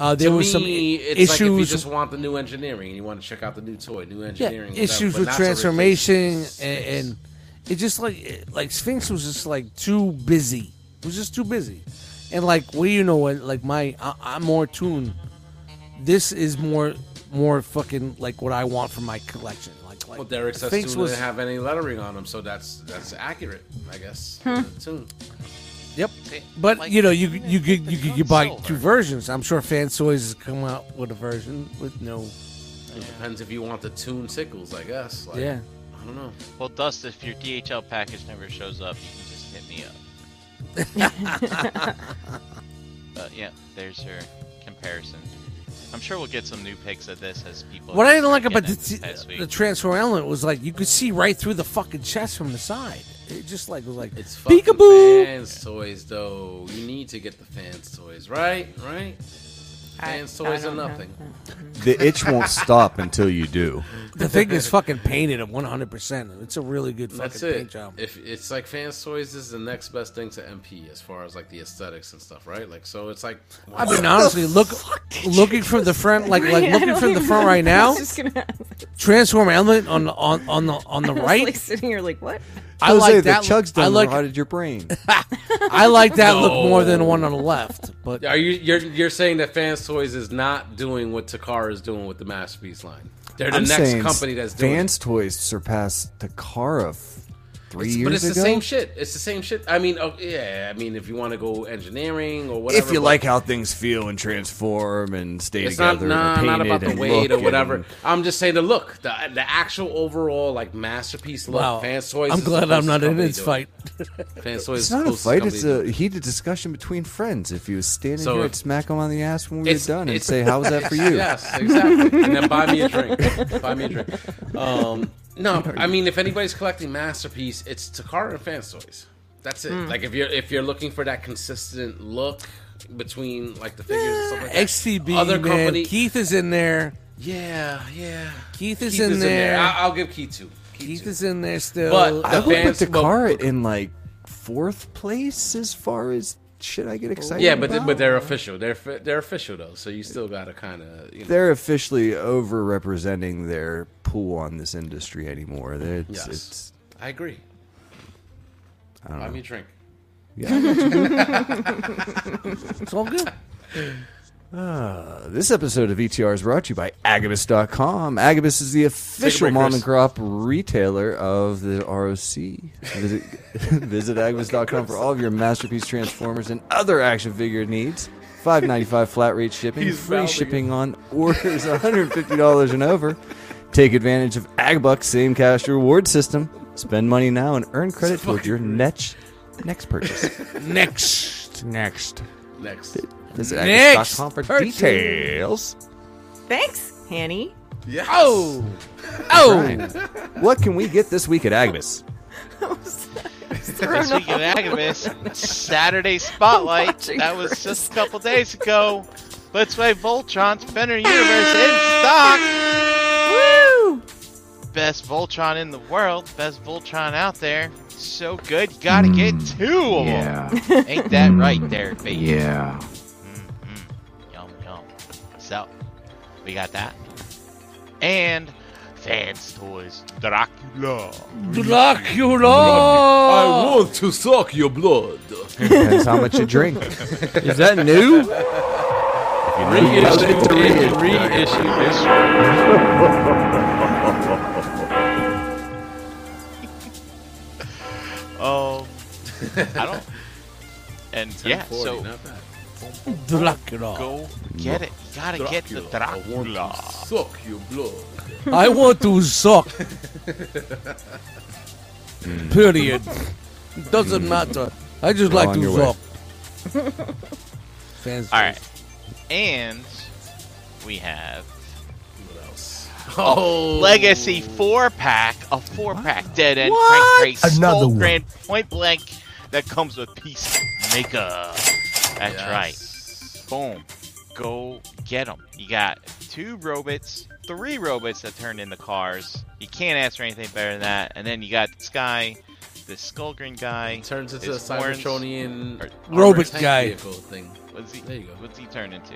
Speaker 5: Uh, there
Speaker 2: to
Speaker 5: were
Speaker 2: me,
Speaker 5: some
Speaker 2: it's
Speaker 5: issues.
Speaker 2: like if you just want the new engineering and you want to check out the new toy, new
Speaker 5: yeah,
Speaker 2: engineering whatever,
Speaker 5: issues
Speaker 2: but
Speaker 5: with
Speaker 2: not to replace
Speaker 5: transformation
Speaker 2: Sphinx.
Speaker 5: and, and it just like it, like Sphinx was just like too busy. It was just too busy, and like well, you know what? Like my I, I'm more tuned. This is more more fucking like what I want from my collection. Like like
Speaker 2: Well, Derek says
Speaker 5: Sphinx
Speaker 2: too
Speaker 5: was
Speaker 2: didn't have any lettering on them, so that's that's accurate, I guess. Tune.
Speaker 5: yep.
Speaker 6: See,
Speaker 5: But
Speaker 6: like,
Speaker 5: you know you you could
Speaker 6: the
Speaker 5: you could
Speaker 6: John
Speaker 5: you buy
Speaker 6: Silver.
Speaker 5: two versions. I'm sure Fansoys has come out with a version with no
Speaker 2: It depends if you want the tune sickles, I guess. Like,
Speaker 5: yeah.
Speaker 2: I don't know.
Speaker 6: Well, Dust, if your DHL package never shows up, you can just hit me up. but yeah, there's your comparison. I'm sure we'll get some new pics of this as people.
Speaker 5: What I didn't
Speaker 6: start
Speaker 5: like about the,
Speaker 6: getting it
Speaker 5: t-
Speaker 6: past week.
Speaker 5: the transfer element was like you could see right through the fucking chest from the side. It just like was like
Speaker 2: It's fucking
Speaker 5: Peekaboo!
Speaker 2: fans toys though. You need to get the fans toys, right? Right? Fans toys are
Speaker 3: don't know.
Speaker 2: nothing.
Speaker 9: the itch won't stop until you do.
Speaker 5: the thing is fucking painted at one hundred percent. It's a really good fucking
Speaker 2: That's
Speaker 5: paint
Speaker 2: it.
Speaker 5: job.
Speaker 2: If it's like fans toys is the next best thing to MP as far as like the aesthetics and stuff, right? Like so it's like
Speaker 5: I mean, honestly, look, looking from the front, like like looking from the front right now,
Speaker 3: Just gonna,
Speaker 5: transform element on the- on on the on the
Speaker 3: right?
Speaker 5: right.
Speaker 3: like sitting here, like what?
Speaker 5: I
Speaker 1: Jose,
Speaker 5: like
Speaker 1: the
Speaker 5: that.
Speaker 1: chug's
Speaker 5: I
Speaker 1: done
Speaker 5: like
Speaker 1: rotted your brain.
Speaker 5: I like that look more than the
Speaker 2: No.
Speaker 5: one on the left. But
Speaker 2: Are you you're you're saying that Fans Toys is not doing what Takara is doing with the masterpiece line? They're the
Speaker 1: I'm
Speaker 2: next
Speaker 1: saying
Speaker 2: company that's doing it.
Speaker 1: Vans Toys surpassed Takara f- three
Speaker 2: It's-
Speaker 1: years
Speaker 2: but it's
Speaker 1: ago.
Speaker 2: the same shit. It's the same shit. I mean, oh, yeah. I mean, if you want to go engineering or whatever,
Speaker 1: if you
Speaker 2: but
Speaker 1: like how things feel and transform and stay
Speaker 2: it's not
Speaker 1: together,
Speaker 2: nah,
Speaker 1: and are
Speaker 2: not
Speaker 1: painted
Speaker 2: about the
Speaker 1: and
Speaker 2: weight or
Speaker 1: look
Speaker 2: whatever.
Speaker 1: and-
Speaker 2: I'm just saying the look, the the actual overall like masterpiece look.
Speaker 5: wow,
Speaker 2: Fans Toys.
Speaker 5: Oh, I'm
Speaker 2: is the
Speaker 5: glad I'm
Speaker 2: closest
Speaker 5: not in
Speaker 2: company
Speaker 5: this
Speaker 2: to it.
Speaker 5: fight.
Speaker 2: Fans Toys.
Speaker 1: It's
Speaker 2: is
Speaker 1: not a
Speaker 2: closest
Speaker 1: fight.
Speaker 2: company
Speaker 1: It's
Speaker 2: to
Speaker 1: a heated discussion between friends. If you was standing
Speaker 2: So
Speaker 1: here,
Speaker 2: if-
Speaker 1: I'd smack him on the ass when we were
Speaker 2: It's-
Speaker 1: done and
Speaker 2: it's-
Speaker 1: say, "How was that for you?"
Speaker 2: Yes, exactly. and then buy me a drink. buy me a drink. Um, no, I mean, if anybody's collecting masterpiece, it's Takara and fan toys. That's it. Like if you're if you're looking for that consistent look between like the figures and stuff like that.
Speaker 5: XTB
Speaker 2: Other
Speaker 5: man,
Speaker 2: company-
Speaker 5: Keith is in there.
Speaker 2: yeah, yeah.
Speaker 5: Keith is in there.
Speaker 2: I- I'll give Keith two.
Speaker 5: Keith
Speaker 2: two.
Speaker 5: is in there still.
Speaker 2: Ah. But
Speaker 1: I
Speaker 2: The
Speaker 1: would
Speaker 2: Vans-
Speaker 1: put
Speaker 2: well-
Speaker 1: Takara in like fourth place as far as should I get excited?
Speaker 2: yeah, but th-
Speaker 1: about?
Speaker 2: but they're official. They're fi- they're official though, so you still gotta kind of you know.
Speaker 1: they're officially overrepresenting their pool on this industry anymore. They're- It's,
Speaker 2: Yes.
Speaker 1: it's
Speaker 2: I agree.
Speaker 1: I don't
Speaker 2: Buy me
Speaker 1: know.
Speaker 2: a drink.
Speaker 1: Yeah.
Speaker 5: it's all good.
Speaker 1: Uh, this episode of ETR is brought to you by Agabus.com. Agabus is the official
Speaker 2: break,
Speaker 1: mom and
Speaker 2: Chris.
Speaker 1: crop retailer of the ROC. Visit, visit Agabus.com for all of your masterpiece transformers and other action figure needs. Five ninety five flat rate shipping,
Speaker 2: He's
Speaker 1: free
Speaker 2: mouthing
Speaker 1: shipping on orders one hundred fifty dollars and over. Take advantage of Agbucks same cash reward system. Spend money now and earn credit towards your next next purchase.
Speaker 5: Next, next.
Speaker 2: Next.
Speaker 1: Visit
Speaker 5: Next
Speaker 1: Agabus.com for
Speaker 5: purchase.
Speaker 1: details.
Speaker 3: Thanks, Hanny.
Speaker 2: Yes.
Speaker 5: Oh, oh.
Speaker 1: What can we get this week at Agabus?
Speaker 6: And Speaking of Agabus, Saturday Spotlight.
Speaker 3: Watching
Speaker 6: That was
Speaker 3: Chris.
Speaker 6: just a couple days ago. Let's play Voltron's Fender Universe in stock. Woo! Best Voltron in the world. Best Voltron out there. So good. You gotta get two of them. Ain't that right there, baby? Yeah. Yum, yum. So, we got that. And Fans Toys Dracula.
Speaker 2: I want to suck your blood.
Speaker 1: Depends how much you drink.
Speaker 4: Is that new?
Speaker 2: Reissue. Reissue.
Speaker 6: Oh. I don't. And yeah, so
Speaker 2: not bad.
Speaker 5: Dracula.
Speaker 6: go get it. You gotta get the Dracula.
Speaker 2: Suck your blood.
Speaker 5: I want to suck. Period. Doesn't matter. I just like
Speaker 1: Hmm. on
Speaker 5: to
Speaker 1: your way.
Speaker 5: suck. Fans.
Speaker 6: All right, and we have
Speaker 2: What else? Oh,
Speaker 6: Legacy four pack, a four pack dead end
Speaker 5: What?
Speaker 6: crank race,
Speaker 9: Another
Speaker 6: Skull
Speaker 9: one.
Speaker 6: Grand Point Blank that comes with Peacemaker. That's right. Boom. Go get them. You got two robots, three robots that turned into cars. You can't ask for anything better than that. And then you got this guy, this Skullgrin guy.
Speaker 2: Turns into a
Speaker 6: his horns-
Speaker 2: Cybertronian
Speaker 6: or-
Speaker 5: Robot
Speaker 2: tank
Speaker 5: guy.
Speaker 2: vehicle thing,
Speaker 6: What's he,
Speaker 2: There you go.
Speaker 6: What's he turn into?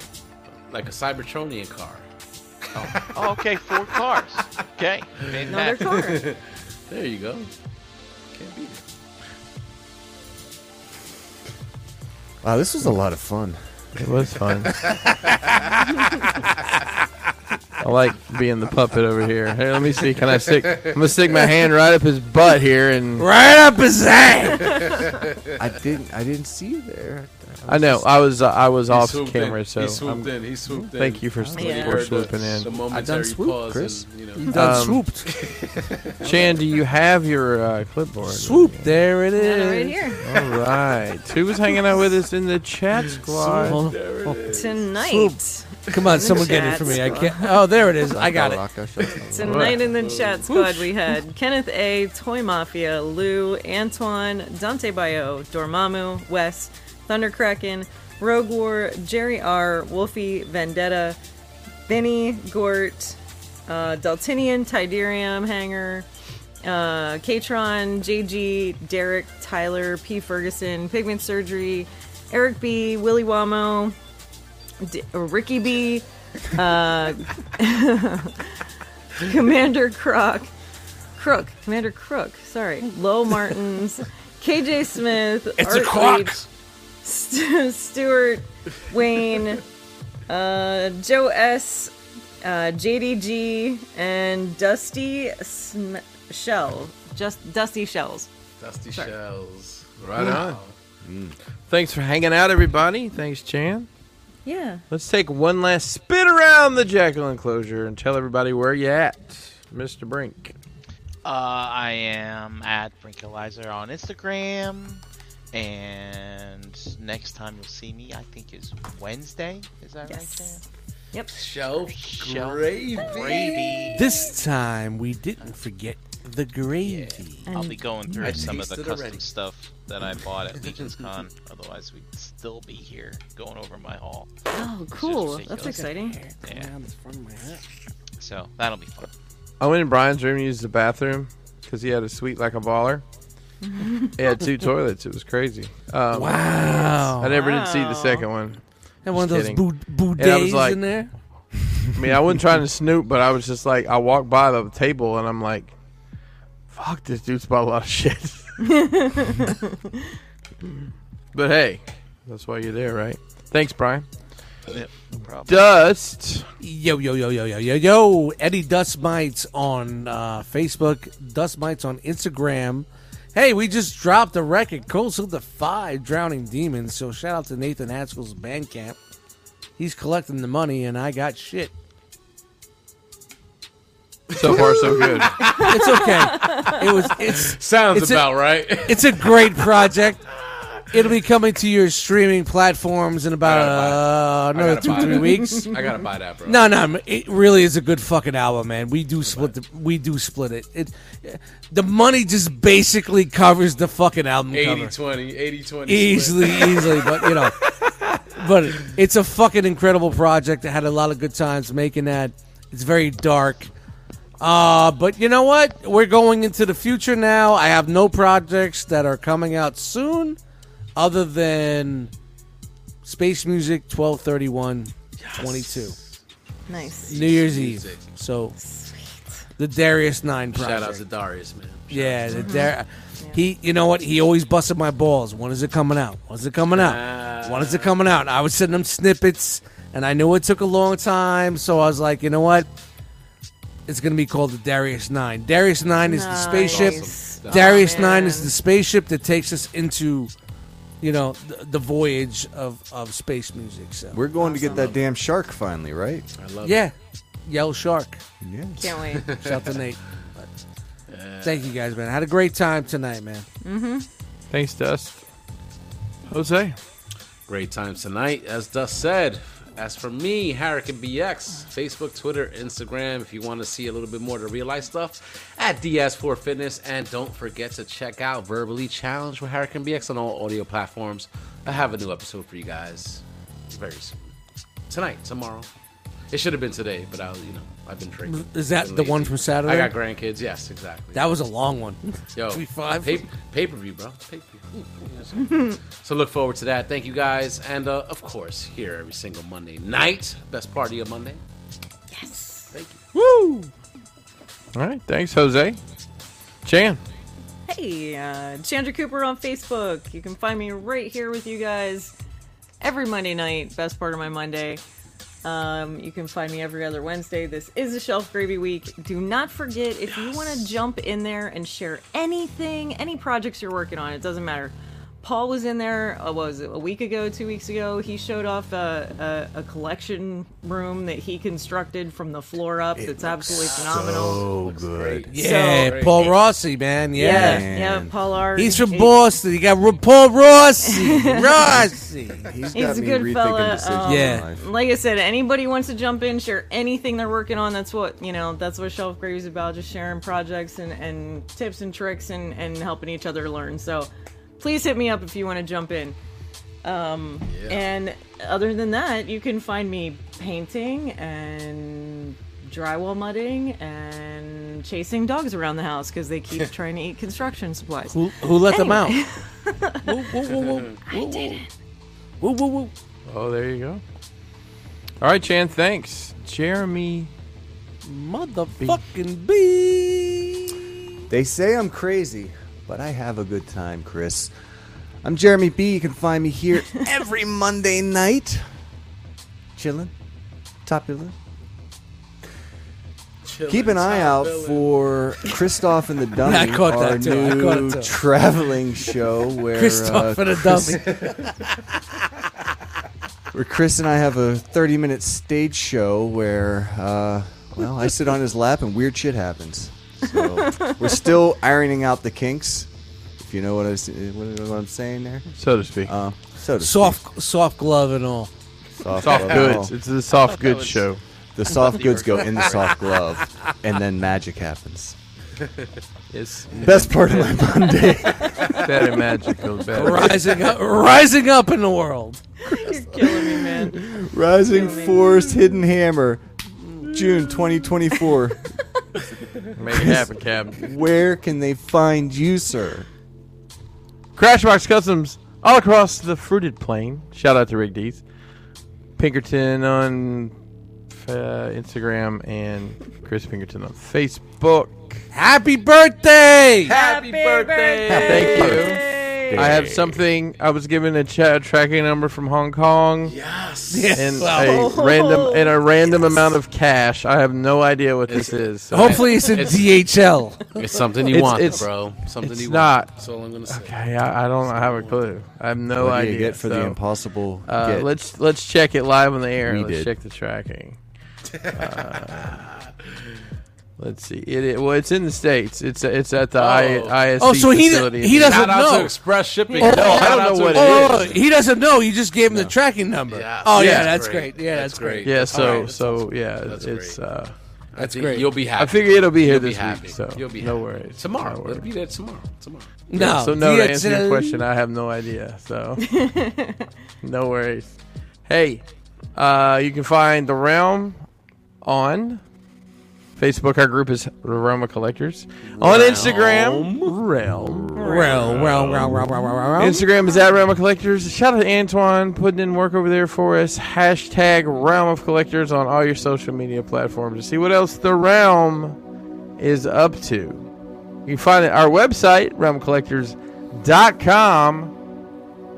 Speaker 2: like a Cybertronian car.
Speaker 6: Oh, okay, four cars. Okay, made
Speaker 3: Another
Speaker 6: that.
Speaker 3: car.
Speaker 2: There you go. Can't beat it.
Speaker 9: Wow, this was a lot of fun.
Speaker 4: It was fun. I like being the puppet over here. Hey, let me see. Can I stick? I'm gonna stick my hand right up his butt here, and
Speaker 5: Right up his ass.
Speaker 1: I didn't. I didn't see you there.
Speaker 4: I know I was uh, I was
Speaker 2: He
Speaker 4: off
Speaker 2: swooped
Speaker 4: camera,
Speaker 2: in.
Speaker 4: so
Speaker 2: he swooped
Speaker 4: I'm-
Speaker 2: in. He swooped in.
Speaker 4: thank you for,
Speaker 2: When he
Speaker 3: Yeah.
Speaker 4: for
Speaker 2: heard the-
Speaker 4: swooping
Speaker 2: The
Speaker 4: in.
Speaker 2: momentary
Speaker 1: swoop,
Speaker 2: pause,
Speaker 1: Chris.
Speaker 2: and, you know,
Speaker 5: He done
Speaker 4: Um,
Speaker 5: swooped.
Speaker 4: Chan, do you have your uh, clipboard?
Speaker 5: Swoop. There it
Speaker 3: Got
Speaker 5: is.
Speaker 3: it right here.
Speaker 4: All right. Who was hanging out with us in the chat squad?
Speaker 5: Hold on.
Speaker 3: Tonight.
Speaker 5: Come on, someone get it
Speaker 3: Chat
Speaker 5: for me. I can't. Oh, there it is. I got it.
Speaker 3: Tonight in the chat squad, we had Kenneth A, Toy Mafia, Lou, Antoine, Dante Bio, Dormammu, Wes, Thunderkraken, Rogue War, Jerry R, Wolfie, Vendetta, Vinny, Gort, uh, Deltinian, Tiderium, Hanger, uh, Katron, JG, Derek, Tyler, P. Ferguson, Pigment Surgery, Eric B, Willy Wamo, D- Ricky B, uh, Commander Croc, Crook, Commander Crook, sorry, Lo Martins, KJ Smith, it's Art Leach, St- Stuart, Wayne, uh, Joe S, uh, JDG, and Dusty Sm- Shell, just Dusty Shells.
Speaker 2: Dusty shells. Right on.
Speaker 4: Thanks for hanging out, everybody. Thanks, Chan.
Speaker 3: Yeah.
Speaker 4: Let's take one last spin around the jackal enclosure and tell everybody where you at, Mr. Brink.
Speaker 6: Uh, I am at Brinkalizer on Instagram, and next time you'll see me, I think is Wednesday. Is that
Speaker 3: Yes. Yep.
Speaker 2: Shell
Speaker 6: right, Chan?
Speaker 2: gravy.
Speaker 6: Gravy.
Speaker 5: This time we didn't forget the gravy.
Speaker 6: I'll be going through some of the
Speaker 2: tasted
Speaker 6: custom
Speaker 2: already.
Speaker 6: stuff that I bought at Legion's Con. Otherwise, we'd still be here going over my haul.
Speaker 3: Oh, cool.
Speaker 6: ridiculous.
Speaker 3: That's exciting.
Speaker 6: Yeah. So that'll be fun.
Speaker 4: I went in Brian's room and used the bathroom because he had a suite like a baller. it had two toilets. It was crazy. Um,
Speaker 5: Wow.
Speaker 4: I never did see the
Speaker 3: Wow.
Speaker 4: second one.
Speaker 5: Had one of
Speaker 4: Just
Speaker 5: those
Speaker 4: kidding.
Speaker 5: bou- boudays
Speaker 4: And I was like-
Speaker 5: in there.
Speaker 4: I mean, I wasn't trying to snoop, but I was just like, I walked by the table and I'm like, fuck, this dude's bought a lot of shit. but hey, that's why you're there, right? Thanks, Brian.
Speaker 6: Yep, no problem.
Speaker 4: Dust.
Speaker 5: Yo, yo, yo, yo, yo, yo, yo. Eddie Dust Mites on uh, Facebook, Dust Mites on Instagram. Hey, we just dropped a record, Cold Silver 5, Drowning Demons. So shout out to Nathan Haskell's Bandcamp. He's collecting the money, and I got shit.
Speaker 4: So far, so good.
Speaker 5: It's okay. it was. It's
Speaker 2: Sounds
Speaker 5: It's a-
Speaker 2: about right.
Speaker 5: it's a great project. It'll be coming to your streaming platforms in about uh,
Speaker 2: I
Speaker 5: another
Speaker 2: gotta
Speaker 5: two,
Speaker 2: buy
Speaker 5: three
Speaker 2: that.
Speaker 5: weeks.
Speaker 2: I gotta buy that, bro.
Speaker 5: No, no, it really is a good fucking album, man. We do split the, we do split it. It, the money just basically covers the fucking album
Speaker 2: 80
Speaker 5: cover
Speaker 2: 20, 80 20.
Speaker 5: easily, easily, but you know, but it's a fucking incredible project. I had a lot of good times making that. It's very dark. Uh, but you know what? We're going into the future now. I have no projects that are coming out soon other than Space Music 1231 22.
Speaker 3: Nice.
Speaker 5: New Year's Eve. So the Darius Nine project.
Speaker 2: Shout out to Darius, man.
Speaker 5: yeah, the Dar- he. You know what? He always busted my balls. When is it coming out? When is it coming out? When is it coming out? I was sending him snippets, and I knew it took a long time. So I was like, you know what? It's gonna be called the Darius Nine. Darius Nine is the spaceship.
Speaker 3: Nice.
Speaker 5: Darius
Speaker 3: Oh,
Speaker 5: Nine
Speaker 3: man.
Speaker 5: is the spaceship that takes us into, you know, the, the voyage of of space music. So
Speaker 1: We're going to get that damn shark finally, right?
Speaker 2: I love
Speaker 5: yeah, Yellow Shark.
Speaker 1: Yeah.
Speaker 3: Can't wait.
Speaker 5: Shout to Nate. But Thank you guys, man. I had a great time tonight, man.
Speaker 4: Thanks, Dust. Jose.
Speaker 2: it. Great times tonight, as Dust said. As for me, Harrican BX, Facebook, Twitter, Instagram, if you want to see a little bit more of the real life stuff, at DS4 Fitness. And don't forget to check out Verbally Challenge with Harrican BX on all audio platforms. I have a new episode for you guys very soon. Tonight, tomorrow. It should have been today, but I, you know, I've been drinking.
Speaker 5: Is that
Speaker 2: Been
Speaker 5: the one
Speaker 2: lazy.
Speaker 5: from Saturday?
Speaker 2: I got grandkids. Yes, exactly.
Speaker 5: that was a long one.
Speaker 2: Yo,
Speaker 5: Three, five.
Speaker 2: pay per view, bro. Pay per view. so look forward to that. Thank you guys, and uh, of course, here every single Monday night, best party of Monday.
Speaker 4: Woo! All right. Thanks, Jose. Chan.
Speaker 3: Hey, uh, Chandra Cooper on Facebook. You can find me right here with you guys every Monday night, best part of my Monday. Um, you can find me every other Wednesday. This is a shelf gravy week. Do not forget if you want to jump in there and share anything, any projects you're working on, it doesn't matter. Paul was in there, uh, what was it, a week ago, two weeks ago? He showed off a, a, a collection room that he constructed from the floor up that's absolutely phenomenal.
Speaker 9: Oh, good.
Speaker 5: Yeah, Paul Rossi, man.
Speaker 3: Yeah,
Speaker 5: Yeah.
Speaker 3: yeah, Paul R.
Speaker 5: He's from
Speaker 3: he-
Speaker 5: Boston. You got Ro- Paul Rossi. Rossi.
Speaker 1: He's got
Speaker 3: He's a
Speaker 1: me
Speaker 3: good
Speaker 1: rethinking
Speaker 3: fella,
Speaker 1: decisions
Speaker 3: um,
Speaker 1: in
Speaker 5: Yeah.
Speaker 1: life.
Speaker 3: Like I said, anybody wants to jump in, share anything they're working on. That's what you know. That's what Shelf Gravy's about, just sharing projects and, and tips and tricks and and helping each other learn. So, please hit me up if you want to jump in. Um, And other than that, you can find me painting and drywall mudding and chasing dogs around the house because they keep trying to eat construction supplies.
Speaker 5: Who, who let them out?
Speaker 3: Anyway.
Speaker 5: Woo, woo, woo, woo. Woo, Woo, woo, woo.
Speaker 4: Oh, there you go. All right, Chan. Thanks, Jeremy.
Speaker 5: Motherfucking bee.
Speaker 1: They say I'm crazy, but I have a good time, Chris. I'm Jeremy B. You can find me here every Monday night. Chillin', topular. Keep an eye out for Christoph and the Dummy,
Speaker 5: I caught
Speaker 1: our
Speaker 5: that too. I caught
Speaker 1: new
Speaker 5: it too.
Speaker 1: traveling show where uh,
Speaker 5: Christoph and a dummy.
Speaker 1: where Chris and I have a 30 minute stage show where, uh, well, I sit on his lap and weird shit happens. So we're still ironing out the kinks, if you know what, I, s- what I'm saying there.
Speaker 4: So to speak.
Speaker 1: Uh, so to
Speaker 5: soft, soft glove and all.
Speaker 1: speak. soft,
Speaker 4: soft
Speaker 1: glove.
Speaker 7: oh.
Speaker 4: goods. It's the soft goods
Speaker 6: was-
Speaker 4: show.
Speaker 1: The soft goods go in the soft glove, and then magic happens.
Speaker 4: Yes.
Speaker 1: Best part of my Monday.
Speaker 4: Better magical. Better.
Speaker 5: rising up, rising up in the world.
Speaker 3: You're killing me, man.
Speaker 1: Rising Force Hidden Hammer, June 2024.
Speaker 4: Make it happen, Captain.
Speaker 1: Where can they find you, sir?
Speaker 4: Crashbox Customs all across the fruited plain. Shout out to Rig D's. Pinkerton on uh, Instagram and Chris Pinkerton on Facebook.
Speaker 5: Happy birthday!
Speaker 2: Happy birthday!
Speaker 4: Thank you.
Speaker 3: Yay.
Speaker 4: I have something. I was given a chat tracking number from Hong Kong
Speaker 2: Yes.
Speaker 4: and
Speaker 5: Wow.
Speaker 4: a random and a random amount of cash. I have no idea what this is. so-
Speaker 5: Hopefully, it's in
Speaker 2: It's-
Speaker 5: DHL.
Speaker 2: It's something you
Speaker 4: It's-
Speaker 2: want,
Speaker 4: it's-
Speaker 2: bro. Something
Speaker 4: it's
Speaker 2: you
Speaker 4: not.
Speaker 2: want. That's all I'm gonna say.
Speaker 4: Okay, I, I don't have a clue. I have no
Speaker 1: what do
Speaker 4: idea.
Speaker 1: you get for the
Speaker 4: so,
Speaker 1: impossible?
Speaker 4: uh,
Speaker 1: get?
Speaker 4: Let's let's check it live on the air.
Speaker 1: We
Speaker 4: let's
Speaker 1: did.
Speaker 4: check the tracking. Uh, let's see. It, it well, it's in the states. It's it's at the
Speaker 2: Oh.
Speaker 4: I, ISC
Speaker 5: Oh, so he
Speaker 4: facility.
Speaker 5: he doesn't
Speaker 2: Shout out to
Speaker 5: know.
Speaker 2: Express Shipping.
Speaker 4: No, I don't know what it is.
Speaker 5: Oh, he doesn't know. You just gave him the tracking number.
Speaker 2: Yeah.
Speaker 5: Oh yeah,
Speaker 4: Yeah.
Speaker 5: that's great. Yeah, that's, great.
Speaker 4: Yeah. So
Speaker 2: Alright, that
Speaker 4: so yeah.
Speaker 2: That's
Speaker 4: it's.
Speaker 2: great.
Speaker 4: Uh,
Speaker 2: That's
Speaker 5: great.
Speaker 2: You'll be happy.
Speaker 4: I figure it'll be here
Speaker 2: You'll
Speaker 4: this
Speaker 2: be happy.
Speaker 4: week. So
Speaker 2: You'll be
Speaker 4: no
Speaker 2: happy.
Speaker 4: worries.
Speaker 2: Tomorrow.
Speaker 4: No
Speaker 2: It'll be
Speaker 4: worries.
Speaker 2: there tomorrow. Tomorrow.
Speaker 5: No,
Speaker 4: So no, to
Speaker 5: DHL.
Speaker 4: answer your question, I have no idea. So no worries. Hey, uh, you can find the realm on Facebook. Our group is the Realm of Collectors on Instagram. Realm.
Speaker 5: Row, row, row, row, row, row, row, row.
Speaker 4: Instagram is at Realm of Collectors. Shout out to Antoine putting in work over there for us. Hashtag Realm of Collectors on all your social media platforms to see what else the Realm is up to. You can find it our website, realmcollectors.com.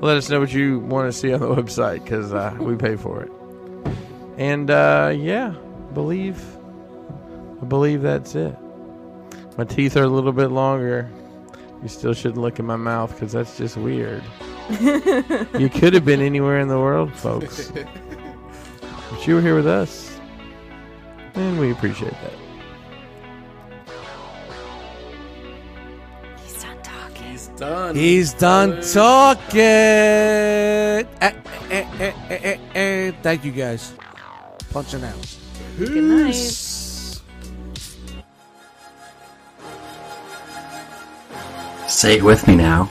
Speaker 4: Let us know what you want to see on the website because uh, we pay for it. And uh, yeah, believe, I believe that's it. My teeth are a little bit longer. You still shouldn't look in my mouth because that's just weird. you could have been anywhere in the world, folks. But you were here with us. And we appreciate that.
Speaker 2: He's done.
Speaker 5: He's done talking. Eh, eh, eh, eh, eh, eh. Thank you guys. Punching out.
Speaker 3: Good night.
Speaker 10: Say it with me now.